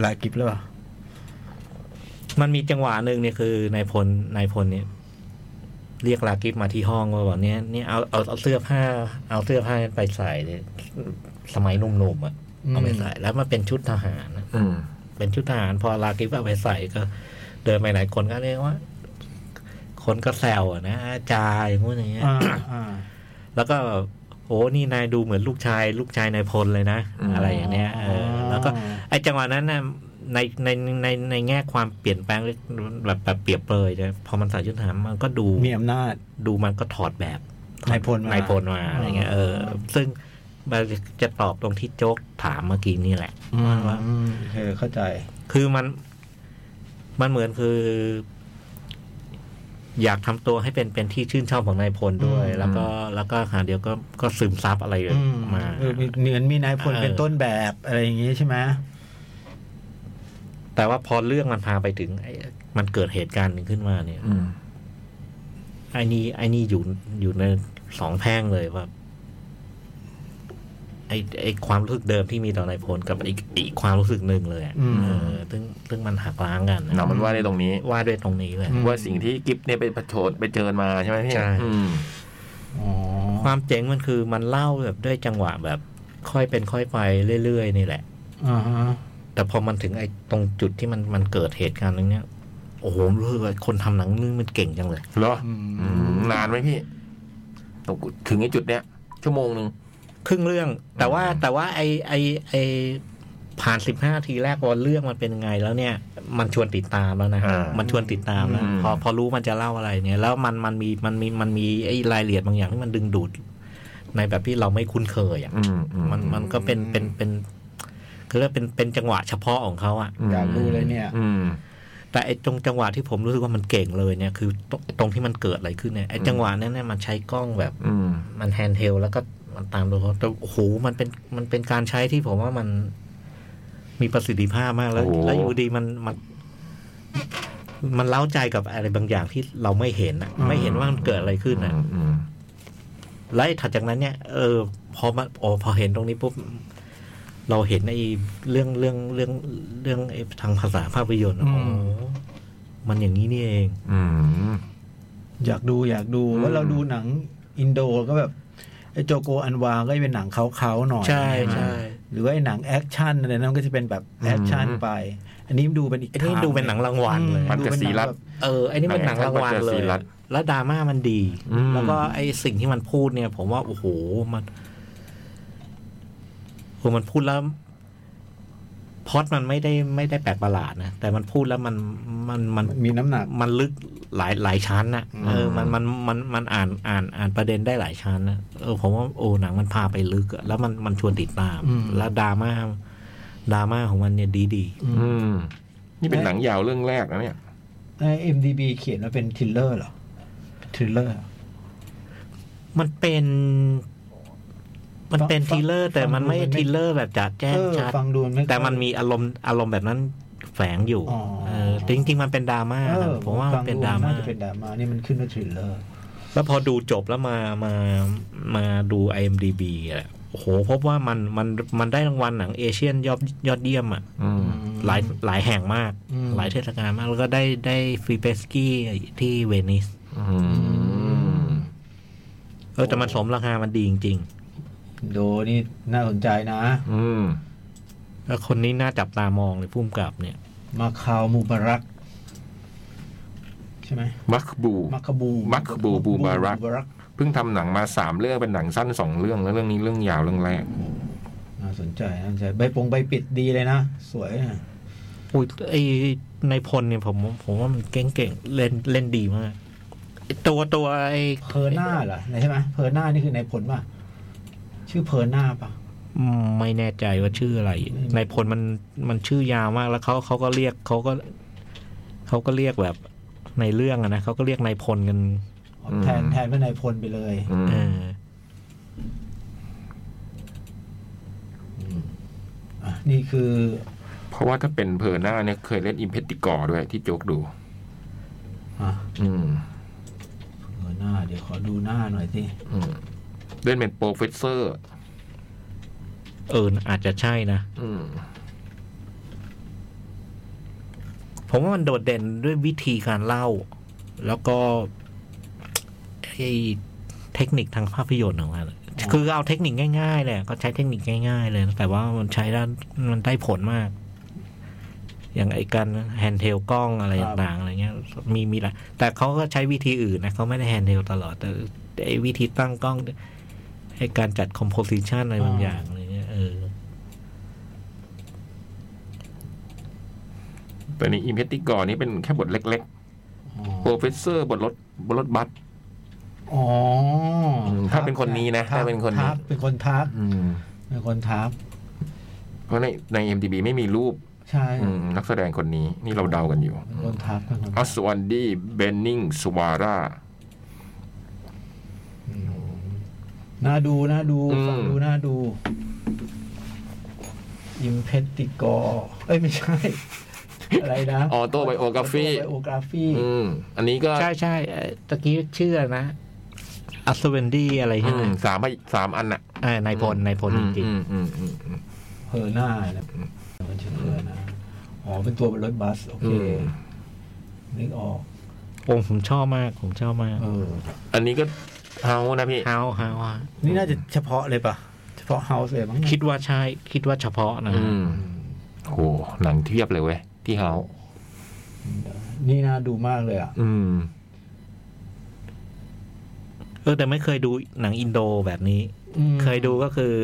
[SPEAKER 5] หลากิฟหรือเปล่า
[SPEAKER 4] มันมีจังหวะหนึ่งเนี่ยคือนายพลนายพลเนี่ย เรียกลากิฟมาที่ห้องว่าแบบเนี้ยเนี่ยเอาเอาเอาเสื้อผ้า เอาเสื้อผ้าไปใส่เลยสมัยหนุ่มๆอ่ะเอาไปใส่แล้วมันเป็นชุดทหารอะ
[SPEAKER 3] อืม
[SPEAKER 4] เป็นชุดทหารพอลากิฟเอาไปใส่ก็ เดินไปไหนคนก็เรียกว่า คนก็แซวอะนะอาจายอย่างงู้นอย่างเงี้ย
[SPEAKER 5] อ่าอ่า
[SPEAKER 4] แล้วก็โอ้นี่นายดูเหมือนลูกชาย ลูกชายนายพลเลยนะ
[SPEAKER 3] อืม
[SPEAKER 4] อะไรอย่างเนี้ยเออ
[SPEAKER 5] อ
[SPEAKER 4] แล้วก็ไอ้จังหวะนั้นนะในในในในแง่ความเปลี่ยนแปลงแบบแบบเปรียบเปรยนะพอมันใส่ชุดทหารมันก็ดู
[SPEAKER 5] มีอำนาจ
[SPEAKER 4] ดูมันก็ถอดแบบ
[SPEAKER 5] นายพลมาน
[SPEAKER 4] ายพลมาอะไรเงี้ยเอออ
[SPEAKER 5] ม
[SPEAKER 4] ซึ่งมันจะตอบตรงที่โจ๊กถามเมื่อกี้นี่แหละว่า
[SPEAKER 5] อืมเออเข้าใจ
[SPEAKER 4] คือมัน มันเหมือนคือ อยากทำตัวให้เป็นเป็นที่ชื่นชอบของนายพลด้วย
[SPEAKER 2] อืม
[SPEAKER 4] แล้วก็แล้วก็หาเดียวก็ก็ซึมซับอะไร
[SPEAKER 2] อื
[SPEAKER 4] มา
[SPEAKER 2] เออมีเหมือนมีนายพล
[SPEAKER 4] เออ
[SPEAKER 2] เป็นต้นแบบอะไรอย่างงี้ใช่ไหม
[SPEAKER 4] แต่ว่าพอเรื่องมันพาไปถึงไอ้มันเกิดเหตุการณ์หนึ่งขึ้นมาเนี่ย
[SPEAKER 3] อืม
[SPEAKER 4] ไอ้นี่ไอ้นี่อยู่อยู่ในสองแพร่งเลยว่าไอ้ไอ้ความรู้สึกเดิมที่มีต่อนายพลกับอีกอีกความรู้สึกหนึ่งเลยอะ
[SPEAKER 2] อืม
[SPEAKER 4] เออซึ่งซึ่งมันหักล้างกัน
[SPEAKER 3] หนังมันว่าในตรงนี้
[SPEAKER 4] ว่าด้วยตรงนี้เลย
[SPEAKER 2] อืม
[SPEAKER 3] ว่าสิ่งที่กิฟเนี่ยไปประโชดไปเจอมาใช่ไหมพี่
[SPEAKER 4] ใช่
[SPEAKER 3] อืม
[SPEAKER 2] อ๋อ
[SPEAKER 4] ความเจ๋งมันคือมันเล่าแบบด้วยจังหวะแบบ ค่อยเป็นค่อยไปเรื่อยๆนี่แหละ
[SPEAKER 2] อ่าฮะ
[SPEAKER 4] แต่พอมันถึงไอ้ตรงจุดที่มันมันเกิดเหตุการณ์ตรงเนี้ยโอ้โหรู้สึกว่าคนทำหนังเรื่องมันเก่งจังเลย
[SPEAKER 3] เหรอ
[SPEAKER 2] อืม
[SPEAKER 3] อืมนานไหมพี่ตรงถึงไอ้จุดเนี้ย ชั่วโมงหนึ่ง
[SPEAKER 4] ครึ่งเรื่อง แต่ว่า
[SPEAKER 3] อืม
[SPEAKER 4] แต่ว่าไอไอไอผ่านสิบห้าทีแรกว่าเรื่องมันเป็นยังไงแล้วเนี่ย มันชวนติดตามแล้วนะ
[SPEAKER 3] อ่า
[SPEAKER 4] มันชวนติดตามแล้ว
[SPEAKER 3] อืม
[SPEAKER 4] พอพอรู้มันจะเล่าอะไรเนี่ย แล้วมันมันมีมันมีมันมีไอรายละเอียดบางอย่างที่มันดึงดูด ในแบบที่เราไม่คุ้นเคยอ่ะ
[SPEAKER 3] อืมอื
[SPEAKER 4] มันมันก็เป็นเป็นเป็นคือเรียกเป็นเป็นจังหวะเฉพาะของเขาอ่ะ
[SPEAKER 3] ม
[SPEAKER 5] อยากรู้เลยเนี่ย
[SPEAKER 3] อืม
[SPEAKER 4] แต่ไอ้ตรงจังหวะที่ผมรู้สึกว่ามันเก่งเลยเนี่ยคือตรงตรงที่มันเกิดอะไรขึ้นเนี่ยไอ้จังหวะนั้นเนี่ยมันใช้กล้องแบบ
[SPEAKER 3] อืม
[SPEAKER 4] มันแฮนด์เทลแล้วก็มันตามตัวเขาแต่โอ้โหมันเป็นมันเป็นการใช้ที่ผมว่ามันมีประสิทธิภาพมากแล้ว
[SPEAKER 3] โอ้โห
[SPEAKER 4] แล้วอยู่ดีมันมัน มันเล้าใจกับอะไรบางอย่างที่เราไม่เห็นอะไม่เห็นว่ามันเกิดอะไรขึ้นอะ
[SPEAKER 3] อืมอืม
[SPEAKER 4] แล้วไอ้ถัดจากนั้นเนี่ยเออพอมาโอ้พอเห็นตรงนี้ปุ๊บเราเห็นไอ้เรื่องเรื่องเรื่องเรื่องไอ้ทางภาษาภาพยนตร์อะโอ้โหมันอย่างนี้นี่เอง
[SPEAKER 3] อืม
[SPEAKER 2] อยากดูอยากดู
[SPEAKER 3] อืม
[SPEAKER 2] ว่าเราดูหนังอินโดก็แบบไอ้โจโกอันวาก็จะเป็นหนังเขาๆหน่อย
[SPEAKER 4] ใช่
[SPEAKER 2] ไหม
[SPEAKER 4] ใช่
[SPEAKER 2] หรือว่าไอ้หนังแอคชั่นอะไรนั่นก็จะเป็นแบบแอคชั่นไป อันนี้ดูเป็นอีก
[SPEAKER 4] ไอ้นี่
[SPEAKER 2] ทา
[SPEAKER 4] ดูเป็นหนังรางวัลเลย
[SPEAKER 2] อื
[SPEAKER 3] มันจะสีรัด
[SPEAKER 2] ดูเป็นหนังแบบ
[SPEAKER 4] เออไอ้นี่มันหนังรางวัล
[SPEAKER 3] ไหนท่านป
[SPEAKER 4] เลย
[SPEAKER 3] ระเสริฐศรีรัตน์
[SPEAKER 4] แล้วดราม่ามันดี
[SPEAKER 3] อืม
[SPEAKER 4] แล้วก็ไอ้สิ่งที่มันพูดเนี่ย ผมว่าโอ้โหมันโหมันพูดแล้วพล็อดมันไม่ได้ไม่ได้แปลกประหลาดนะแต่มันพูดแล้วมันมันมัน
[SPEAKER 2] มีน้ำหนัก
[SPEAKER 4] มันลึกหลายหลายชั้นนะเออมันมันมันมันอ่านอ่านอ่านประเด็นได้หลายชั้นนะเออผมว่าโอ้หนังมันพาไปลึกอะแล้วมันมันชวนติดตาม
[SPEAKER 2] อืม
[SPEAKER 4] แล้วดราม่าดราม่าของมันเนี่ยดีดี
[SPEAKER 3] อืม นี่เป็นหนังยาวเรื่องแรกนะเนี่ย
[SPEAKER 2] ใน MDB เขียนว่าเป็นทริลเลอร์เหรอทริลเลอร์
[SPEAKER 4] มันเป็น มันเป็น
[SPEAKER 2] ฟัง
[SPEAKER 4] ทริลเลอร์ แต่มันไม่
[SPEAKER 2] ฟังดูมันไม่
[SPEAKER 4] ทริลเลอร์แบบจัดแจ้ง
[SPEAKER 2] เออ
[SPEAKER 4] ชัด
[SPEAKER 2] ฟังดูไค่อย
[SPEAKER 4] แต่มันมีอารมณ์อารมณ์แบบนั้นแฝงอยู่
[SPEAKER 2] อ๋อ
[SPEAKER 4] เออจริงจริง ๆ มันเป็นดราม่า
[SPEAKER 2] เออ
[SPEAKER 4] ผมว่ามันเป็น
[SPEAKER 2] ฟัง
[SPEAKER 4] ดราม่า
[SPEAKER 2] น่จะเป็นดราม่านี่มันขึ้นว่าทริลเลอร์
[SPEAKER 4] แล้วพอดูจบแล้วมามามาดู IMDb อ่ะโอ้โหพบว่ามันมันมันได้รางวัลหนังเอเชียนยอดยอดเยี่ยมอ่ะ
[SPEAKER 3] อืม
[SPEAKER 4] หลายหลายแห่งมาก
[SPEAKER 2] อืม
[SPEAKER 4] หลายเทศกาลมาก แล้วก็ได้ได้ฟรีเปสกี้ที่เวนิส
[SPEAKER 3] อืม
[SPEAKER 4] เออแต่มันสมราคามันดีจริง ๆ
[SPEAKER 2] ดูนี่น่าสนใจนะ
[SPEAKER 3] อืม
[SPEAKER 4] แล้วคนนี้น่าจับตามองเลยพุ่มกับเนี่ย
[SPEAKER 2] มาคาวมูบารัก ใช่ไหม
[SPEAKER 3] มักบู
[SPEAKER 2] มาคาบู
[SPEAKER 3] มักคาบูบูบารัก
[SPEAKER 2] บูบารัก
[SPEAKER 3] เพิ่งทำหนังมาสามเรื่องเป็นหนังสั้นสองเรื่องแล้วเรื่องนี้เรื่องยาวเรื่องแรก
[SPEAKER 2] น่าสนใจน่าสนใจใบปงใบปิดดีเลยนะ สวยอะ
[SPEAKER 4] อุ้ยไอ้ในพลเนี่ยผมผมว่ามันเก่งเก่งๆเล่นเล่นดีมากไอ้ตัวตัวไอ้
[SPEAKER 2] เพอร์น่าเหรอใช่ไหมเพอร์น่านี่คือในผลป่ะ ชื่อเพอร์น่าป่ะ
[SPEAKER 4] อืมไม่แน่ใจว่าชื่ออะไร ในพลมันมันชื่อยาวมากแล้วเขาเขาก็เรียกเขาก็เขาก็เรียกแบบในเรื่องอะนะเขาก็เรียกนายพลกัน
[SPEAKER 3] อืม
[SPEAKER 2] แทนแทนเป็นในพลไปเลย
[SPEAKER 3] อืม
[SPEAKER 4] เออ
[SPEAKER 2] อ่ะ นี่คือ
[SPEAKER 3] เพราะว่าถ้าเป็นเพอร์น่าเนี่ยเคยเล่นอิมเพติกอด้วยที่โจ๊กดู
[SPEAKER 2] อ่ะ
[SPEAKER 3] อืม
[SPEAKER 2] เพอร์น่าเดี๋ยวขอดูหน้าหน่อยสิ
[SPEAKER 3] อืมเล่นเป็นโปรเฟสเซอร์
[SPEAKER 4] เอออาจจะใช่นะ
[SPEAKER 3] อืม
[SPEAKER 4] ผมว่ามันโดดเด่นด้วยวิธีการเล่า แล้วก็ไอ้เทคนิคทางภาพยนตร์ของมันคือเอาเทคนิคง่ายๆเลยก็ใช้เทคนิคง่ายๆเลยนะแต่ว่ามันใช้ด้านมันได้ผลมาก อย่างไอ้การแฮนด์เทลกล้องอะไร
[SPEAKER 2] ครับ
[SPEAKER 4] ต่างๆอะไรเงี้ยมีมีหละแต่เขาก็ใช้วิธีอื่นนะเขาไม่ได้แฮนด์เทลตลอด แต่ไอ้วิธีตั้งกล้องไอ้การจัดคอมโพสิชันอะไรบางอย่างอะไรเงี้ยเออ
[SPEAKER 3] ตัวนี้อิมเพติกอนี่เป็นแค่บทเล็ก
[SPEAKER 2] อ๋อ
[SPEAKER 3] ๆ โปรเฟสเซอร์บทรถบทรถบัส
[SPEAKER 2] อ๋ออ
[SPEAKER 3] มถ้าเป็นคนนี้นะ
[SPEAKER 2] ทับ
[SPEAKER 3] ถ้าเป็นคนนี้
[SPEAKER 2] ทับเป็นคนทับ
[SPEAKER 3] อืม
[SPEAKER 2] เป็นคนทับ
[SPEAKER 3] เพราะในใน MDB ไม่มีรูป
[SPEAKER 5] ใช่
[SPEAKER 3] อืมนักแสดงคนนี้นี่เราเดากันอยู่
[SPEAKER 5] โดนทับกัน
[SPEAKER 3] ออสวันดีเบนนิงสวาร่า
[SPEAKER 5] น่าดูน่าดู
[SPEAKER 3] อืม
[SPEAKER 5] ฟังดูน่าดู อิมเพติกอเอ้ยไม่ ใช่ อะไรนะ
[SPEAKER 3] ออโตไบโอกราฟี
[SPEAKER 5] ออโตไบโอกราฟี
[SPEAKER 3] อืมอันนี้ก็
[SPEAKER 4] ใช่ใช่เอ่อตะกี้ชื่ออะไรนะอัศเวนดี้อะไร
[SPEAKER 3] อื
[SPEAKER 4] ใช่ไหม
[SPEAKER 3] มสามสามอันน่ะ
[SPEAKER 4] เออนายพลนายพลจริง
[SPEAKER 3] อืมอืมอืมอืม
[SPEAKER 5] เพอร์น่านะมันชื่อเพอร์น่าอ๋อเป็นตัวเป็นรถบัส โอเค
[SPEAKER 3] อืม
[SPEAKER 5] นึกออก
[SPEAKER 4] ๆโอ้ผมชอบมากผมชอบมาก
[SPEAKER 5] เออ
[SPEAKER 3] อันนี้ก็เฮานะพี่
[SPEAKER 4] ฮาวฮาวฮาว
[SPEAKER 2] นี่น่าจะเฉพาะเลยปะเฉพาะเฮาส์เลยมั้ง
[SPEAKER 4] คิดว่าใช่คิดว่าเฉพาะนะ
[SPEAKER 3] อืมโหหนังเทียบเลยเว้ย ที่เฮา
[SPEAKER 5] นี่น่าดูมากเลยอ่ะ
[SPEAKER 3] อืม
[SPEAKER 4] เออแต่ไม่เคยดูหนังอินโดแบบนี้
[SPEAKER 5] อืม
[SPEAKER 4] เคยดูก็คือ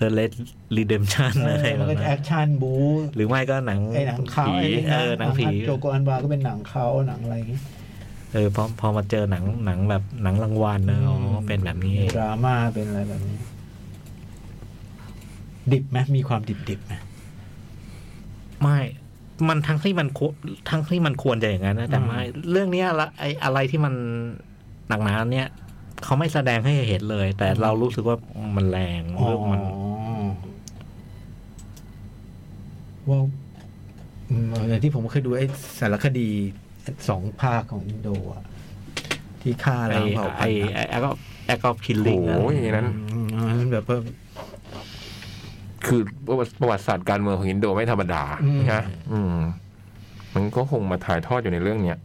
[SPEAKER 4] The Red Redemption
[SPEAKER 5] เอ
[SPEAKER 4] อะไร
[SPEAKER 5] อ
[SPEAKER 4] แบ
[SPEAKER 5] มัน
[SPEAKER 4] บ
[SPEAKER 5] ก็จะแอ
[SPEAKER 4] นั้น
[SPEAKER 5] คชั่นบู๊
[SPEAKER 4] หรือไม่ก็หนัง
[SPEAKER 5] ไอ้หนังเขา
[SPEAKER 3] ผี
[SPEAKER 5] ไอ้นี่
[SPEAKER 4] เออหนังผี
[SPEAKER 5] โจโกอันวาก็เป็นหนังเขาหนังอะไรอย่างงี้
[SPEAKER 4] เออพอพอมาเจอหนังหนังแบบหนังรางวัลนะอ๋อ
[SPEAKER 5] อืม
[SPEAKER 4] เป็นแบบนี้เอง
[SPEAKER 5] ดราม่าเป็นอะไรแบบนี้ ดิบไหมมีความดิบดิบๆไหม
[SPEAKER 4] ไม่ มันทั้งที่มันควทั้งที่มันควรจะอย่างนั้นนะแต่ไม่เรื่องเนี้ยละไออะไรที่มันหนักหนาเนี่ยเขาไม่แสดงให้เห็นเลย แต่เรารู้สึกว่ามันแรง
[SPEAKER 5] อ๋อ
[SPEAKER 4] เรื่องมัน
[SPEAKER 5] ว่าอืมอย่างที่ผมเคยดูไอ้สารคดีสองภาคของอินโดอะที่ฆ่า
[SPEAKER 4] ไอ
[SPEAKER 5] ล้างเผ่า
[SPEAKER 4] ไอ
[SPEAKER 5] พันธุ์
[SPEAKER 4] ไอ
[SPEAKER 5] อะ
[SPEAKER 4] แอคแอคคิล
[SPEAKER 3] โห
[SPEAKER 4] ลิ่ง
[SPEAKER 3] อย่างนั้น
[SPEAKER 5] อืมอันนั้นแบบว่า
[SPEAKER 3] คือประวัติประวัติศาสตร์การเมืองของอินโดไม่ธรรมดา
[SPEAKER 5] อืม
[SPEAKER 3] นะอืม มันก็คงมาถ่ายทอดอยู่ในเรื่องเนี้ย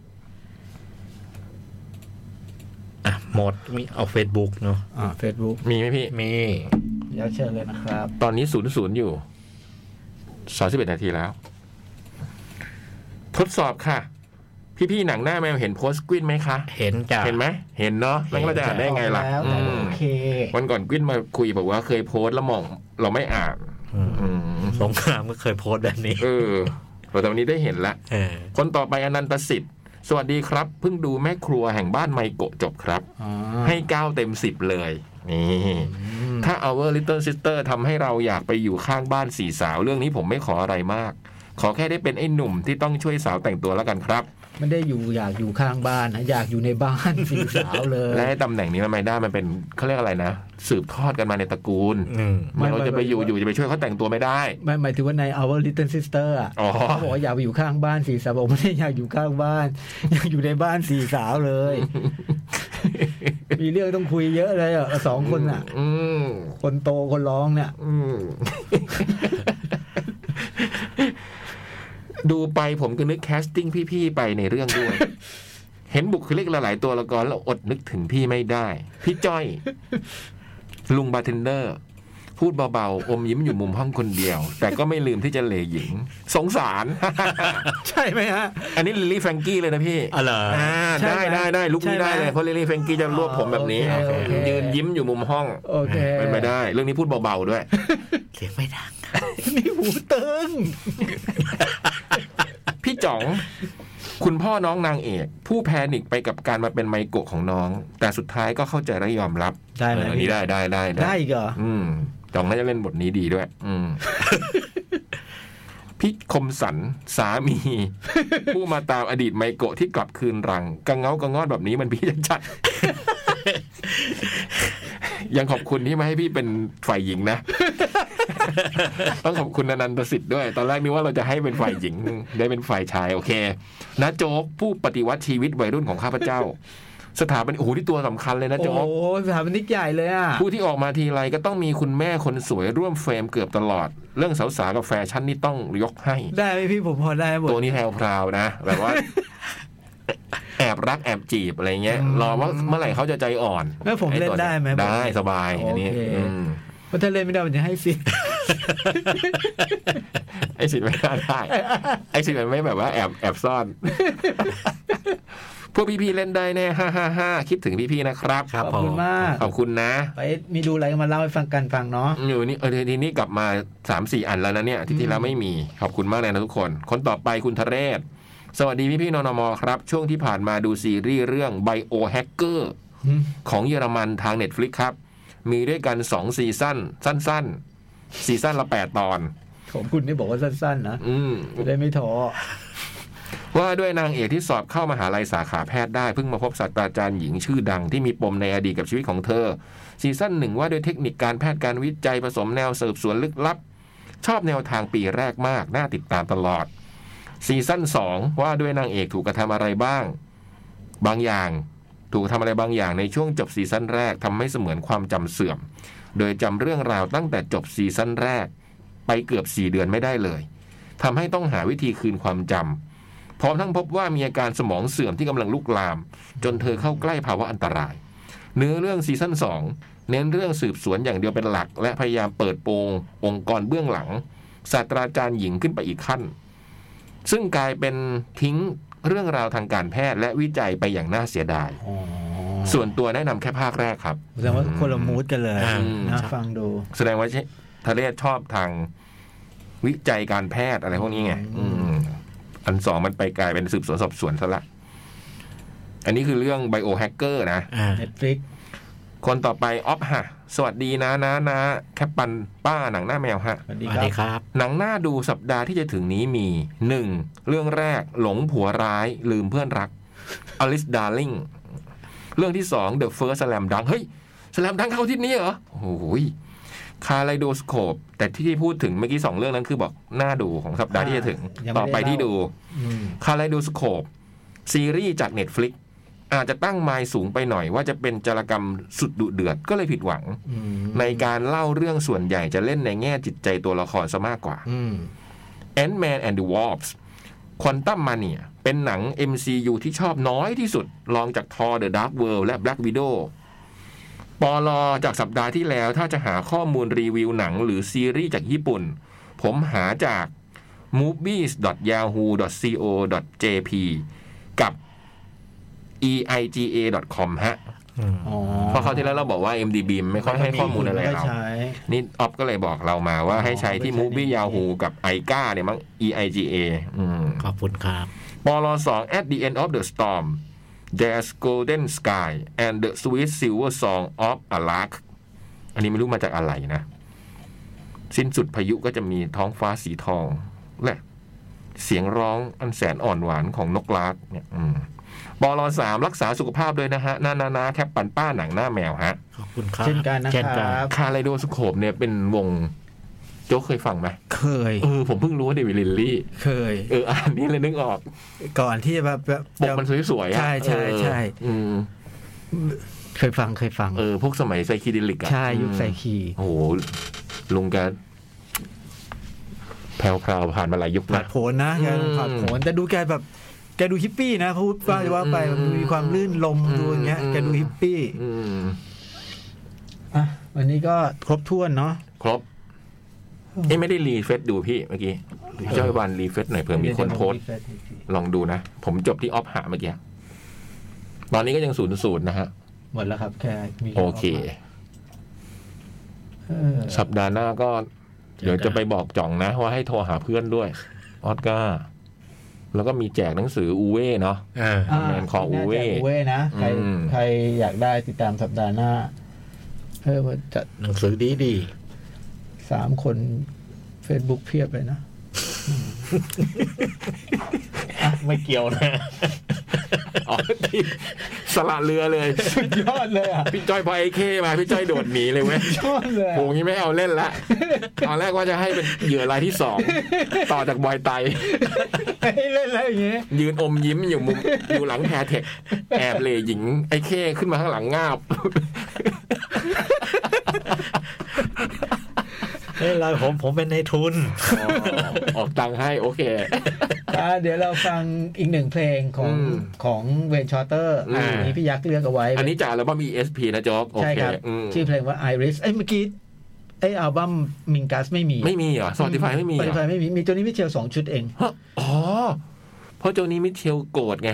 [SPEAKER 4] อ่ะหมดมีเอาเฟซบุ๊กเนาะ
[SPEAKER 5] อ่าเฟซบุ๊ก
[SPEAKER 3] มีไหมพี่
[SPEAKER 4] มี
[SPEAKER 5] อยากเชิญเลยนะครับ
[SPEAKER 3] ตอนนี้ศูนย์ศูนย์อยู่สามสิบเอ็ดนาทีแล้ว ทดสอบค่ะ พี่ๆหนังหน้าแมวเห็นโพสต์กวินไหมคะ
[SPEAKER 4] เห็นจ้ะ
[SPEAKER 3] เห็นไหม เห็นเนาะไม่งั้นเราจะอ่านได้ไงล่ะ
[SPEAKER 5] ออกแล้ว
[SPEAKER 3] อืม
[SPEAKER 5] โอเค
[SPEAKER 3] วันก่อนกวินมาคุยบอกว่าเคยโพสต์แล้วมอง เราไม่อ่าน
[SPEAKER 4] อืม
[SPEAKER 3] อืม
[SPEAKER 4] สงครามก็เคยโพสต์แบบนี้
[SPEAKER 3] เออแต่วันนี้ได้เห็นละ
[SPEAKER 4] เออ
[SPEAKER 3] คนต่อไปอนันตสิทธิ์ สวัสดีครับ เพิ่งดูแม่ครัวแห่งบ้านไมโกะจบครับ
[SPEAKER 5] อ๋อ
[SPEAKER 3] ให้เก้าเต็มสิบเลย นี่ ถ้า Our Little Sister ทำให้เราอยากไปอยู่ข้างบ้านสี่สาว เรื่องนี้ผมไม่ขออะไรมาก ขอแค่ได้เป็นไอ้หนุ่มที่ต้องช่วยสาวแต่งตัวแล้วกันครับ
[SPEAKER 5] ไม่ได้อยู่อยากอยู่ข้างบ้านนะอยากอยู่ในบ้าน สีสาวเลย
[SPEAKER 3] และไอ้ตำแหน่งนี้มันไม่ได้มันเป็นเขาเรียกอะไรนะ สืบทอดกันมาในตระกูล
[SPEAKER 4] อืม
[SPEAKER 5] ไม่
[SPEAKER 3] ไม่ว่าจะไป
[SPEAKER 5] ไม่
[SPEAKER 3] อยู่
[SPEAKER 5] ไม่
[SPEAKER 3] อยู่จะไปช่วยเขาแต่งตัวไม่ได้
[SPEAKER 5] ไม่หมายถึงว่าใน our little sister อ่ะ
[SPEAKER 3] อ๋อ
[SPEAKER 5] เขาบอกว่าอยากไปอยู่ข้างบ้านสีสาวบอกไม่ได้อยากอยู่ข้างบ้าน อยากอยู่ในบ้านสีสาวเลย มีเรื่องต้องคุยเยอะเลยอ่ะสองคนอ่ะ
[SPEAKER 3] อืม
[SPEAKER 5] คนโตคนร้องเนี่ย
[SPEAKER 3] อืม ดูไปผมก็นึกแคสติ้งพี่ๆไปในเรื่องด้วย เห็นบุคลิกหลายๆตัวละครแล้วอดนึกถึงพี่ไม่ได้ พี่จ้อย ลุงบาร์เทนเดอร์ พูดเบาๆ อมยิ้มอยู่มุมห้องคนเดียว แต่ก็ไม่ลืมที่จะเหลหญิง สงสาร
[SPEAKER 5] ใช่ไหมฮะ
[SPEAKER 3] อันนี้ลิลลี่แฟรงกี้เลยนะพี่
[SPEAKER 4] อ๋อเหรออ่
[SPEAKER 3] า
[SPEAKER 5] ใช่
[SPEAKER 3] ได้ได้
[SPEAKER 5] ไหม
[SPEAKER 3] ได้ลุกนี้ได้
[SPEAKER 5] ใช่ไหม
[SPEAKER 3] เลยเพราะลิลลี่แฟรงกี้จะรวบผมแบบนี้
[SPEAKER 5] โอเคโอเค
[SPEAKER 3] ยืนยิ้มอยู่มุมห้อง
[SPEAKER 5] โอเค
[SPEAKER 3] เป็นไปได้ เรื่องนี้พูดเบาๆด้วย
[SPEAKER 4] เสียงไม่ดัง
[SPEAKER 5] นี่หูตึง
[SPEAKER 3] พี่จ๋อง คุณพ่อน้องนางเอก ผู้แพนิคไปกับการมาเป็นไมโกะของน้อง แต่สุดท้ายก็เข้าใจและยอมรับ
[SPEAKER 5] ได้ไหม
[SPEAKER 3] เอออันนี้ได้ได้ได้
[SPEAKER 5] ได้อีกเหรอ
[SPEAKER 3] อืมจ๋องน่าจะเล่นบทนี้ดีด้วย อืม พี่คมสันสามี ผู้มาตามอดีตไมโกะที่กลับคืนรังกังเงากังงอนแบบนี้มันพี่ชัดๆ ยังขอบคุณที่มาให้พี่เป็นฝ่ายหญิงนะ ต้องขอบคุณอนันตสิทธิ์ด้วย ตอนแรกนึกว่าเราจะให้เป็นฝ่ายหญิง ได้เป็นฝ่ายชาย โอเคนะโจ๊กผู้ปฏิวัติชีวิตวัยรุ่นของข้าพเจ้า สถาบันโอ้โหที่ตัวสำคัญเลยนะ
[SPEAKER 5] โอ้
[SPEAKER 3] โจ๊ก
[SPEAKER 5] โหสถาปนิกใหญ่เลยอ่ะ
[SPEAKER 3] ผู้ที่ออกมาทีไรก็ต้องมีคุณแม่คนสวยร่วมเฟรมเกือบตลอด เรื่องสาวๆกับแฟชั่นนี่ต้องยกให้
[SPEAKER 5] ได้ไหมพี่ผมพอได้หมด
[SPEAKER 3] ตัวนี้แพรวพราวนะ แบบว่า แอบรักแอบจีบอะไรเงี้ย รอว่าเมื่อไหร่เขาจะใจอ่อน
[SPEAKER 5] แล้วผม
[SPEAKER 3] อ้
[SPEAKER 5] เล่น
[SPEAKER 3] ตัว
[SPEAKER 5] ได้ไหม
[SPEAKER 3] ได้สบายอันนี้
[SPEAKER 5] โอเค
[SPEAKER 3] อืม
[SPEAKER 5] เพราะถ้าเล่นไม่ได้มันจะให้สิทธิ์
[SPEAKER 3] ไอ้สิทธิ์ไม่น่า ได้ ไอ้สิทธิ์มันไม่แบบว่าแอบแอบซ่อน พวกพี่ๆเล่นได้แน่ฮ่าฮ่าฮ่าคิดถึงพี่ๆนะครับ
[SPEAKER 4] ครับ
[SPEAKER 5] ขอบคุณมาก
[SPEAKER 3] ขอบคุณนะ
[SPEAKER 5] ไปมีดูอะไรก็มาเล่าให้ฟังกันฟังเนาะ
[SPEAKER 3] อยู่นี่เออทีนี้กลับมาสามสี่อันแล้วนะเนี่ยอาที่ที่แล้วไม่มี ขอบคุณมากเลยนะทุกคน คนต่อไปคุณทะเรศ สวัสดีพี่พี่ๆนนมครับ ช่วงที่ผ่านมาดูซีรีส์เรื่อง Bio Hacker
[SPEAKER 5] อืม
[SPEAKER 3] ของเยอรมันทาง Netflix ครับ มีด้วยกัน 2 ซีซั่นสั้น ๆ ซีซั่นละ 8 ตอน
[SPEAKER 5] โห ของคุณนี่บอกว่าสั้น ๆ นะ
[SPEAKER 3] อืม
[SPEAKER 5] จะได้ไม่ท้อ
[SPEAKER 3] ว่าด้วยนางเอกที่สอบเข้ามหาลัยสาขาแพทย์ได้เพิ่งมาพบศาสตราจารย์หญิงชื่อดังที่มีปมในอดีตกับชีวิตของเธอ ซีซั่นหนึ่งว่าด้วยเทคนิคการแพทย์การวิจัยผสมแนวสืบสวนลึกลับ ชอบแนวทางปีแรกมาก น่าติดตามตลอด ซีซั่นสองว่าด้วยนางเอกถูกกระทำอะไรบ้าง บางอย่างถูกทำอะไรบางอย่างในช่วงจบซีซั่นแรกทำให้เสมือนความจำเสื่อม โดยจำเรื่องราวตั้งแต่จบซีซั่นแรก ไปเกือบสี่เดือนไม่ได้เลยทำให้ต้องหาวิธีคืนความจำ พร้อมทั้งพบว่ามีอาการสมองเสื่อมที่กำลังลุกลาม จนเธอเข้าใกล้ภาวะอันตราย เนื้อเรื่องซีซั่น2 เน้นเรื่องสืบสวนอย่างเดียวเป็นหลัก และพยายามเปิดโปงองค์กรเบื้องหลัง ศาสตราจารย์หญิงขึ้นไปอีกขั้น ซึ่งกลายเป็นทิ้งเรื่องราวทางการแพทย์และวิจัยไปอย่างน่าเสียดาย ส่วนตัวแนะนำแค่ภาคแรกครับ
[SPEAKER 2] แสดงว่าคนละมูดกันเลย
[SPEAKER 4] อ่า
[SPEAKER 2] นะฟังดู
[SPEAKER 3] แสดงว่าทะเลศชอบทางวิจัยการแพทย์อะไรพวกนี้ไงอืมอันสองมันไปกลายเป็นสืบสวนสอบสวนซะละ อันนี้คือเรื่องไบโอแฮกเกอร์นะ
[SPEAKER 4] อ่า
[SPEAKER 5] เน็ตฟลิก
[SPEAKER 3] คนต่อไปออฟฮะ สวัสดีนะนะนะแคปปันป้าหนังหน้าแมวฮะ
[SPEAKER 5] สวัส
[SPEAKER 4] ส
[SPEAKER 5] ดี
[SPEAKER 4] วัส
[SPEAKER 5] ครั
[SPEAKER 4] ดี
[SPEAKER 5] บ
[SPEAKER 4] ครับ
[SPEAKER 3] หนังหน้าดูสัปดาห์ที่จะถึงนี้มีหนึ่งเรื่องแรกหลงผัวร้ายลืมเพื่อนรักอลิสดาร์ลิงเรื่องที่สองเดอะเฟิร์สแลมดังเฮ้ยสแลมดังเข้าอาทิศนี้เหรอ โอ้โหคาไลโดสโคปแต่ที่พูดถึงเมื่อกี้สองเรื่องนั้นคือบอกหน้าดูของสัปดาห์ที่จะถึง ต่อไปที่ดู
[SPEAKER 5] อืม
[SPEAKER 3] คาไลโดสโคปซีรีส์จาก Netflix อาจจะตั้งไมล์สูงไปหน่อยว่าจะเป็นจารกรรมสุดดุเดือดก็เลยผิดหวัง
[SPEAKER 5] อืม
[SPEAKER 3] ในการเล่าเรื่องส่วนใหญ่จะเล่นในแง่จิตใจตัวละครซะมากกว่า
[SPEAKER 5] อืม
[SPEAKER 3] Ant-Man and the Wasp Quantum Mania เป็นหนัง MCU ที่ชอบน้อยที่สุดรองจาก Thor The Dark World และ Black Widow ปอลอจากสัปดาห์ที่แล้วถ้าจะหาข้อมูลรีวิวหนังหรือซีรีส์จากญี่ปุ่น ผมหาจาก movies.yahoo.co.jp กับ eiga.com ฮะ
[SPEAKER 4] อืม
[SPEAKER 5] อ๋อ
[SPEAKER 3] เพราะเขาวที่แล้วเราบอกว่า MDB ไม่ค่อยให้ข้อมูลอะไรเรา
[SPEAKER 5] ใช้
[SPEAKER 3] นี่ออฟก็เลยบอกเรามาว่า
[SPEAKER 5] อ๋อ
[SPEAKER 3] ให้ใช้ที่
[SPEAKER 5] ไม่ใช่
[SPEAKER 3] มู v ี่
[SPEAKER 5] ใน
[SPEAKER 3] ยา o ูกับไอก้าเนี่ยมั้ง EIGA อืม
[SPEAKER 4] ขอบคุณครับ
[SPEAKER 3] ปลสอง at the end of the storm there's golden sky and the sweet silver song of a lark อันนี้ไม่รู้มาจากอะไรนะ สิ้นสุดพายุก็จะมีท้องฟ้าสีทอง และ เสียงร้องอันแสนอ่อนหวานของนกลากเนี่ยอืมปลสามรักษาสุขภาพด้วยนะฮะนานานาแคปปันป้าหนังหน้าแมวฮะ
[SPEAKER 4] ขอบคุณครับ
[SPEAKER 5] เช่นกันนะ
[SPEAKER 4] เช่น
[SPEAKER 5] ค
[SPEAKER 4] กัน
[SPEAKER 5] รับ
[SPEAKER 3] คาไลโดสโคปเนี่ยเป็นวงโจ๊กเคยฟังไหม
[SPEAKER 2] เคย
[SPEAKER 3] เออ ผมเพิ่งรู้ว่าเดวิดลินลี่
[SPEAKER 2] เคย
[SPEAKER 3] เออ อ่านนี่เลยนึกออก
[SPEAKER 2] ก่อนที่จะแบบแบบ
[SPEAKER 3] ปก
[SPEAKER 2] จะ
[SPEAKER 3] มันสวยๆอะ
[SPEAKER 2] ใช่ใช่ใช่
[SPEAKER 3] เอออืม
[SPEAKER 2] เคยฟังเคยฟัง
[SPEAKER 3] เออ พวกสมัยไซคิเดลิกอะ
[SPEAKER 2] ใช่ยุคไซ
[SPEAKER 3] อืม
[SPEAKER 2] คี
[SPEAKER 3] โอ้โห ลุงแกันแพรวพราวผ่านมาหลายยุค
[SPEAKER 2] ผลั
[SPEAKER 3] นะ
[SPEAKER 2] ดโผนนะแก
[SPEAKER 3] อืม
[SPEAKER 2] ผลัดโผนแต่ดูแกแบบแกดูฮิปปี้นะพูดว่า
[SPEAKER 3] อืม
[SPEAKER 2] ว่าไปมันดูมีความลื่นลม
[SPEAKER 3] อืม
[SPEAKER 2] ดูอย่างเงี้ย
[SPEAKER 3] อืม
[SPEAKER 2] แกดูฮิปปี้
[SPEAKER 3] อืม
[SPEAKER 5] อ่ะ วันนี้ก็
[SPEAKER 2] ครบถ้วนเนาะ
[SPEAKER 3] ครบ เอ้ไม่ได้รีเฟซดูพี่เมื่อกี้เจ้าวันรีเฟซหน่อยเผื่อมีคนโพสต์ ลองดูนะ ผมจบที่ออฟหาเมื่อกี้ ตอนนี้ก็ยังศูนย์ศูนย์นะฮะ
[SPEAKER 5] หมดแล้วครับ แค่มี
[SPEAKER 3] โอเค
[SPEAKER 5] เออ
[SPEAKER 3] สัปดาห์หน้าก็ เดี๋ยวจะไปบอกจ่องนะ ว่าให้โทรหาเพื่อนด้วย ออสการ์แล้วก็มีแจกหนังสืออูเว่เนาะ
[SPEAKER 4] อ่า
[SPEAKER 5] ะ
[SPEAKER 3] แมนคออูเว่
[SPEAKER 5] แมนคออูเว่นะ ใคร
[SPEAKER 3] อืม
[SPEAKER 5] ใครอยากได้ติดตามสัปดาห์หน้าเออว่าจะ
[SPEAKER 4] หนังสือดีดี
[SPEAKER 5] สามคน Facebook เพียบเลยนะ
[SPEAKER 4] ๆไม่เกี่ยวนะ
[SPEAKER 3] อ๋ อที่สละเรือเลย
[SPEAKER 5] ยอดเลยอ่ะ
[SPEAKER 3] พี่จ้อยพอไอเคมา พี่จ้อยโดดหนีเลยเว้ย
[SPEAKER 5] ยอดเลย
[SPEAKER 3] โห
[SPEAKER 5] อะ
[SPEAKER 3] งี้ไม่เอาเล่นละตอนแรกว่าจะให้เป็นเหยื่อรายที่สองต่อจากบอยไต
[SPEAKER 5] ให้เล่นอะไรอย่างเงี้ย
[SPEAKER 3] ยืนอมยิ้มอยู่มุมอยู่หลังแพรเทค แอบเหลหญิงไอเคขึ้นมาข้างหลังงาบ
[SPEAKER 4] เฮ้ยเราผมผมเป็นในายทุน
[SPEAKER 3] อ๋อออกตังค์ให้โอเค
[SPEAKER 5] อ่ะเดี๋ยวเราฟังอีกหนึ่งเพลงของ
[SPEAKER 3] อืม
[SPEAKER 5] ของเวนชอเตอร์
[SPEAKER 3] อืม
[SPEAKER 5] อันนี้พี่ยักษ์เลือกเอาไว้
[SPEAKER 3] อันนี้จากอัลบั้ม ESP นะจ๊อบโอ
[SPEAKER 5] ใช่
[SPEAKER 3] เค
[SPEAKER 5] ครับ
[SPEAKER 3] อืม
[SPEAKER 5] ชื่อเพลงว่า Iris เอ้ยเมื่อกี้ไออัลบั้มมิงกัสไม่มี
[SPEAKER 3] ไม่มีเหรอสปอติฟายไม่มีเห
[SPEAKER 5] สป
[SPEAKER 3] ร
[SPEAKER 5] อ
[SPEAKER 3] อ
[SPEAKER 5] ติฟายไม่มี มีตัวนี้มิเชลสองชุดเอง
[SPEAKER 3] ฮะอ๋อ เพราะโจนี้มิเชลโกรธไง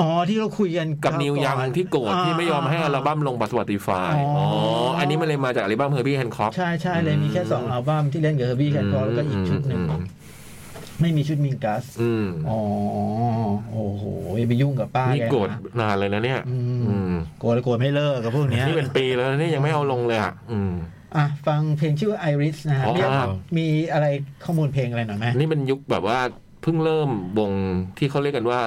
[SPEAKER 5] อ๋อ ที่เราคุยกัน
[SPEAKER 3] กับ
[SPEAKER 5] คราว
[SPEAKER 3] นิวยัง
[SPEAKER 5] ก่อ
[SPEAKER 3] ที่โกรธที่ไม่ยอมให้อัลบั้มลงบัสวอติฟาย
[SPEAKER 5] อ๋ออ๋
[SPEAKER 3] อ๋อ อันนี้มันเลยมาจากอัลบั้มเฮอร์บี้แฮนคอก
[SPEAKER 5] ใช่ใช่เลยมีแค่สอง
[SPEAKER 3] อืม
[SPEAKER 5] อัลบั้มที่เล่นกับเฮอร์บี้แคนคอแล้วก็อีกชุดหนึ่งไม่มีชุดมิงกัส
[SPEAKER 3] อืม
[SPEAKER 5] อ๋อ โอ้โหอย่าไปยุ่งกับป้า
[SPEAKER 3] นี่
[SPEAKER 5] แก
[SPEAKER 3] โกรธ
[SPEAKER 5] นะ
[SPEAKER 3] นานเลยนะเนี่ย
[SPEAKER 5] อืม
[SPEAKER 3] อืม
[SPEAKER 5] โกรธโกรธไม่เลิกกับพวกเนี้ย
[SPEAKER 3] นี่เป็นปีแล้วนะเนี่ยยังไม่เอาลงเลยอ่ะอืม
[SPEAKER 2] อ่ะฟังเพลงชื่อ Iris นะฮะ
[SPEAKER 3] อ๋อ
[SPEAKER 2] เนี่ยมีอะไรข้อมูลเพลงอะไรหน่อยไหม
[SPEAKER 3] นี่มันยุคแบบว่าเพิ่งเริ่มวงที่เขาเรียกกันว่า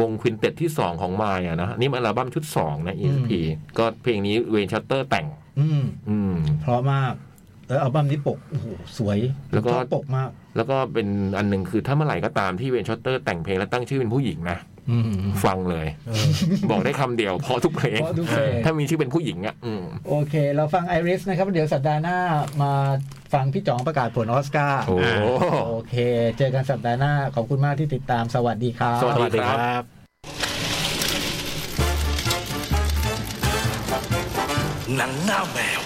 [SPEAKER 3] วงควินเต็ดที่สองของมายอะนะนี่มันอัลบั้มชุดสองนะ ESP ก็เพลงนี้เวนชัตเตอร์แต่ง
[SPEAKER 2] อืม
[SPEAKER 3] อืม
[SPEAKER 2] เพราะมาก แล้วอัลบั้มนี้ปกโอ้โหสวย
[SPEAKER 3] แล้วก็
[SPEAKER 2] ชอบปกมาก
[SPEAKER 3] แล้วก็เป็นอันหนึ่งคือถ้าเมื่อไหร่ก็ตามที่เวนชัตเตอร์แต่งเพลงแล้วตั้งชื่อเป็นผู้หญิงนะ
[SPEAKER 2] อืม
[SPEAKER 3] ฟังเลย บอกได้คำเดียวเพราะทุกเพลง
[SPEAKER 2] เพราะทุกเพลง
[SPEAKER 3] ถ้ามีชื่อเป็นผู้หญิงอ่ะอืม
[SPEAKER 2] โอเค เราฟัง Iris นะครับ เดี๋ยวสัปดาห์หน้ามาฟังพี่จ๋องประกาศผลออสการ์
[SPEAKER 3] โอ้
[SPEAKER 2] อ่ะโอเค เจอกันสัปดาห์หน้า ขอบคุณมากที่ติดตามสวัสดีครับ
[SPEAKER 3] สวัสดีครับ
[SPEAKER 6] หนังหน้าแมว